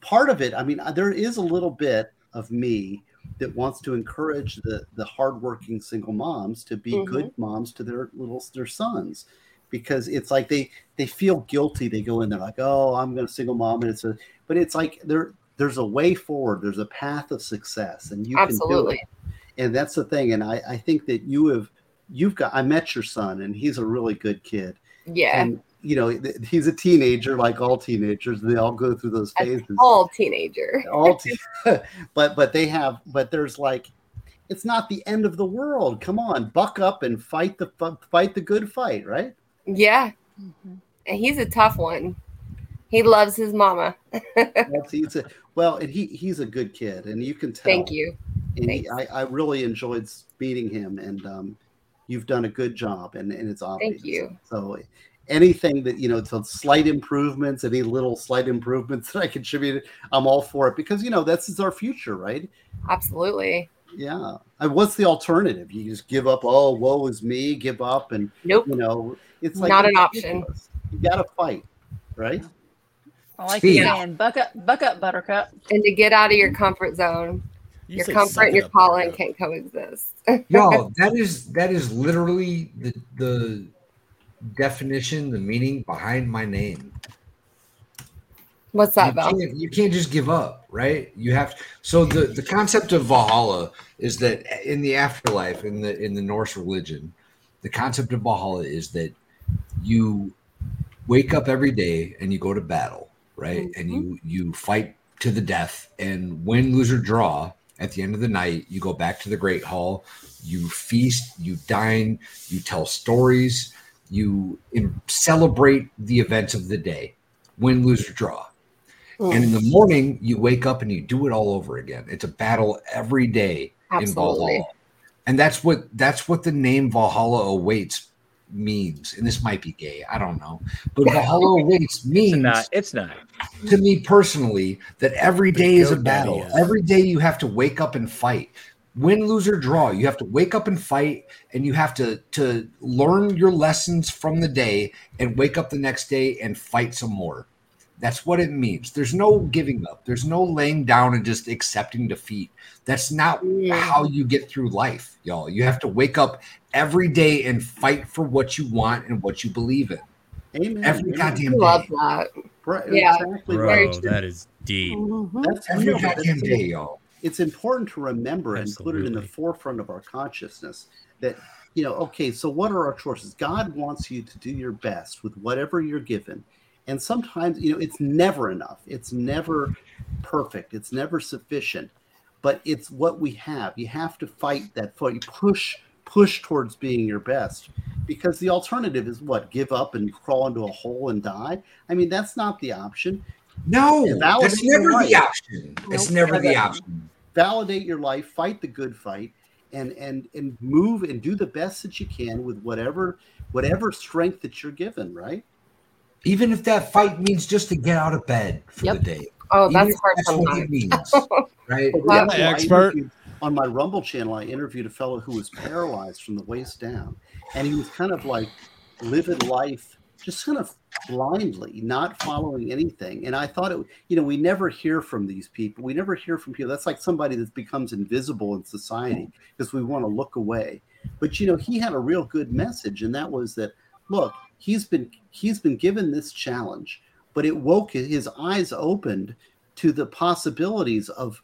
[SPEAKER 11] part of it, I mean, there is a little bit of me that wants to encourage the the hardworking single moms to be
[SPEAKER 9] Mhm.
[SPEAKER 11] good moms to their little their sons, because it's like they they feel guilty. They go in there like, oh, I'm gonna single mom, and it's a but it's like there there's a way forward. There's a path of success, and you can do
[SPEAKER 7] Absolutely.
[SPEAKER 11] it and that's the thing and I, I think that you have you've got i met your son and he's a really good kid
[SPEAKER 7] Yeah.
[SPEAKER 11] and you know th- he's a teenager like all teenagers and they all go through those phases
[SPEAKER 7] All teenager.
[SPEAKER 11] all te- but but they have but there's like it's not the end of the world come on buck up and fight the fu- fight the good fight right
[SPEAKER 7] Yeah. And he's a tough one. He loves his mama.
[SPEAKER 11] That's- he's a- well, and he he's a good kid, and you can tell.
[SPEAKER 7] Thank you.
[SPEAKER 11] And he-
[SPEAKER 7] Thanks.
[SPEAKER 11] I, I really enjoyed meeting him, and um, you've done a good job, and, and it's obvious.
[SPEAKER 7] you.
[SPEAKER 11] So anything that you know, to slight improvements, any little slight improvements that I contributed, I'm all for it because you know that's is our future, right?
[SPEAKER 7] Absolutely.
[SPEAKER 11] Yeah. And what's the alternative? You just give up. Oh, woe is me. Give up, and
[SPEAKER 7] nope.
[SPEAKER 11] You know, it's like
[SPEAKER 7] Not an option.
[SPEAKER 11] You got to fight, right?
[SPEAKER 4] I like
[SPEAKER 11] Speed.
[SPEAKER 4] you saying, buck up, buck up, Buttercup.
[SPEAKER 7] And to get out of your comfort zone.
[SPEAKER 4] You
[SPEAKER 7] your
[SPEAKER 4] said
[SPEAKER 7] comfort and your
[SPEAKER 4] something
[SPEAKER 7] calling can't coexist.
[SPEAKER 9] Y'all, that is that is literally the, the definition, the meaning behind my name.
[SPEAKER 7] What's that
[SPEAKER 9] you
[SPEAKER 7] about?
[SPEAKER 9] can't, you can't just give up, right? You have so the the concept of Valhalla is that in the afterlife, in the in the Norse religion, the concept of Valhalla is that you wake up every day and you go to battle, right?
[SPEAKER 7] Mm-hmm.
[SPEAKER 9] And you you fight to the death and win, lose or draw. At the end of the night, you go back to the Great Hall, you feast, you dine, you tell stories, you in, celebrate the events of the day, win, lose or draw. And in the morning, you wake up and you do it all over again. It's a battle every day in
[SPEAKER 7] Absolutely.
[SPEAKER 9] Valhalla and that's what that's what the name Valhalla awaits means. And this might be gay, I don't know, but Valhalla awaits means
[SPEAKER 14] it's not
[SPEAKER 9] to me personally that every day is a battle. Every day you have to wake up and fight. Win, lose, or draw. You have to wake up and fight, and you have to to learn your lessons from the day and wake up the next day and fight some more. That's what it means. There's no giving up. There's no laying down and just accepting defeat. That's not
[SPEAKER 14] Mm.
[SPEAKER 9] how you get through life, y'all. You have to wake up every day and fight for what you want and what you believe in.
[SPEAKER 11] Amen.
[SPEAKER 9] Every goddamn day.
[SPEAKER 7] Love that.
[SPEAKER 11] Right.
[SPEAKER 7] Yeah. Mm-hmm.
[SPEAKER 11] Exactly right.
[SPEAKER 13] Bro, that is deep.
[SPEAKER 11] That's
[SPEAKER 9] Every
[SPEAKER 11] no, but
[SPEAKER 9] goddamn
[SPEAKER 11] it's-
[SPEAKER 9] day, y'all.
[SPEAKER 11] It's important to remember and put it in the forefront of our consciousness that, you know, okay, so what are our choices? God wants you to do your best with whatever you're given. And sometimes, you know, it's never enough. It's never perfect. It's never sufficient. But it's what we have. You have to fight that fight. You push, push towards being your best. Because the alternative is what? Give up and crawl into a hole and die? I mean, that's not the option.
[SPEAKER 9] No, that's
[SPEAKER 11] Validate your
[SPEAKER 9] never the
[SPEAKER 11] life.
[SPEAKER 9] option. It's never the option.
[SPEAKER 11] Validate your life, fight the good fight, and and and move and do the best that you can with whatever whatever strength that you're given. Right?
[SPEAKER 9] Even if that fight means just to get out of bed for the day.
[SPEAKER 7] Oh,
[SPEAKER 9] Even
[SPEAKER 7] that's
[SPEAKER 9] if
[SPEAKER 7] hard
[SPEAKER 9] what it
[SPEAKER 7] sometimes.
[SPEAKER 9] means, right?
[SPEAKER 11] Well, I interviewed- On my Rumble channel, I interviewed a fellow who was paralyzed from the waist down, and he was kind of like living life just kind of blindly, not following anything. And I thought it, you know, we never hear from these people. We never hear from people. That's like somebody that becomes invisible in society because we want to look away. But you know, he had a real good message, and that was that look, he's been he's been given this challenge, but it woke his eyes opened to the possibilities of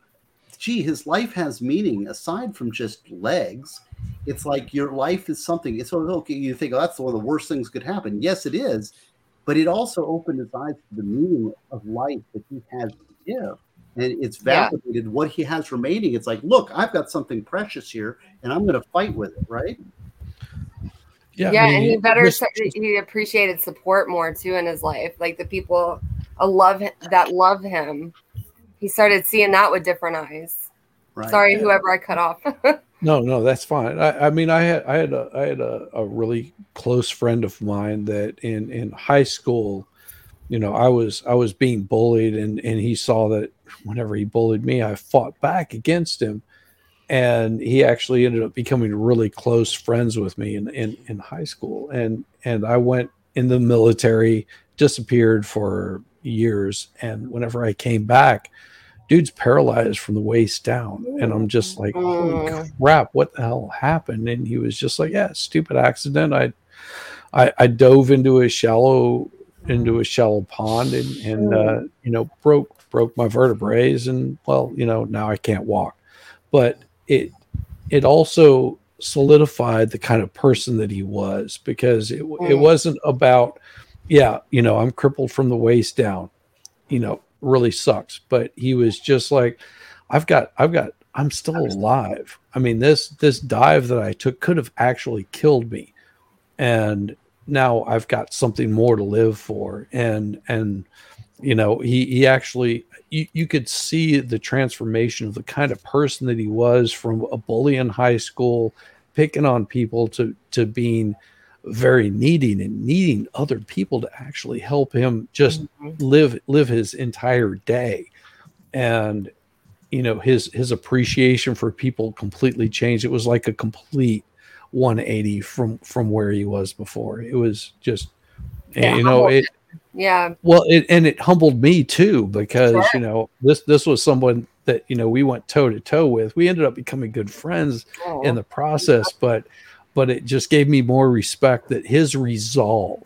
[SPEAKER 11] gee, his life has meaning aside from just legs. It's like your life is something. It's sort of okay. You think, oh, that's one of the worst things could happen. Yes, it is, but it also opened his eyes to the meaning of life that he has to give, and it's
[SPEAKER 9] Yeah.
[SPEAKER 11] validated what he has remaining. It's like, look, I've got something precious here, and I'm going to fight with it, right?
[SPEAKER 7] Yeah, and he better s- he appreciated support more too in his life, like the people I love hi- that love him. He started seeing that with different eyes.
[SPEAKER 12] Right.
[SPEAKER 7] Sorry, whoever I cut off.
[SPEAKER 12] No, no, that's fine. I, I mean, I had, I had, a, I had a, a really close friend of mine that in in high school, you know, I was, I was being bullied, and and he saw that whenever he bullied me, I fought back against him, and he actually ended up becoming really close friends with me in in, in high school, and and I went in the military, disappeared for years, and whenever I came back, dude's paralyzed from the waist down, and I'm just like, holy
[SPEAKER 7] Mm.
[SPEAKER 12] crap, what the hell happened? And he was just like, yeah, stupid accident. I, I, I dove into a shallow, into a shallow pond, and and uh, you know broke broke my vertebrae, and well, you know now I can't walk. But it it also solidified the kind of person that he was because it it
[SPEAKER 9] Mm.
[SPEAKER 12] wasn't about yeah you know I'm crippled from the waist down you know really sucks but he was just like i've got i've got i'm still alive i mean this this dive that i took could have actually killed me and now i've got something more to live for and and you know he he actually you, you could see the transformation of the kind of person that he was from a bully in high school picking on people to to being very needing and needing other people to actually help him just live live his entire day and you know his his appreciation for people completely changed it was like a complete 180 from from where he was before it was just
[SPEAKER 7] Yeah.
[SPEAKER 12] you know it
[SPEAKER 7] Yeah.
[SPEAKER 12] well, it, and it humbled me too because you know this this was someone that you know we went toe to toe with. We ended up becoming good friends
[SPEAKER 7] Aw.
[SPEAKER 12] in the process, but but it just gave me more respect that his resolve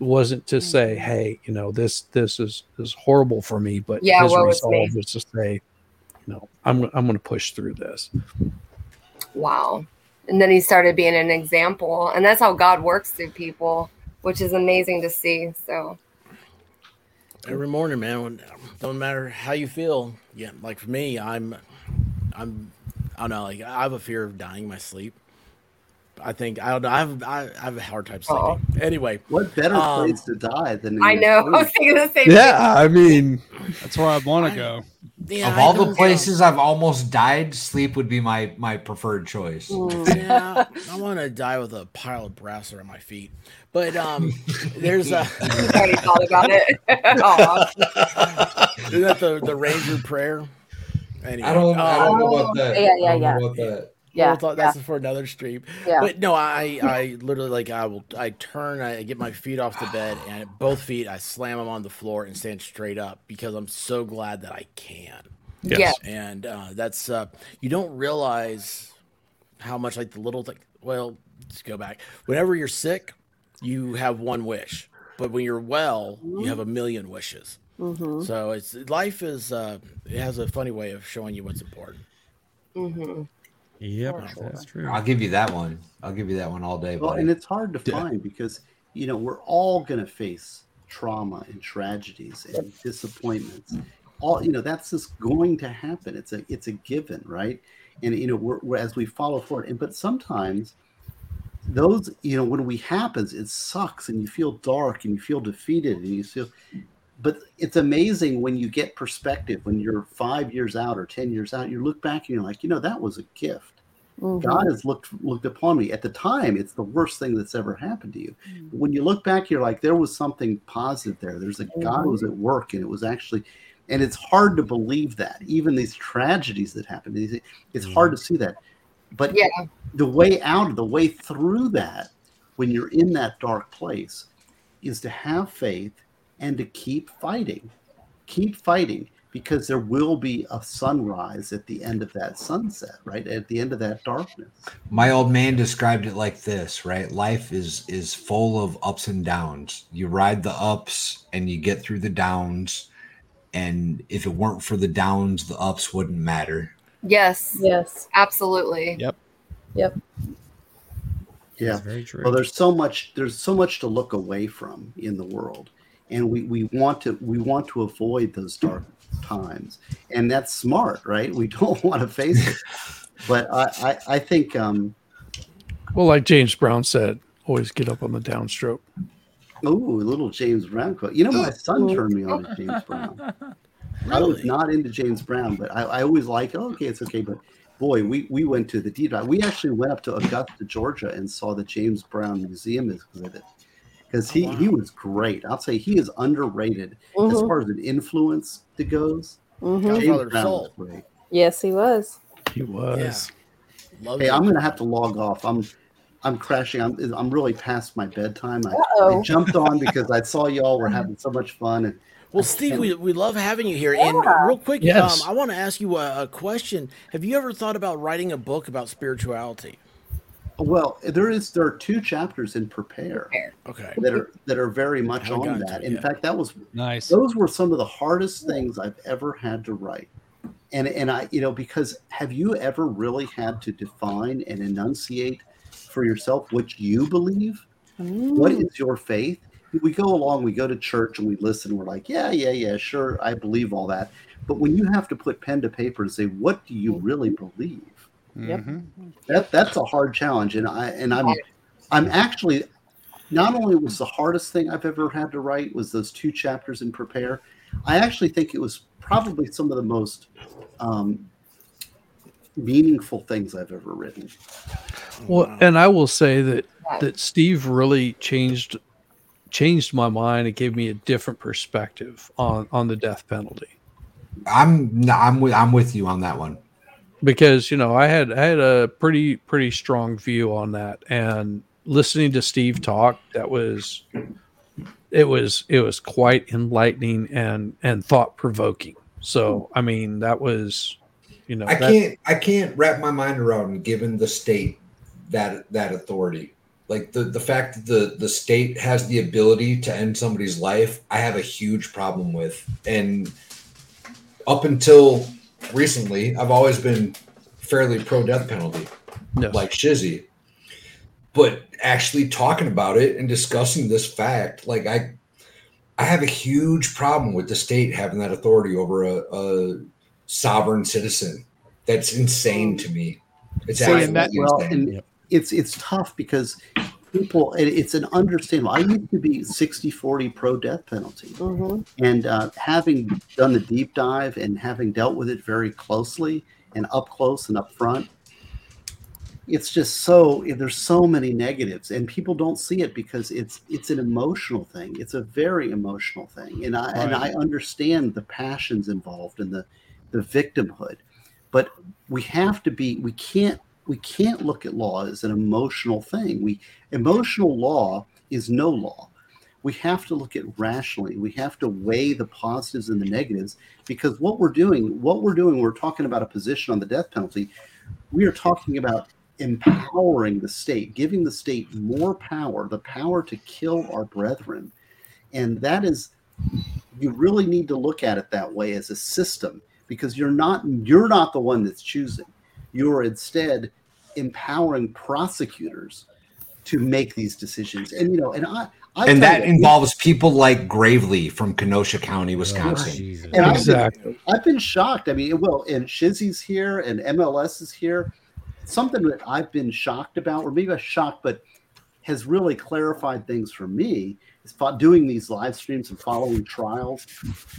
[SPEAKER 12] wasn't to say,
[SPEAKER 7] Mm-hmm.
[SPEAKER 12] "Hey, you know this this is this is horrible for me," but
[SPEAKER 7] Yeah,
[SPEAKER 12] his
[SPEAKER 7] woe is me.
[SPEAKER 12] resolve was to say, "You know, I'm I'm going to push through this."
[SPEAKER 7] Wow. And then he started being an example. And that's how God works through people, which is amazing to see. So,
[SPEAKER 1] Every morning, man. When, don't matter how you feel. Yeah, like for me, I'm, I'm, I don't know. Like I have a fear of dying in my sleep. I think I don't know. I have I, I have a hard time sleeping.
[SPEAKER 7] Aw.
[SPEAKER 1] Anyway,
[SPEAKER 11] what better
[SPEAKER 1] um,
[SPEAKER 11] place to die than in
[SPEAKER 7] Oh. I
[SPEAKER 11] your
[SPEAKER 7] know. I was
[SPEAKER 11] sleep?
[SPEAKER 7] thinking the same
[SPEAKER 12] Yeah, I mean,
[SPEAKER 3] that's where I want to go.
[SPEAKER 1] Yeah,
[SPEAKER 9] of
[SPEAKER 1] I
[SPEAKER 9] all the
[SPEAKER 1] don't-
[SPEAKER 9] places I've almost died, sleep would be my my preferred choice.
[SPEAKER 1] yeah, I want to die with a pile of brass around my feet. But um, there's a.
[SPEAKER 7] You already thought about it. Aw.
[SPEAKER 1] Isn't that the, the Ranger prayer? Anyway, um,
[SPEAKER 9] I don't- I don't know about that.
[SPEAKER 7] Yeah, yeah, I don't know yeah.
[SPEAKER 9] about that.
[SPEAKER 1] Yeah,
[SPEAKER 7] Yeah,
[SPEAKER 1] we'll talk, that's for another stream.
[SPEAKER 7] Yeah.
[SPEAKER 1] But no, I I literally like I will I turn I get my feet off the bed and both feet I slam them on the floor and stand straight up because I'm so glad that I can.
[SPEAKER 7] Yes. Yes.
[SPEAKER 1] And uh, that's uh, you don't realize how much like the little thing. Well, let's go back. Whenever you're sick, you have one wish, but when you're well, you have a million wishes.
[SPEAKER 4] Mm-hmm.
[SPEAKER 7] Mhm.
[SPEAKER 1] So it's life is uh, it has a funny way of showing you what's important.
[SPEAKER 7] hmm
[SPEAKER 13] Yep,
[SPEAKER 1] that's
[SPEAKER 13] true.
[SPEAKER 9] I'll give you that one. I'll give you that one all day.
[SPEAKER 11] Well,
[SPEAKER 9] buddy.
[SPEAKER 11] and it's hard to find because you know we're all going to face trauma and tragedies and disappointments. All you know that's just going to happen. It's a it's a given, right? And you know we're, we're as we follow forward, and but sometimes those you know when we happens, it sucks, and you feel dark, and you feel defeated, and you feel. But it's amazing when you get perspective when you're five years out or ten years out. You look back and you're like, you know, that was a gift.
[SPEAKER 7] Mm-hmm.
[SPEAKER 4] Mm-hmm.
[SPEAKER 11] God has looked looked upon me. At the time, it's the worst thing that's ever happened to you. But When you look back, you're like, there was something positive there. There's a God was at work, and it was actually, and it's hard to believe that. Even these tragedies that happen, these- it's hard to see that. But
[SPEAKER 7] Yeah.
[SPEAKER 11] the way out, the way through that, when you're in that dark place, is to have faith and to keep fighting. Keep fighting because there will be a sunrise at the end of that sunset, right? At the end of that darkness.
[SPEAKER 9] my old man described it like this right life is is full of ups and downs you ride the ups and you get through the downs and if it weren't for the downs the ups wouldn't matter
[SPEAKER 7] Yes. Yes. Absolutely.
[SPEAKER 9] Yep.
[SPEAKER 7] Yep.
[SPEAKER 11] Yeah.
[SPEAKER 13] very true.
[SPEAKER 11] Well, there's so much there's so much to look away from in the world. And we, we want to we want to avoid those dark times. And that's smart, right? We don't want to face it. But I, I, I think um
[SPEAKER 12] Well, like James Brown said, always get up on the downstroke.
[SPEAKER 11] oh little James Brown quote. You know my son
[SPEAKER 4] Mm-hmm.
[SPEAKER 11] turned me on to James Brown. I was not into James Brown, but I, I always like, oh, okay, it's okay. But boy, we, we went to the D dive. We actually went up to Augusta, Georgia, and saw the James Brown Museum exhibit because
[SPEAKER 2] Oh,
[SPEAKER 11] he, he was great. I'll say he is underrated as
[SPEAKER 2] Mhm.
[SPEAKER 11] far as an influence to goes.
[SPEAKER 2] Mhm.
[SPEAKER 11] James
[SPEAKER 2] Godfather
[SPEAKER 11] Brown was
[SPEAKER 2] Soul.
[SPEAKER 11] great.
[SPEAKER 2] Yes, he was.
[SPEAKER 12] He was.
[SPEAKER 11] Hey, I'm gonna have to log off. I'm I'm crashing. I'm I'm really past my bedtime. I, I
[SPEAKER 2] Uh-oh.
[SPEAKER 11] jumped on because I saw y'all were having so much fun and
[SPEAKER 1] Well, Steve, we, we love having you here.
[SPEAKER 11] Yeah.
[SPEAKER 1] And real quick,
[SPEAKER 11] Yes.
[SPEAKER 1] um, I want to ask you a, a question. Have you ever thought about writing a book about spirituality?
[SPEAKER 11] Well, there is there are two chapters in prepare,
[SPEAKER 1] Okay.
[SPEAKER 11] that are that are very much
[SPEAKER 1] Haven't
[SPEAKER 11] on
[SPEAKER 1] gotten to
[SPEAKER 11] that.
[SPEAKER 1] it
[SPEAKER 11] In
[SPEAKER 1] yet.
[SPEAKER 11] fact, that was
[SPEAKER 3] nice.
[SPEAKER 11] Those were some of the hardest things I've ever had to write. And and I you know because have you ever really had to define and enunciate for yourself what you believe?
[SPEAKER 4] Mm-hmm.
[SPEAKER 11] What
[SPEAKER 5] Mm.
[SPEAKER 11] is your faith? We go along, we go to church and we listen, we're like, yeah, yeah, yeah, sure, I believe all that. But when you have to put pen to paper and say, what do you really believe?
[SPEAKER 5] Mm-hmm.
[SPEAKER 2] Yep.
[SPEAKER 11] That that's a hard challenge, and I and I'm I'm actually not only was the hardest thing I've ever had to write was those two chapters in prepare. I actually think it was probably some of the most um, meaningful things I've ever written.
[SPEAKER 12] Well, and I will say that that Steve really changed changed my mind and gave me a different perspective on on the death penalty.
[SPEAKER 9] I'm no, I'm with I'm with you on that one.
[SPEAKER 12] because you know I had I had a pretty pretty strong view on that, and listening to Steve talk, that was it was it was quite enlightening and and thought provoking. So I mean that was you know
[SPEAKER 9] I
[SPEAKER 12] that-
[SPEAKER 9] can't I can't wrap my mind around giving the state that that authority. Like the, the fact that the, the state has the ability to end somebody's life, I have a huge problem with. And up until recently, I've always been fairly pro death penalty, like Shizzy. But actually talking about it and discussing this fact, like I, I have a huge problem with the state having that authority over a, a sovereign citizen. That's insane to me. It's
[SPEAKER 11] See, and
[SPEAKER 9] absolutely
[SPEAKER 11] that- well,
[SPEAKER 9] insane.
[SPEAKER 11] and it's it's tough because people it, it's an understandable. I used to be 60-40 pro death penalty,
[SPEAKER 4] Mm-hmm.
[SPEAKER 11] and uh, having done the deep dive and having dealt with it very closely and up close and up front, it's just so there's so many negatives, and people don't see it because it's it's an emotional thing. It's a very emotional thing, and I and I
[SPEAKER 17] Right.
[SPEAKER 11] understand the passions involved and the the victimhood but we have to be we can't we can't look at law as an emotional thing we emotional law is no law we have to look at rationally we have to weigh the positives and the negatives because what we're doing what we're doing we're talking about a position on the death penalty we are talking about empowering the state giving the state more power the power to kill our brethren and that is you really need to look at it that way as a system because you're not you're not the one that's choosing you're instead empowering prosecutors to make these decisions and you know and i I
[SPEAKER 9] and
[SPEAKER 11] tell
[SPEAKER 9] that
[SPEAKER 11] you,
[SPEAKER 9] involves people like Gravely from Kenosha County, Wisconsin.
[SPEAKER 11] and I've been- I've been, shocked. I mean, well, and Shizzy's here, and MLS is here. Something that I've been shocked about, or maybe not shocked, but has really clarified things for me is fo- doing these live streams and following trials.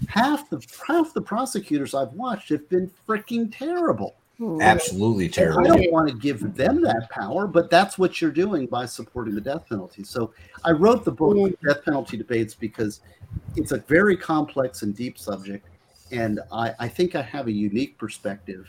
[SPEAKER 11] Half the half the prosecutors I've watched have been freaking terrible.
[SPEAKER 9] Absolutely
[SPEAKER 11] And I
[SPEAKER 9] terrible.
[SPEAKER 11] don't want to give them that power, but that's what you're doing by supporting the death penalty. So I wrote the book
[SPEAKER 12] Mm.
[SPEAKER 11] Death Penalty Debates because it's a very complex and deep subject. And I, I think I have a unique perspective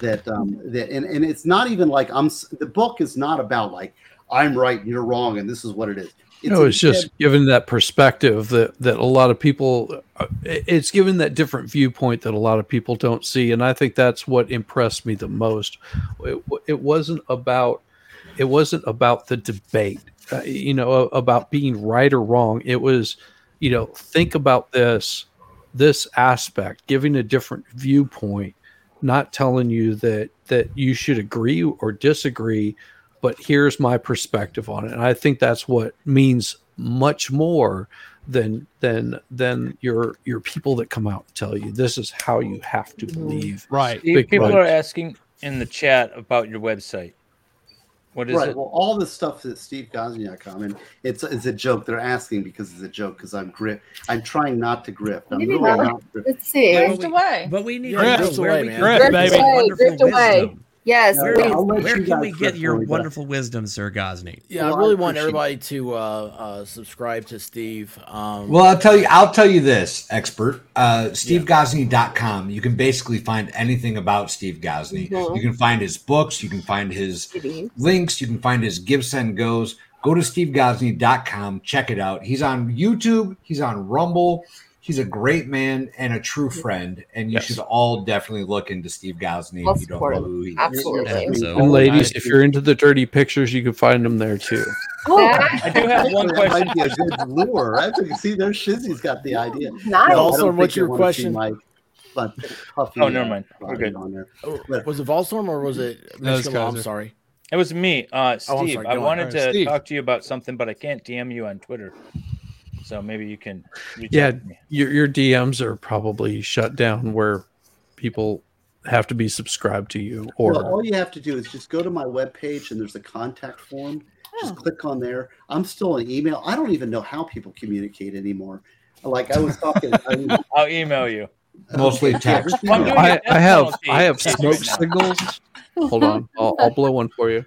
[SPEAKER 11] that um, that and, and it's not even like I'm s- the book is not about like I'm right, you're wrong, and this is what it is.
[SPEAKER 12] you know, it's just given that perspective that that a lot of people uh, it's given that different viewpoint that a lot of people don't see and i think that's what impressed me the most it, it wasn't about it wasn't about the debate uh, you know about being right or wrong it was you know think about this this aspect giving a different viewpoint not telling you that that you should agree or disagree but here's my perspective on it and i think that's what means much more than than than your your people that come out and tell you this is how you have to believe
[SPEAKER 14] Steve, Mm. Mm-hmm. people
[SPEAKER 12] Because-
[SPEAKER 14] are asking in the chat about your website. What is
[SPEAKER 11] right.
[SPEAKER 14] it?
[SPEAKER 11] Well, all the stuff that Steve Wozniak commented, it's it's a joke. They're asking because it's a joke because I'm grip. I'm trying not to grip. I'm
[SPEAKER 7] Maybe
[SPEAKER 11] really
[SPEAKER 7] not.
[SPEAKER 11] not grip.
[SPEAKER 7] Let's see.
[SPEAKER 4] Drift away.
[SPEAKER 13] But we need
[SPEAKER 11] Yeah,
[SPEAKER 13] to
[SPEAKER 11] drift
[SPEAKER 13] know where
[SPEAKER 11] away,
[SPEAKER 13] we
[SPEAKER 11] man.
[SPEAKER 13] can
[SPEAKER 11] Drift
[SPEAKER 13] get your
[SPEAKER 11] away,
[SPEAKER 13] wonderful
[SPEAKER 7] drift away.
[SPEAKER 13] wisdom.
[SPEAKER 7] Yes,
[SPEAKER 13] where,
[SPEAKER 7] please. I'll
[SPEAKER 13] where
[SPEAKER 7] let you
[SPEAKER 13] can
[SPEAKER 7] guys
[SPEAKER 13] we
[SPEAKER 7] drift
[SPEAKER 13] get your
[SPEAKER 7] away, but-
[SPEAKER 13] wonderful wisdom, Sir Gosney?
[SPEAKER 1] Yeah, I really want everybody to uh, uh, subscribe to Steve. Um,
[SPEAKER 9] Well, I'll tell you, I'll tell you this, expert. Uh, SteveGosney.com. You can basically find anything about Steve Gosney.
[SPEAKER 1] Mhm.
[SPEAKER 9] You can find his books, you can find his links, you can find his gifts and goes. Go to SteveGosney.com, check it out. He's on YouTube, he's on Rumble. He's a great man and a true
[SPEAKER 1] Mm-hmm.
[SPEAKER 9] friend, and you should all definitely look into Steve Gosney if you don't know who he is.
[SPEAKER 12] and ladies if you're into the dirty pictures you can find them there too
[SPEAKER 14] I do have one
[SPEAKER 11] That might be a
[SPEAKER 14] question.
[SPEAKER 11] good lure. I think, see, there Shizzy's got the idea.
[SPEAKER 1] nice. Also,
[SPEAKER 11] on
[SPEAKER 1] what's your question?
[SPEAKER 11] My, my puffy,
[SPEAKER 14] Oh, never mind.
[SPEAKER 11] uh,
[SPEAKER 14] We're good.
[SPEAKER 11] On there.
[SPEAKER 1] oh, Was it Volstorm or was it
[SPEAKER 14] No, it's
[SPEAKER 1] Michigan Law? I'm
[SPEAKER 14] Kaiser.
[SPEAKER 1] sorry.
[SPEAKER 14] It was me, uh, Steve.
[SPEAKER 1] Oh, I'm sorry.
[SPEAKER 14] I
[SPEAKER 1] Go on.
[SPEAKER 14] wanted
[SPEAKER 1] All right,
[SPEAKER 14] to
[SPEAKER 1] Steve.
[SPEAKER 14] talk to you about something, but I can't DM you on Twitter. So maybe you can. Reach
[SPEAKER 12] yeah
[SPEAKER 14] out to me.
[SPEAKER 12] your, your dms are probably shut down where people have to be subscribed to you or
[SPEAKER 11] Well, all you have to do is just go to my webpage and there's a contact form. Just click on there. I'm still an email. I don't even know how people communicate anymore. Like I was talking, I was,
[SPEAKER 14] I'll email you.
[SPEAKER 9] Mostly text.
[SPEAKER 14] I'm doing
[SPEAKER 12] I,
[SPEAKER 14] a death
[SPEAKER 12] I have
[SPEAKER 14] penalty.
[SPEAKER 12] I have
[SPEAKER 14] Can't do
[SPEAKER 12] smoke
[SPEAKER 14] it now.
[SPEAKER 12] signals. Hold on, I'll, I'll blow one for you.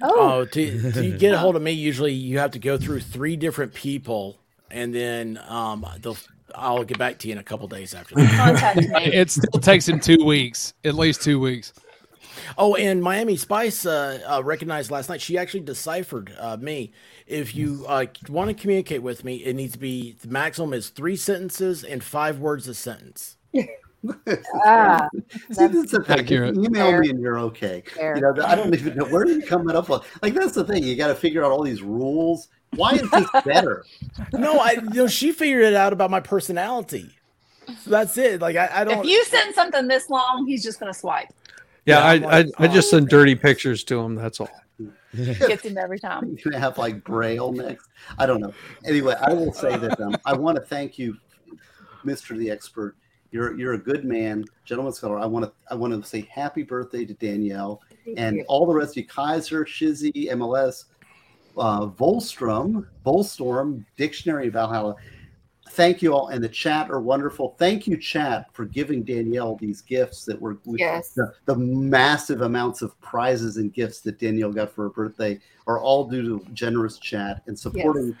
[SPEAKER 1] Oh, to, to get a hold of me, usually you have to go through three different people, and then um, they'll, I'll get back to you in a couple days after that.
[SPEAKER 3] it still takes him two weeks, at least two weeks.
[SPEAKER 1] Oh, and Miami Spice uh, uh, recognized last night. She actually deciphered uh, me. If you
[SPEAKER 11] Hmm.
[SPEAKER 1] uh, want to communicate with me, it needs to be the maximum is three sentences and five words a sentence.
[SPEAKER 2] Ah,
[SPEAKER 11] See, that's the thing.
[SPEAKER 1] Accurate.
[SPEAKER 11] You Email me and you're okay.
[SPEAKER 2] Fair.
[SPEAKER 11] You know, I don't even know where are you coming up with. Like that's the thing. You got to figure out all these rules. Why is this better?
[SPEAKER 1] No, I no. She figured it out about my personality. So that's it. Like I, I
[SPEAKER 4] If
[SPEAKER 1] don't.
[SPEAKER 4] you send something this long, he's just gonna swipe.
[SPEAKER 12] Yeah, I, I I just send dirty pictures to him. That's all.
[SPEAKER 4] Gets him every time.
[SPEAKER 11] you have like braille next. I don't know. Anyway, I will say that um, I want to thank you, Mister the Expert. You're you're a good man, gentleman scholar. I want to I want to say happy birthday to Danielle
[SPEAKER 7] Thank
[SPEAKER 11] and
[SPEAKER 7] you.
[SPEAKER 11] all the rest of you, Kaiser, Shizzy, MLS, uh, Volstrom, Volstorm, Dictionary of Valhalla. Thank you all, and the chat are wonderful. Thank you, chat, for giving Danielle these gifts that were we-
[SPEAKER 7] Yes.
[SPEAKER 11] the, the massive amounts of prizes and gifts that Danielle got for her birthday are all due to generous chat and supporting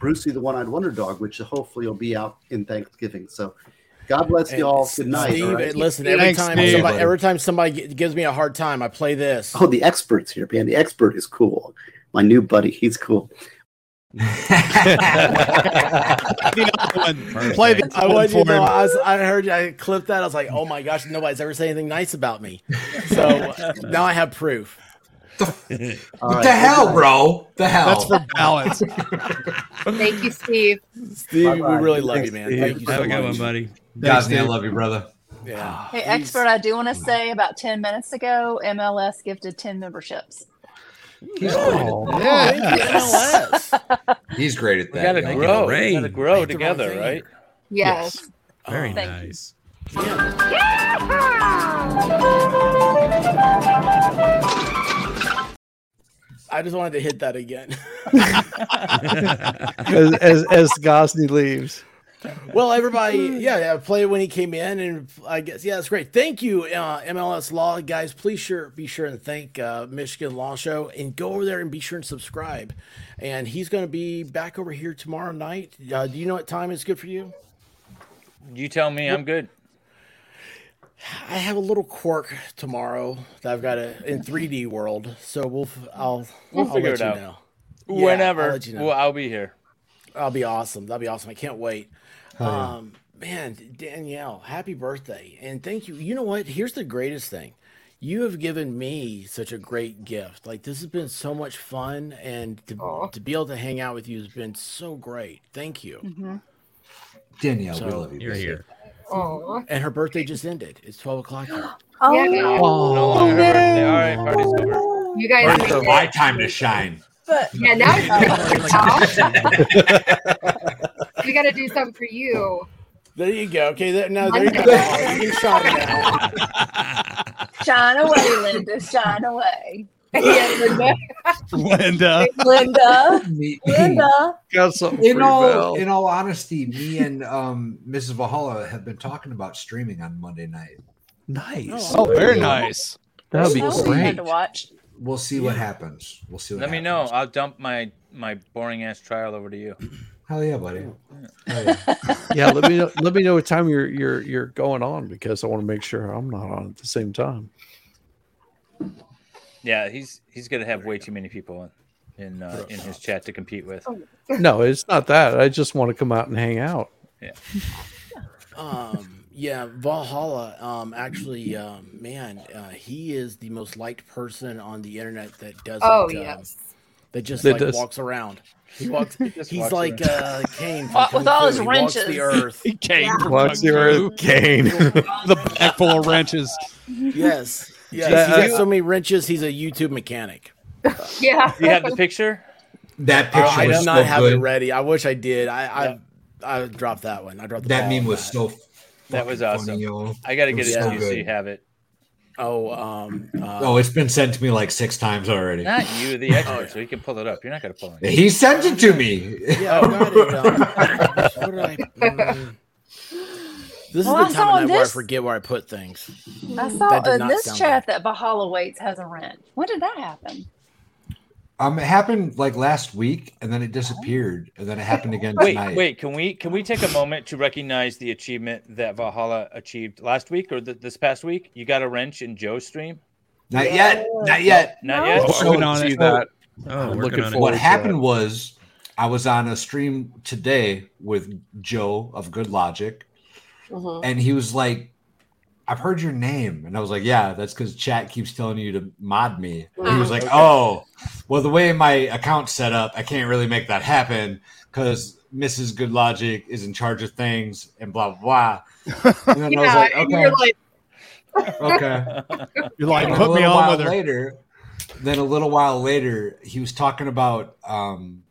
[SPEAKER 11] Brucey the One Eyed Wonder Dog, which hopefully will be out in Thanksgiving. So, God bless you all. Good night.
[SPEAKER 1] Steve,
[SPEAKER 11] all right?
[SPEAKER 1] and listen, every time somebody, every time somebody gi- gives me a hard time, I play this.
[SPEAKER 11] Oh, the expert's here, man. The expert is cool. My new buddy, he's cool.
[SPEAKER 3] the other one. Play the
[SPEAKER 1] I
[SPEAKER 3] other one
[SPEAKER 1] was,
[SPEAKER 3] for
[SPEAKER 1] you know,
[SPEAKER 3] him.
[SPEAKER 1] I, was, I heard, I clipped that. I was like, oh my gosh, nobody's ever said anything nice about me. So now I have proof.
[SPEAKER 9] What the hell, bro? The hell.
[SPEAKER 1] That's for balance.
[SPEAKER 7] Thank you, Steve.
[SPEAKER 1] Steve, we really love you, man.
[SPEAKER 9] Steve.
[SPEAKER 1] Thank you so
[SPEAKER 9] Have a
[SPEAKER 1] much.
[SPEAKER 9] good one, buddy.
[SPEAKER 1] Thanks,
[SPEAKER 9] Gosney, I
[SPEAKER 1] Steve.
[SPEAKER 9] love you, brother.
[SPEAKER 1] Yeah.
[SPEAKER 4] Hey, expert, I do want to say about 10 minutes ago, MLS gifted 10 memberships.
[SPEAKER 9] He's great
[SPEAKER 14] We
[SPEAKER 9] at that.
[SPEAKER 14] gotta
[SPEAKER 9] y'all.
[SPEAKER 14] grow. We gotta grow together, right?
[SPEAKER 4] Yes.
[SPEAKER 9] Very
[SPEAKER 4] Thank
[SPEAKER 9] nice.
[SPEAKER 1] I just wanted to hit that again.
[SPEAKER 12] As as, as Gosney leaves,
[SPEAKER 1] well, everybody, yeah, yeah, play when he came in, and I guess yeah, that's great. Thank you, uh, MLS Law guys. Please sure be sure and thank uh, Michigan Law Show, and go over there and be sure and subscribe. And he's going to be back over here tomorrow night. Uh, do you know what time is good for you?
[SPEAKER 14] You tell me, I'm good.
[SPEAKER 1] I have a little quirk tomorrow that I've got a, in 3D world, so we'll f- I'll
[SPEAKER 14] We'll
[SPEAKER 1] I'll
[SPEAKER 14] figure
[SPEAKER 1] let
[SPEAKER 14] it
[SPEAKER 1] you
[SPEAKER 14] out.
[SPEAKER 1] know. Yeah,
[SPEAKER 14] Whenever,
[SPEAKER 1] I'll let you know.
[SPEAKER 14] well, I'll be here.
[SPEAKER 1] I'll be awesome. That'll be awesome. I can't wait.
[SPEAKER 9] Oh,
[SPEAKER 14] Hell yeah.
[SPEAKER 1] Um, man, Danielle, happy birthday. And thank you. You know what? Here's the greatest thing. You have given me such a great gift. Like this has been so much fun and to, to be able to hang out with you has been so great. Thank you.
[SPEAKER 9] Danielle, we
[SPEAKER 1] So-
[SPEAKER 9] love you.
[SPEAKER 1] You're
[SPEAKER 9] here.
[SPEAKER 7] Oh.
[SPEAKER 1] And her birthday just ended. It's 12 o'clock. here.
[SPEAKER 7] Oh,
[SPEAKER 9] No
[SPEAKER 14] longer her birthday. All right, party's over.
[SPEAKER 7] You guys make it.
[SPEAKER 9] my time to shine.
[SPEAKER 7] But yeah, now it's we got to do something for you.
[SPEAKER 1] There you go. Okay. There, now there you go. Oh, you shot it out.
[SPEAKER 4] Shine away, Linda. Shine away.
[SPEAKER 3] Linda.
[SPEAKER 4] Linda.
[SPEAKER 9] Me-
[SPEAKER 4] Linda.
[SPEAKER 12] got something
[SPEAKER 9] in
[SPEAKER 12] for
[SPEAKER 9] all
[SPEAKER 12] you, Val.
[SPEAKER 9] in all honesty, me and um, Mrs. Valhalla have been talking about streaming on Monday night.
[SPEAKER 12] Nice.
[SPEAKER 3] Oh, very nice.
[SPEAKER 12] That'd be
[SPEAKER 4] That'll fun
[SPEAKER 12] great.
[SPEAKER 4] to watch.
[SPEAKER 9] We'll see what happens. We'll see what.
[SPEAKER 14] Let me know. I'll dump my my boring ass trial over to you.
[SPEAKER 9] Hell yeah, buddy.
[SPEAKER 12] Yeah, let me know, let me know what time you're you're you're going on because I want to make sure I'm not on at the same time.
[SPEAKER 14] Yeah, he's he's gonna have way too many people in in, uh, in his chat to compete with.
[SPEAKER 12] No, it's not that. I just want to come out and hang out.
[SPEAKER 14] Yeah.
[SPEAKER 1] um yeah valhalla um actually um man uh he is the most liked person on the internet that doesn't
[SPEAKER 7] Oh,
[SPEAKER 1] um,
[SPEAKER 7] yes.
[SPEAKER 1] that just
[SPEAKER 12] That
[SPEAKER 1] like
[SPEAKER 12] does-
[SPEAKER 1] walks around he walks
[SPEAKER 14] just
[SPEAKER 1] he's
[SPEAKER 14] walks
[SPEAKER 1] like
[SPEAKER 14] around.
[SPEAKER 1] uh Kane from
[SPEAKER 4] Walk with
[SPEAKER 1] Kung
[SPEAKER 4] all
[SPEAKER 1] Fu.
[SPEAKER 4] his
[SPEAKER 1] He walks
[SPEAKER 4] wrenches.
[SPEAKER 1] the earth
[SPEAKER 3] He came from
[SPEAKER 12] Watch
[SPEAKER 3] Kung
[SPEAKER 12] your
[SPEAKER 3] Fu.
[SPEAKER 12] earth cane.
[SPEAKER 3] the bag full of wrenches.
[SPEAKER 1] yes yes
[SPEAKER 12] That-
[SPEAKER 1] he's got so many wrenches he's a youtube mechanic
[SPEAKER 7] Yeah.
[SPEAKER 14] Do you have the picture?
[SPEAKER 9] That
[SPEAKER 1] Uh,
[SPEAKER 9] picture
[SPEAKER 1] i
[SPEAKER 9] was
[SPEAKER 1] did
[SPEAKER 9] so
[SPEAKER 1] not have it
[SPEAKER 9] good.
[SPEAKER 1] ready i wish i did i i i dropped that one i dropped the
[SPEAKER 9] That
[SPEAKER 1] ball
[SPEAKER 9] meme
[SPEAKER 1] on
[SPEAKER 9] was so.
[SPEAKER 14] That was
[SPEAKER 9] fucking funny,
[SPEAKER 14] awesome.
[SPEAKER 9] y'all.
[SPEAKER 14] I gotta
[SPEAKER 9] It
[SPEAKER 14] get
[SPEAKER 9] was
[SPEAKER 14] it
[SPEAKER 9] so
[SPEAKER 14] to you so
[SPEAKER 9] good.
[SPEAKER 14] you have it.
[SPEAKER 1] Oh, um, uh,
[SPEAKER 9] oh, it's been sent to me like six times already.
[SPEAKER 14] Not you, the expert, so you can pull it up. You're not going to pull it.
[SPEAKER 9] Oh, He sent it to me.
[SPEAKER 1] Yeah, I got it. Um, what did I, mm. this
[SPEAKER 4] Well, I
[SPEAKER 1] is the
[SPEAKER 4] saw
[SPEAKER 1] time
[SPEAKER 4] on
[SPEAKER 1] in I, where I
[SPEAKER 4] this-
[SPEAKER 1] forget where I put things.
[SPEAKER 4] I
[SPEAKER 1] That
[SPEAKER 4] saw
[SPEAKER 1] did
[SPEAKER 4] in
[SPEAKER 1] not
[SPEAKER 4] this
[SPEAKER 1] sound
[SPEAKER 4] chat that Valhalla Waits has a rent. When did that happen?
[SPEAKER 9] Um, it happened like last week, and then it disappeared, and then it happened again tonight.
[SPEAKER 14] Wait, wait. Can we can we take a moment to recognize the achievement that Valhalla achieved last week or th- this past week? You got a wrench in Joe's stream.
[SPEAKER 9] Not yet. Not yet.
[SPEAKER 14] Not yet. Working on it.
[SPEAKER 9] I'm
[SPEAKER 14] Oh, working
[SPEAKER 9] looking
[SPEAKER 14] on it.
[SPEAKER 9] forward What
[SPEAKER 14] to
[SPEAKER 9] happened was I was on a stream today with Joe of Good Logic,
[SPEAKER 4] Mm-hmm.
[SPEAKER 7] Uh-huh.
[SPEAKER 9] and he was like, "I've heard your name," and I was like, "Yeah, that's because chat keeps telling you to mod me." And he was like,
[SPEAKER 14] Okay.
[SPEAKER 9] "Oh, well, the way my account's set up, I can't really make that happen because Mrs. Good Logic is in charge of things and blah blah." blah. And then I was like,
[SPEAKER 7] and
[SPEAKER 9] "Okay."
[SPEAKER 7] you're like,
[SPEAKER 9] okay.
[SPEAKER 3] You're like,
[SPEAKER 9] And a
[SPEAKER 3] put me
[SPEAKER 9] little
[SPEAKER 3] on
[SPEAKER 9] while
[SPEAKER 3] with her.
[SPEAKER 9] Later, then a little while later, he was talking about um,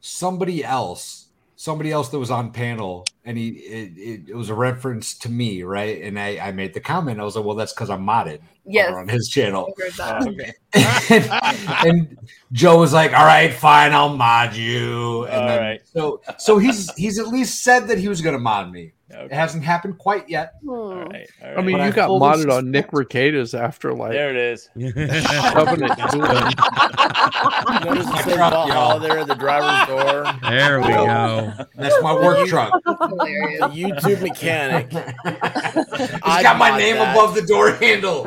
[SPEAKER 9] somebody else, somebody else that was on panel, and he it, it, it was a reference to me, right? And I, I made the comment. I was like, well, that's because I'm modded
[SPEAKER 7] yes.
[SPEAKER 9] over on his channel.
[SPEAKER 7] I heard that.
[SPEAKER 9] Uh, and Joe was like, "All right, fine, I'll mod you." And then, so so he's he's at least said that he was going to mod me. It hasn't happened quite yet.
[SPEAKER 12] I mean,
[SPEAKER 9] But
[SPEAKER 12] you
[SPEAKER 9] I
[SPEAKER 12] got
[SPEAKER 9] fully
[SPEAKER 12] modded on Nick Ricadas after like
[SPEAKER 14] There it is.
[SPEAKER 12] shoving it to him.
[SPEAKER 1] Notice it says Valhalla Oh, there at the driver's door.
[SPEAKER 13] There we go.
[SPEAKER 9] That's my work truck.
[SPEAKER 1] The YouTube mechanic.
[SPEAKER 9] He's
[SPEAKER 1] I'd
[SPEAKER 9] got my
[SPEAKER 1] mod
[SPEAKER 9] name
[SPEAKER 1] that.
[SPEAKER 9] above the door handle.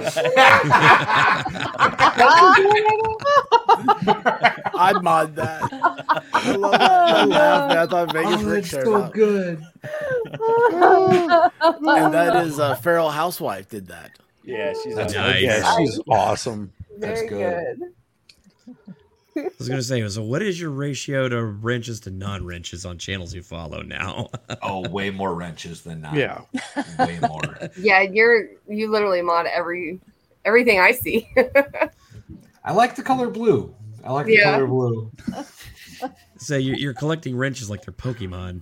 [SPEAKER 1] I'd mod that.
[SPEAKER 4] Oh,
[SPEAKER 1] I love that. I laughed. I thought Vegas
[SPEAKER 9] Oh,
[SPEAKER 1] Rick
[SPEAKER 9] that's
[SPEAKER 1] showed
[SPEAKER 9] so
[SPEAKER 1] up.
[SPEAKER 9] good.
[SPEAKER 4] Oh,
[SPEAKER 1] And that is uh, Feral Housewife did that.
[SPEAKER 14] Yeah, she's
[SPEAKER 12] That's Yeah, she's awesome.
[SPEAKER 1] Very
[SPEAKER 7] good.
[SPEAKER 13] I was gonna say, so what is your ratio to wrenches to non-wrenches on channels you follow now?
[SPEAKER 9] oh, way more wrenches than not.
[SPEAKER 13] Yeah,
[SPEAKER 9] way more.
[SPEAKER 7] Yeah, you're you literally mod every everything I see.
[SPEAKER 9] I like the color blue. I like
[SPEAKER 7] the Yeah. color
[SPEAKER 9] blue.
[SPEAKER 13] So you're, you're collecting wrenches like they're Pokemon.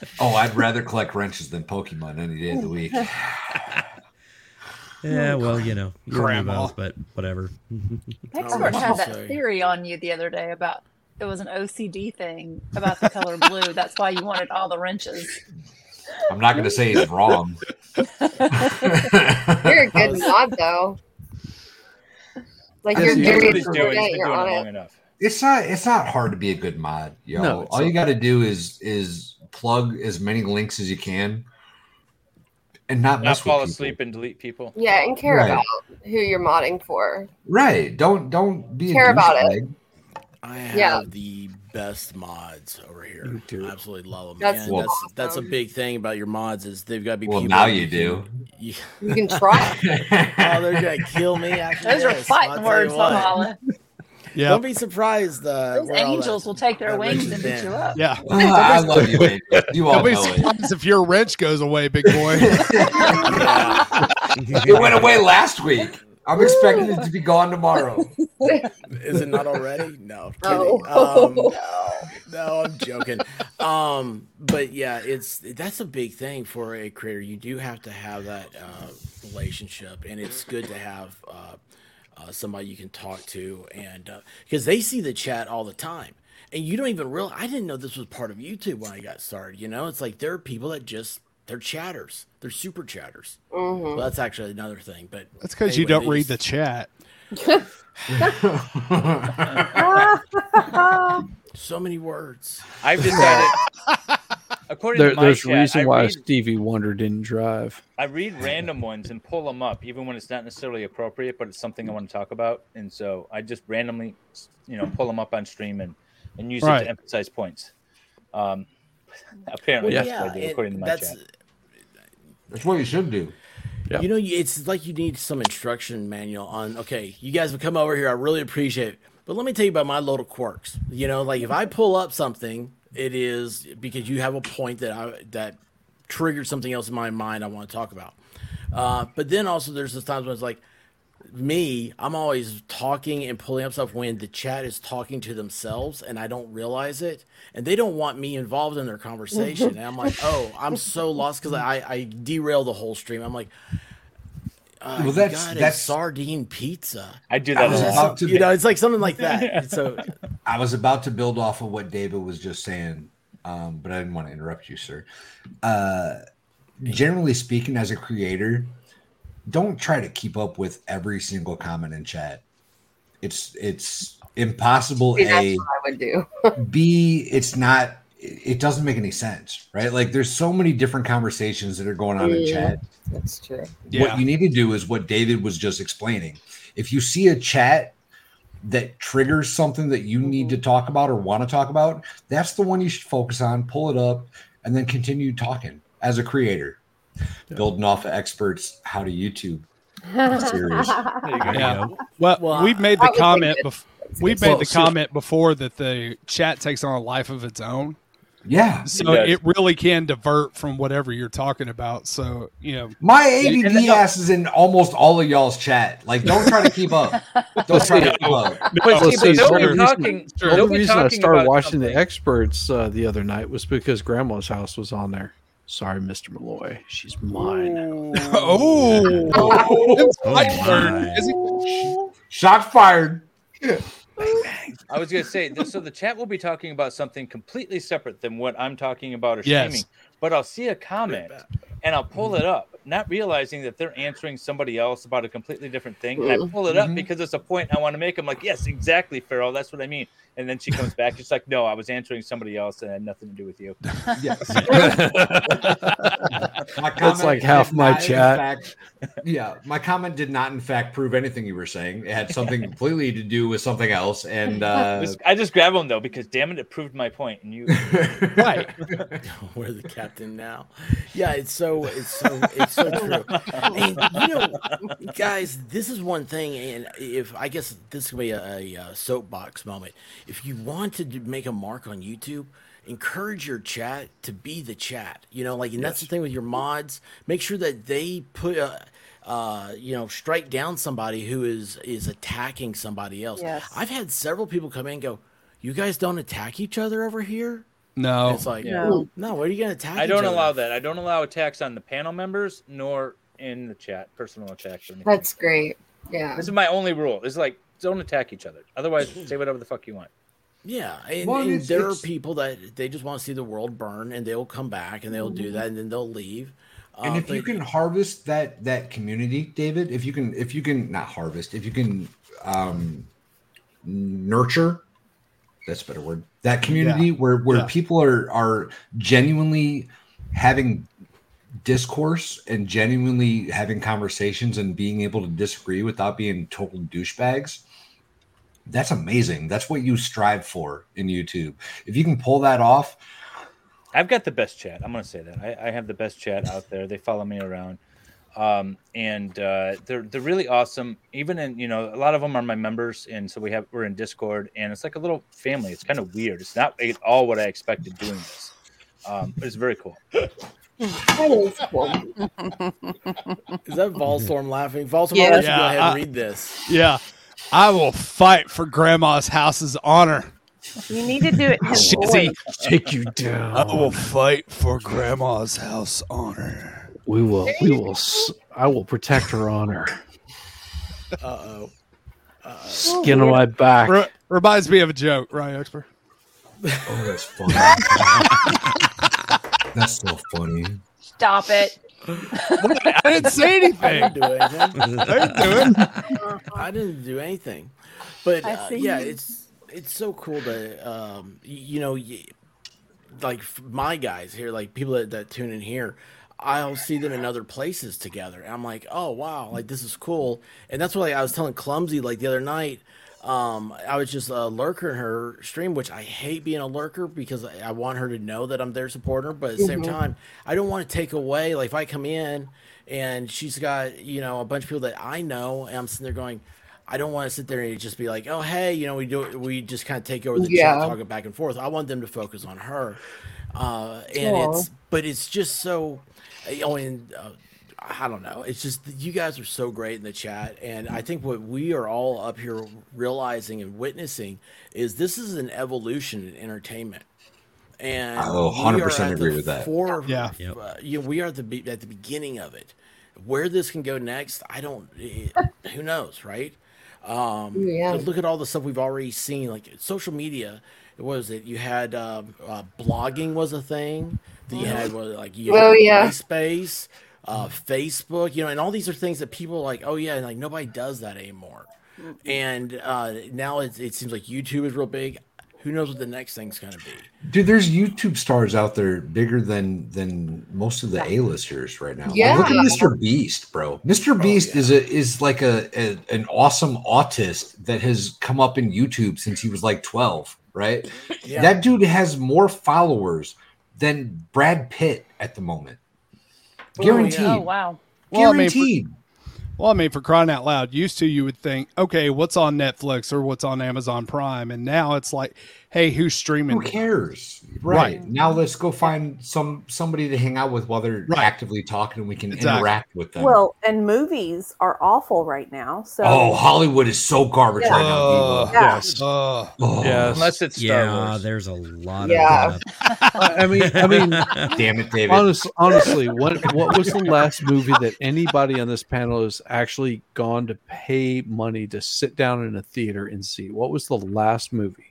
[SPEAKER 9] Oh, I'd rather collect wrenches than Pokemon any day of the week.
[SPEAKER 13] yeah, well, you know, you're
[SPEAKER 9] Grandma.
[SPEAKER 13] both, but whatever.
[SPEAKER 4] Expert had that theory on you the other day about it was an OCD thing about the color blue. That's why you wanted all the wrenches.
[SPEAKER 9] I'm not going to say he's wrong.
[SPEAKER 7] You're a good mod though. Like you're
[SPEAKER 9] Yes,
[SPEAKER 7] very
[SPEAKER 9] he's doing- he's
[SPEAKER 7] yeah,
[SPEAKER 9] been
[SPEAKER 7] you're
[SPEAKER 9] doing it
[SPEAKER 7] on
[SPEAKER 9] long
[SPEAKER 7] it.
[SPEAKER 9] It's not. It's not hard to be a good mod, yo.
[SPEAKER 12] No, it's
[SPEAKER 9] All you got
[SPEAKER 12] not.
[SPEAKER 9] to do is is plug as many links as you can, and not,
[SPEAKER 14] Not
[SPEAKER 9] mess
[SPEAKER 14] fall
[SPEAKER 9] with people.
[SPEAKER 14] asleep and delete people.
[SPEAKER 7] Yeah, and care
[SPEAKER 9] Right.
[SPEAKER 7] about who you're modding for.
[SPEAKER 9] Right? Don't don't be a
[SPEAKER 7] Care about it.
[SPEAKER 9] douchebag.
[SPEAKER 1] I have
[SPEAKER 7] Yeah.
[SPEAKER 1] the best mods over here. Absolutely love them.
[SPEAKER 7] That's
[SPEAKER 1] and
[SPEAKER 9] Well-
[SPEAKER 1] that's that's a big thing about your mods is they've got to be.
[SPEAKER 9] Well,
[SPEAKER 1] people
[SPEAKER 9] now
[SPEAKER 1] that
[SPEAKER 9] you do.
[SPEAKER 1] You,
[SPEAKER 7] You can try.
[SPEAKER 1] oh, they're gonna kill me. After
[SPEAKER 4] Those are
[SPEAKER 1] this.
[SPEAKER 4] fighting
[SPEAKER 1] I'll tell
[SPEAKER 4] words,
[SPEAKER 1] you what.
[SPEAKER 4] Valhalla.
[SPEAKER 3] Yeah.
[SPEAKER 1] Don't be surprised. Uh,
[SPEAKER 4] Those
[SPEAKER 1] where all
[SPEAKER 4] angels will take their
[SPEAKER 1] that
[SPEAKER 4] wings and
[SPEAKER 1] wrench is
[SPEAKER 4] beat you
[SPEAKER 1] in.
[SPEAKER 4] up.
[SPEAKER 3] Yeah.
[SPEAKER 9] I love you, Andy. You all
[SPEAKER 3] Nobody
[SPEAKER 9] know it.
[SPEAKER 3] surprised if your wrench goes away, big boy.
[SPEAKER 9] It went away last week. I'm expecting it to be gone tomorrow.
[SPEAKER 1] that- Is it not already? No.
[SPEAKER 7] No.
[SPEAKER 1] kidding. Um, no, I'm joking. Um, but yeah, it's that's a big thing for a creator. You do have to have that uh, relationship, and it's good to have uh, uh, somebody you can talk to, and because they see the chat all the time, and you don't even realize. I didn't know this was part of YouTube when I got started. You know, it's like there are people that just they're chatters. They're super chatters. Well, that's actually another thing, but
[SPEAKER 3] That's because you
[SPEAKER 1] anyway,
[SPEAKER 3] don't
[SPEAKER 1] they
[SPEAKER 3] read
[SPEAKER 1] just-
[SPEAKER 3] the chat.
[SPEAKER 1] so many words.
[SPEAKER 14] I've decided, according
[SPEAKER 12] There,
[SPEAKER 14] to my
[SPEAKER 12] there's a
[SPEAKER 14] chat,
[SPEAKER 12] reason
[SPEAKER 14] I
[SPEAKER 12] why
[SPEAKER 14] read-
[SPEAKER 12] Stevie Wonder didn't drive.
[SPEAKER 14] I read random ones and pull them up, even when it's not necessarily appropriate, but it's something I want to talk about. And so I just randomly, you know, pull them up on stream and, and use it
[SPEAKER 3] Right.
[SPEAKER 14] to emphasize points. Um, apparently,
[SPEAKER 1] Well,
[SPEAKER 14] that's what I do,
[SPEAKER 1] it-
[SPEAKER 14] according to my
[SPEAKER 1] that's-
[SPEAKER 14] chat.
[SPEAKER 9] That's what you should do.
[SPEAKER 12] Yeah.
[SPEAKER 1] You know, you- it's like you need some instruction manual on. Okay, you guys have come over here. I really appreciate it, but let me tell you about my little quirks. You know, like if I pull up something, it is because you have a point that I that triggered something else in my mind I want to talk about. Uh, but then also, there's those times when it's like me, I'm always talking and pulling up stuff when the chat is talking to themselves and I don't realize it. And they don't want me involved in their conversation. And I'm like, oh, I'm so lost because I, I derail the whole stream. I'm like, Uh,
[SPEAKER 9] Well,
[SPEAKER 1] well,
[SPEAKER 9] that's-
[SPEAKER 1] that's
[SPEAKER 9] that's-
[SPEAKER 1] sardine pizza.
[SPEAKER 14] I do
[SPEAKER 9] that a lot.
[SPEAKER 1] you know, it's like something like that. So
[SPEAKER 9] I was about to build off of what David was just saying, um, but I didn't want to interrupt you, sir. Uh, generally speaking, as a creator, don't try to keep up with every single comment in chat. It's it's impossible.
[SPEAKER 7] See, that's
[SPEAKER 9] a
[SPEAKER 7] what I would do.
[SPEAKER 9] B, it's not. It it doesn't make any sense, right? Like, there's so many different conversations that are going on in
[SPEAKER 7] Yeah,
[SPEAKER 9] chat.
[SPEAKER 7] That's true.
[SPEAKER 9] What you need to do is what David was just explaining. If you see a chat that triggers something that you need to talk about or want to talk about, that's the one you should focus on, pull it up, and then continue talking as a creator, building off of experts how to YouTube. Serious.
[SPEAKER 3] Yeah. Well, we've made the
[SPEAKER 9] That was
[SPEAKER 3] comment.
[SPEAKER 9] like it.
[SPEAKER 3] Bef- we've
[SPEAKER 9] Well,
[SPEAKER 3] made the
[SPEAKER 9] sure.
[SPEAKER 3] comment before that the chat takes on a life of its own.
[SPEAKER 9] Yeah.
[SPEAKER 3] So
[SPEAKER 9] It does.
[SPEAKER 3] it, really can divert from whatever you're talking about. So you know,
[SPEAKER 9] My ADD ass is in almost all of y'all's chat. Like, don't try to keep up. Don't try to keep up.
[SPEAKER 12] Well, see, the only reason- the only reason I started
[SPEAKER 9] about
[SPEAKER 12] watching the experts uh, the other night was because Grandma's house was on there. Sorry, Mister Malloy, she's mine.
[SPEAKER 3] Oh,
[SPEAKER 9] Shots fired.
[SPEAKER 14] I was going to say, th- so the chat will be talking about something completely separate than what I'm talking about or
[SPEAKER 3] Yes.
[SPEAKER 14] streaming, but I'll see a comment and I'll pull it up, not realizing that they're answering somebody else about a completely different thing. And I pull it
[SPEAKER 12] Mm-hmm.
[SPEAKER 14] up because it's a point I want to make. I'm like, yes, exactly, Farrell. That's what I mean. And then she comes back. She's like, no, I was answering somebody else and it had nothing to do with you.
[SPEAKER 9] Yes. My
[SPEAKER 12] That's
[SPEAKER 9] comment
[SPEAKER 12] like half
[SPEAKER 9] did
[SPEAKER 12] my
[SPEAKER 9] not, in
[SPEAKER 12] chat.
[SPEAKER 9] fact- yeah, my comment did not, in fact, prove anything you were saying. It had something completely to do with something else, and uh,
[SPEAKER 14] Just- I just grab them though because damn it, it proved my point, and you
[SPEAKER 9] right.
[SPEAKER 1] we're the captain now. Yeah, it's so it's so it's so true. And, you know, guys, this is one thing, and if I guess this could be a, a, uh soapbox moment. If you want to do- make a mark on YouTube, encourage your chat to be the chat. You know, like, and that's the thing with your mods. Make sure that they put. Uh, uh, you know, strike down somebody who is is attacking somebody else.
[SPEAKER 4] Yes.
[SPEAKER 1] I've had several people come in and go, "You guys don't attack each other over here."
[SPEAKER 3] no,
[SPEAKER 1] It's like
[SPEAKER 14] No.
[SPEAKER 1] no, what are you gonna attack?
[SPEAKER 14] I don't
[SPEAKER 1] each other?
[SPEAKER 14] allow that. I don't allow attacks on the panel members nor in the chat, personal attacks. Or anything.
[SPEAKER 7] That's great. Yeah.
[SPEAKER 14] This is my only rule. It's like don't attack each other. Otherwise, say whatever the fuck you want.
[SPEAKER 1] Yeah, and,
[SPEAKER 14] Well,
[SPEAKER 1] and
[SPEAKER 14] it's-
[SPEAKER 1] there
[SPEAKER 14] it's-
[SPEAKER 1] are people that they just want to see the world burn, and they'll come back and they'll do that, and then they'll leave.
[SPEAKER 9] and
[SPEAKER 1] Uh,
[SPEAKER 9] if you
[SPEAKER 1] but-
[SPEAKER 9] can harvest that that community david if you can if you can not harvest if you can um nurture that's a better word that community
[SPEAKER 5] Yeah.
[SPEAKER 9] where where
[SPEAKER 5] Yeah.
[SPEAKER 9] people are are genuinely having discourse and genuinely having conversations and being able to disagree without being total douchebags that's amazing that's what you strive for in youtube if you can pull that off
[SPEAKER 14] I've got the best chat. I'm gonna say that. I, I have the best chat out there. They follow me around, um, and uh, they're they're really awesome. Even in you know a lot of them are my members, and so we have we're in Discord, and it's like a little family. It's kind of weird. It's not at all what I expected doing this, um, but it's very cool.
[SPEAKER 7] That is cool.
[SPEAKER 1] is that Volstorm laughing? Volstorm, I'll
[SPEAKER 3] Yeah.
[SPEAKER 1] let you go
[SPEAKER 3] Yeah,
[SPEAKER 1] ahead and
[SPEAKER 3] I-
[SPEAKER 1] read this.
[SPEAKER 3] yeah, I will fight for Grandma's house's honor.
[SPEAKER 2] You need to do it. in his
[SPEAKER 3] Shizzy,
[SPEAKER 2] voice.
[SPEAKER 12] take you down.
[SPEAKER 3] I will fight for Grandma's house honor.
[SPEAKER 12] We will. We will. s- I will protect her honor.
[SPEAKER 1] Uh oh.
[SPEAKER 3] Oh,
[SPEAKER 12] Skin on my back.
[SPEAKER 3] Re- reminds me of a joke, right, Expert?
[SPEAKER 9] oh that's funny that's so funny
[SPEAKER 4] Stop it.
[SPEAKER 3] I didn't say
[SPEAKER 1] I
[SPEAKER 3] anything.
[SPEAKER 1] didn't do anything.
[SPEAKER 3] I didn't do
[SPEAKER 1] I didn't do anything. But
[SPEAKER 4] I
[SPEAKER 1] uh,
[SPEAKER 4] see
[SPEAKER 1] yeah,
[SPEAKER 4] you.
[SPEAKER 1] it's it's so cool to um, y- you know, y- like f- my guys here, like people that, that tune in here. I'll see them in other places together. And I'm like, oh wow, like this is cool. And that's why I was telling Clumsy like the other night. Um, I was just a lurker in her stream, which I hate being a lurker because I, I want her to know that I'm there supporting her. But at the same
[SPEAKER 3] Mhm.
[SPEAKER 1] time, I don't want to take away. Like if I come in and she's got you know a bunch of people that I know, and I'm sitting there going, I don't want to sit there and just be like, oh hey, you know we do we just kind of take over the
[SPEAKER 7] Yeah.
[SPEAKER 1] chat, talking back and forth. I want them to focus on her, uh, and
[SPEAKER 7] Aw.
[SPEAKER 1] it's but it's just so. Oh, and uh, I don't know. It's just that you guys are so great in the chat, and I think what we are all up here realizing and witnessing is this is an evolution in entertainment. And
[SPEAKER 9] I will
[SPEAKER 1] we are
[SPEAKER 9] 100%
[SPEAKER 1] at the
[SPEAKER 9] Oh, agree with that.
[SPEAKER 1] fore-
[SPEAKER 9] Yeah.
[SPEAKER 1] uh, you know, we are at the be- at the beginning of it. where this can go next, I don't. eh, who knows, right? Um,
[SPEAKER 7] Yeah.
[SPEAKER 1] but Look at all the stuff we've already seen, like social media. What was it? You had um uh, blogging was a thing. That you had was it, like you
[SPEAKER 7] Oh,
[SPEAKER 1] had
[SPEAKER 7] yeah.
[SPEAKER 1] MySpace, uh, Facebook, you know, and all these are things that people are like. Oh yeah, and like nobody does that anymore. And uh, now it, it seems like YouTube is real big. Who knows what the next thing's gonna be?
[SPEAKER 9] Dude, there's YouTube stars out there bigger than than most of the A-listers right now. Like,
[SPEAKER 7] Yeah.
[SPEAKER 9] look at Mr. Beast, bro. Mr. Beast is a is like a, a an awesome autist that has come up in YouTube since he was like 12, right?
[SPEAKER 1] Yeah.
[SPEAKER 9] That dude has more followers than Brad Pitt at the moment. Guaranteed.
[SPEAKER 4] Oh, wow.
[SPEAKER 3] Guaranteed. Well, I mean, for crying out loud, used to you would think, okay, what's on Netflix or what's on Amazon Prime, and now it's like, hey, who's streaming?
[SPEAKER 9] Who cares? Right. Now let's go find some somebody to hang out with while they're actively talking and we can
[SPEAKER 3] Exactly.
[SPEAKER 9] interact with them.
[SPEAKER 2] Well, and movies are awful right now. So
[SPEAKER 9] oh, Hollywood is so garbage right now.
[SPEAKER 12] Oh,
[SPEAKER 9] Devo.
[SPEAKER 12] yes.
[SPEAKER 9] Oh.
[SPEAKER 12] Yes.
[SPEAKER 13] Unless
[SPEAKER 12] it's
[SPEAKER 13] Star Yeah, Wars. there's a lot
[SPEAKER 12] Yeah. I mean, I mean,
[SPEAKER 9] damn it, David.
[SPEAKER 12] Honestly, honestly, what what was the last movie that anybody on this panel has actually gone to pay money to sit down in a theater and see? What was the last movie?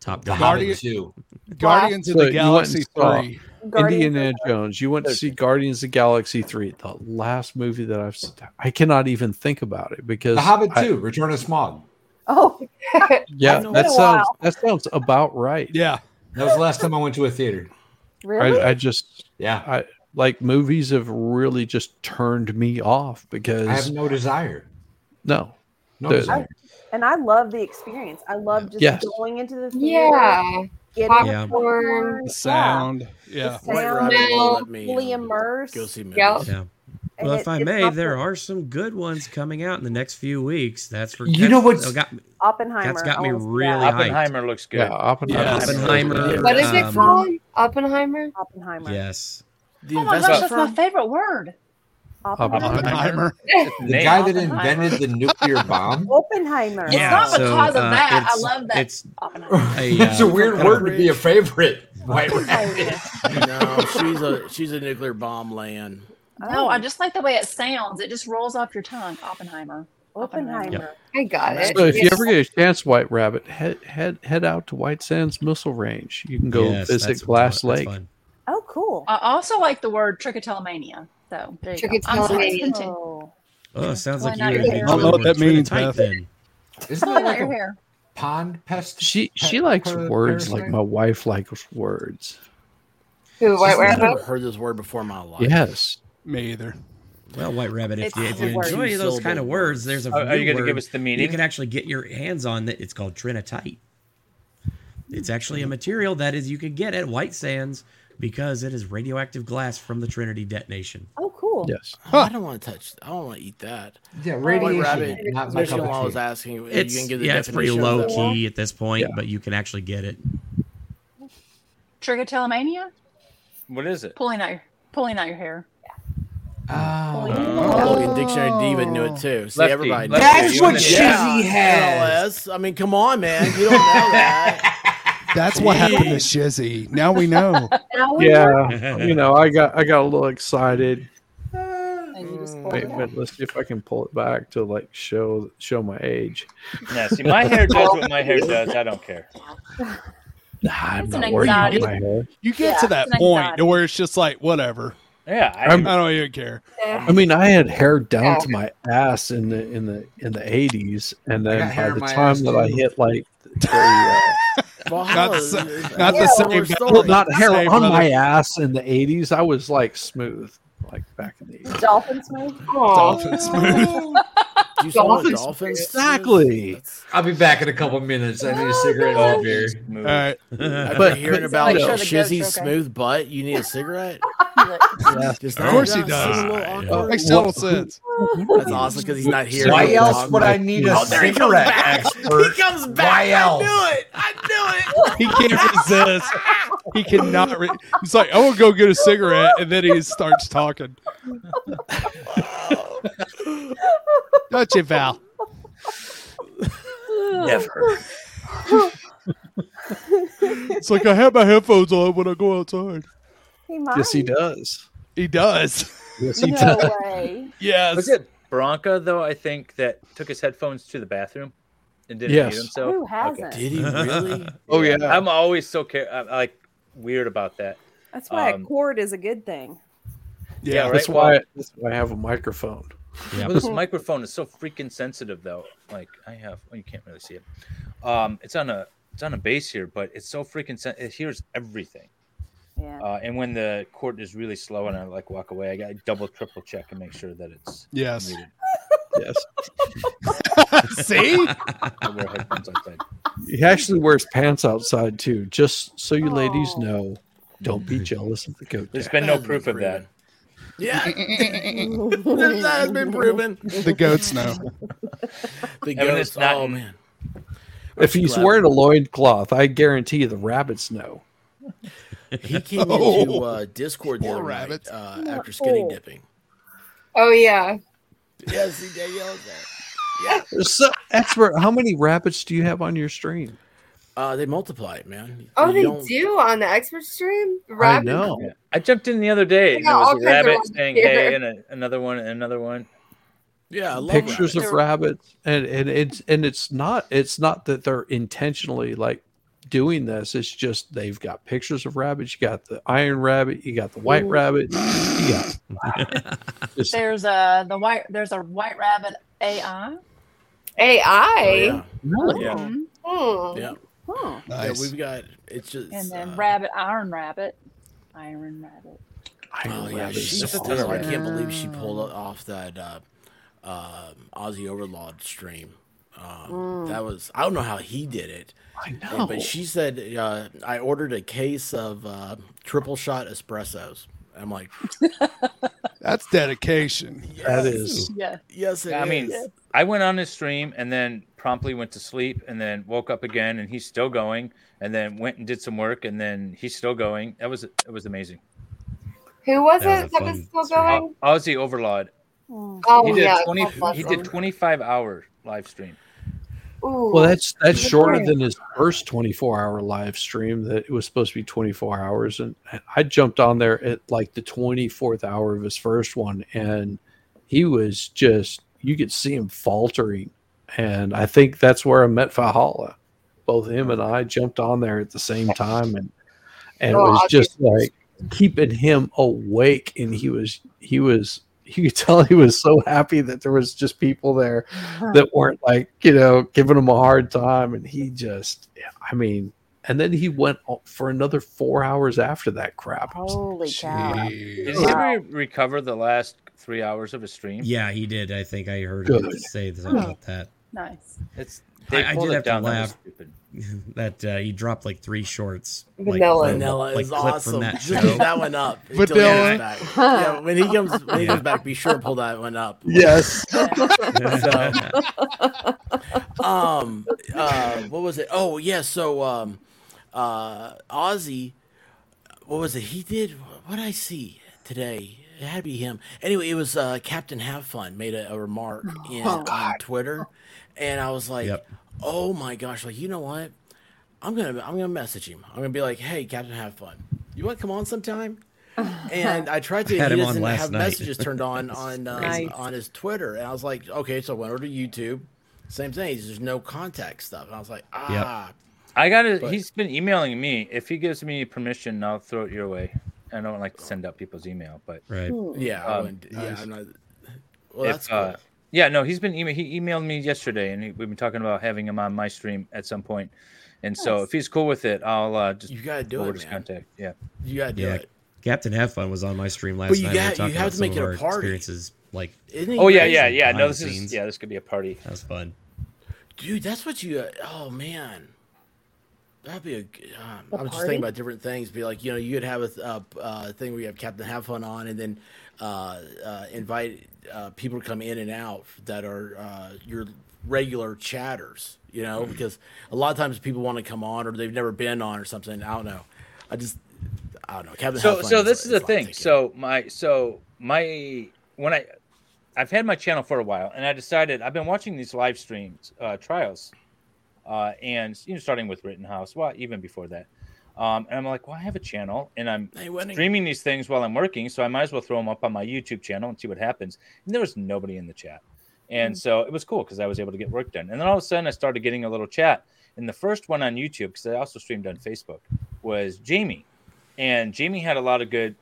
[SPEAKER 13] Top
[SPEAKER 9] The Hobbit 2.
[SPEAKER 3] Guardians of the Galaxy 3. Guardians
[SPEAKER 12] Indiana Jones. You went to see Guardians of the Galaxy three, the last movie that I've. s- I cannot even think about it because
[SPEAKER 9] The Hobbit
[SPEAKER 12] I-
[SPEAKER 9] 2, Return of Smog.
[SPEAKER 2] Oh,
[SPEAKER 12] Yeah,
[SPEAKER 9] It's been
[SPEAKER 12] that
[SPEAKER 9] a
[SPEAKER 12] sounds
[SPEAKER 9] while.
[SPEAKER 12] that sounds about right.
[SPEAKER 3] Yeah,
[SPEAKER 9] That was the last time I went to a theater.
[SPEAKER 12] I, I just
[SPEAKER 9] yeah,
[SPEAKER 12] I like movies have really just turned me off because
[SPEAKER 9] I have no desire.
[SPEAKER 12] no,
[SPEAKER 9] No
[SPEAKER 12] The-
[SPEAKER 9] desire.
[SPEAKER 2] and I love the experience. I love just
[SPEAKER 12] Yes.
[SPEAKER 2] going into the theater.
[SPEAKER 7] Yeah.
[SPEAKER 2] Getting
[SPEAKER 12] Popcorn.
[SPEAKER 2] popcorn,
[SPEAKER 3] The sound. Yeah.
[SPEAKER 2] yeah. The sound,
[SPEAKER 13] Hole let me, um,
[SPEAKER 2] fully immersed.
[SPEAKER 13] go see movies.
[SPEAKER 2] Yeah.
[SPEAKER 13] Yeah.
[SPEAKER 2] And
[SPEAKER 13] Well,
[SPEAKER 2] it-
[SPEAKER 13] if I
[SPEAKER 2] it's
[SPEAKER 13] may,
[SPEAKER 2] not
[SPEAKER 13] there are some good ones coming out in the next few weeks. That's for
[SPEAKER 9] You
[SPEAKER 13] that's-
[SPEAKER 9] know what's-
[SPEAKER 13] that got,
[SPEAKER 2] Oppenheimer.
[SPEAKER 13] that's got me
[SPEAKER 2] I wanna see that.
[SPEAKER 13] really
[SPEAKER 14] Oppenheimer
[SPEAKER 13] hyped.
[SPEAKER 14] looks good. Yeah,
[SPEAKER 12] Oppenheimer.
[SPEAKER 13] Oppenheimer.
[SPEAKER 7] What is it
[SPEAKER 13] um,
[SPEAKER 7] called? Oppenheimer.
[SPEAKER 2] Oppenheimer.
[SPEAKER 13] Yes.
[SPEAKER 1] The
[SPEAKER 4] Oh my gosh, that's my favorite word.
[SPEAKER 9] Oppenheimer. The guy that invented the nuclear bomb.
[SPEAKER 2] Oppenheimer.
[SPEAKER 9] It's not
[SPEAKER 13] so,
[SPEAKER 9] because of
[SPEAKER 13] uh,
[SPEAKER 9] that. I
[SPEAKER 13] it's-
[SPEAKER 9] love that.
[SPEAKER 13] It's a,
[SPEAKER 9] It's a
[SPEAKER 13] uh,
[SPEAKER 9] weird word to be a favorite. White rabbit.
[SPEAKER 1] no, she's a she's a nuclear bomb land.
[SPEAKER 4] No, Oh, I just like the way it sounds. It just rolls off your tongue. Oppenheimer.
[SPEAKER 2] Oppenheimer.
[SPEAKER 7] I got it.
[SPEAKER 12] So if you ever get a chance, White Rabbit, head head head out to White Sands Missile Range. You can go
[SPEAKER 13] Yes,
[SPEAKER 12] visit
[SPEAKER 13] that's what-
[SPEAKER 12] Glass
[SPEAKER 13] that's
[SPEAKER 12] Lake.
[SPEAKER 13] fun.
[SPEAKER 2] Oh, cool.
[SPEAKER 4] I also like the word trichotillomania. So there you go. I'm sorry,
[SPEAKER 7] Trichotillomania.
[SPEAKER 4] continue.
[SPEAKER 13] Oh, it sounds like
[SPEAKER 4] Why not
[SPEAKER 13] you
[SPEAKER 4] your
[SPEAKER 13] enjoy
[SPEAKER 4] hair? I don't know
[SPEAKER 13] the
[SPEAKER 3] what
[SPEAKER 13] ones.
[SPEAKER 3] that
[SPEAKER 13] Try to
[SPEAKER 3] means,
[SPEAKER 13] type
[SPEAKER 3] Beth.
[SPEAKER 13] then.
[SPEAKER 4] Probably
[SPEAKER 9] Isn't that
[SPEAKER 4] not
[SPEAKER 9] like
[SPEAKER 4] your
[SPEAKER 9] a
[SPEAKER 4] hair.
[SPEAKER 9] pond pest?
[SPEAKER 12] She she likes
[SPEAKER 9] per-
[SPEAKER 12] words like
[SPEAKER 9] parasite?
[SPEAKER 12] my wife likes words.
[SPEAKER 7] Who, White
[SPEAKER 1] I've never
[SPEAKER 7] Rabbit?
[SPEAKER 1] heard this word before in my life.
[SPEAKER 12] Yes.
[SPEAKER 3] Me either.
[SPEAKER 13] Well, Oh, White Rabbit, if
[SPEAKER 1] It's
[SPEAKER 13] you, if you
[SPEAKER 1] a word.
[SPEAKER 13] enjoy those kind of
[SPEAKER 1] Two-syllable
[SPEAKER 13] words, there's a
[SPEAKER 14] Are- are you
[SPEAKER 13] new
[SPEAKER 14] gonna
[SPEAKER 13] word
[SPEAKER 14] give us the meaning?
[SPEAKER 13] You can actually get your hands on that. It's called trinitite. It's actually a material that is you can get at White Sands because it is radioactive glass from the Trinity detonation.
[SPEAKER 2] Oh, cool.
[SPEAKER 12] Yes.
[SPEAKER 1] Oh, I don't want to touch. I don't want to eat that.
[SPEAKER 9] Yeah,
[SPEAKER 1] White
[SPEAKER 9] radiation,
[SPEAKER 1] rabbit.
[SPEAKER 9] not my
[SPEAKER 1] Michigan
[SPEAKER 9] cup of
[SPEAKER 1] law
[SPEAKER 9] tea.
[SPEAKER 1] was asking.
[SPEAKER 13] It's
[SPEAKER 1] you can give the
[SPEAKER 13] yeah, it's pretty
[SPEAKER 1] definition
[SPEAKER 13] low
[SPEAKER 1] of that.
[SPEAKER 13] key at this point, but you can actually get it.
[SPEAKER 4] Trichotillomania?
[SPEAKER 14] What is it?
[SPEAKER 4] Pulling out your pulling out your hair.
[SPEAKER 1] Oh, and Dictionary Diva knew it too. See,
[SPEAKER 14] Lefty,
[SPEAKER 1] everybody.
[SPEAKER 14] lefty, That's you what understand. Shizzy
[SPEAKER 1] has. I mean, come on, man. You don't know that.
[SPEAKER 3] That's what happened to Shizzy. Now we know.
[SPEAKER 12] Yeah. you know, I got I got a little excited. Wait, wait, let's see if I can pull it back to like show show my age.
[SPEAKER 14] Yeah, see, my hair does what my hair does. I don't care.
[SPEAKER 12] Nah, I'm
[SPEAKER 3] an
[SPEAKER 12] not worried about
[SPEAKER 3] anxiety.
[SPEAKER 12] my hair.
[SPEAKER 3] You get
[SPEAKER 14] Yeah,
[SPEAKER 3] to that
[SPEAKER 14] it's an
[SPEAKER 3] point
[SPEAKER 14] anxiety.
[SPEAKER 3] to where it's just like, whatever.
[SPEAKER 14] Yeah,
[SPEAKER 3] I,
[SPEAKER 12] I'm-
[SPEAKER 3] I don't even care.
[SPEAKER 12] I mean, I had hair down to my ass in the in the in the eighties, and
[SPEAKER 3] I got
[SPEAKER 12] then
[SPEAKER 3] hair in
[SPEAKER 12] by the
[SPEAKER 3] my
[SPEAKER 12] time
[SPEAKER 3] ass,
[SPEAKER 12] that I
[SPEAKER 3] too.
[SPEAKER 12] hit like the, uh,
[SPEAKER 1] Well,
[SPEAKER 3] Not
[SPEAKER 1] how-
[SPEAKER 3] the sa- not the
[SPEAKER 1] Yeah,
[SPEAKER 3] same
[SPEAKER 1] we're
[SPEAKER 3] bad-
[SPEAKER 1] still-
[SPEAKER 12] well, not hair
[SPEAKER 3] Same,
[SPEAKER 12] on
[SPEAKER 3] brother.
[SPEAKER 12] my ass in the eighties, I was like smooth, like back in the eighties.
[SPEAKER 2] Dolphin smooth.
[SPEAKER 3] Dolphin smooth.
[SPEAKER 1] Do you still want
[SPEAKER 12] Dolphins-
[SPEAKER 1] dolphins?
[SPEAKER 12] Exactly.
[SPEAKER 9] I'll be back in a couple minutes. I need a
[SPEAKER 4] Oh,
[SPEAKER 9] cigarette and a beer.
[SPEAKER 3] All right.
[SPEAKER 1] I've
[SPEAKER 12] But-
[SPEAKER 1] been hearing
[SPEAKER 12] but-
[SPEAKER 1] about
[SPEAKER 12] Make sure the
[SPEAKER 1] Shizzy's
[SPEAKER 12] goat's okay.
[SPEAKER 1] smooth butt. You need a cigarette? Does
[SPEAKER 3] Of course he
[SPEAKER 1] that not seem a
[SPEAKER 3] does.
[SPEAKER 1] little awkward?
[SPEAKER 3] Makes total sense.
[SPEAKER 1] That's awesome because he's not here.
[SPEAKER 9] Why
[SPEAKER 1] We'll
[SPEAKER 9] else
[SPEAKER 1] talk
[SPEAKER 9] would I
[SPEAKER 1] about-
[SPEAKER 9] need a
[SPEAKER 1] Oh, there he comes
[SPEAKER 9] cigarette
[SPEAKER 1] back.
[SPEAKER 9] expert?
[SPEAKER 1] He comes back.
[SPEAKER 9] Why else?
[SPEAKER 1] I knew it. I knew it.
[SPEAKER 3] He can't resist. He cannot. Re- he's like, I will go get a cigarette, and then he starts talking. Don't you, Val?
[SPEAKER 14] Never.
[SPEAKER 3] It's like I have my headphones on when I go outside.
[SPEAKER 2] He might.
[SPEAKER 12] Yes, he does.
[SPEAKER 3] He does.
[SPEAKER 12] Yes,
[SPEAKER 3] he No does.
[SPEAKER 2] way.
[SPEAKER 3] Yes.
[SPEAKER 14] Was it Bronca though? I think that took his headphones to the bathroom and didn't
[SPEAKER 12] Yes.
[SPEAKER 14] mute himself.
[SPEAKER 2] Who hasn't?
[SPEAKER 1] Did he really?
[SPEAKER 14] oh yeah. I'm always so care I'm, like weird about that.
[SPEAKER 2] That's why
[SPEAKER 14] Um,
[SPEAKER 2] a cord is a good thing.
[SPEAKER 14] Yeah,
[SPEAKER 12] that's
[SPEAKER 14] right?
[SPEAKER 12] why.
[SPEAKER 14] Well-
[SPEAKER 12] that's why I have a microphone.
[SPEAKER 14] Well, this microphone is so freaking sensitive though. Like I have, well, you can't really see it. Um, it's on a it's on a base here, but it's so freaking sen- it hears everything.
[SPEAKER 2] Yeah.
[SPEAKER 14] Uh, and when the cord is really slow and I like walk away, I got to double triple check and make sure that it's
[SPEAKER 3] Yes.
[SPEAKER 14] muted.
[SPEAKER 12] yes.
[SPEAKER 3] See?
[SPEAKER 14] I wear headphones outside.
[SPEAKER 12] He actually wears pants outside too, just so you ladies know. Don't be jealous of the goat.
[SPEAKER 14] There's
[SPEAKER 12] dad.
[SPEAKER 14] been no proof of that.
[SPEAKER 1] Yeah. that has been proven.
[SPEAKER 3] The goats know.
[SPEAKER 1] The
[SPEAKER 14] I mean,
[SPEAKER 1] goats.
[SPEAKER 14] it's not-
[SPEAKER 1] oh man.
[SPEAKER 12] If he's
[SPEAKER 1] Glad-
[SPEAKER 12] wearing a loincloth, I guarantee the rabbits know.
[SPEAKER 1] He came into
[SPEAKER 3] Oh.
[SPEAKER 1] uh, Discord the other night uh, after skinny dipping.
[SPEAKER 7] Oh yeah.
[SPEAKER 1] Yeah, see, Danielle's there.
[SPEAKER 12] So, expert, how many rabbits do you have on your stream?
[SPEAKER 1] Uh, they multiply it, man.
[SPEAKER 7] Oh,
[SPEAKER 1] You
[SPEAKER 7] they
[SPEAKER 1] don't-
[SPEAKER 7] do on the expert stream.
[SPEAKER 12] I
[SPEAKER 7] Rabbit.
[SPEAKER 12] know.
[SPEAKER 14] I jumped in the other day. And
[SPEAKER 7] I
[SPEAKER 14] there
[SPEAKER 7] got all
[SPEAKER 14] was
[SPEAKER 7] kinds
[SPEAKER 14] a
[SPEAKER 7] of
[SPEAKER 14] rabbit
[SPEAKER 7] ones
[SPEAKER 14] saying
[SPEAKER 7] here.
[SPEAKER 14] "Hey," and a, another one, and another one.
[SPEAKER 1] Yeah, I love
[SPEAKER 12] Pictures of
[SPEAKER 1] rabbits.
[SPEAKER 12] rabbits, and and it's and it's not it's not that they're intentionally like doing this. It's just they've got pictures of rabbits. You got the iron rabbit. You got the white
[SPEAKER 4] Ooh.
[SPEAKER 12] rabbit. You got just
[SPEAKER 4] There's a the white there's a white rabbit AI.
[SPEAKER 7] AI.
[SPEAKER 1] Oh,
[SPEAKER 12] really.
[SPEAKER 1] Yeah.
[SPEAKER 7] Hmm.
[SPEAKER 1] Yeah.
[SPEAKER 4] Mm-hmm. Huh.
[SPEAKER 3] Nice.
[SPEAKER 1] yeah, we've got it's just
[SPEAKER 4] And then
[SPEAKER 1] uh,
[SPEAKER 4] rabbit, iron rabbit, iron rabbit.
[SPEAKER 1] Oh yeah,
[SPEAKER 12] rabbit
[SPEAKER 1] she's
[SPEAKER 12] is
[SPEAKER 1] still.
[SPEAKER 12] awesome.
[SPEAKER 1] I can't believe she pulled off that uh, um Aussie Overlord stream. Um,
[SPEAKER 12] Mm.
[SPEAKER 1] That was I don't know how he did it,
[SPEAKER 12] I
[SPEAKER 1] and-
[SPEAKER 12] know.
[SPEAKER 5] Oh.
[SPEAKER 1] but she said uh, I ordered a case of uh, triple shot espressos. I'm like,
[SPEAKER 3] That's dedication.
[SPEAKER 12] That is.
[SPEAKER 4] Yeah.
[SPEAKER 1] Yes, it
[SPEAKER 14] I mean,
[SPEAKER 1] is.
[SPEAKER 14] I went on his stream and then promptly went to sleep and then woke up again and he's still going and then went and did some work and then he's still going. That was it was amazing.
[SPEAKER 7] Who was
[SPEAKER 12] That
[SPEAKER 7] it
[SPEAKER 12] was
[SPEAKER 7] that
[SPEAKER 12] a
[SPEAKER 7] was
[SPEAKER 12] fun
[SPEAKER 7] still
[SPEAKER 14] Uh,
[SPEAKER 7] going?
[SPEAKER 14] Aussie Overlord.
[SPEAKER 7] Oh
[SPEAKER 14] he did
[SPEAKER 7] yeah.
[SPEAKER 14] 20,
[SPEAKER 7] that's awesome.
[SPEAKER 14] he did 25 hour live stream.
[SPEAKER 7] Ooh.
[SPEAKER 5] Oh,
[SPEAKER 12] Well, that's that's shorter
[SPEAKER 7] Very
[SPEAKER 12] than his first 24 hour live stream that it was supposed to be 24 hours, and I jumped on there at like the 24th hour of his first one, and he was just you could see him faltering, and I think that's where I met Fahala. Both him and I jumped on there at the same time, and and it
[SPEAKER 7] Oh,
[SPEAKER 12] was
[SPEAKER 7] I'll
[SPEAKER 12] just like keeping him awake, and he was he was. You could tell he was so happy that there was just people there that weren't like you know giving him a hard time and he just i mean and then he went o- for another four hours after that crap
[SPEAKER 5] Oh,
[SPEAKER 2] Holy cow.
[SPEAKER 14] Did he ever recover the last three hours of his stream?
[SPEAKER 13] Yeah, he did. I think I heard him
[SPEAKER 12] Good.
[SPEAKER 13] say something about that.
[SPEAKER 4] Nice.
[SPEAKER 14] It's they
[SPEAKER 13] I, I
[SPEAKER 14] pulled
[SPEAKER 13] did
[SPEAKER 14] it
[SPEAKER 13] have to
[SPEAKER 14] down. That was
[SPEAKER 13] laugh
[SPEAKER 14] stupid.
[SPEAKER 13] that uh, he dropped like three shorts.
[SPEAKER 7] Vanilla.
[SPEAKER 13] like, from-
[SPEAKER 1] Vanilla
[SPEAKER 13] like,
[SPEAKER 1] is
[SPEAKER 13] clip
[SPEAKER 1] awesome.
[SPEAKER 13] From that
[SPEAKER 1] Just
[SPEAKER 13] show.
[SPEAKER 1] leave that one up. until he
[SPEAKER 3] Vanilla.
[SPEAKER 1] comes back. Yeah, when he comes when he comes back, be sure to pull that one up.
[SPEAKER 12] yes
[SPEAKER 1] So, um, uh, what was it? Oh yeah, so um, uh, Ozzy, what was it? He did what did I see today. It had to be him. Anyway, it was uh, Captain Have Fun made a, a remark in, on Twitter, and I was like,
[SPEAKER 13] Yep.
[SPEAKER 1] "Oh my gosh!" Like you know what? I'm gonna I'm gonna message him. I'm gonna be like, "Hey, Captain Have Fun, you want to come on sometime?" And I tried to.
[SPEAKER 13] Had
[SPEAKER 1] he
[SPEAKER 13] him on
[SPEAKER 1] doesn't
[SPEAKER 13] last
[SPEAKER 1] have
[SPEAKER 13] night.
[SPEAKER 1] messages turned on on uh,
[SPEAKER 13] Nice.
[SPEAKER 1] on his Twitter, and I was like, "Okay, so I went over to YouTube." Same thing. There's no contact stuff. And I was like, "Ah,
[SPEAKER 14] I got to
[SPEAKER 1] But-
[SPEAKER 14] He's been emailing me. If he gives me permission, I'll throw it your way. I don't like to send out people's email, but
[SPEAKER 13] right.
[SPEAKER 6] Hmm.
[SPEAKER 1] yeah, I
[SPEAKER 14] Um,
[SPEAKER 1] wouldn't- yeah."
[SPEAKER 3] nice.
[SPEAKER 1] I'm not, well,
[SPEAKER 14] If,
[SPEAKER 1] that's cool.
[SPEAKER 14] uh, yeah, no, he's been email. He emailed me yesterday, and he, we've been talking about having him on my stream at some point. And so,
[SPEAKER 2] Nice.
[SPEAKER 14] if he's cool with it, I'll uh, just
[SPEAKER 1] you gotta do
[SPEAKER 14] forward
[SPEAKER 1] it,
[SPEAKER 14] his
[SPEAKER 1] man.
[SPEAKER 14] contact. Yeah,
[SPEAKER 1] You gotta do
[SPEAKER 13] Yeah.
[SPEAKER 1] it.
[SPEAKER 13] Captain Have Fun was on my stream last
[SPEAKER 1] you got-
[SPEAKER 13] night. we talked
[SPEAKER 1] you
[SPEAKER 13] about
[SPEAKER 1] have to
[SPEAKER 13] some
[SPEAKER 1] make
[SPEAKER 13] of
[SPEAKER 1] it a
[SPEAKER 13] our
[SPEAKER 1] party.
[SPEAKER 13] Experiences like
[SPEAKER 1] Isn't he
[SPEAKER 14] Oh yeah,
[SPEAKER 1] crazy?
[SPEAKER 14] yeah, yeah. No,
[SPEAKER 13] Behind
[SPEAKER 14] this
[SPEAKER 13] the
[SPEAKER 14] is
[SPEAKER 13] scenes.
[SPEAKER 14] yeah. This could be a party.
[SPEAKER 13] that was fun.
[SPEAKER 1] dude. That's what you. Oh man, that'd be a. g- Um,
[SPEAKER 6] A
[SPEAKER 1] I was just
[SPEAKER 6] party?
[SPEAKER 1] thinking about different things. Be like, you know, you could have a th- uh, uh, thing where you have Captain Have Fun on, and then uh, uh, invite uh, people to come in and out that are uh, your regular chatters. You
[SPEAKER 14] Mm.
[SPEAKER 1] know, because a lot of times people want to come on or they've never been on or something. I don't know. I just. I don't know. Captain
[SPEAKER 14] so
[SPEAKER 1] Have Fun
[SPEAKER 14] so this is the
[SPEAKER 1] like
[SPEAKER 14] thing
[SPEAKER 1] taking-
[SPEAKER 14] so my so my when i i've had my channel for a while and i decided i've been watching these live streams uh trials uh and you know starting with rittenhouse well even before that Um, and I'm like, well, I have a channel, and I'm
[SPEAKER 1] Hey, Winnie.
[SPEAKER 14] streaming these things while I'm working, so I might as well throw them up on my YouTube channel and see what happens. And there was nobody in the chat, and
[SPEAKER 17] Mm.
[SPEAKER 14] so it was cool because I was able to get work done. And then all of a sudden, I started getting a little chat. And the first one on YouTube, because I also streamed on Facebook, was Jamie, and Jamie had a lot of good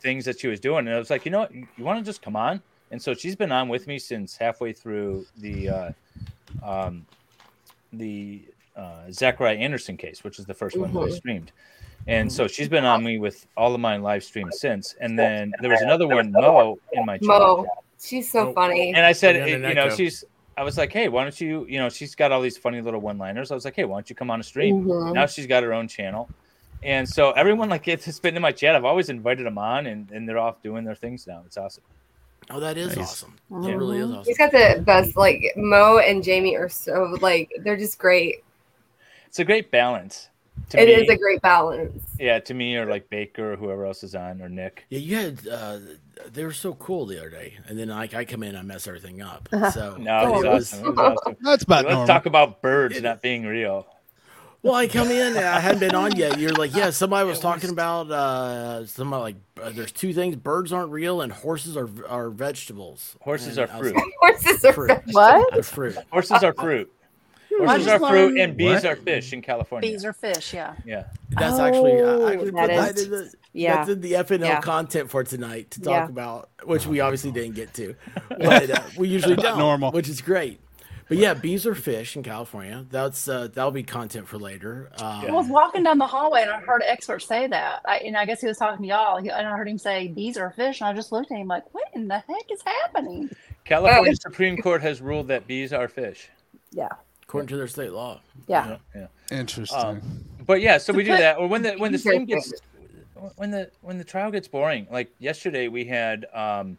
[SPEAKER 14] things that she was doing, and I was like, you know what, you want to just come on. And so she's been on with me since halfway through the uh, um, the uh, Zachariah Anderson case, which is the 1st one that I
[SPEAKER 17] Mhm.
[SPEAKER 14] streamed. And so she's been on me with all of my live streams since. And then there was another one, Mo, in my channel.
[SPEAKER 7] Mo, she's so funny.
[SPEAKER 14] And I said, it- you know, she's, I was like, hey, why don't you, you know, she's got all these funny little one liners. I was like, hey, why don't you come on a stream?
[SPEAKER 7] Mhm.
[SPEAKER 14] Now she's got her own channel. And so everyone like it's been in my chat. I've always invited them on, and, and they're off doing their things now. It's awesome.
[SPEAKER 1] Oh, that is
[SPEAKER 14] Nice.
[SPEAKER 1] awesome.
[SPEAKER 7] Mm-hmm.
[SPEAKER 1] That really
[SPEAKER 14] Mm-hmm.
[SPEAKER 1] is awesome.
[SPEAKER 7] He's got the best. Like Mo and Jamie are so like they're just great.
[SPEAKER 14] It's a great balance. to
[SPEAKER 7] It is
[SPEAKER 14] me.
[SPEAKER 7] a great balance.
[SPEAKER 14] Yeah, to me or like Baker or whoever else is on or Nick.
[SPEAKER 1] Yeah, you had uh, they were so cool the other day, and then like I come in, I mess everything up.
[SPEAKER 7] Uh-huh.
[SPEAKER 1] So
[SPEAKER 14] No,
[SPEAKER 7] Oh.
[SPEAKER 14] it was awesome. It was awesome.
[SPEAKER 3] That's about
[SPEAKER 14] Let's
[SPEAKER 3] normal.
[SPEAKER 14] talk about birds not being real.
[SPEAKER 1] Well, I come in, and I hadn't been on yet. You're like, yeah, somebody was talking about uh, somebody like uh, there's two things: birds aren't real, and horses are are vegetables.
[SPEAKER 14] Horses
[SPEAKER 1] And
[SPEAKER 14] are
[SPEAKER 1] I was
[SPEAKER 14] fruit.
[SPEAKER 1] like,
[SPEAKER 7] Horses are
[SPEAKER 1] fruit.
[SPEAKER 4] What?
[SPEAKER 1] They're fruit.
[SPEAKER 14] Horses are fruit.
[SPEAKER 4] I
[SPEAKER 14] Horses
[SPEAKER 4] just
[SPEAKER 14] are fruit
[SPEAKER 4] learned-
[SPEAKER 14] and bees
[SPEAKER 4] What?
[SPEAKER 14] are fish in California.
[SPEAKER 4] Bees are fish, yeah.
[SPEAKER 14] Yeah.
[SPEAKER 1] That's actually I
[SPEAKER 4] Oh,
[SPEAKER 1] actually
[SPEAKER 4] that
[SPEAKER 1] put that
[SPEAKER 4] is-
[SPEAKER 1] in the
[SPEAKER 4] yeah.
[SPEAKER 1] that's in the FNL
[SPEAKER 4] Yeah.
[SPEAKER 1] content for tonight to talk
[SPEAKER 4] Yeah.
[SPEAKER 1] about, which we obviously didn't get to, but uh, we usually
[SPEAKER 3] Not
[SPEAKER 1] don't, normal, which is great. But yeah, bees are fish in California. That's uh, that'll be content for later. Um,
[SPEAKER 4] I was walking down the hallway and I heard an expert say that. I, and I guess he was talking to y'all. he- And I heard him say, Bees are fish. And I just looked at him like, What in the heck is happening?
[SPEAKER 7] Oh.
[SPEAKER 14] California Supreme Court has ruled that bees are fish.
[SPEAKER 4] Yeah.
[SPEAKER 1] according to their state law.
[SPEAKER 4] Yeah.
[SPEAKER 14] Yeah.
[SPEAKER 3] Interesting.
[SPEAKER 14] Um, But yeah, so
[SPEAKER 3] To
[SPEAKER 14] we do
[SPEAKER 3] put-
[SPEAKER 14] that. Or when the when the
[SPEAKER 3] Bees are
[SPEAKER 14] stream gets
[SPEAKER 3] fish.
[SPEAKER 14] when the when the trial gets boring. Like yesterday, we had um,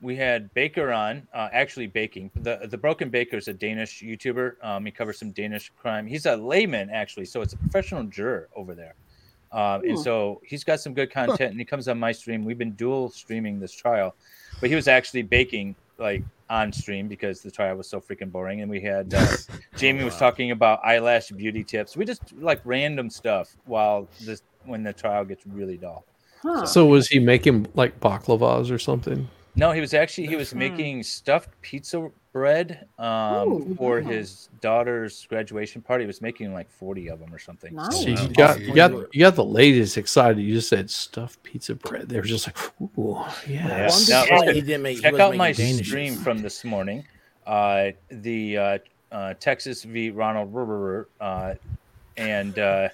[SPEAKER 14] we had Baker on uh, actually baking. The the Broken Baker is a Danish YouTuber. Um, he covers some Danish crime. He's a layman actually, so it's a professional juror over there. Um, and
[SPEAKER 17] Hmm.
[SPEAKER 14] so he's got some good content, and he comes on my stream. We've been dual streaming this trial, but he was actually baking like on stream because the trial was so freaking boring. And we had
[SPEAKER 12] Oh,
[SPEAKER 14] uh, Jamie was talking about eyelash beauty tips. We just like random stuff while this when the trial gets really dull.
[SPEAKER 12] So was he making like baklavas or something?
[SPEAKER 14] No, he was actually he was making stuffed pizza bread um,
[SPEAKER 12] Ooh,
[SPEAKER 14] for
[SPEAKER 12] wow.
[SPEAKER 14] his daughter's graduation party. He was making like forty of them or something.
[SPEAKER 12] So you got you got you got the ladies excited. You just said stuffed pizza bread. They were just like, ooh,
[SPEAKER 14] Yeah.
[SPEAKER 12] yes.
[SPEAKER 14] Now,
[SPEAKER 1] surprised
[SPEAKER 14] listen,
[SPEAKER 1] he didn't make- he
[SPEAKER 14] check
[SPEAKER 1] wasn't
[SPEAKER 14] out my
[SPEAKER 1] making Danishes.
[SPEAKER 14] stream from this morning. Uh, the uh, uh, Texas v. Ronald Rurrer, uh, and uh,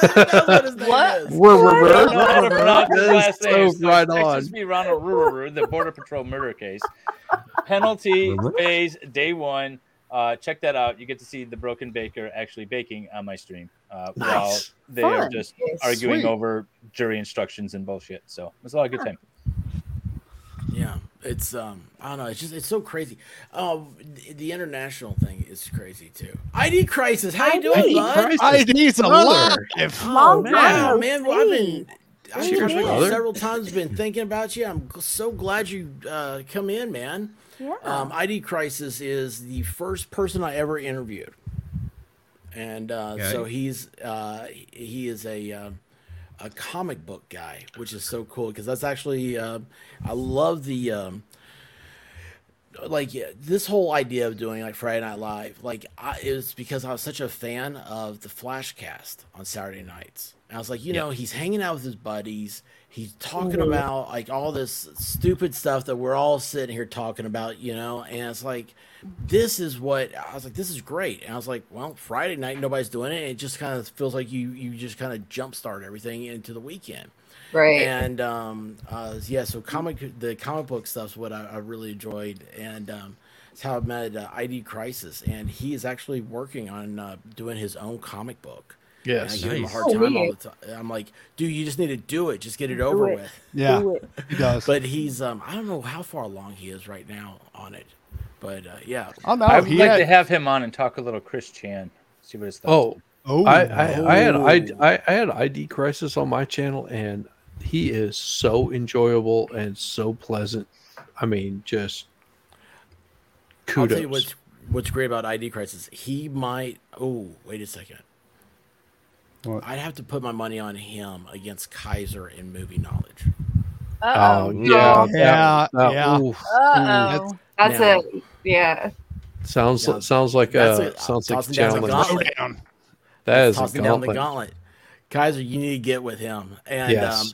[SPEAKER 4] What?
[SPEAKER 14] I don't know how to pronounce his
[SPEAKER 12] That is
[SPEAKER 14] last name.
[SPEAKER 12] so right on.
[SPEAKER 14] Texas v. Ronald Rurrer, the Border Patrol murder case. Penalty phase day one. Uh, check that out. You get to see the Broken Baker actually baking on my stream uh, while
[SPEAKER 17] Nice.
[SPEAKER 14] they are
[SPEAKER 17] Fun.
[SPEAKER 14] just
[SPEAKER 17] Yes.
[SPEAKER 14] arguing
[SPEAKER 17] Sweet.
[SPEAKER 14] over jury instructions and bullshit. So it was a lot of good time.
[SPEAKER 1] Yeah, it's um, I don't know. It's just it's so crazy. Um, the, the international thing is crazy too. ID crisis. How you doing,
[SPEAKER 3] ID
[SPEAKER 1] bud?
[SPEAKER 3] crisis. ID's alive.
[SPEAKER 1] Oh,
[SPEAKER 3] Long
[SPEAKER 1] man, Oh,
[SPEAKER 3] time no
[SPEAKER 1] man. Well, I've been. I've
[SPEAKER 3] Cheers,
[SPEAKER 1] been
[SPEAKER 3] brother.
[SPEAKER 1] several times been thinking about you. I'm g- so glad you uh, come in, man.
[SPEAKER 2] Yeah.
[SPEAKER 1] Um, ID Crisis is the first person I ever interviewed, and uh,
[SPEAKER 17] Okay.
[SPEAKER 1] so he's uh, he- he is a uh, a comic book guy, which is so cool because that's actually uh, I love the um, like yeah, this whole idea of doing like Friday Night Live, like I, it was because I was such a fan of the Flashcast on Saturday nights. And I was like, you know, he's hanging out with his buddies. He's talking
[SPEAKER 17] Mhm.
[SPEAKER 1] about like all this stupid stuff that we're all sitting here talking about, you know. And it's like, this is what I was like. This is great. And I was like, well, Friday night nobody's doing it. And it just kind of feels like you you just kind of jumpstart everything into the weekend.
[SPEAKER 7] Right.
[SPEAKER 1] And um, uh, yeah, so comic the comic book stuff's what I, I really enjoyed, and um, it's how I met uh, ID Crisis, and he is actually working on uh, doing his own comic book. And
[SPEAKER 12] Yes.
[SPEAKER 1] I give him a
[SPEAKER 12] Nice.
[SPEAKER 1] hard
[SPEAKER 12] Oh,
[SPEAKER 1] time all
[SPEAKER 12] weird.
[SPEAKER 1] the time. I'm like, dude, you just need to do it. Just get it over
[SPEAKER 12] it.
[SPEAKER 1] with.
[SPEAKER 3] Yeah,
[SPEAKER 1] Do
[SPEAKER 3] it. he does.
[SPEAKER 1] But he's um, I don't know how far along he is right now on it, but uh, yeah.
[SPEAKER 14] I would like to have him on and talk a little Chris Chan. See what his thoughts.
[SPEAKER 12] Oh, I, I, I
[SPEAKER 1] Oh.
[SPEAKER 12] had I, I, I had ID Crisis on my channel, and he is so enjoyable and so pleasant. I mean, just
[SPEAKER 1] I'll tell you
[SPEAKER 12] kudos.
[SPEAKER 1] what's what's great about ID Crisis. He might. Oh, wait a second. I'd have to put my money on him against Kaiser in movie knowledge.
[SPEAKER 7] Uh-oh.
[SPEAKER 12] Oh, yeah,
[SPEAKER 3] Yeah,
[SPEAKER 12] that-
[SPEAKER 3] yeah.
[SPEAKER 12] oof. Mm,
[SPEAKER 7] Uh oh. That's a
[SPEAKER 1] Now-
[SPEAKER 7] yeah.
[SPEAKER 12] Sounds sounds like
[SPEAKER 1] That's
[SPEAKER 12] a
[SPEAKER 1] it.
[SPEAKER 12] sounds like a
[SPEAKER 1] Tossing down the
[SPEAKER 12] challenge.
[SPEAKER 1] gauntlet. Down.
[SPEAKER 12] That is a
[SPEAKER 1] tossing down the
[SPEAKER 12] gauntlet.
[SPEAKER 1] gauntlet. Kaiser, you need to get with him. And
[SPEAKER 12] Yes.
[SPEAKER 1] um,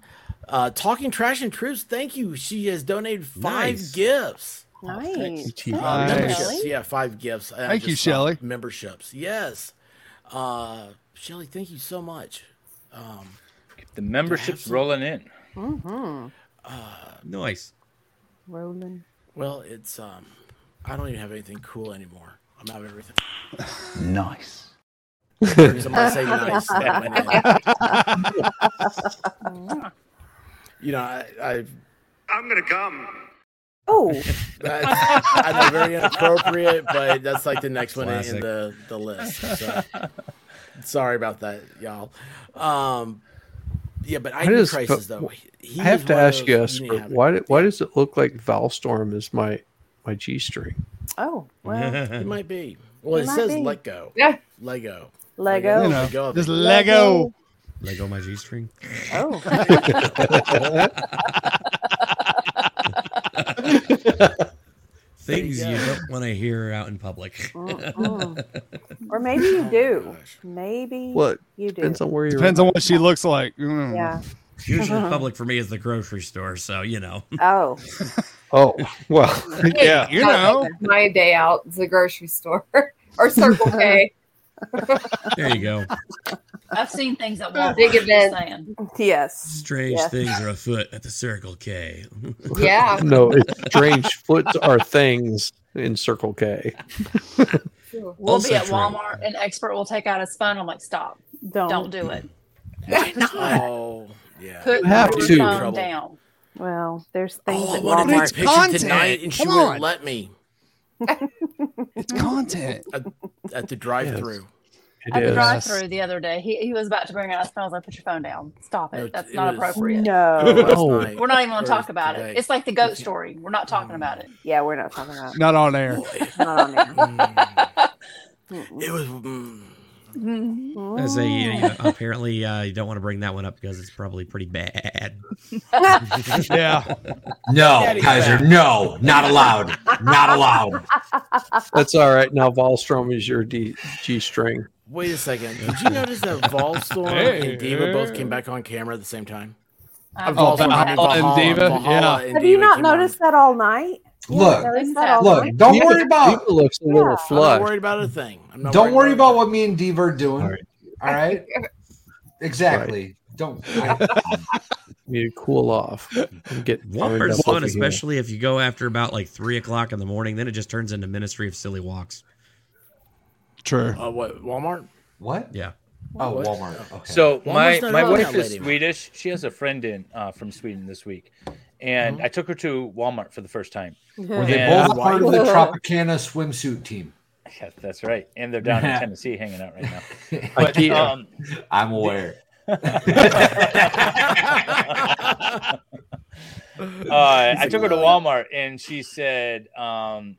[SPEAKER 1] uh, talking trash and troops. Thank you. She has donated five
[SPEAKER 12] Nice.
[SPEAKER 1] gifts.
[SPEAKER 2] Nice.
[SPEAKER 1] Thank
[SPEAKER 3] you,
[SPEAKER 1] Uh,
[SPEAKER 3] Nice.
[SPEAKER 1] memberships.
[SPEAKER 3] Shelley.
[SPEAKER 1] Yeah, five gifts. I
[SPEAKER 3] Thank you,
[SPEAKER 1] just saw
[SPEAKER 3] Shelley.
[SPEAKER 1] Memberships. Yes. Uh, Shelly, thank you so much. Um,
[SPEAKER 14] The membership's rolling in.
[SPEAKER 2] Mm-hmm.
[SPEAKER 13] Nice.
[SPEAKER 2] Rolling.
[SPEAKER 1] Well, it's um, I don't even have anything cool anymore. I'm out of everything.
[SPEAKER 17] Nice.
[SPEAKER 1] Heard Somebody say nice. that went in. you know, I, I
[SPEAKER 16] I'm gonna come.
[SPEAKER 2] Oh.
[SPEAKER 1] that's I know, very inappropriate, but that's like the next one in
[SPEAKER 13] Classic.
[SPEAKER 1] the, the list. So. Sorry about that, y'all. Um, yeah, but I,
[SPEAKER 12] Why does-
[SPEAKER 1] crisis
[SPEAKER 12] but
[SPEAKER 1] though.
[SPEAKER 12] I have
[SPEAKER 1] is
[SPEAKER 12] to
[SPEAKER 1] one of
[SPEAKER 12] ask you,
[SPEAKER 1] those-
[SPEAKER 12] Esper,
[SPEAKER 1] need to have it.
[SPEAKER 12] why do- why does it look like Valstorm is my my G string?
[SPEAKER 2] Oh, well.
[SPEAKER 1] it might be. Well,
[SPEAKER 2] It
[SPEAKER 1] it,
[SPEAKER 2] might
[SPEAKER 1] says
[SPEAKER 2] be.
[SPEAKER 1] let go.
[SPEAKER 2] Yeah.
[SPEAKER 1] Lego. Oh
[SPEAKER 2] Lego.
[SPEAKER 12] You know,
[SPEAKER 1] Lego.
[SPEAKER 12] just Lego.
[SPEAKER 13] Lego my G string.
[SPEAKER 2] Oh.
[SPEAKER 13] Things
[SPEAKER 2] There
[SPEAKER 13] you
[SPEAKER 2] you go.
[SPEAKER 13] don't want to hear out in public.
[SPEAKER 2] Mm-mm. or maybe
[SPEAKER 9] Oh
[SPEAKER 2] you do. Maybe you do.
[SPEAKER 3] Depends on what she looks like. Mm.
[SPEAKER 2] Yeah.
[SPEAKER 13] Usually public for me is the grocery store, so you know.
[SPEAKER 2] Oh.
[SPEAKER 12] Oh well,
[SPEAKER 13] Yeah, you know.
[SPEAKER 7] My day out is the grocery store or Circle K.
[SPEAKER 13] There you go.
[SPEAKER 4] I've seen things at Walmart.
[SPEAKER 7] Big
[SPEAKER 4] just
[SPEAKER 7] event.
[SPEAKER 4] saying.
[SPEAKER 2] Yes.
[SPEAKER 13] Strange
[SPEAKER 4] Yeah.
[SPEAKER 13] things are afoot at the Circle K.
[SPEAKER 7] Yeah.
[SPEAKER 12] no, it's strange foots are things in Circle K.
[SPEAKER 4] We'll
[SPEAKER 12] Also
[SPEAKER 4] be at
[SPEAKER 12] true.
[SPEAKER 4] Walmart and expert will take out his phone. I'm like, stop.
[SPEAKER 2] Don't,
[SPEAKER 4] do it.
[SPEAKER 1] Oh, yeah.
[SPEAKER 4] Put
[SPEAKER 12] have
[SPEAKER 4] your
[SPEAKER 12] to.
[SPEAKER 4] phone
[SPEAKER 12] Trouble.
[SPEAKER 4] down.
[SPEAKER 2] Well, there's things
[SPEAKER 1] Oh, I
[SPEAKER 2] at
[SPEAKER 1] wanted to
[SPEAKER 2] Walmart.
[SPEAKER 1] take pictures tonight, and she
[SPEAKER 2] Come
[SPEAKER 1] wouldn't
[SPEAKER 2] on.
[SPEAKER 1] let me
[SPEAKER 3] It's content.
[SPEAKER 1] at, at the drive-through.
[SPEAKER 4] At the drive through the other day, he, he was about to bring out his phone. I was like, put your phone down. Stop it.
[SPEAKER 1] No,
[SPEAKER 4] That's
[SPEAKER 1] it
[SPEAKER 4] not
[SPEAKER 1] was-
[SPEAKER 4] appropriate.
[SPEAKER 2] No.
[SPEAKER 1] It was last
[SPEAKER 3] No.
[SPEAKER 1] night.
[SPEAKER 4] We're not even
[SPEAKER 1] Or
[SPEAKER 4] going to talk about
[SPEAKER 1] today. Mm.
[SPEAKER 4] it. It's like the goat story. We're not talking about it.
[SPEAKER 2] Yeah, we're not talking about
[SPEAKER 3] Not on air.
[SPEAKER 1] Mm. It was. Mm,
[SPEAKER 13] I say, you know, apparently, uh, you don't want to bring that one up because it's probably pretty bad.
[SPEAKER 3] yeah.
[SPEAKER 9] No,
[SPEAKER 13] Daddy's
[SPEAKER 9] Kaiser,
[SPEAKER 13] back.
[SPEAKER 9] no, not allowed. Not allowed.
[SPEAKER 12] That's all right. Now Valstrom is your D G string.
[SPEAKER 1] Wait a second. Did you notice that Volstorm
[SPEAKER 12] Hey.
[SPEAKER 1] and Diva both came back on camera at the same time?
[SPEAKER 4] Um,
[SPEAKER 1] Uh,
[SPEAKER 3] Oh,
[SPEAKER 1] Volstorm, I mean,
[SPEAKER 3] Valhalla and Diva, yeah.
[SPEAKER 1] and
[SPEAKER 2] Have you
[SPEAKER 1] Diva
[SPEAKER 2] not
[SPEAKER 1] came on.
[SPEAKER 2] noticed that all night? You
[SPEAKER 9] Look,
[SPEAKER 2] haven't noticed that all
[SPEAKER 9] Look,
[SPEAKER 2] night?
[SPEAKER 9] don't
[SPEAKER 12] Diva-
[SPEAKER 9] worry about.
[SPEAKER 12] Diva looks a little
[SPEAKER 1] I'm not
[SPEAKER 12] flushed.
[SPEAKER 1] worried about a thing. I'm not
[SPEAKER 9] Don't
[SPEAKER 1] worried
[SPEAKER 9] worry about what me and Diva are doing. All right. Exactly.
[SPEAKER 12] Right.
[SPEAKER 9] Don't. I-
[SPEAKER 12] You need to cool off. I'm getting burned
[SPEAKER 13] Walmart's
[SPEAKER 12] up
[SPEAKER 13] fun,
[SPEAKER 12] over here.
[SPEAKER 13] especially if you go after about like three o'clock in the morning. Then it just turns into Ministry of Silly Walks.
[SPEAKER 3] True.
[SPEAKER 1] Uh, what Walmart?
[SPEAKER 9] What?
[SPEAKER 13] Yeah.
[SPEAKER 9] Oh,
[SPEAKER 1] What?
[SPEAKER 9] Walmart. Okay.
[SPEAKER 14] So
[SPEAKER 1] Walmart's not
[SPEAKER 14] my my
[SPEAKER 1] allowed
[SPEAKER 14] wife
[SPEAKER 1] that
[SPEAKER 14] is
[SPEAKER 1] lady.
[SPEAKER 14] Swedish. She has a friend in uh, from Sweden this week, and I took her to Walmart for the first time.
[SPEAKER 9] Uh-huh. Were they
[SPEAKER 14] And-
[SPEAKER 9] both part of the Tropicana swimsuit team?
[SPEAKER 14] Yeah, that's right. And they're down in Tennessee hanging out right now.
[SPEAKER 9] But,
[SPEAKER 14] But um,
[SPEAKER 9] I'm aware.
[SPEAKER 14] uh, I took her to Walmart and she said, um,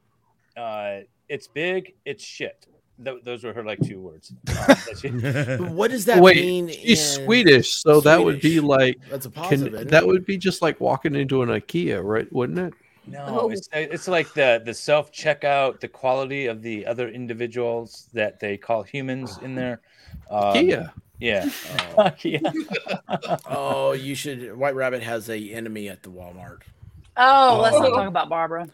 [SPEAKER 14] uh, "It's big, it's shit." Th- those were her like two words. Um, that she-
[SPEAKER 1] What does that
[SPEAKER 12] Wait,
[SPEAKER 1] mean?
[SPEAKER 12] she's
[SPEAKER 1] in-
[SPEAKER 12] Swedish, so that would be
[SPEAKER 1] Swedish?
[SPEAKER 12] like
[SPEAKER 1] That's a
[SPEAKER 12] can-
[SPEAKER 1] positive, isn't
[SPEAKER 12] that
[SPEAKER 1] it?
[SPEAKER 12] would be just like walking into an IKEA, right? Wouldn't it?
[SPEAKER 14] No,
[SPEAKER 9] Oh.
[SPEAKER 14] it's, it's like the the self checkout, the quality of the other individuals that they call humans in there. Um,
[SPEAKER 12] Ikea.
[SPEAKER 14] Yeah.
[SPEAKER 1] Oh, you should. White Rabbit has a enemy at the Walmart.
[SPEAKER 4] Oh, let's not
[SPEAKER 1] Oh.
[SPEAKER 4] talk about Barbara.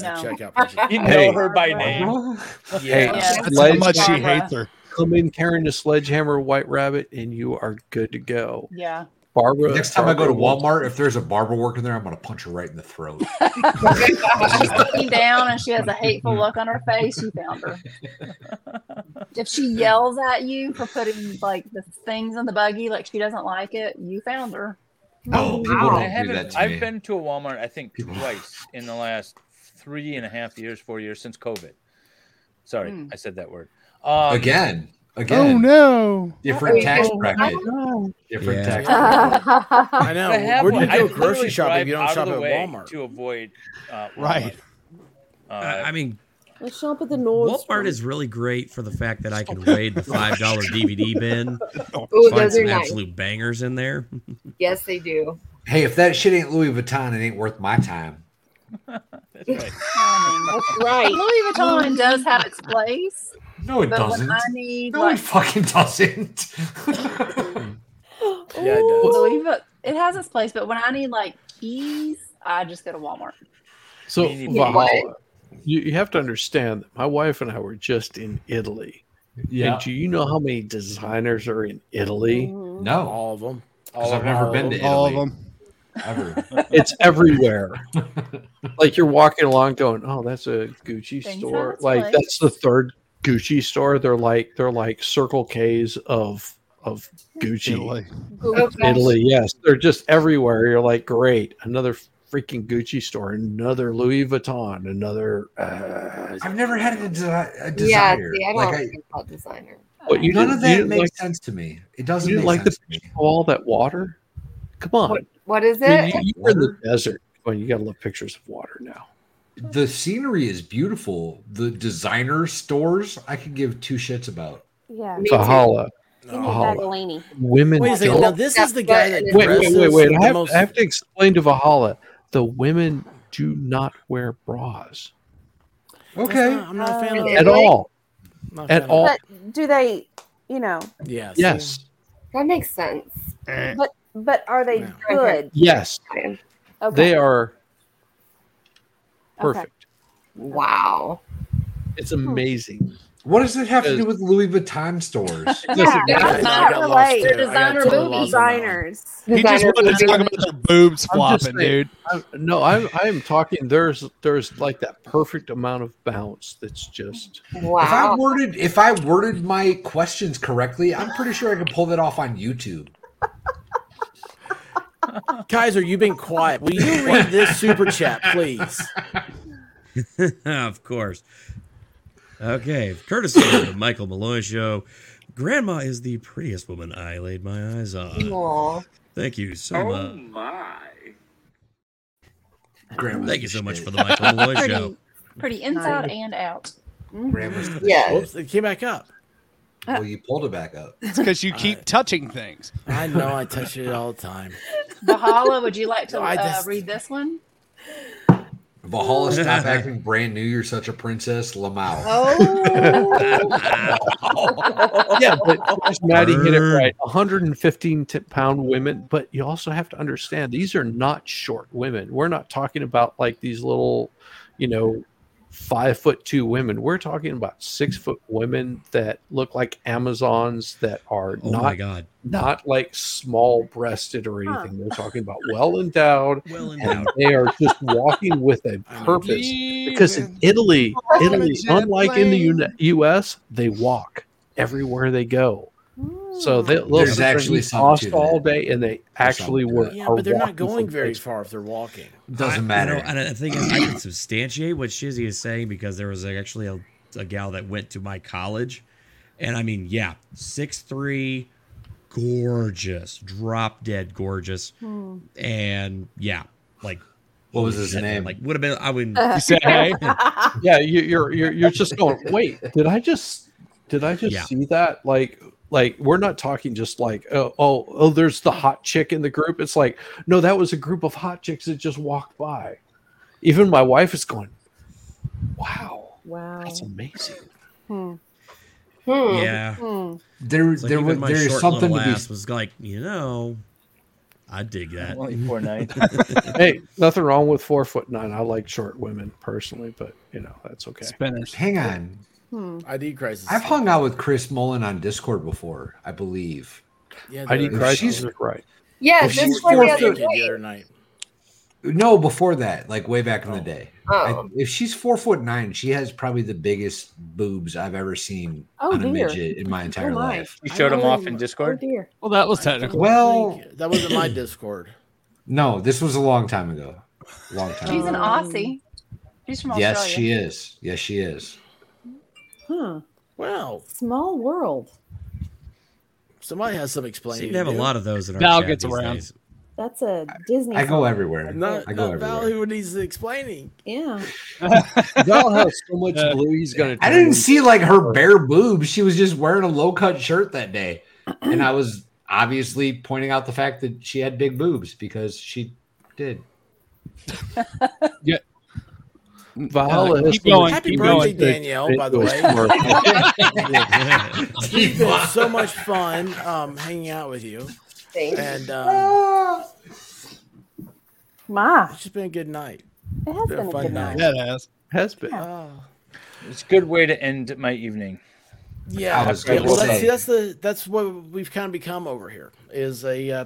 [SPEAKER 4] No.
[SPEAKER 1] Uh, Check out. person.
[SPEAKER 14] You know her by name.
[SPEAKER 12] Hey,
[SPEAKER 4] Yeah. That's how
[SPEAKER 12] sledge-
[SPEAKER 4] much she Barbara. hates her.
[SPEAKER 12] Come in carrying a sledgehammer, White Rabbit, and you are good to go.
[SPEAKER 4] Yeah.
[SPEAKER 12] Barbara.
[SPEAKER 9] Next time I go to
[SPEAKER 12] Barbara will-
[SPEAKER 9] Walmart, if there's a barber working there, I'm going to punch her right in the throat.
[SPEAKER 4] She's looking down and she has a hateful look on her face. You found her. If she yells at you for putting like the things in the buggy, like she doesn't like it, you found her.
[SPEAKER 1] Oh,
[SPEAKER 9] No, people don't
[SPEAKER 14] I
[SPEAKER 9] do
[SPEAKER 14] haven't.
[SPEAKER 9] that to
[SPEAKER 14] I've
[SPEAKER 9] me.
[SPEAKER 14] been to a Walmart, I think, twice in the last three and a half years, four years since COVID. Sorry,
[SPEAKER 3] Hmm.
[SPEAKER 14] I said that word um,
[SPEAKER 9] Again.
[SPEAKER 3] Oh
[SPEAKER 9] Again.
[SPEAKER 3] no.
[SPEAKER 9] Different tax
[SPEAKER 3] Oh,
[SPEAKER 9] bracket.
[SPEAKER 3] no.
[SPEAKER 9] Different
[SPEAKER 3] Yeah.
[SPEAKER 9] tax
[SPEAKER 1] I know.
[SPEAKER 14] I have
[SPEAKER 1] Where do you
[SPEAKER 14] one. I
[SPEAKER 1] go
[SPEAKER 14] literally
[SPEAKER 1] grocery shopping
[SPEAKER 14] drive
[SPEAKER 1] if you don't
[SPEAKER 14] out of
[SPEAKER 1] shop
[SPEAKER 14] the
[SPEAKER 1] at
[SPEAKER 14] way
[SPEAKER 1] Walmart?
[SPEAKER 14] to avoid? Uh, Walmart.
[SPEAKER 3] Right.
[SPEAKER 14] Uh, I
[SPEAKER 13] mean,
[SPEAKER 2] We shop at the Nordstrom.
[SPEAKER 13] Walmart is really great for the fact that I can raid the five dollar DVD
[SPEAKER 7] Ooh,
[SPEAKER 13] bin. find
[SPEAKER 7] those are
[SPEAKER 13] some
[SPEAKER 7] nice.
[SPEAKER 13] absolute bangers in there.
[SPEAKER 7] Yes, they do.
[SPEAKER 9] Hey, if that shit ain't Louis Vuitton, it ain't worth my time.
[SPEAKER 4] That's right. Louis Vuitton does have its place.
[SPEAKER 9] No, it
[SPEAKER 4] but
[SPEAKER 9] doesn't.
[SPEAKER 4] When I need,
[SPEAKER 9] No,
[SPEAKER 4] like,
[SPEAKER 9] it fucking doesn't.
[SPEAKER 4] yeah, it does. Louis Vu- it has its place, but when I need like keys, I just go to Walmart.
[SPEAKER 12] So
[SPEAKER 4] You need
[SPEAKER 12] Valhalla,
[SPEAKER 4] one.
[SPEAKER 12] you, you have to understand that my wife and I were just in Italy.
[SPEAKER 9] Yeah.
[SPEAKER 12] And do you know how many designers are in Italy?
[SPEAKER 4] Mm-hmm.
[SPEAKER 9] No. All
[SPEAKER 1] of them.
[SPEAKER 12] 'Cause I've never been to
[SPEAKER 3] all of
[SPEAKER 12] Italy.
[SPEAKER 3] them.
[SPEAKER 9] Ever.
[SPEAKER 12] It's everywhere. like you're walking along going, "Oh, that's a Gucci
[SPEAKER 4] Things have
[SPEAKER 12] store."
[SPEAKER 4] its
[SPEAKER 12] Like
[SPEAKER 4] place.
[SPEAKER 12] that's the third Gucci store. They're like they're like Circle K's of of Gucci.
[SPEAKER 3] Italy.
[SPEAKER 7] Oh, gosh.
[SPEAKER 12] Italy, yes. They're just everywhere. You're like, "Great, another freaking Gucci store, another Louis Vuitton, another uh,
[SPEAKER 9] I've never had a, desi- a
[SPEAKER 7] Yeah,
[SPEAKER 9] desire.
[SPEAKER 7] see, I don't
[SPEAKER 9] like I,
[SPEAKER 7] think about designer.
[SPEAKER 12] But you
[SPEAKER 9] none
[SPEAKER 12] didn't-
[SPEAKER 9] of
[SPEAKER 12] you
[SPEAKER 9] that
[SPEAKER 12] didn't
[SPEAKER 9] makes
[SPEAKER 12] like-
[SPEAKER 9] sense to me. It doesn't
[SPEAKER 12] you
[SPEAKER 9] make
[SPEAKER 12] didn't like
[SPEAKER 9] sense.
[SPEAKER 12] the picture of all that water. Come on,
[SPEAKER 7] What is
[SPEAKER 12] I mean,
[SPEAKER 7] it?
[SPEAKER 12] you, you were in the desert. Well, you got to love pictures of water now.
[SPEAKER 9] The scenery is beautiful. The designer stores, I could give two shits about.
[SPEAKER 2] Yeah.
[SPEAKER 12] Valhalla.
[SPEAKER 2] You need
[SPEAKER 12] Valhalla.
[SPEAKER 2] Bagolini.
[SPEAKER 12] Women
[SPEAKER 1] Wait a second,
[SPEAKER 12] don't-
[SPEAKER 1] now this is the guy that
[SPEAKER 12] Wait, wait,
[SPEAKER 1] dresses
[SPEAKER 12] wait, wait.
[SPEAKER 1] the
[SPEAKER 12] I have,
[SPEAKER 1] most-
[SPEAKER 12] I have to explain to Valhalla the women do not wear bras
[SPEAKER 9] Okay.
[SPEAKER 1] I'm not a fan of
[SPEAKER 2] Oh.
[SPEAKER 1] that.
[SPEAKER 12] at all.
[SPEAKER 1] Not a
[SPEAKER 12] At
[SPEAKER 1] fan of
[SPEAKER 12] all.
[SPEAKER 1] that.
[SPEAKER 2] But do they, you know,
[SPEAKER 1] Yes.
[SPEAKER 12] Yes.
[SPEAKER 7] That makes sense.
[SPEAKER 2] but but are they good?
[SPEAKER 12] Yes.
[SPEAKER 2] Okay.
[SPEAKER 12] They are perfect.
[SPEAKER 7] Wow.
[SPEAKER 12] It's amazing.
[SPEAKER 9] What does it have to do with Louis Vuitton stores?
[SPEAKER 12] Listen,
[SPEAKER 2] Yeah,
[SPEAKER 12] guys,
[SPEAKER 2] does not relate.
[SPEAKER 1] too. I got
[SPEAKER 2] Designer
[SPEAKER 1] totally
[SPEAKER 2] boobies.
[SPEAKER 1] lost on that one.
[SPEAKER 2] Designers.
[SPEAKER 3] He just
[SPEAKER 12] Designer
[SPEAKER 3] wanted to
[SPEAKER 12] boobies.
[SPEAKER 3] talk about your boobs
[SPEAKER 12] I'm just
[SPEAKER 3] flopping,
[SPEAKER 12] saying,
[SPEAKER 3] dude.
[SPEAKER 12] I'm, no, I'm I'm talking. There's there's like that perfect amount of bounce that's just
[SPEAKER 7] Wow.
[SPEAKER 9] If I worded if I worded my questions correctly, I'm pretty sure I could pull that off on YouTube.
[SPEAKER 1] Kaiser, you've been quiet. Will you read this super chat, please?
[SPEAKER 13] of course. Okay, courtesy of the Michael Malloy Show, Grandma is the prettiest woman I laid my eyes
[SPEAKER 1] uh,
[SPEAKER 13] on.
[SPEAKER 4] Oh,
[SPEAKER 7] Aw.
[SPEAKER 13] Thank you so
[SPEAKER 5] Oh.
[SPEAKER 13] much.
[SPEAKER 16] my.
[SPEAKER 9] Grandma.
[SPEAKER 13] Thank you so much for the Michael Malloy Show.
[SPEAKER 4] Pretty, pretty inside and out. Mm-hmm.
[SPEAKER 9] Grandma's the
[SPEAKER 7] Yeah.
[SPEAKER 9] shit.
[SPEAKER 1] Oops, it came back up.
[SPEAKER 9] Well, you pulled it back up.
[SPEAKER 3] It's because you keep touching things.
[SPEAKER 1] I know I touch it all the time.
[SPEAKER 4] Bahala, would you like to
[SPEAKER 1] No, I
[SPEAKER 4] uh,
[SPEAKER 1] just-
[SPEAKER 4] read this one?
[SPEAKER 9] Valhalla, stop acting brand new. You're such a princess, Lamau. Hmm.
[SPEAKER 2] Oh.
[SPEAKER 12] yeah, but Maddie hit it right. 115 t- pound women, but you also have to understand these are not short women. We're not talking about like these little, you know, five foot two women. We're talking about six foot women that look like Amazons that are
[SPEAKER 13] Oh
[SPEAKER 12] not
[SPEAKER 13] my God.
[SPEAKER 12] not like small breasted or anything. We're talking about well endowed.
[SPEAKER 13] Well endowed.
[SPEAKER 12] And they are just walking with a purpose because in Italy,
[SPEAKER 3] I'm a
[SPEAKER 12] Italy,
[SPEAKER 3] jet
[SPEAKER 12] unlike in the
[SPEAKER 3] plane.
[SPEAKER 12] Uni- U.S., they walk everywhere they go. So they, they'll
[SPEAKER 9] There's
[SPEAKER 12] sit there and
[SPEAKER 9] actually
[SPEAKER 12] eat
[SPEAKER 9] something
[SPEAKER 12] pasta
[SPEAKER 9] to that.
[SPEAKER 12] all day, and they actually
[SPEAKER 9] something to
[SPEAKER 12] work.
[SPEAKER 9] that.
[SPEAKER 1] Yeah,
[SPEAKER 12] are
[SPEAKER 1] but they're
[SPEAKER 12] walking
[SPEAKER 1] not going
[SPEAKER 12] from
[SPEAKER 1] very
[SPEAKER 12] place to
[SPEAKER 1] far if they're walking.
[SPEAKER 9] Doesn't
[SPEAKER 13] I-
[SPEAKER 9] matter.
[SPEAKER 13] You know, and I think I can substantiate what Shizzy is saying because there was actually a, a gal that went to my college, and I mean, yeah, six three, gorgeous, drop dead gorgeous,
[SPEAKER 2] Hmm.
[SPEAKER 13] and yeah, like
[SPEAKER 9] What was his
[SPEAKER 13] shit,
[SPEAKER 9] name?
[SPEAKER 13] Like would have been I wouldn't.
[SPEAKER 3] You say, hey,
[SPEAKER 12] place. Yeah, you, you're you're you're just going. Wait, did I just did I just
[SPEAKER 13] Yeah.
[SPEAKER 12] see that? Like like we're not talking just like oh oh oh there's the hot chick in the group. It's like no, that was a group of hot chicks that just walked by. Even my wife is going, wow,
[SPEAKER 2] Wow.
[SPEAKER 12] that's amazing.
[SPEAKER 2] Hmm.
[SPEAKER 13] Yeah.
[SPEAKER 2] Hmm.
[SPEAKER 9] There,
[SPEAKER 13] It's like
[SPEAKER 9] there,
[SPEAKER 13] even
[SPEAKER 9] was
[SPEAKER 13] my
[SPEAKER 9] there is
[SPEAKER 13] short
[SPEAKER 9] something
[SPEAKER 13] little
[SPEAKER 9] to be.
[SPEAKER 13] ass was like you know, I dig that.
[SPEAKER 14] Only four nights.
[SPEAKER 12] hey, nothing wrong with four foot nine. I like short women personally, but you know that's okay.
[SPEAKER 3] Spinners.
[SPEAKER 9] Hang on,
[SPEAKER 1] ID crisis.
[SPEAKER 9] I've hung out with Chris Mullen on Discord before, I believe.
[SPEAKER 1] Yeah,
[SPEAKER 12] I need
[SPEAKER 1] they're-
[SPEAKER 12] crisis is right.
[SPEAKER 7] Yeah,
[SPEAKER 9] Well,
[SPEAKER 7] this
[SPEAKER 9] she's
[SPEAKER 7] is the
[SPEAKER 9] four
[SPEAKER 7] other
[SPEAKER 9] foot.
[SPEAKER 1] naked the
[SPEAKER 7] day.
[SPEAKER 1] other night.
[SPEAKER 9] No, before that, like way back in the day.
[SPEAKER 7] Oh.
[SPEAKER 9] I- if she's four foot nine, she has probably the biggest boobs I've ever seen
[SPEAKER 2] Oh,
[SPEAKER 9] on a
[SPEAKER 2] dear.
[SPEAKER 9] midget in my entire
[SPEAKER 2] Oh, my.
[SPEAKER 9] life.
[SPEAKER 14] You showed him off in
[SPEAKER 2] Oh
[SPEAKER 14] Discord.
[SPEAKER 2] dear.
[SPEAKER 3] Well, that was technical.
[SPEAKER 9] Well,
[SPEAKER 1] Thank you. That wasn't my Discord.
[SPEAKER 9] no, this was a long time ago. Long time.
[SPEAKER 4] She's
[SPEAKER 9] ago.
[SPEAKER 4] an Aussie. She's from Australia.
[SPEAKER 9] Yes, she is. Yes, she is.
[SPEAKER 2] Huh.
[SPEAKER 1] Wow.
[SPEAKER 2] Small world.
[SPEAKER 1] Somebody has some explaining.
[SPEAKER 13] Seem to have a
[SPEAKER 1] to do.
[SPEAKER 13] lot of those in our
[SPEAKER 3] Val
[SPEAKER 13] chat
[SPEAKER 3] gets
[SPEAKER 13] these
[SPEAKER 3] around.
[SPEAKER 13] days.
[SPEAKER 2] That's a Disney.
[SPEAKER 9] I go
[SPEAKER 2] song.
[SPEAKER 9] everywhere.
[SPEAKER 1] Not,
[SPEAKER 9] I go
[SPEAKER 1] not
[SPEAKER 9] everywhere.
[SPEAKER 1] Val who needs explaining.
[SPEAKER 2] Yeah.
[SPEAKER 12] Val has so much blue. He's gonna.
[SPEAKER 9] I didn't see like her bare boobs. She was just wearing a low cut shirt that day, and I was obviously pointing out the fact that she had big boobs because she did.
[SPEAKER 12] Valhalla
[SPEAKER 9] Keep
[SPEAKER 12] has so
[SPEAKER 9] going,
[SPEAKER 12] much
[SPEAKER 9] keep
[SPEAKER 12] blue
[SPEAKER 9] going.
[SPEAKER 12] that
[SPEAKER 1] Danielle,
[SPEAKER 12] it
[SPEAKER 1] by the
[SPEAKER 12] was
[SPEAKER 1] way.
[SPEAKER 12] worth it.
[SPEAKER 1] It's been so much fun um, hanging out with you.
[SPEAKER 7] Thanks.
[SPEAKER 1] And
[SPEAKER 2] Ah.
[SPEAKER 1] um,
[SPEAKER 2] Ma.
[SPEAKER 1] it's just been a good night.
[SPEAKER 2] It has
[SPEAKER 1] Been
[SPEAKER 2] been a
[SPEAKER 1] fun
[SPEAKER 2] good
[SPEAKER 1] night.
[SPEAKER 2] night.
[SPEAKER 1] That
[SPEAKER 3] has.
[SPEAKER 12] Has been.
[SPEAKER 14] It's a good way to end my evening.
[SPEAKER 1] Yeah,
[SPEAKER 14] I was
[SPEAKER 1] yeah,
[SPEAKER 14] gonna
[SPEAKER 1] well, that's,
[SPEAKER 14] say.
[SPEAKER 1] see, that's the that's what we've kind of become over here is a uh,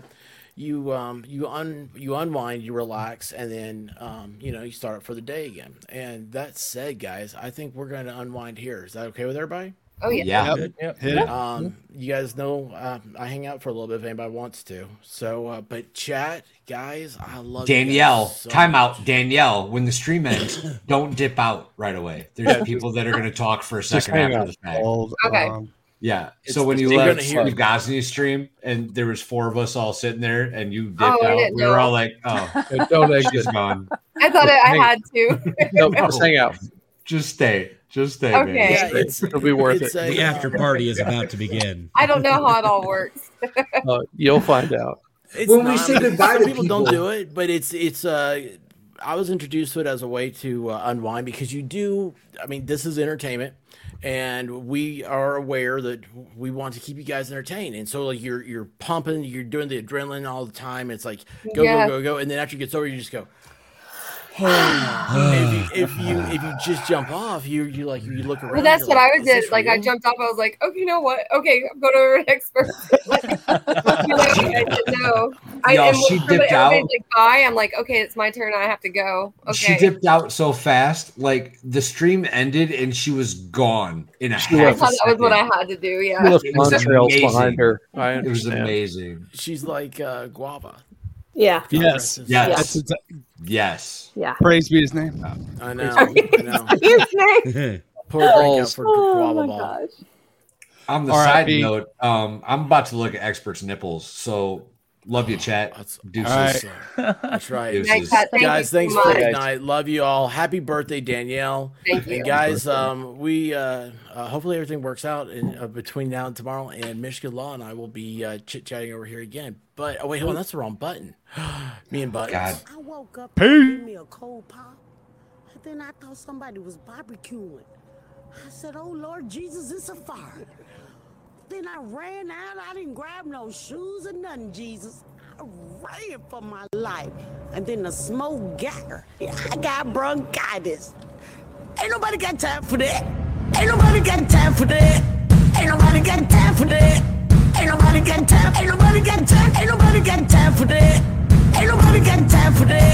[SPEAKER 1] you um you un you unwind, you relax, and then um you know you start up for the day again. And that said, guys, I think we're going to unwind here. Is that okay with everybody?
[SPEAKER 7] Oh, yeah. Yeah.
[SPEAKER 1] Good?
[SPEAKER 7] Yep. Hit it.
[SPEAKER 1] Um, you guys know uh, I hang out for a little bit if anybody wants to. So, uh, but chat, guys, I love you guys
[SPEAKER 9] Danielle,
[SPEAKER 1] so
[SPEAKER 9] timeout. Danielle, when the stream ends, don't dip out right away. There's
[SPEAKER 1] Yeah.
[SPEAKER 9] people that are going to talk for a
[SPEAKER 12] Just
[SPEAKER 9] second
[SPEAKER 12] hang
[SPEAKER 9] after
[SPEAKER 12] out. um,
[SPEAKER 9] the fact.
[SPEAKER 7] Okay.
[SPEAKER 9] Yeah.
[SPEAKER 12] It's
[SPEAKER 9] so when
[SPEAKER 12] the
[SPEAKER 9] you
[SPEAKER 12] thing
[SPEAKER 9] left
[SPEAKER 12] you're gonna hear.
[SPEAKER 9] Steve Gosney's stream, and there was four of us all sitting there, and you dipped
[SPEAKER 7] Oh, I
[SPEAKER 9] out,
[SPEAKER 7] didn't
[SPEAKER 9] we were
[SPEAKER 7] know.
[SPEAKER 9] all like, "Oh,
[SPEAKER 12] don't
[SPEAKER 9] she's
[SPEAKER 12] exit.
[SPEAKER 9] gone."
[SPEAKER 7] I thought I, I had
[SPEAKER 12] No,
[SPEAKER 7] to.
[SPEAKER 12] just hang out.
[SPEAKER 9] Just stay. Just stay,
[SPEAKER 7] Okay.
[SPEAKER 9] man.
[SPEAKER 7] Yeah,
[SPEAKER 12] it's- It'll be worth
[SPEAKER 1] it's
[SPEAKER 12] it.
[SPEAKER 1] a,
[SPEAKER 13] The after party is about to begin.
[SPEAKER 7] I don't know how it all works.
[SPEAKER 12] Uh, you'll find out.
[SPEAKER 1] It's
[SPEAKER 9] When we
[SPEAKER 1] not-
[SPEAKER 9] say goodbye
[SPEAKER 1] some
[SPEAKER 9] to
[SPEAKER 1] people, don't
[SPEAKER 9] people-
[SPEAKER 1] do it, but it's it's. Uh, I was introduced to it as a way to uh, unwind because you do. I mean, this is entertainment, and we are aware that we want to keep you guys entertained. And so, like, you're you're pumping, you're doing the adrenaline all the time. It's like go
[SPEAKER 7] Yeah.
[SPEAKER 1] go go go, and then after it gets over, you just go. if, you, if you if you just jump off, you you like you look around.
[SPEAKER 7] Well, that's
[SPEAKER 1] you're
[SPEAKER 7] what I
[SPEAKER 1] "Is
[SPEAKER 7] did.
[SPEAKER 1] this
[SPEAKER 7] Like, I
[SPEAKER 1] real?"
[SPEAKER 7] jumped off. I was like, oh, you know what? Okay, I'm going over to the next person. You're like, I didn't know. I,
[SPEAKER 9] Y'all,
[SPEAKER 7] and when
[SPEAKER 9] she
[SPEAKER 7] somebody-
[SPEAKER 9] dipped out.
[SPEAKER 7] everybody's Like, Bye. I'm like, okay, it's my turn. I have to go. Okay.
[SPEAKER 9] She dipped out so fast, like the stream ended, and she was gone in a
[SPEAKER 7] I
[SPEAKER 9] half.
[SPEAKER 7] thought
[SPEAKER 9] a
[SPEAKER 7] that was what I
[SPEAKER 9] second.
[SPEAKER 7] had to do. Yeah.
[SPEAKER 12] She left
[SPEAKER 9] It was
[SPEAKER 12] contrails
[SPEAKER 9] amazing.
[SPEAKER 12] behind her. I
[SPEAKER 9] It was
[SPEAKER 12] understand.
[SPEAKER 9] amazing.
[SPEAKER 1] She's like uh, guava.
[SPEAKER 2] Yeah.
[SPEAKER 3] Yes.
[SPEAKER 9] Yes.
[SPEAKER 3] That's exa-
[SPEAKER 9] Yes.
[SPEAKER 2] Yeah.
[SPEAKER 3] Praise be his name.
[SPEAKER 1] I know.
[SPEAKER 3] Praise
[SPEAKER 1] I know. Poor breakout for
[SPEAKER 2] Oh
[SPEAKER 1] guava
[SPEAKER 2] my
[SPEAKER 1] ball.
[SPEAKER 2] gosh.
[SPEAKER 9] On the side
[SPEAKER 3] R.I.P..
[SPEAKER 9] note, um, I'm about to look at experts' nipples. So love you, chat. Deuces.
[SPEAKER 1] That's Oh, right.
[SPEAKER 9] Deuces. Night,
[SPEAKER 7] Pat. Thank
[SPEAKER 1] guys,
[SPEAKER 7] you
[SPEAKER 1] thanks
[SPEAKER 7] so
[SPEAKER 1] for
[SPEAKER 7] much.
[SPEAKER 1] the night. Love you all. Happy birthday, Danielle.
[SPEAKER 7] Thank you.
[SPEAKER 1] And guys, um, we uh, uh, hopefully everything works out in, uh, between now and tomorrow. And Michigan Law and I will be uh, chit chatting over here again. But oh wait, hold on, that's the wrong button. Me and Buttons.
[SPEAKER 9] God.
[SPEAKER 17] I woke up
[SPEAKER 1] Poo.
[SPEAKER 17] and gave me a cold pop. And then I thought somebody was barbecuing. I said, Oh Lord Jesus, it's a fire. Then I ran out. I didn't grab no shoes or nothing, Jesus. I ran for my life. And then the smoke got her. I got bronchitis. Ain't nobody got time for that. Ain't nobody got time for that. Ain't nobody got time for that. Ain't nobody got time. Ain't nobody got time. Ain't nobody got time for that. Ain't nobody got time for that. "Oh,